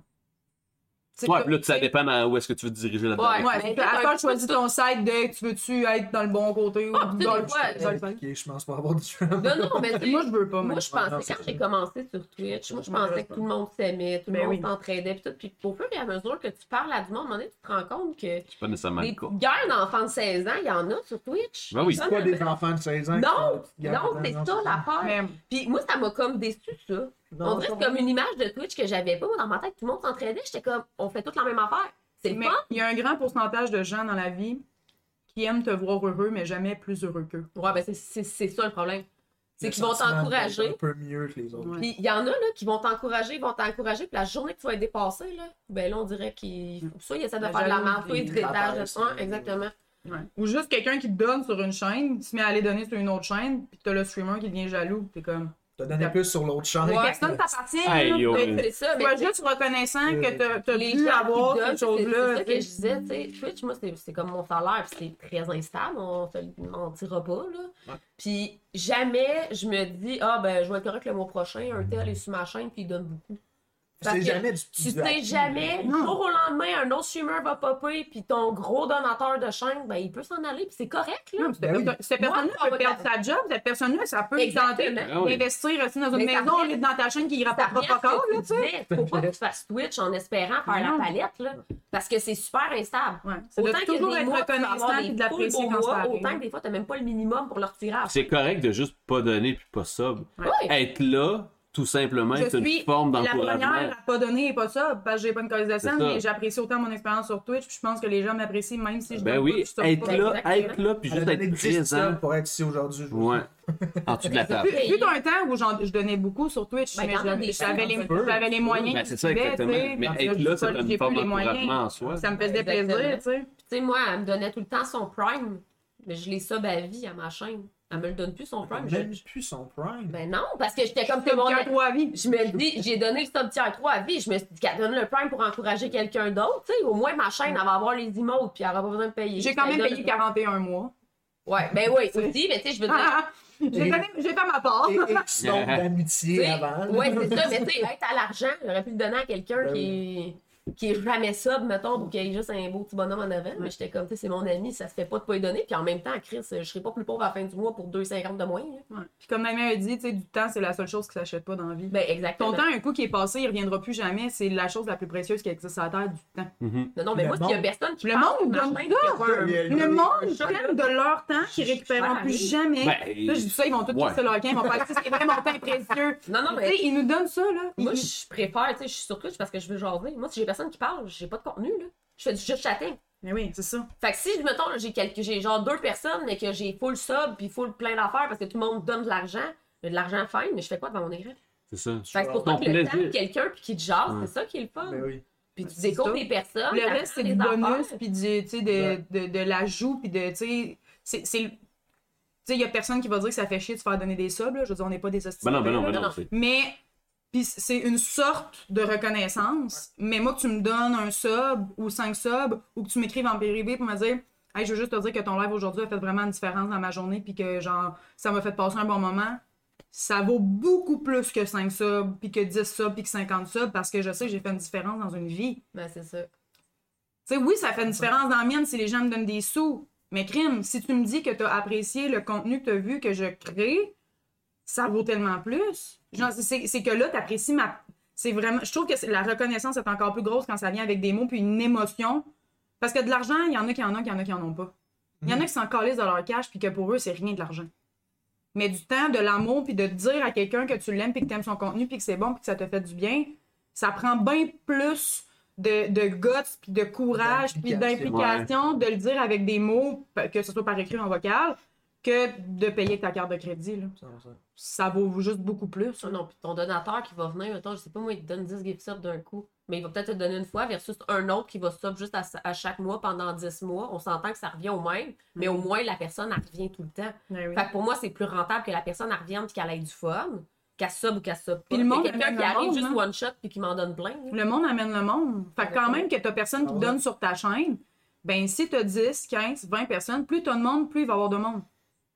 Speaker 5: C'est
Speaker 3: Ouais,
Speaker 5: comme-
Speaker 3: puis là, ça dépend à où est-ce que tu veux te diriger là-dedans.
Speaker 4: Ouais.
Speaker 5: Ouais,
Speaker 4: Mais
Speaker 5: puis à
Speaker 4: t'as-
Speaker 5: part choisis ton site de tu veux-tu être dans le bon côté ou
Speaker 4: Ah, tu sais,
Speaker 5: dans
Speaker 4: des
Speaker 5: le
Speaker 4: fois,
Speaker 5: dans le-
Speaker 6: Ok, je pense pas avoir du drama.
Speaker 4: Non, non, mais
Speaker 5: Moi, je veux pas,
Speaker 4: Moi,
Speaker 5: moi.
Speaker 4: je pensais,
Speaker 6: c'est
Speaker 4: quand
Speaker 6: ça.
Speaker 4: j'ai commencé sur Twitch, moi, je pensais que tout le monde s'aimait, tout le
Speaker 5: Ben
Speaker 4: monde
Speaker 5: oui.
Speaker 4: s'entraidait, pis tout. Puis au fur et à mesure que tu parles à du monde, à un moment donné, tu te rends compte que des
Speaker 3: C'est pas nécessairement le cas.
Speaker 4: petites guerres d'enfants de 16 ans, il y en a sur Twitch.
Speaker 3: Ben oui.
Speaker 4: Ça,
Speaker 6: C'est pas
Speaker 4: ça-
Speaker 6: des enfants de 16 ans. qui
Speaker 4: Non,
Speaker 6: font- qui
Speaker 4: non,
Speaker 6: gardent-
Speaker 4: c'est
Speaker 6: non,
Speaker 4: ça l'affaire.
Speaker 5: Mais-
Speaker 4: Puis moi, ça m'a comme déçu, ça.
Speaker 6: Non,
Speaker 4: on dirait que c'est
Speaker 6: non.
Speaker 4: comme une image de Twitch que j'avais pas. Dans ma tête, tout le monde s'entraidait. J'étais comme, on fait toute la même affaire. C'est le
Speaker 5: mais
Speaker 4: fun.
Speaker 5: il y a un grand pourcentage de gens dans la vie qui aiment te voir heureux, mais jamais plus heureux qu'eux.
Speaker 4: Ouais, ben c'est- c'est c'est ça le problème. C'est
Speaker 6: Le
Speaker 4: qu'ils vont
Speaker 6: sentiment
Speaker 4: t'encourager.
Speaker 6: d'être Un peu mieux que les autres.
Speaker 5: Ouais.
Speaker 4: Puis il y en a là, qui vont t'encourager, ils vont t'encourager, puis la journée que tu vas être dépassé, là, ben là, on dirait qu'ils. Soit ils essaient de
Speaker 5: La
Speaker 4: faire de la
Speaker 5: jalousie,
Speaker 4: merde, soit ils te
Speaker 6: ils
Speaker 4: détachent.
Speaker 6: rabaissent,
Speaker 4: Ouais,
Speaker 6: euh,
Speaker 4: exactement.
Speaker 5: Ou juste quelqu'un qui te donne sur une chaîne, il se met à aller donner sur une autre chaîne, puis t'as le streamer qui devient jaloux, puis t'es comme.
Speaker 6: T'as donné plus sur l'autre champ.
Speaker 4: Ouais.
Speaker 5: Personne t'appartient.
Speaker 3: Hey,
Speaker 5: là.
Speaker 3: yo.
Speaker 5: T'es-
Speaker 4: C'est ça, mais
Speaker 5: Sois juste reconnaissant que t'as- t'as
Speaker 4: les
Speaker 5: dû
Speaker 4: gens
Speaker 5: avoir
Speaker 4: qui donnent,
Speaker 5: cette
Speaker 4: c'est- C'est
Speaker 5: chose-là.
Speaker 4: ça que je disais, tu sais. Twitch, moi, c'est c'est comme mon salaire, puis c'est très instable, on te le mentira pas, là. Puis jamais je me dis, ah, ben, je vais être correct le mois prochain, un tel est sur ma chaîne, puis il donne beaucoup. Parce
Speaker 6: C'est
Speaker 4: que
Speaker 6: jamais du
Speaker 4: Tu
Speaker 6: du
Speaker 4: sais
Speaker 6: acquis.
Speaker 4: jamais, du
Speaker 5: Non.
Speaker 4: jour au lendemain, un autre streamer va popper, puis ton gros donateur de chaîne, ben, il peut s'en aller, puis c'est correct, là.
Speaker 5: Non, cette
Speaker 6: Ben oui.
Speaker 5: cette
Speaker 4: Moi,
Speaker 5: personne-là
Speaker 4: on va
Speaker 5: peut perdre sa job, cette personne-là, ça peut lui tenter
Speaker 4: Exactement.
Speaker 3: Ah oui.
Speaker 5: d'investir aussi dans une
Speaker 4: Mais ça
Speaker 5: maison au
Speaker 4: revient-
Speaker 5: lieu de dans ta chaîne qui ne
Speaker 4: Ça
Speaker 5: rapportera
Speaker 4: revient
Speaker 5: pas
Speaker 4: à
Speaker 5: encore,
Speaker 4: ce
Speaker 5: là,
Speaker 4: que
Speaker 5: tu
Speaker 4: tu
Speaker 5: sais.
Speaker 4: disais. Faut pas que tu fasses Twitch en espérant faire
Speaker 5: Non.
Speaker 4: la palette, là. Parce que c'est super instable.
Speaker 5: Ouais. Ça doit
Speaker 4: Autant qu'il y a
Speaker 5: toujours
Speaker 4: des
Speaker 5: être
Speaker 4: mois, tu vas avoir
Speaker 5: reconnaissant
Speaker 4: des
Speaker 5: et de l'apprécier
Speaker 4: full
Speaker 5: quand
Speaker 4: beaux
Speaker 5: ça
Speaker 4: mois,
Speaker 5: arrive.
Speaker 4: Autant que des fois, t'as même pas le minimum pour leur tirage.
Speaker 3: C'est correct de juste pas donner puis pas sub.
Speaker 4: Ouais.
Speaker 3: Être là, tout simplement,
Speaker 5: Je
Speaker 3: c'est
Speaker 5: suis
Speaker 3: une forme
Speaker 5: la première
Speaker 3: d'encouragement.
Speaker 5: à pas donner et pas ça, parce que j'ai pas une cause de scène,
Speaker 3: ça.
Speaker 5: mais j'apprécie autant mon expérience sur Twitch, puis je pense que les gens m'apprécient même si je
Speaker 3: Ben
Speaker 5: donne
Speaker 3: oui,
Speaker 5: pas, je sors
Speaker 3: être
Speaker 5: pas.
Speaker 3: là,
Speaker 4: Exactement.
Speaker 3: être là, puis
Speaker 6: Elle a
Speaker 3: juste
Speaker 6: donné
Speaker 3: être
Speaker 6: 10
Speaker 3: présent.
Speaker 6: subs pour être ici aujourd'hui. je vous
Speaker 3: hein. Ouais.
Speaker 6: jure.
Speaker 3: En dessous de la table.
Speaker 5: Plus plus un temps où j'en- je donnais beaucoup sur Twitch,
Speaker 4: Ben,
Speaker 5: mais
Speaker 4: t'en as des
Speaker 5: je- j'avais les,
Speaker 6: un peu.
Speaker 5: j'avais les moyens.
Speaker 3: Ben,
Speaker 5: qui
Speaker 3: c'est ça,
Speaker 5: suivaient,
Speaker 3: exactement.
Speaker 5: tu sais.
Speaker 3: Mais
Speaker 5: Parce que
Speaker 3: être
Speaker 5: je
Speaker 3: là,
Speaker 5: dis pas
Speaker 3: c'est
Speaker 5: que
Speaker 3: une
Speaker 5: j'ai
Speaker 3: forme
Speaker 5: plus les moyens.
Speaker 3: d'encouragement en soi.
Speaker 5: Ça me faisait
Speaker 4: Exactement.
Speaker 5: plaisir, tu sais.
Speaker 4: Tu sais, moi, elle me donnait tout le temps son prime. Mais je l'ai sub à vie à ma chaîne. Elle me le donne plus
Speaker 5: Ah,
Speaker 4: son prime.
Speaker 6: Même
Speaker 4: Je-
Speaker 6: plus son prime.
Speaker 4: Ben non, parce que j'étais comme c'est mon.
Speaker 5: Comme toi, vie.
Speaker 4: Je me le dis, j'ai donné le sub tier 3 à vie. Je me suis dit qu'elle donne le prime pour encourager quelqu'un d'autre. Tu sais, au moins, ma chaîne, elle va avoir les emotes, puis elle aura pas besoin de payer.
Speaker 5: J'ai quand
Speaker 4: Elle
Speaker 5: même
Speaker 4: donne-
Speaker 5: payé 41 mois.
Speaker 4: Ouais, ben oui, aussi, mais tu sais, je veux dire.
Speaker 5: Ah, ah, J'ai
Speaker 6: Et-
Speaker 5: quand même- j'ai fait ma part.
Speaker 6: Et X nombre
Speaker 4: Tu
Speaker 6: d'amitié
Speaker 4: sais,
Speaker 6: avant. là.
Speaker 4: Ouais, c'est ça, mais tu sais, être à l'argent, j'aurais pu le donner à quelqu'un
Speaker 6: Ben
Speaker 4: qui, qui est jamais sub, mettons, ou qui est juste un beau petit bonhomme en avant. Mais j'étais comme, tu sais, c'est mon ami, ça se fait pas de pas lui donner. Puis en même temps, Chris, je serais pas plus pauvre à la fin du mois pour 2,50 de moins. là.
Speaker 5: Ouais. Puis comme Damien a dit, tu sais, du temps, c'est la seule chose qui s'achète pas dans la vie.
Speaker 4: Ben,
Speaker 5: Ton
Speaker 4: exactement.
Speaker 5: temps, un coup qui est passé, il reviendra plus jamais. C'est la chose la plus précieuse qui existe sur la Terre, du temps.
Speaker 3: Mhm.
Speaker 4: Non, non, mais
Speaker 6: Le
Speaker 4: moi, s'il y a
Speaker 6: monde-
Speaker 4: personne qui
Speaker 5: Le
Speaker 4: parle
Speaker 5: monde
Speaker 4: sur ma
Speaker 5: donne
Speaker 4: chaîne, qui a pas un-
Speaker 6: Il y a-
Speaker 5: Le monde prenne de leur temps
Speaker 4: Je-
Speaker 5: qu'ils
Speaker 4: je-
Speaker 5: récupéreront
Speaker 4: je-
Speaker 5: plus
Speaker 4: je-
Speaker 5: jamais.
Speaker 3: Ben,
Speaker 5: là, je dis ça, ils vont tous
Speaker 3: ouais.
Speaker 5: faire ça leur gain, ils vont faire c'est vraiment mon temps est précieux.
Speaker 4: Non, non,
Speaker 5: Tu sais,
Speaker 4: mais
Speaker 5: ils nous donnent ça, là.
Speaker 4: moi,
Speaker 5: Ils-
Speaker 4: je préfère, tu sais, je suis sur Twitch parce que je veux jaser. Moi, si j'ai personne qui parle, j'ai pas de contenu, là. Je fais du juste chatting.
Speaker 5: Mais oui, c'est ça.
Speaker 4: Fait que si, mettons, là, j'ai quelques- j'ai genre deux personnes et que j'ai full sub puis full plein d'affaires parce que tout le monde donne de l'argent, mais de l'argent fine, mais je fais quoi devant mon écran?
Speaker 3: C'est ça.
Speaker 4: Fait que c'est pour
Speaker 3: Ton
Speaker 4: ça que le temps
Speaker 3: plaisir.
Speaker 4: de quelqu'un puis qui te jase,
Speaker 3: Ouais.
Speaker 4: c'est ça qui est le fun.
Speaker 6: Ben oui.
Speaker 4: Puis tu
Speaker 5: C'est
Speaker 4: découvres
Speaker 5: ça.
Speaker 4: les personnes.
Speaker 5: Le reste, c'est
Speaker 4: t'apprends
Speaker 5: du
Speaker 4: les
Speaker 5: bonus,
Speaker 4: affaires.
Speaker 5: puis du- tu sais, de,
Speaker 6: Ouais.
Speaker 5: de, de l'ajout, puis de, tu sais, c'est- c'est... Tu sais, il y a personne qui va dire que ça fait chier de se faire donner des subs, là. Je veux dire, on n'est pas des hostiles.
Speaker 3: Ben non, ben non, ben
Speaker 4: Non,
Speaker 3: non.
Speaker 4: non.
Speaker 3: c'est-
Speaker 5: Mais puis c'est une sorte de reconnaissance. Mais moi, que tu me donnes un sub ou cinq subs ou que tu m'écrives en privé pour me dire Hey, je veux juste te dire que ton live aujourd'hui a fait vraiment une différence dans ma journée puis que genre ça m'a fait passer un bon moment. Ça vaut beaucoup plus que 5 subs, puis que 10 subs, puis que 50 subs, parce que je sais que j'ai fait une différence dans une vie.
Speaker 4: Ben, c'est ça.
Speaker 5: Tu sais, oui, ça fait une différence dans la mienne si les gens me donnent des sous. Mais crime, si tu me dis que tu as apprécié le contenu que tu as vu, que je crée, ça vaut tellement plus. Genre, c'est- c'est c'est que là, tu apprécies ma. C'est vraiment. Je trouve que c'est- la reconnaissance est encore plus grosse quand ça vient avec des mots puis une émotion. Parce que de l'argent, il y en a qui en ont, il y en a qui en ont pas. Il y en a qui s'en calissent dans leur cash puis que pour eux, c'est rien de l'argent. Mais du temps, de l'amour puis de dire à quelqu'un que tu l'aimes puis que tu aimes son contenu puis que c'est bon puis que ça te fait du bien, ça prend bien plus de, de guts puis de courage puis
Speaker 6: D'implication.
Speaker 5: d'implication de le dire avec des mots, pa- que ce soit par écrit ou en vocal, que de payer avec ta carte de crédit. Là.
Speaker 6: Ça, ça.
Speaker 5: Ça vaut juste beaucoup plus.
Speaker 4: Ça, Ah non, puis ton donateur qui va venir, attends, je sais pas moi, il te donne 10 gift subs d'un coup, mais il va peut-être te donner une fois versus un autre qui va sub juste à, à chaque mois pendant 10 mois. On s'entend que ça revient au même, mais au moins la personne, elle revient tout le temps.
Speaker 5: Ben oui.
Speaker 4: Fait que pour moi, c'est plus rentable que la personne elle revienne puis qu'elle ait du fun, qu'elle sub ou qu'elle sub pas.
Speaker 5: Puis le monde
Speaker 4: Il y a quelqu'un
Speaker 5: amène
Speaker 4: qui
Speaker 5: le
Speaker 4: arrive
Speaker 5: monde,
Speaker 4: juste
Speaker 5: hein.
Speaker 4: one shot puis qui m'en donne plein. hein.
Speaker 5: Le
Speaker 4: là.
Speaker 5: monde amène le monde. Fait que quand même que t'as personne qui
Speaker 6: Ah ouais.
Speaker 5: donne sur ta chaîne, ben si t'as 10, 15, 20 personnes, plus t'as de monde, plus il va y avoir de monde.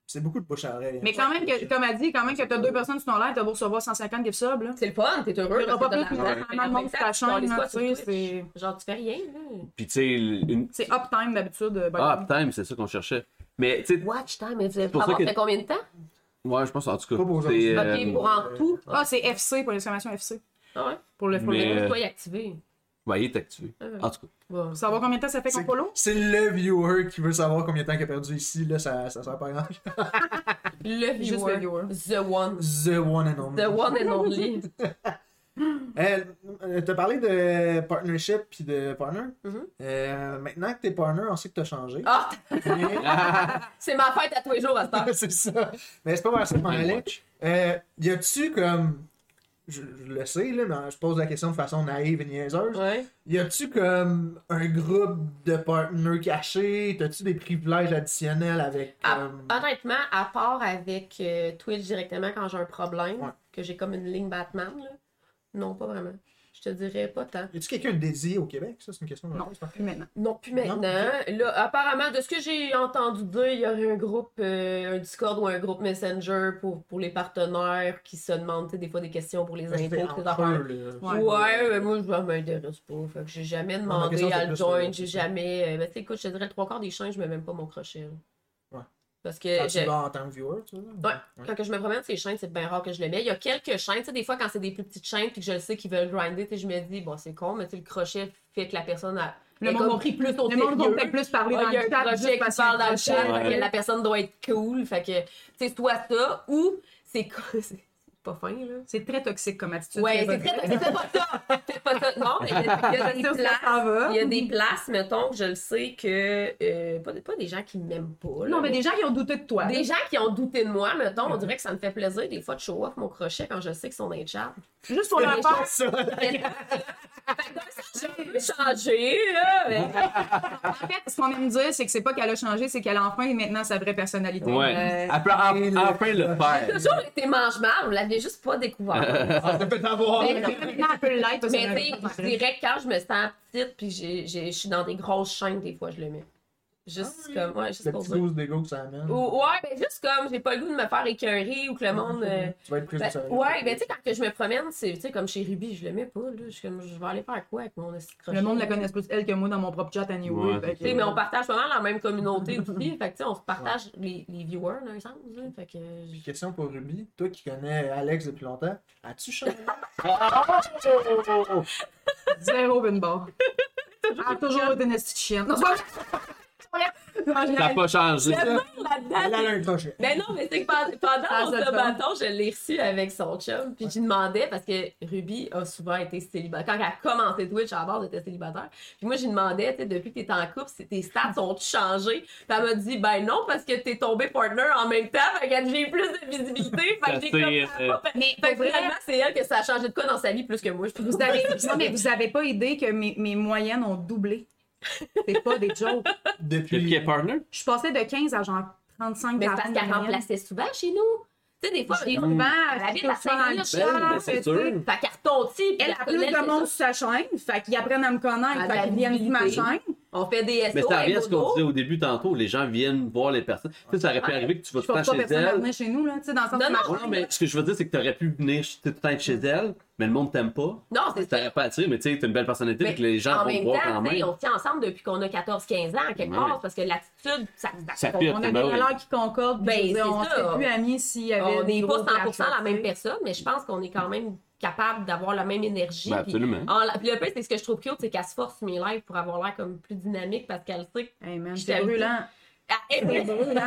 Speaker 6: C'est beaucoup de bouche à oreille. hein.
Speaker 5: Mais quand même, que, comme elle dit, quand même que t'as deux personnes sur ton live, t'as beau recevoir 150 gifts subs, là.
Speaker 4: C'est le fun, t'es
Speaker 5: Il
Speaker 4: heureux.
Speaker 5: y aura
Speaker 4: parce
Speaker 5: pas
Speaker 4: que
Speaker 5: plus
Speaker 4: t'as de
Speaker 5: de
Speaker 4: l'argent. Mais en
Speaker 5: de monde
Speaker 4: même
Speaker 5: sur
Speaker 4: temps,
Speaker 5: ta
Speaker 4: tu t'en
Speaker 5: chaîne,
Speaker 4: laisses
Speaker 5: là,
Speaker 4: pas
Speaker 5: tu
Speaker 4: sur
Speaker 5: sais,
Speaker 4: Twitch.
Speaker 5: c'est-
Speaker 4: Genre, tu fais rien. là.
Speaker 3: Puis tu sais, une...
Speaker 5: c'est up time d'habitude. euh, by the
Speaker 3: ah,
Speaker 5: way.
Speaker 3: time, c'est ça qu'on cherchait. Mais tu sais,
Speaker 4: Watch time, mais vous allez
Speaker 3: pour
Speaker 4: savoir,
Speaker 3: ça que- Euh,
Speaker 4: ça fait combien de temps?
Speaker 3: ouais, je pense en tout
Speaker 6: Pas pour
Speaker 3: cas.
Speaker 6: aujourd'hui.
Speaker 3: c'est,
Speaker 4: Ok, pour en tout. Ah,
Speaker 5: Ah, c'est FC pour l'exclamation FC.
Speaker 4: ah ouais.
Speaker 5: Pour le pour
Speaker 3: Mais-
Speaker 5: le-
Speaker 4: Je
Speaker 3: Euh.
Speaker 4: dois y activer.
Speaker 3: ouais, il est activé.
Speaker 4: Ah ouais.
Speaker 3: En tout cas.
Speaker 4: Bon.
Speaker 5: Pour savoir combien de temps ça fait qu'on
Speaker 6: C'est-
Speaker 5: follow.
Speaker 6: C'est le viewer qui veut savoir combien de temps qu'il a perdu ici, là, ça, ça sert pas à grand chose.
Speaker 4: Le
Speaker 5: Juste
Speaker 4: viewer.
Speaker 5: le viewer.
Speaker 4: The one.
Speaker 6: The one and only.
Speaker 4: The one and only.
Speaker 6: Euh, euh, t'as parlé de partnership puis de partner.
Speaker 4: Mhm.
Speaker 6: Euh, maintenant que t'es partner, on sait que t'as changé.
Speaker 4: Ah,
Speaker 6: Mais-
Speaker 4: c'est ma fête à tous les jours à cette heure.
Speaker 6: c'est ça. Mais c'est pas vers ça que je m'en allais. Euh, y a-tu comme. Je, je le sais, là, mais je pose la question de façon naïve et niaiseuse.
Speaker 4: Ouais.
Speaker 6: Y a-tu comme un groupe de partenaires cachés T'as-tu des privilèges additionnels avec. euh,
Speaker 4: À-
Speaker 6: comme-
Speaker 4: Honnêtement, à part avec euh, Twitch directement quand j'ai un problème,
Speaker 6: Ouais.
Speaker 4: que j'ai comme une ligne Batman, là. non, pas vraiment. Je te dirais pas tant.
Speaker 6: Y a-tu quelqu'un de dédié au Québec Ça, c'est une question.
Speaker 5: Non, plus maintenant.
Speaker 4: Non, plus maintenant. Là, apparemment, de ce que j'ai entendu dire, il y aurait un groupe, euh, un Discord ou un groupe Messenger pour, pour les partenaires qui se demandent tu sais, des fois des questions pour les
Speaker 6: Ouais,
Speaker 4: impôts,
Speaker 6: Ben, entre
Speaker 4: pour les affaires.
Speaker 6: eux, là.
Speaker 4: Ouais,
Speaker 5: Ouais.
Speaker 4: mais moi, je m'intéresse pas. Fait que j'ai jamais
Speaker 6: ma
Speaker 4: demandé
Speaker 6: question, c'est
Speaker 4: à le
Speaker 6: plus,
Speaker 4: joindre,
Speaker 6: euh,
Speaker 4: j'ai
Speaker 6: c'est ça.
Speaker 4: jamais. euh, Mais tu sais, écoute, je te dirais trois quarts des chiens, je mets même pas mon crochet. là.
Speaker 6: Ouais.
Speaker 4: Parce que.
Speaker 6: Quand
Speaker 4: Euh, je-
Speaker 6: tu vas en tant que viewer, tu vois.
Speaker 4: Ouais. Quand que je me promène ces chaînes, c'est bien rare que je le mets. Il y a quelques chaînes, tu sais, des fois quand c'est des plus petites chaînes puis que je le sais qu'ils veulent grinder, tu sais, je me dis, bon, c'est con, mais tu sais, le crochet fait que la personne a.
Speaker 5: Le monde va-
Speaker 4: compris plus au
Speaker 5: Le monde va
Speaker 4: sérieux.
Speaker 5: peut-être plus parler
Speaker 4: Ah,
Speaker 5: dans
Speaker 4: il y a
Speaker 5: le
Speaker 4: un
Speaker 5: chat.
Speaker 4: projet
Speaker 5: juste
Speaker 4: qui
Speaker 5: parce
Speaker 4: parle dans le
Speaker 5: qu'il y a
Speaker 4: chat,
Speaker 5: un
Speaker 4: fait
Speaker 5: projet.
Speaker 4: que la personne doit être cool. Fait que, tu sais, soit ça ou c'est quoi- c'est pas fin, là.
Speaker 5: C'est très toxique comme attitude.
Speaker 4: Ouais,
Speaker 5: qu'elle
Speaker 4: c'est
Speaker 5: va dire.
Speaker 4: très. Fais pas ça! Fais pas ça! Non, mais il y a des
Speaker 5: Ça, ça
Speaker 4: places-
Speaker 5: s'en va.
Speaker 4: il y a des places, mettons, que je le sais que. euh, pas, pas des gens qui m'aiment pas. là,
Speaker 5: Non, mais des gens qui ont douté de toi.
Speaker 4: des gens qui ont douté de moi, mettons, on dirait que ça me fait plaisir des fois de show off mon crochet quand je sais qu'ils sont dans le chat.
Speaker 5: Juste pour leur
Speaker 4: des
Speaker 5: part.
Speaker 6: Ça,
Speaker 4: Fait que donc, ça, J'ai un peu changé, là, mais-
Speaker 5: En fait, ce qu'on aime dire, c'est que c'est pas qu'elle a changé, c'est qu'elle a enfin maintenant sa vraie personnalité.
Speaker 3: Ouais.
Speaker 4: Euh,
Speaker 3: Elle peut
Speaker 6: et
Speaker 3: en-
Speaker 6: le-
Speaker 3: enfin le faire.
Speaker 4: Toujours été mange-marre, vous l'aviez juste pas découvert.
Speaker 6: Ah, ça peut t'avoir.
Speaker 4: Mais-
Speaker 5: Maintenant, elle peut l'être. parce
Speaker 4: Mais
Speaker 5: qu'elle a-
Speaker 4: tu sais, je dirais que quand je me sens petite puis j'ai- j'ai- je suis dans des grosses chaînes, des fois, je le mets.
Speaker 5: Ah,
Speaker 4: Juste comme, ouais, juste
Speaker 6: Le
Speaker 4: pour
Speaker 6: petit
Speaker 4: dire.
Speaker 6: dose d'ego que ça amène.
Speaker 4: Ou- ouais, ben juste comme, j'ai pas le goût de me faire écœurer ou que le monde. euh,
Speaker 6: Tu vas être pris
Speaker 4: Ben,
Speaker 6: au Ah, sérieux.
Speaker 4: ouais, ben tu sais, quand que je me promène, c'est tu sais, comme chez Ruby, je le mets pas, là. Je, suis comme, je vais aller faire quoi avec mon esti de crochet?
Speaker 5: Le monde la connaisse plus elle que moi dans mon propre chat anyway.
Speaker 3: Ouais.
Speaker 5: fait
Speaker 4: Tu sais,
Speaker 5: que-
Speaker 4: mais on partage pas mal la même communauté aussi. fait que, tu sais, on se partage les, les viewers dans un sens. là. Fait que. euh,
Speaker 6: Puis question pour Ruby, toi qui connais Alex depuis longtemps, as-tu changé?
Speaker 5: Zéro bin bar. Elle a toujours été une petite chienne. Non, c'est pas vrai. Non, j'ai-
Speaker 3: Ça n'a pas changé.
Speaker 4: j'aime là-dedans,
Speaker 6: Elle a un crochet.
Speaker 4: Ben non, mais c'est que pendant- pendant
Speaker 5: Ça, ça
Speaker 4: ce
Speaker 5: te
Speaker 4: bâton, je l'ai reçu avec son chum. Puis je lui demandais, parce que Ruby a souvent été célibataire. Quand elle a commencé Twitch, à la base, elle était célibataire. Puis moi, je lui demandais, tu sais, depuis que t'es en couple, c'est- tes stats sont changés? Puis elle m'a dit, ben non, parce que t'es tombé partner en même temps. Fait que j'ai plus de visibilité. Fait que j'ai
Speaker 3: Ça, c'est,
Speaker 4: comme...
Speaker 3: euh,
Speaker 4: Mais
Speaker 5: pour
Speaker 4: fait que
Speaker 5: vrai-
Speaker 4: finalement, c'est elle que ça a changé de quoi dans sa vie plus que moi, je pense.
Speaker 5: Vous avez, non, mais vous avez pas idée que mes, mes moyennes ont doublé. C'est pas des jokes.
Speaker 3: Depuis
Speaker 6: Depuis.
Speaker 3: qu'elle est partner,
Speaker 5: Je passais de 15 à genre 35
Speaker 4: Mais c'est parce
Speaker 5: quarante
Speaker 4: qu'elle
Speaker 5: de moyenne.
Speaker 4: remplaçait souvent chez nous. Tu sais, des fois,
Speaker 5: Et
Speaker 4: elle
Speaker 5: souvent,
Speaker 4: Elle
Speaker 5: elle
Speaker 4: habite à
Speaker 5: souvent dans le
Speaker 4: Saint-Denis,
Speaker 5: chat,
Speaker 3: ben, Mm. c'est
Speaker 5: tu sais.
Speaker 3: sûr.
Speaker 4: fait qu'elle retontit. puis
Speaker 5: Elle a
Speaker 4: elle
Speaker 5: plus
Speaker 4: connaît
Speaker 5: de
Speaker 4: le-
Speaker 5: monde sur sa chaîne, fait qu'ils apprennent à me connaître,
Speaker 4: À
Speaker 5: fait qu'ils viennent sur ma
Speaker 4: l'habilité.
Speaker 5: chaîne.
Speaker 4: On fait des SO
Speaker 3: Mais ça revient à
Speaker 4: avec
Speaker 3: ce qu'on
Speaker 4: Dodo.
Speaker 3: disait au début tantôt, les gens viennent voir les personnes. Tu sais, ça aurait pu
Speaker 4: Ouais.
Speaker 3: arriver que tu vas
Speaker 5: Je
Speaker 3: tout le
Speaker 5: force
Speaker 3: temps
Speaker 5: pas
Speaker 3: chez
Speaker 5: personne à
Speaker 3: elle.
Speaker 5: venir chez nous, là, tu sais, dans le sens
Speaker 4: Non,
Speaker 5: que
Speaker 4: non,
Speaker 5: ma-
Speaker 3: Ouais, non, mais ce que je veux dire, c'est que tu aurais pu venir ch- tout le temps être chez elle, mais le monde t'aime pas.
Speaker 4: Non, c'est
Speaker 3: T'aurais pas attiré, mais tu sais, t'as une belle personnalité,
Speaker 4: Mais
Speaker 3: fait que les gens
Speaker 4: en
Speaker 3: vont
Speaker 4: même
Speaker 3: voir
Speaker 4: temps,
Speaker 3: quand
Speaker 4: tu sais,
Speaker 3: même.
Speaker 4: on se tient ensemble depuis qu'on a 14-15 ans, quelque
Speaker 3: Ouais.
Speaker 4: part, parce que l'attitude, ça,
Speaker 3: Ça
Speaker 4: on-
Speaker 3: fit,
Speaker 5: on a des
Speaker 3: ben oui.
Speaker 5: valeurs qui concordent, puis
Speaker 4: Ben,
Speaker 5: je veux dire,
Speaker 4: c'est
Speaker 5: on
Speaker 4: ça.
Speaker 5: serait plus amis s'il y avait
Speaker 4: on
Speaker 5: des
Speaker 4: n'est pas
Speaker 5: gros
Speaker 4: 100% la
Speaker 5: clashs,
Speaker 4: même
Speaker 5: tu sais.
Speaker 4: personne, mais je pense qu'on est quand même capable d'avoir la même énergie.
Speaker 3: Ben,
Speaker 4: puis-
Speaker 3: absolument.
Speaker 4: en la- puis le pire, c'est ce que je trouve cute, c'est qu'elle se force sur mes lives pour avoir l'air comme plus dynamique parce qu'elle sait que-
Speaker 5: Hey man,
Speaker 4: Je
Speaker 5: c'est
Speaker 4: t'avoue.
Speaker 5: brûlant.
Speaker 4: Ah, eh,
Speaker 5: C'est
Speaker 4: mais-
Speaker 5: brûlant.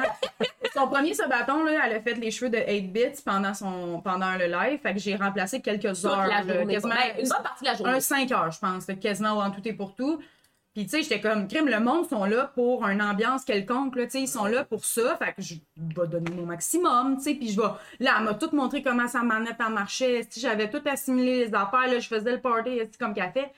Speaker 5: Son premier sabaton, là, elle a fait les cheveux de 8 bits pendant, son, pendant le live. Fait que j'ai remplacé quelques
Speaker 4: toute
Speaker 5: heures. là,
Speaker 4: la journée.
Speaker 5: euh, quasiment
Speaker 4: Ben, une bonne partie de la journée.
Speaker 5: un 5 heures, je pense. là, quasiment en tout et pour tout. Puis, tu sais, j'étais comme, crime, le monde sont là pour une ambiance quelconque, là, tu sais, ils sont là pour ça. Fait que je vais donner mon maximum, tu sais, puis je vais. Là, elle m'a tout montré comment sa manette en marchait. Si j'avais tout assimilé les affaires, là, je faisais le party, est-ce comme qu'elle fait.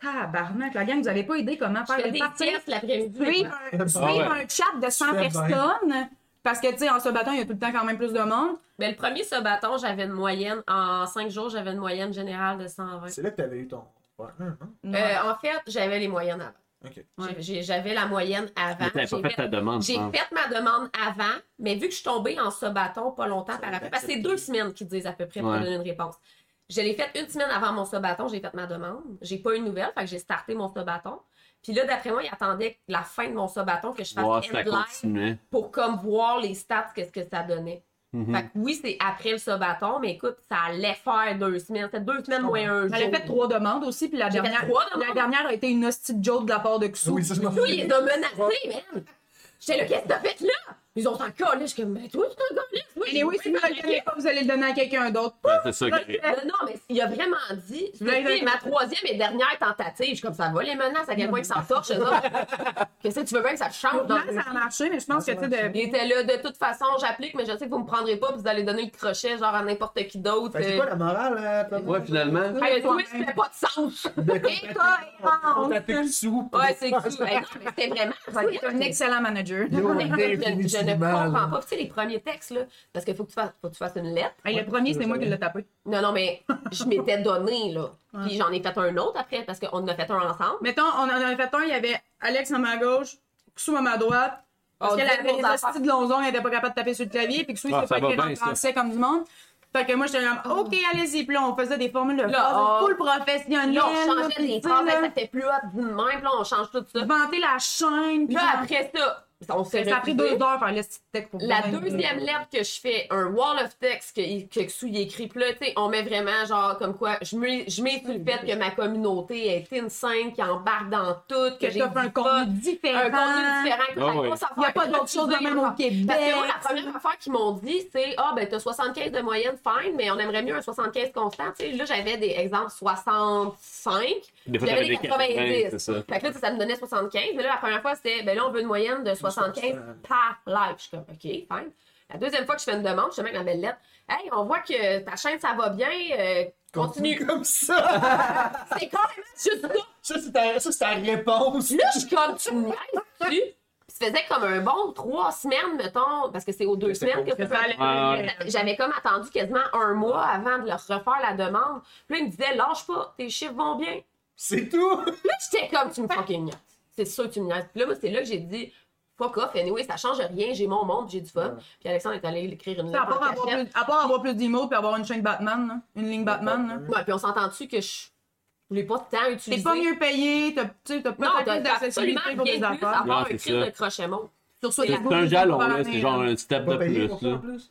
Speaker 5: Tabarnak, la gang, vous avez pas idée comment
Speaker 4: Je
Speaker 5: faire
Speaker 4: fais
Speaker 5: le
Speaker 4: des
Speaker 5: party.
Speaker 4: tests l'après-midi.
Speaker 5: Suivre un, suivre un chat de 100
Speaker 6: Ah fais bien.
Speaker 5: personnes. Parce que, tu sais, en se battant, il y a tout le temps quand même plus de monde.
Speaker 4: Mais Ben, le premier ce bâton, j'avais une moyenne. En 5 jours, j'avais une moyenne générale de 120.
Speaker 6: C'est là que t'avais eu ton partner, non?
Speaker 5: Non.
Speaker 4: Euh, en fait, j'avais les moyennes avant.
Speaker 6: Ok.
Speaker 4: J'ai- j'ai- J'avais la moyenne avant.
Speaker 3: Mais t'avais
Speaker 4: J'ai
Speaker 3: pas fait
Speaker 4: fait-
Speaker 3: ta demande, hein. je
Speaker 4: J'ai
Speaker 3: pense.
Speaker 4: fait ma demande avant, mais vu que je suis tombée en sabaton pas longtemps
Speaker 6: Ça
Speaker 4: par
Speaker 6: va
Speaker 4: après,
Speaker 6: être
Speaker 4: parce que c'est
Speaker 6: accepté.
Speaker 4: deux semaines qu'ils disent à peu près pour
Speaker 3: Ouais.
Speaker 4: donner une réponse. Je l'ai faite une semaine avant mon sabaton, j'ai fait ma demande. J'ai pas eu de nouvelles, fait que j'ai starté mon sabaton. Puis là, d'après moi, ils attendaient la fin de mon sabaton que je fasse
Speaker 3: Ouais,
Speaker 4: end
Speaker 3: ça
Speaker 4: live
Speaker 3: continuait.
Speaker 4: pour comme voir les stats, qu'est-ce que ça donnait.
Speaker 3: Mhm.
Speaker 4: Fait que oui, c'est après le sabaton, mais écoute, ça allait faire deux semaines. C'était deux semaines moins un jour.
Speaker 5: Elle a fait trois demandes aussi, puis la
Speaker 4: J'ai fait
Speaker 5: dernière,
Speaker 4: trois demandes.
Speaker 5: la dernière a été une hostie de joke de la part de Xou.
Speaker 6: Oui, ça, je m'en
Speaker 4: Nous, il les a menacés, man! J'étais là, qu'est-ce que t'as fait là? Ils ont t'en collé. Je suis comme, mais toi, tu t'en colles, oui.
Speaker 5: Et oui, si vous ne le donnez pas, vous allez le donner à quelqu'un d'autre.
Speaker 3: Ouais, c'est ça, Greg.
Speaker 4: Non, non, mais il a vraiment dit,
Speaker 5: Mais-
Speaker 4: c'était ma troisième et dernière tentative. Je suis comme, ça va les menaces, à quel point ils s'en sortent chez eux. Qu'est-ce que tu veux bien que ça change?
Speaker 5: Non,
Speaker 4: Dans
Speaker 5: ça a marché, mais je pense que, tu sais,
Speaker 4: il
Speaker 5: de...
Speaker 4: était là, de toute façon, j'applique, mais je sais que vous me prendrez pas, puis vous allez donner le crochet, genre à n'importe qui d'autre.
Speaker 6: Fait que Ben, c'est quoi la morale, euh, Thomas?
Speaker 3: Ouais, finalement.
Speaker 4: Euh, hey, le twist fait pas de sens!
Speaker 5: Et toi, Ivan,
Speaker 6: T'as fait le sou.
Speaker 4: Ouais, c'est cool. Hey, non, mais c'était vraiment.
Speaker 5: c'est un excellent manager.
Speaker 6: Yo,
Speaker 4: Mais écoute, je, je ne
Speaker 6: définitivement,
Speaker 4: comprends
Speaker 6: là.
Speaker 4: pas. Tu sais, les premiers textes, là, parce qu'il faut que tu fasses, faut que tu fasses une lettre.
Speaker 5: Hey, le premier, c'est moi qui l'ai tapé.
Speaker 4: Non, non, mais je m'étais donné, là. Puis j'en ai fait un autre après, parce qu'on en a fait un ensemble.
Speaker 5: Mettons, on en avait fait un, il y avait Alex à ma gauche, Xou à ma droite. Parce
Speaker 4: On
Speaker 5: qu'elle
Speaker 4: disait
Speaker 5: avait
Speaker 4: nos
Speaker 5: les
Speaker 4: Oh, affaires.
Speaker 5: hosties de lonzons, elle était pas capable de taper sur le clavier, puis Xou, il
Speaker 3: Ah,
Speaker 5: s'est
Speaker 3: ça
Speaker 5: pas
Speaker 3: va
Speaker 5: écrit en
Speaker 3: bien, ça.
Speaker 5: français comme du monde. Fait que moi, j'étais comme, OK, allez-y. Puis là, on faisait des formules de
Speaker 4: Oh. Là,
Speaker 5: phrases
Speaker 4: ah.
Speaker 5: full professionnelles.
Speaker 4: Là, on
Speaker 5: là,
Speaker 4: changeait
Speaker 5: puis
Speaker 4: des
Speaker 5: tu sais,
Speaker 4: phrases,
Speaker 5: là,
Speaker 4: ça fait plus hot du même, là, on change tout ça.
Speaker 5: Inventer la chaîne. puis
Speaker 4: Là,
Speaker 5: genre,
Speaker 4: après ça, on s'est
Speaker 5: Ça a pris
Speaker 4: retrouvés.
Speaker 5: deux heures par le petit texte pour
Speaker 4: La
Speaker 5: donner une-
Speaker 4: deuxième lettre que je fais, un wall of text que, que Xu y écrit, puis là, tu sais, on met vraiment genre comme quoi, je mets, je mets sur le fait que ma communauté est insane, qui embarque dans tout, que,
Speaker 5: que
Speaker 4: j'ai
Speaker 5: t'offres un
Speaker 4: du fun,
Speaker 5: contenu différent.
Speaker 4: un contenu différent. que
Speaker 3: Ah
Speaker 4: ça
Speaker 3: ouais.
Speaker 4: commence à
Speaker 5: Il n'y a
Speaker 4: faire
Speaker 5: pas d'autre chose de même au Québec.
Speaker 4: Parce que moi, la première affaire qu'ils m'ont dit, c'est Ah, ben, t'as 75 de moyenne, fine, mais on aimerait mieux un 75 constant. Tu sais, là, j'avais des exemples 65.
Speaker 3: Des fois,
Speaker 4: J'avais des
Speaker 3: t'avais des
Speaker 4: 90.
Speaker 3: c'est ça.
Speaker 4: Fait que là, ça me donnait 75. Mais là, la première fois, c'était Ben là, on veut une moyenne de 75 par live. Je suis comme OK, fine. La deuxième fois que je fais une demande, je te mets ma belle lettre. Hey, on voit que ta chaîne, ça va bien. euh, continue.
Speaker 6: Comme ça!
Speaker 4: C'est carrément juste ça.
Speaker 6: Ça, c'est ta, ça, c'est ta réponse.
Speaker 4: Là, je suis comme, tu me niaises-tu? Puis ça faisait comme un bon trois semaines, mettons, parce que c'est aux deux
Speaker 6: C'est
Speaker 4: semaines que tu
Speaker 6: concret.
Speaker 4: peux aller.
Speaker 3: Ouais,
Speaker 4: J'avais comme attendu quasiment un mois avant de leur refaire la demande. Puis là, ils me disaient, lâche pas, tes chiffres vont bien.
Speaker 6: C'est tout!
Speaker 4: Puis là, j'étais comme, tu me fucking niaises. C'est sûr que tu me niaises. Puis là, moi, c'est là que j'ai dit, fuck off, anyway, ça change rien, j'ai mon monde, j'ai du fun. Puis Alexandre est allé écrire une
Speaker 5: Ça, à,
Speaker 4: lettre.
Speaker 5: part
Speaker 4: en
Speaker 5: avoir
Speaker 4: cachette.
Speaker 5: plus, à part avoir plus d'emails puis avoir une chaîne Batman, là, une ligne Batman, là.
Speaker 4: Ouais, puis on s'entend-tu que je voulais pas tant utiliser.
Speaker 5: t'es pas mieux payé, t'as tu sais, t'as
Speaker 4: Non,
Speaker 5: pas
Speaker 4: t'as
Speaker 5: plus d'accessibilité
Speaker 4: absolument
Speaker 5: pour
Speaker 4: bien
Speaker 5: tes
Speaker 4: plus à
Speaker 5: affaires.
Speaker 4: avoir un
Speaker 3: Ouais, c'est
Speaker 4: crise
Speaker 3: ça.
Speaker 4: de crochet-mont.
Speaker 5: Sur ce,
Speaker 3: C'est un jalon, là. C'est genre un step de
Speaker 6: Pas payé pour
Speaker 3: plus,
Speaker 6: ça, en
Speaker 3: là.
Speaker 6: plus.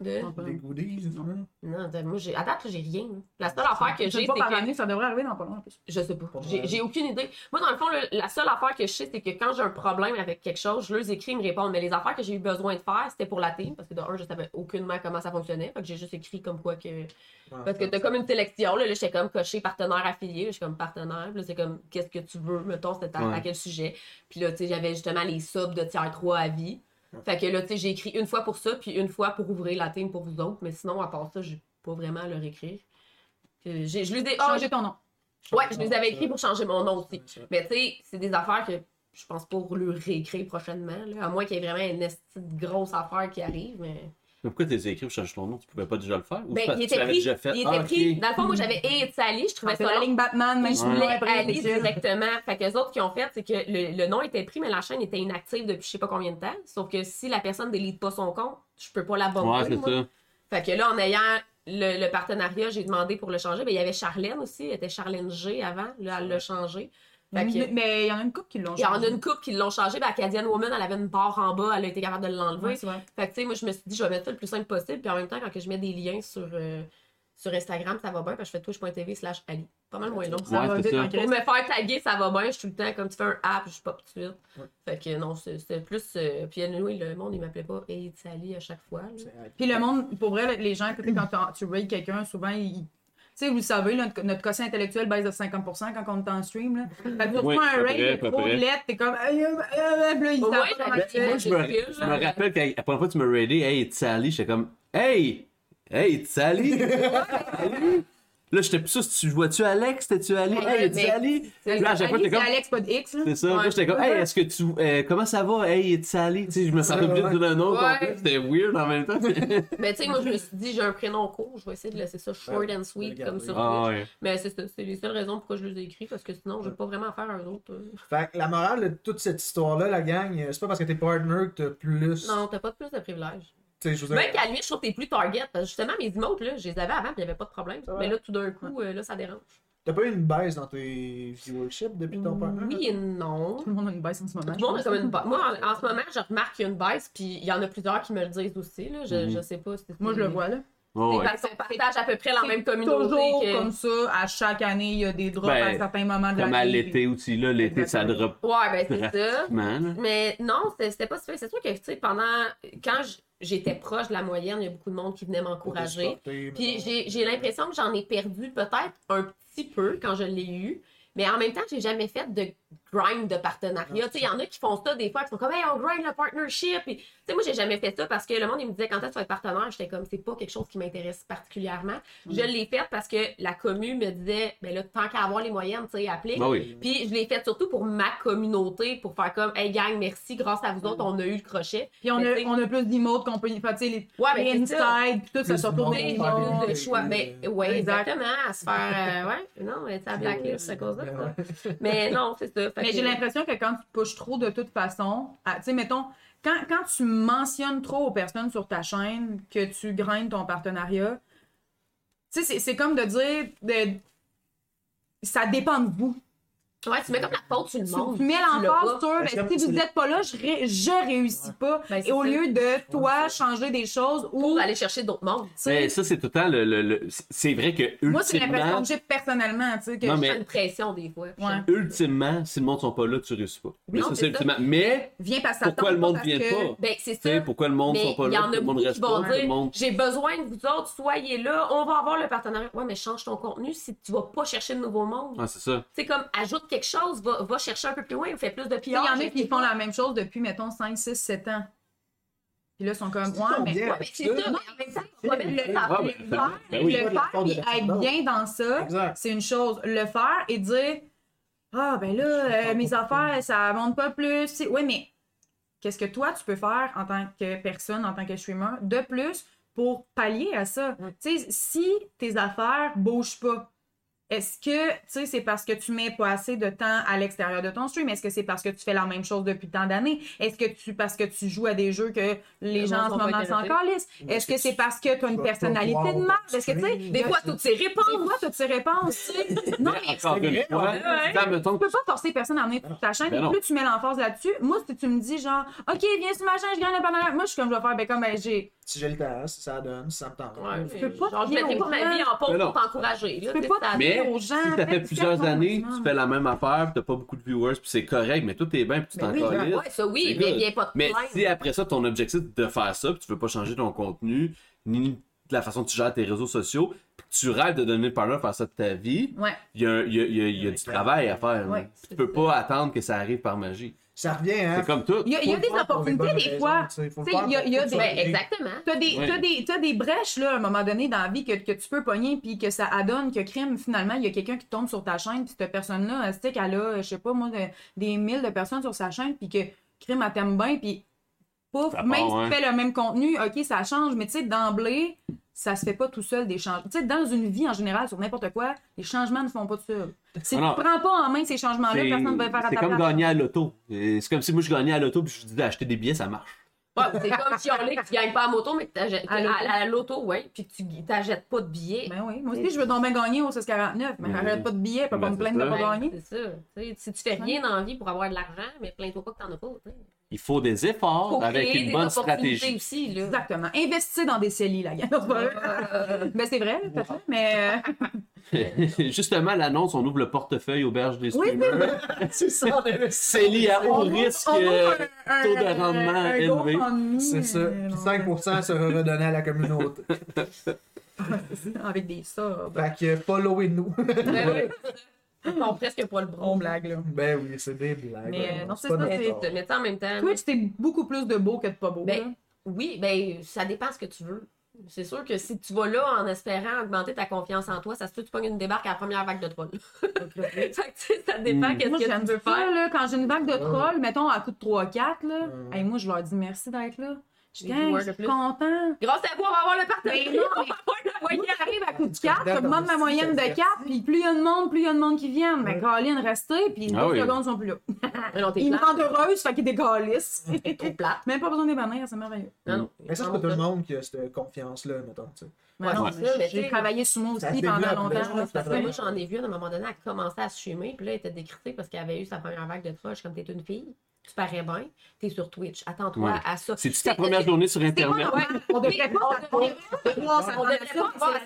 Speaker 4: De...
Speaker 6: Des goodies, hein.
Speaker 4: Non, de- moi, j'ai... à date, j'ai rien. La seule affaire que j'ai, c'est
Speaker 5: pas par
Speaker 4: que...
Speaker 5: année, ça devrait arriver dans pas longtemps. en plus.
Speaker 4: Je sais pas.
Speaker 6: Pour
Speaker 4: J'ai,
Speaker 6: vrai.
Speaker 4: j'ai aucune idée. Moi, dans le fond, le- la seule affaire que je sais, c'est que quand j'ai un problème avec quelque chose, je leur écris, ils me répondent. Mais les affaires que j'ai eu besoin de faire, c'était pour la team. Parce que de un, je savais aucunement comment ça fonctionnait. Fait que j'ai juste écrit comme quoi que...
Speaker 6: Ah,
Speaker 4: Parce que t'as comme une sélection, là, là j'étais comme coché partenaire affilié, là, j'étais comme partenaire, puis là, c'est comme qu'est-ce que tu veux, mettons, c'était à,
Speaker 3: Ouais.
Speaker 4: à quel sujet. Puis là, tu sais, j'avais justement les subs de tiers 3 à vie. Fait que là, tu sais, j'ai écrit une fois pour ça, puis une fois pour ouvrir la team pour vous autres, mais sinon, à part ça, j'ai pas vraiment à leur écrire. Euh, j'ai- je lui ai
Speaker 5: Changer ton nom.
Speaker 4: ouais,
Speaker 3: Ah,
Speaker 4: je les avais écrits pour changer mon nom aussi.
Speaker 6: C'est ça.
Speaker 4: Mais tu sais, c'est des affaires que je pense pas le réécrire prochainement, là, à moins qu'il y ait vraiment une esti de grosse affaire qui arrive, mais.
Speaker 3: Mais pourquoi t'es écrit pour changer ton nom Tu pouvais pas déjà le faire Ou c'est
Speaker 4: Ben,
Speaker 3: parce
Speaker 4: il
Speaker 3: que tu
Speaker 4: était
Speaker 3: l'avais
Speaker 4: pris.
Speaker 3: déjà fait
Speaker 4: Il était
Speaker 3: Ah, ok.
Speaker 4: pris. Dans le fond, moi, j'avais et Sally, je trouvais
Speaker 5: Ah, C'est
Speaker 4: ça
Speaker 5: la
Speaker 4: long.
Speaker 5: ligne Batman, même si
Speaker 4: Je
Speaker 5: je
Speaker 4: voulais
Speaker 5: l'ai
Speaker 4: aller directement. Fait que les autres qui ont fait, c'est que le, le nom était pris, mais la chaîne était inactive depuis je sais pas combien de temps. Sauf que si la personne délite pas son compte, je peux pas
Speaker 3: Ouais,
Speaker 4: l'abonner.
Speaker 3: c'est
Speaker 4: moi.
Speaker 3: ça.
Speaker 4: Fait que là, en ayant le, le partenariat, j'ai demandé pour le changer. Mais il y avait Charlène aussi, elle était Charlène G avant. Là, elle l'a changé. Fait
Speaker 5: Mhm.
Speaker 4: que-
Speaker 5: Mais il y en a une couple qui l'ont
Speaker 4: il y en a
Speaker 5: changé.
Speaker 4: une couple qui l'ont changé. Ben, Acadian Woman, elle avait une barre en bas, elle a été capable de l'enlever.
Speaker 5: Ouais, c'est vrai.
Speaker 4: Fait que, tu sais, moi, je me suis dit, je vais mettre ça le plus simple possible. Puis en même temps, quand que je mets des liens sur, euh, sur Instagram, ça va bien. Parce que je fais touche.tv slash Ali. Pas mal moins long.
Speaker 5: Ça
Speaker 3: Ouais,
Speaker 5: va
Speaker 3: c'est
Speaker 5: vite hein,
Speaker 3: ça.
Speaker 5: en
Speaker 4: Pour
Speaker 5: crise.
Speaker 4: me faire taguer, ça va bien. Je suis tout le temps comme tu fais un app, je pop tout de suite.
Speaker 6: Ouais.
Speaker 4: Fait que non, c'est- c'était plus. euh, Puis anyway, le monde, il m'appelait pas Hey Sally à chaque fois. là.
Speaker 6: C'est-
Speaker 5: Puis le monde, pour vrai, les gens, tu sais, quand tu- tu raid quelqu'un, souvent, ils, sais, vous le savez, là, notre, notre quotient intellectuel baisse de 50% quand on est en stream. Là.
Speaker 4: Mm.
Speaker 5: Fait que tu
Speaker 3: Oui,
Speaker 5: reprends
Speaker 3: à
Speaker 5: un
Speaker 3: peu
Speaker 5: raid,
Speaker 3: près, à
Speaker 5: il
Speaker 3: peu
Speaker 5: est trop
Speaker 3: près.
Speaker 5: laid, t'es comme. Aïe, aïe, aïe, aïe, là, il
Speaker 4: Ouais,
Speaker 5: tape
Speaker 4: j'avais
Speaker 5: dans
Speaker 4: dit,
Speaker 5: la
Speaker 4: moi,
Speaker 5: gueule.
Speaker 3: Je me, je me rappelle quand la première fois que tu me raidais, hey, it's Sally, j'étais comme, hey, hey, it's Sally. Salut. Là, j'étais plus sûr si tu vois-tu Alex, t'es-tu Ali?
Speaker 5: Ouais,
Speaker 3: Hey, it's
Speaker 5: mais-
Speaker 3: Sally.
Speaker 5: C'est
Speaker 3: Là, à chaque fois, t'es
Speaker 5: Alice,
Speaker 3: comme,
Speaker 5: c'est Alex, pas de X. Là.
Speaker 3: c'est ça. Là, j'étais comme, hey, est-ce que tu, euh, comment ça va? Hey, it's Sally. Tu sais, je me sentais obligé de dire un autre. en
Speaker 4: Ouais.
Speaker 3: plus. C'était weird en même temps.
Speaker 4: Mais tu sais, moi, je me suis dit, j'ai un prénom court, je vais essayer de laisser ça short and sweet,
Speaker 6: Regardez.
Speaker 4: comme sur
Speaker 3: ah,
Speaker 4: Twitch.
Speaker 3: ouais.
Speaker 4: Mais c'est ça, c'est les seules raisons pourquoi je les ai écrits, parce que sinon, je vais pas vraiment faire un autre. euh.
Speaker 6: Fait que la morale de toute cette histoire-là, la gang, euh, c'est pas parce que t'es partner que t'as plus.
Speaker 4: Non, Ben, t'as pas de plus de privilèges.
Speaker 6: Tu sais, je veux dire.
Speaker 4: Même qu'à la limite, je trouve que t'es plus target, parce que justement, mes emotes, là, je les avais avant, puis il y avait pas de problème.
Speaker 6: Ouais.
Speaker 4: Mais là, tout d'un coup, euh, là, ça dérange.
Speaker 6: T'as pas eu une baisse dans tes viewerships depuis ton partner?
Speaker 4: Oui
Speaker 5: hein?
Speaker 4: et non.
Speaker 5: Tout le monde a une baisse en ce moment.
Speaker 4: Tout le monde a comme une ba- Moi, en, en ce moment, je remarque qu'il y a une baisse, puis il y en a plusieurs qui me le disent aussi. Là. Je,
Speaker 3: Mhm.
Speaker 4: je sais pas. si c'est-
Speaker 5: Moi, je le vois, là.
Speaker 3: Oh, ouais.
Speaker 4: Parce qu'on partage à peu près la même communauté.
Speaker 5: Toujours
Speaker 4: que-
Speaker 5: comme ça, à chaque année, il y a des drops
Speaker 3: Ben,
Speaker 5: à certains moments de
Speaker 3: Comme à
Speaker 5: l'année.
Speaker 3: l'été aussi, là, l'été, ça
Speaker 5: Exactement.
Speaker 3: drop
Speaker 4: Ouais, ben c'est ça.
Speaker 3: man, là.
Speaker 4: Mais non, c'était c'était pas super. C'est sûr que, tu sais, pendant. Quand j- j'étais proche de la moyenne, il y a beaucoup de monde qui venait m'encourager. Puis j'ai- j'ai l'impression que j'en ai perdu peut-être un petit peu quand je l'ai eu. Mais en même temps, j'ai jamais fait de grind de partenariat. Tu sais, il y en a qui font ça des fois, qui sont comme, hey, on grind le partnership. Puis, Tu sais, moi, j'ai jamais fait ça parce que le monde, il me disait, quand est-ce que tu vas être partenaire, j'étais comme, c'est pas quelque chose qui m'intéresse particulièrement. Je l'ai fait parce que la commu me disait, ben là, tant qu'à avoir les moyens, tu sais, applique.
Speaker 3: Ah oui.
Speaker 4: Puis je l'ai fait surtout pour ma communauté, pour faire comme, hey gang, merci, grâce à vous autres, on a eu le crochet.
Speaker 5: Puis on
Speaker 4: Mais
Speaker 5: a,
Speaker 4: t'sais-
Speaker 5: on a plus d'emotes qu'on peut. Enfin, tu sais, les,
Speaker 4: Ouais, mais
Speaker 5: les
Speaker 4: c'est ça.
Speaker 5: inside, puis tout, ça
Speaker 6: Plus
Speaker 5: se
Speaker 6: de
Speaker 5: retourne.
Speaker 6: monde,
Speaker 4: Mais
Speaker 5: les
Speaker 4: j'ai
Speaker 6: faire
Speaker 5: gens.
Speaker 4: plus
Speaker 6: des-
Speaker 4: de choix. Mais ouais,
Speaker 5: Exact.
Speaker 4: exactement, à se faire. euh, ouais, non, être à blacklist à cause de ça. Ben Mais non, c'est ça. Fait
Speaker 5: Mais
Speaker 4: que-
Speaker 5: j'ai l'impression que quand tu pushes trop de toute façon, à- tu sais, mettons, quand, quand tu mentionnes trop aux personnes sur ta chaîne que tu grindes ton partenariat, tu sais, c'est- c'est comme de dire. de- ça dépend de vous.
Speaker 4: Ouais, tu mets comme la faute sur le
Speaker 5: Tu,
Speaker 4: monde.
Speaker 5: tu mets
Speaker 4: l'as
Speaker 5: l'emphase
Speaker 4: pas.
Speaker 5: sur
Speaker 6: Parce
Speaker 5: ben,
Speaker 6: que
Speaker 5: si vous
Speaker 6: c'est-
Speaker 5: n'êtes pas là, je, ré- je réussis pas.
Speaker 4: Ben, c'est
Speaker 5: Et au
Speaker 4: ça.
Speaker 5: lieu de toi changer des choses ou.
Speaker 4: Pour aller chercher d'autres mondes.
Speaker 5: tu sais,
Speaker 3: Mais ça, c'est tout le temps le. le- le- c'est- C'est vrai que ultimement.
Speaker 5: Moi, c'est l'impression que j'ai personnellement, tu sais, que
Speaker 4: Tu
Speaker 3: Non, Ah, mais-
Speaker 4: fais une pression des fois. puis
Speaker 5: Ouais.
Speaker 4: j'aime-
Speaker 3: ultimement, si le monde sont pas là, tu réussis pas. Mais
Speaker 4: Non,
Speaker 3: ça,
Speaker 4: c'est
Speaker 3: c'est
Speaker 4: ça.
Speaker 3: ultimement. Mais
Speaker 5: je viens parce que ça
Speaker 3: pourquoi
Speaker 5: tente
Speaker 3: le monde
Speaker 5: parce
Speaker 3: vient
Speaker 5: que-
Speaker 3: pas?
Speaker 4: Ben, c'est
Speaker 3: Tu sais,
Speaker 4: ça.
Speaker 3: pourquoi le monde
Speaker 4: Mais
Speaker 3: sont pas
Speaker 4: il y
Speaker 3: là?
Speaker 4: en a
Speaker 3: Tout le monde
Speaker 4: beaucoup qui
Speaker 3: reste
Speaker 4: vont
Speaker 3: pas. Tout
Speaker 4: dire
Speaker 3: le monde.
Speaker 4: j'ai besoin de vous autres, soyez là, on va avoir le partenariat. Ouais, mais change ton contenu si tu vas pas chercher de nouveaux mondes.
Speaker 3: Ah, c'est ça.
Speaker 4: C'est comme ajoute quelque chose, va, va chercher un peu plus loin, fais plus de
Speaker 5: Il y
Speaker 4: pillage.
Speaker 5: en a
Speaker 4: je
Speaker 5: qui
Speaker 4: sais
Speaker 5: font
Speaker 4: pas.
Speaker 5: la même chose depuis, mettons, 5, 6, 7 ans. Puis là, ils sont comme, ouais, mais.
Speaker 4: Ouais, mais c'est ça, mais en même temps, on va mettre le-
Speaker 3: Ah, ben,
Speaker 5: Faire,
Speaker 3: ben oui.
Speaker 5: Le faire
Speaker 6: Forme de
Speaker 5: et
Speaker 6: personne
Speaker 5: être bien dans ça,
Speaker 6: Exact.
Speaker 5: c'est une chose. Le faire et dire Ah, ben là, euh, mes affaires, ça monte pas plus. C'est- Ouais, mais qu'est-ce que toi, tu peux faire en tant que personne, en tant que streamer, de plus pour pallier à ça? Tu sais, si tes affaires bougent pas, est-ce que, tu sais, c'est parce que tu mets pas assez de temps à l'extérieur de ton stream? Est-ce que c'est parce que tu fais la même chose depuis tant d'années? Est-ce que tu, parce que tu joues à des jeux que les
Speaker 4: Le
Speaker 5: gens en
Speaker 4: monde
Speaker 5: ce
Speaker 4: sont pas
Speaker 5: moment s'en
Speaker 4: intéressés.
Speaker 5: calissent? Est-ce que c'est parce que tu as
Speaker 6: Tu
Speaker 5: une
Speaker 6: vas pas
Speaker 5: personnalité
Speaker 6: voir
Speaker 5: de merde? Est-ce que, tu sais,
Speaker 6: stream.
Speaker 4: Des fois, toutes ces réponses.
Speaker 5: des fois, toutes ces réponses, tu sais. Non, mais
Speaker 3: Encore
Speaker 6: c'est
Speaker 3: une
Speaker 6: vrai,
Speaker 3: fois,
Speaker 6: ouais.
Speaker 3: ça me
Speaker 5: tu
Speaker 3: tombe.
Speaker 5: peux pas forcer personne à venir sur ta chaîne.
Speaker 3: Ben
Speaker 5: et
Speaker 3: non.
Speaker 5: plus tu mets l'emphase là-dessus, moi, si tu me dis genre, OK, viens sur ma chaîne, je gagne le partenariat, moi, je suis comme, je vais faire, ben, comme, ben, j'ai.
Speaker 6: Si j'ai le temps, si ça donne, si ça me tente.
Speaker 4: Ouais,
Speaker 5: peux
Speaker 4: mais
Speaker 5: pas
Speaker 4: genre, je
Speaker 5: crier
Speaker 4: mettrais
Speaker 5: aux
Speaker 4: pas
Speaker 5: gens.
Speaker 4: ma vie en
Speaker 3: Mais
Speaker 4: pause
Speaker 3: non.
Speaker 4: pour t'encourager. là,
Speaker 5: Tu peux
Speaker 4: t'sais,
Speaker 5: pas
Speaker 4: ça-
Speaker 5: crier
Speaker 3: Mais
Speaker 5: aux
Speaker 3: si
Speaker 5: gens,
Speaker 3: t'as fait
Speaker 5: faites
Speaker 3: plusieurs
Speaker 5: attention,
Speaker 3: années,
Speaker 5: maximum.
Speaker 3: tu fais la même affaire, pis t'as pas beaucoup de viewers, puis c'est correct, mais tout est bien, puis tu
Speaker 5: Ben
Speaker 3: t'en
Speaker 5: oui,
Speaker 3: calisses.
Speaker 4: Ouais, ça oui,
Speaker 3: C'est
Speaker 4: mais il
Speaker 3: good.
Speaker 4: y a pas de
Speaker 3: Mais
Speaker 4: plainte.
Speaker 3: si après ça, ton objectif c'est de faire ça, puis tu veux pas changer ton contenu, ni la façon que tu gères tes réseaux sociaux, puis que tu rêves de donner partner faire ça de ta vie,
Speaker 5: Ouais.
Speaker 3: il y a, il y a- il y a- il y a du travail à faire.
Speaker 5: Ouais,
Speaker 3: là. Puis
Speaker 4: c'est
Speaker 3: tu peux
Speaker 4: ça.
Speaker 3: pas attendre que ça arrive par magie.
Speaker 6: Ça revient, hein?
Speaker 3: C'est comme tout.
Speaker 5: Il y a, il y a des opportunités, des fois. Tu
Speaker 6: Tu
Speaker 5: sais, il y a- il y a des-
Speaker 4: Ben, exactement.
Speaker 5: T'as des,
Speaker 3: Ouais.
Speaker 5: t'as des, t'as des brèches, là, à un moment donné, dans la vie que, que tu peux pogner, puis que ça adonne que crime, finalement, il y a quelqu'un qui tombe sur ta chaîne, puis cette personne-là, elle sait qu'elle a, euh, je sais pas, moi, de- des mille de personnes sur sa chaîne, puis que crime, elle t'aime bien, puis pouf,
Speaker 3: Ça part,
Speaker 5: même
Speaker 3: ouais.
Speaker 5: si tu fais le même contenu, OK, ça change, mais tu sais, d'emblée, ça se fait pas tout seul, des changements. Tu sais, dans une vie, en général, sur n'importe quoi, les changements ne se font pas tout seuls. Si
Speaker 3: Ah
Speaker 5: tu
Speaker 3: non.
Speaker 5: prends pas en main ces changements-là,
Speaker 3: C'est
Speaker 5: personne ne va faire à
Speaker 3: c'est
Speaker 5: ta
Speaker 3: comme
Speaker 5: place.
Speaker 3: gagner à l'auto. Euh, C'est comme si moi je gagnais à l'auto puis je vous dis d'acheter des billets, ça marche.
Speaker 4: Ouais, c'est comme chialer que tu gagnes pas à moto, mais que t'achètes-
Speaker 5: À
Speaker 4: à,
Speaker 5: l'auto.
Speaker 4: à- à l'auto, ouais, puis que tu t'achètes pas de billets.
Speaker 5: Ben oui, moi aussi, je veux donc bien gagner au 649, mais
Speaker 3: Ouais.
Speaker 5: arrête pas de billets, pas
Speaker 3: Ben,
Speaker 5: me
Speaker 3: c'est
Speaker 5: plaindre de
Speaker 3: ça.
Speaker 5: pas gagner.
Speaker 4: c'est ça. Tu sais, Si tu fais rien dans la vie pour avoir de l'argent, mais plains-toi pas que t'en as pas. tu sais.
Speaker 3: Il faut des efforts
Speaker 4: Faut
Speaker 3: avec
Speaker 4: créer
Speaker 3: une
Speaker 4: des
Speaker 3: bonne
Speaker 4: opportunités
Speaker 3: stratégie.
Speaker 4: aussi, là. Euh,
Speaker 5: Exactement. Investissez dans des CELI, la gang. Non, c'est pas vrai. Ben, c'est vrai, peut-être, mais. euh,
Speaker 3: Justement, l'annonce, on ouvre le portefeuille auberge des
Speaker 5: Oui,
Speaker 3: streamers.
Speaker 6: C'est ça, on est-
Speaker 3: C'est lié à haut risque.
Speaker 5: on
Speaker 3: euh,
Speaker 5: ouvre un- un-
Speaker 3: taux de rendement
Speaker 5: un
Speaker 3: élevé.
Speaker 5: GoFundMe,
Speaker 6: C'est ça.
Speaker 5: euh,
Speaker 6: Puis 5% sera redonné à la communauté.
Speaker 5: Avec des euh, ben, sobs.
Speaker 6: Fait que followez-nous.
Speaker 5: Ben oui,
Speaker 4: Ils ont presque pas le bras.
Speaker 5: on blague, là.
Speaker 6: ben oui, c'est des blagues.
Speaker 5: Mais, euh,
Speaker 6: hein.
Speaker 5: non, c'est
Speaker 6: pas
Speaker 5: ça,
Speaker 6: notre
Speaker 5: c'est-
Speaker 6: tort.
Speaker 4: Mais tu sais, en même temps.
Speaker 5: Twitch, c'est beaucoup plus de beau que de pas beau.
Speaker 4: Ben,
Speaker 5: là.
Speaker 4: Oui, ben ça dépend ce que tu veux. C'est sûr que si tu vas là en espérant augmenter ta confiance en toi, ça se peut que tu pognes une débarque à la première vague de trolls. fait que, tu sais, ça dépend
Speaker 2: Mm.
Speaker 3: Hmm.
Speaker 4: qu'est-ce
Speaker 5: Moi,
Speaker 4: que
Speaker 5: j'aime
Speaker 4: tu veux
Speaker 5: ça,
Speaker 4: faire.
Speaker 5: là, quand j'ai une vague de trolls, mettons, à coup de 3-4, là,
Speaker 6: Mm.
Speaker 5: hey, moi, je leur dis merci d'être là. Je dis,
Speaker 4: Les
Speaker 5: Hey,
Speaker 4: viewers
Speaker 5: je
Speaker 4: de
Speaker 5: suis
Speaker 4: plus.
Speaker 5: content.
Speaker 4: Grâce à vous, on va avoir le partenariat.
Speaker 5: Mais non,
Speaker 4: on va avoir la
Speaker 5: Moi,
Speaker 4: moyenne.
Speaker 5: j'arrive à coup de
Speaker 6: Tu regardes
Speaker 5: 4, j'augmente
Speaker 6: dans
Speaker 5: ma
Speaker 6: le
Speaker 5: moyenne
Speaker 6: site,
Speaker 5: de
Speaker 6: merci.
Speaker 5: 4, puis plus il y a de monde, plus il y a de monde qui viennent. Mais
Speaker 6: Ouais.
Speaker 5: Colin, restez, puis les
Speaker 3: Ah oui.
Speaker 5: secondes sont plus là.
Speaker 4: Mais non, t'es
Speaker 5: Ils me
Speaker 4: plate.
Speaker 5: rendent heureuse, fait qu'ils décalissent.
Speaker 4: Trop plate.
Speaker 5: Même pas besoin des bannères, c'est merveilleux.
Speaker 4: Non, non.
Speaker 6: Mais ça, c'est pas tout le monde qui a cette confiance-là, mettons. tu sais.
Speaker 5: Mais
Speaker 4: Ouais,
Speaker 5: non,
Speaker 4: c'est
Speaker 5: mais
Speaker 4: ça, mais tu
Speaker 5: j'ai
Speaker 4: sais,
Speaker 5: travaillé sous moi
Speaker 6: ça
Speaker 5: aussi
Speaker 6: se
Speaker 5: pendant
Speaker 6: développe, mais
Speaker 5: longtemps.
Speaker 6: je pense que ça
Speaker 4: Parce que
Speaker 6: Ouais.
Speaker 4: moi, j'en ai vu une, à un moment donné, elle commençait à se chumer, puis là, elle était décrissée parce qu'elle avait eu sa première vague de trolls. Comme t'es une fille, tu parais bien, t'es sur Twitch. Attends-toi
Speaker 3: Ouais.
Speaker 4: à ça.
Speaker 3: C'est-tu ta première journée sur
Speaker 4: C'est pas
Speaker 3: Internet?
Speaker 4: normal.
Speaker 5: On devrait
Speaker 4: Mais on
Speaker 5: pas
Speaker 4: devrait-
Speaker 5: s'attendre.
Speaker 4: On devrait pas pouvoir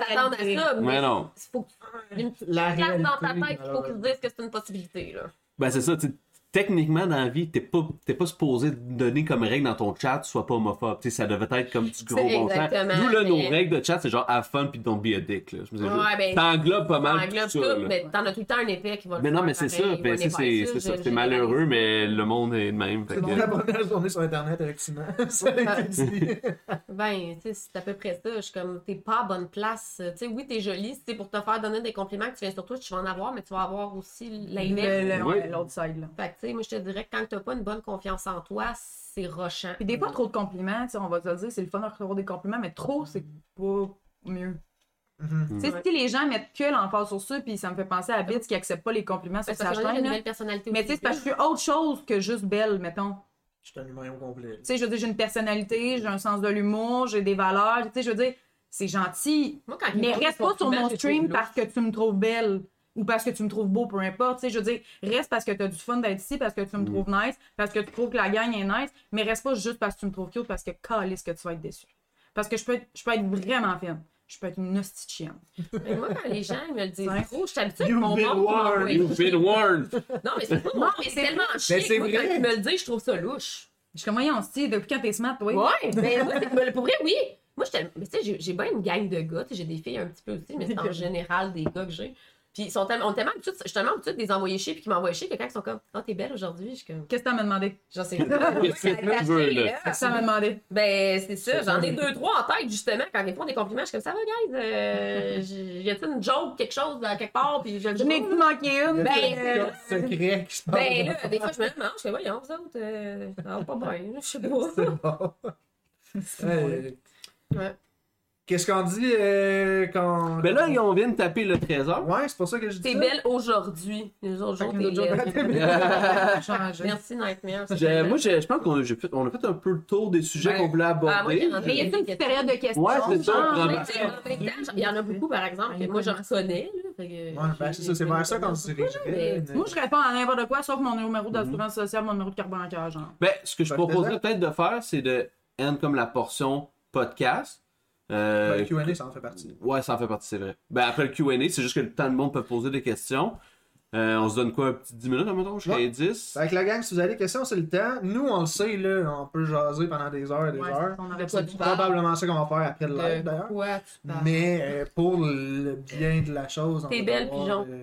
Speaker 4: s'attendre à ça.
Speaker 3: Mais non.
Speaker 4: Il faut que tu une petite
Speaker 6: La
Speaker 4: place dans ta
Speaker 6: réalité,
Speaker 4: tête, il faut que
Speaker 6: euh,
Speaker 4: tu
Speaker 6: malheureusement.
Speaker 5: euh,
Speaker 4: dises que c'est une possibilité. Là.
Speaker 3: Ben c'est ça, tu sais, techniquement dans la vie, t'es pas, t'es pas supposé donner comme règle dans ton chat, sois pas homophobe. Tu sais, ça devait être comme du gros
Speaker 4: C'est
Speaker 3: bon sens.
Speaker 4: exactement,
Speaker 3: Nous là,
Speaker 4: mais-
Speaker 3: nos règles de chat, c'est genre have fun puis don't be a dick. Là. Je me disais,
Speaker 4: Ouais, ben,
Speaker 3: t'englobes pas mal
Speaker 4: Englobe
Speaker 3: tout ça.
Speaker 4: tout,
Speaker 3: là.
Speaker 4: mais t'en as tout le temps un épée qui va le
Speaker 3: Mais non,
Speaker 4: faire
Speaker 3: mais c'est ça,
Speaker 4: pareil, il va
Speaker 3: ben, c'est, c'est,
Speaker 4: nettoyer
Speaker 3: c'est ça,
Speaker 4: je-
Speaker 3: c'est
Speaker 4: je-
Speaker 3: malheureux, mais le monde est de même. fait
Speaker 6: C'est
Speaker 3: que-
Speaker 6: donc la première journée sur Internet, effectivement. ça a été dit.
Speaker 4: Ben, tu sais, c'est à peu près ça. Je suis comme, t'es pas à bonne place. Tu sais, oui, t'es jolie. Si c'est pour te faire donner des compliments que tu viens sur toi, tu vas en avoir, mais tu vas avoir aussi l'inverse.
Speaker 5: Le- le-
Speaker 3: Oui.
Speaker 5: ouais, L'autre side, là.
Speaker 4: Fait que, tu sais, moi, je te dirais que quand t'as pas une bonne confiance en toi, c'est rochant.
Speaker 5: Puis des fois, trop de compliments, tu sais, on va te le dire, c'est le fun de recevoir des compliments, mais trop, c'est pas mieux.
Speaker 6: Mhm.
Speaker 5: Tu sais,
Speaker 4: Ouais.
Speaker 5: si les gens mettent que l'emphase sur ça, puis ça me fait penser à Bitch qui accepte pas les compliments sur
Speaker 4: Parce
Speaker 5: sa
Speaker 4: que j'ai une
Speaker 5: chaîne, là.
Speaker 4: nouvelle personnalité
Speaker 5: Mais tu sais, c'est parce que je suis autre chose que juste belle, mettons.
Speaker 6: Je suis un humain au complet.
Speaker 5: Tu sais, je veux dire, j'ai une personnalité, j'ai un sens de l'humour, j'ai des valeurs, tu sais, je veux dire, c'est gentil,
Speaker 4: Moi, quand
Speaker 5: Mais reste pas sur mon stream parce que tu me trouves belle ou parce que tu me trouves beau, peu importe. Tu sais, je veux dire, reste parce que tu as du fun d'être ici, parce que tu me
Speaker 3: Mm.
Speaker 5: trouves nice, parce que tu trouves que la gang est nice, mais reste pas juste parce que tu me trouves cute, parce que calisse que tu vas être déçu. Parce que je peux être, je peux être vraiment fine. Je peux être une hostie de chienne.
Speaker 4: Mais moi, quand les gens ils me le disent
Speaker 5: Ouais.
Speaker 4: trop, je suis habituée avec
Speaker 6: You've
Speaker 4: mon
Speaker 6: been
Speaker 4: monde. pour
Speaker 6: warned.
Speaker 4: m'envoyer
Speaker 3: You've been warned!
Speaker 4: Non, mais c'est pas moi, mais c'est tellement chiant.
Speaker 3: Ben,
Speaker 6: c'est
Speaker 4: Moi,
Speaker 6: vrai.
Speaker 4: Quand ils me le disent, je trouve ça louche.
Speaker 5: Je suis comme, voyons, si, depuis quand t'es smart, toi?
Speaker 4: Ouais, mais moi, c'est- mais pour vrai, oui. Moi, j'étais- mais tu sais, j'ai- j'ai bien une gang de gars. tu sais, J'ai des filles un petit peu aussi, mais c'est en général des gars que j'ai. Puis ils sont tellement, on est tellement habitués, je suis tellement habituée de les envoyer chier, puis qu'ils m'envoient chier que quand ils sont comme, ah, t'es belle aujourd'hui, je suis comme,
Speaker 5: Qu'est-ce que t'as à me demandé?
Speaker 4: j'en sais rien.
Speaker 3: Qu'est-ce que tu veux, là?
Speaker 5: Qu'est-ce que t'as à me demandé?
Speaker 4: Ben, c'est ça. J'en ai deux, trois en tête, justement, quand ils me font des compliments. Je suis comme, ça va, guys? Euh, j- y a-t-il une joke, quelque chose, dans quelque part? Puis je le
Speaker 5: Je n'ai
Speaker 4: dis
Speaker 5: plus manqué une.
Speaker 4: Ben,
Speaker 5: euh,
Speaker 6: C'est secret qui se passe.
Speaker 4: Ben, là, des fois, je me demande, je fais, voyons, vous autres, euh, ça va pas bien, là, je sais pas.
Speaker 6: C'est bon. Euh,
Speaker 4: Ouais.
Speaker 6: Qu'est-ce qu'on dit euh, quand.
Speaker 3: Ben là, on vient de taper le trésor.
Speaker 6: Ouais, c'est pour ça que je dis.
Speaker 4: T'es
Speaker 6: ça.
Speaker 4: belle aujourd'hui. Les autres
Speaker 5: Fait
Speaker 4: jours,
Speaker 5: que
Speaker 4: t'es
Speaker 5: l'autre jour,
Speaker 4: laide.
Speaker 5: changer.
Speaker 4: Merci, Nightmare.
Speaker 3: J'ai- moi, j'ai- je pense qu'on a, j'ai fait- on a fait un peu le tour des sujets
Speaker 6: Ben,
Speaker 3: qu'on voulait
Speaker 4: Ah, moi,
Speaker 3: aborder.
Speaker 4: j'ai rentré
Speaker 5: Mais y a
Speaker 4: des
Speaker 5: une
Speaker 4: questions.
Speaker 5: période de questions?
Speaker 3: Ouais, c'est ça,
Speaker 5: genre?
Speaker 3: vraiment.
Speaker 4: Mais en même temps, Il y en a beaucoup, par exemple, que moi, je reconnais. là, fait que-
Speaker 6: Ouais, ben, c'est ça, c'est vers ça qu'on se
Speaker 4: ben,
Speaker 6: dirigerait.
Speaker 5: Moi, je réponds à n'importe quoi, sauf mon numéro d'assurance sociale, mon numéro de carte bancaire, genre.
Speaker 3: Ben, ce que je
Speaker 6: Ben,
Speaker 3: proposerais peut-être de faire, c'est de end comme la portion podcast. Euh,
Speaker 6: Ben, QA, ça en fait partie.
Speaker 3: ouais, ça en fait partie, c'est vrai. Ben, après le QA, c'est juste que le temps de monde peut poser des questions. Euh, on se donne quoi, un petit 10 minutes, admettons, jusqu'à
Speaker 6: Ouais.
Speaker 3: 10?
Speaker 6: Fait que la gang, si vous avez des questions, c'est le temps. Nous, on le sait, là, on peut jaser pendant des heures et des
Speaker 5: Ouais,
Speaker 6: heures.
Speaker 5: on
Speaker 4: Le
Speaker 5: aurait
Speaker 4: quoi
Speaker 5: pas
Speaker 4: tu
Speaker 5: dû.
Speaker 4: parles.
Speaker 6: Probablement ça qu'on va faire après le live,
Speaker 4: De
Speaker 6: d'ailleurs.
Speaker 4: quoi tu parles.
Speaker 6: Mais euh, pour le bien de la chose, on
Speaker 4: T'es
Speaker 6: va
Speaker 4: belle,
Speaker 6: devoir,
Speaker 4: pigeon.
Speaker 6: euh,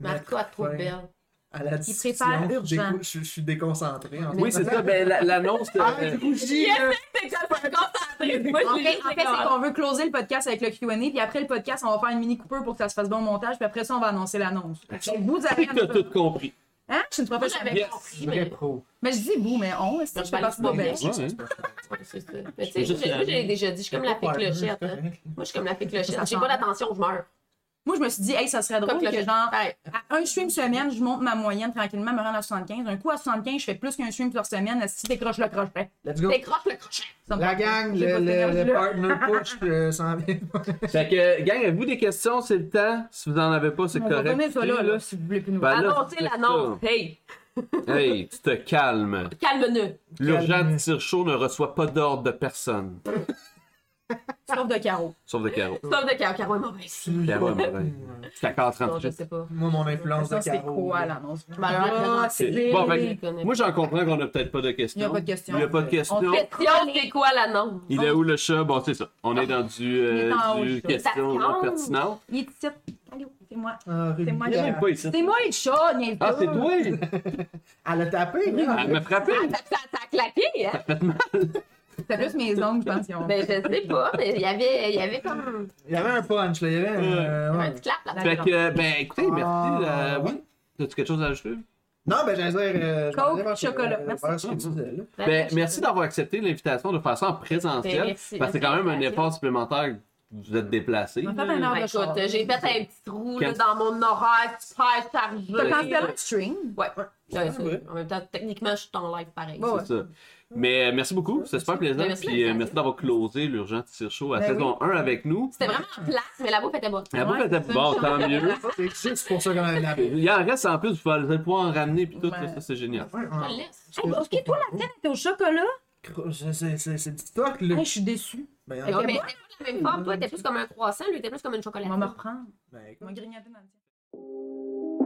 Speaker 6: mettre
Speaker 4: Marco, elle te trouve
Speaker 6: fin
Speaker 4: belle.
Speaker 6: À la
Speaker 5: Il
Speaker 6: discussion.
Speaker 5: prépare
Speaker 6: Je suis
Speaker 5: urgent.
Speaker 6: déco- Je je suis déconcentré. en
Speaker 3: Oui,
Speaker 6: ce
Speaker 3: c'est
Speaker 6: moment.
Speaker 3: ça. Ben, la- l'annonce de.
Speaker 6: Ah, je rougis, là.
Speaker 4: Fait que ça me concentrée. Moi,
Speaker 5: En
Speaker 4: je l'ai
Speaker 5: fait,
Speaker 4: juste
Speaker 5: en fait,
Speaker 4: éclairée.
Speaker 5: c'est qu'on veut closer le podcast avec le Q&A, puis après le podcast, on va faire une mini coupure pour que ça se fasse bon au montage, puis après ça, on va annoncer l'annonce. Donc, vous avez...
Speaker 3: que t'as tout compris.
Speaker 5: Hein? Je suis une
Speaker 4: Moi,
Speaker 5: professionnelle.
Speaker 4: j'avais
Speaker 3: Yes,
Speaker 4: compris,
Speaker 6: Vrai
Speaker 4: mais...
Speaker 6: pro.
Speaker 5: Mais je dis vous, mais on, est-ce que Ben, je fais pas pas bien?
Speaker 3: Ouais, hein.
Speaker 4: Ouais, c'est ça. Mais tu
Speaker 3: peux
Speaker 4: sais,
Speaker 3: juste
Speaker 4: j'ai- moi,
Speaker 3: aller.
Speaker 4: j'ai déjà dit, je suis comme la fée
Speaker 6: Ouais,
Speaker 4: clochette.
Speaker 6: c'est
Speaker 4: hein.
Speaker 6: correct.
Speaker 4: Moi, je suis comme la fée clochette.
Speaker 5: Ça
Speaker 4: J'ai pas
Speaker 5: sent-
Speaker 4: d'attention, je meurs.
Speaker 5: Moi, je me suis dit, hey, ça serait drôle
Speaker 4: Comme
Speaker 5: que,
Speaker 4: clochette.
Speaker 5: genre,
Speaker 4: Pareil.
Speaker 5: à un stream semaine, je monte ma moyenne tranquillement, me rends à 75. Un coup, à 75, je fais plus qu'un stream par semaine. Si décroche le crochet.
Speaker 6: Let's go.
Speaker 4: Décroche le crochet.
Speaker 5: Ça me
Speaker 6: La
Speaker 5: tente.
Speaker 6: gang,
Speaker 5: J'ai pas
Speaker 6: le,
Speaker 5: cette
Speaker 6: le, le
Speaker 5: énergie-là.
Speaker 6: partner push euh, s'en vient.
Speaker 3: Fait que, gang, avez-vous des questions? C'est le temps. Si vous en avez pas, c'est
Speaker 5: On va
Speaker 3: correct.
Speaker 5: remettre ça là, là, si vous voulez plus nous
Speaker 3: Ben là,
Speaker 4: Annoncez
Speaker 3: c'est
Speaker 4: l'annonce. Hey,
Speaker 3: ça. Hey, tu te calmes.
Speaker 4: calme-nous.
Speaker 3: L'urgent de tir chaud ne reçoit pas d'ordre de personne.
Speaker 5: Sauf de carreau.
Speaker 3: Sauf de Caro.
Speaker 4: Sauf de Caro. Caro est mauvaise.
Speaker 3: Caro est mauvaise.
Speaker 6: Ouais.
Speaker 3: Jusqu'à 4 ans.
Speaker 4: Non, je sais pas.
Speaker 6: Moi, mon influence
Speaker 5: Ça,
Speaker 6: de
Speaker 5: c'est
Speaker 6: Caro.
Speaker 5: quoi Ah, l'annonce?
Speaker 4: Malheureusement,
Speaker 5: Il
Speaker 4: c'est.
Speaker 3: Bon, fait-
Speaker 4: il connaît
Speaker 3: Moi, j'en comprends qu'on n'a peut-être pas de questions.
Speaker 5: n'y a pas de question.
Speaker 3: Il n'y a pas de
Speaker 5: On
Speaker 3: questions.
Speaker 5: fait
Speaker 4: Question, c'est quoi l'annonce?
Speaker 3: Il est où le chat? Bon, c'est ça. On est dans du,
Speaker 5: Il est en
Speaker 3: euh,
Speaker 5: haut,
Speaker 3: du
Speaker 5: le chat.
Speaker 3: question
Speaker 4: Ça
Speaker 3: non
Speaker 4: compte.
Speaker 3: pertinente.
Speaker 5: Il est ici. Allô, c'est moi.
Speaker 6: Ah,
Speaker 5: C'est moi,
Speaker 6: Ruby,
Speaker 5: j'ai-
Speaker 6: elle-
Speaker 3: Même pas ici.
Speaker 5: C'est moi le chat, niaise
Speaker 3: Ah, c'est
Speaker 5: pas.
Speaker 3: toi!
Speaker 6: Elle a tapé,
Speaker 3: Elle m'a frappé!
Speaker 4: Ah, ça, ça- ça a claqué, hein?
Speaker 5: C'est plus mes ongles, je pense. qu'ils ont-
Speaker 4: Ben, je sais pas, mais il y avait, il y avait comme
Speaker 6: Il y avait un punch, là. Il y avait un. euh,
Speaker 4: un
Speaker 6: Ah ouais.
Speaker 4: petit clap là.
Speaker 3: Fait que, euh, ben, écoutez, merci.
Speaker 6: Ah.
Speaker 3: euh, oui? T'as-tu quelque chose à ajouter?
Speaker 6: Non, ben, j'allais dire. euh, je m'en
Speaker 5: Coke,
Speaker 6: allais vers-
Speaker 5: chocolat.
Speaker 6: euh,
Speaker 5: Merci.
Speaker 6: vers ce que tu disais, là.
Speaker 3: Ben, merci d'avoir accepté l'invitation de faire ça en présentiel.
Speaker 4: Ben, merci.
Speaker 3: parce que c'est quand même un effort supplémentaire. Vous êtes déplacé.
Speaker 5: On a fait un heure
Speaker 4: Ben,
Speaker 5: de
Speaker 4: écoute,
Speaker 5: chat.
Speaker 4: j'ai fait un petit trou là,
Speaker 3: Quand-
Speaker 4: dans mon horaire super chargé.
Speaker 5: T'as cancellé le stream?
Speaker 4: Ouais. ouais,
Speaker 6: Ouais,
Speaker 4: c'est-
Speaker 6: ouais.
Speaker 4: En même temps, techniquement, je suis en live pareil.
Speaker 5: Ouais, ouais.
Speaker 3: C'est ça. Mais euh, merci beaucoup, c'est super plaisant.
Speaker 4: Ben, merci.
Speaker 3: Puis euh, merci d'avoir closé l'urgent tir chaud à
Speaker 5: Ben
Speaker 3: saison 1 avec nous.
Speaker 4: C'était vraiment en place, mais la bouffe était bonne.
Speaker 3: La bouffe
Speaker 5: Ouais,
Speaker 3: était
Speaker 5: c'est
Speaker 3: bon,
Speaker 5: ça.
Speaker 3: tant mieux.
Speaker 6: C'est c'est pour ça qu'on avait tapé.
Speaker 3: Il en reste en plus, vous allez pouvoir en ramener puis tout,
Speaker 5: Ouais.
Speaker 3: ça c'est génial.
Speaker 6: Ouais,
Speaker 4: Je
Speaker 6: ouais.
Speaker 4: le laisse.
Speaker 5: Hey, ok, toi, la tête était au chocolat?
Speaker 6: C'est- c'est- C'est c'est du stock, là.
Speaker 5: Hey, je suis déçue.
Speaker 6: Ben,
Speaker 4: Mais
Speaker 5: Ok,
Speaker 4: c'était
Speaker 5: moi-
Speaker 4: pas la même forme. Toi, t'es plus comme un croissant, lui, t'es plus comme une chocolatine.
Speaker 5: On va me reprendre.
Speaker 6: ben,
Speaker 5: On va grignoter dans le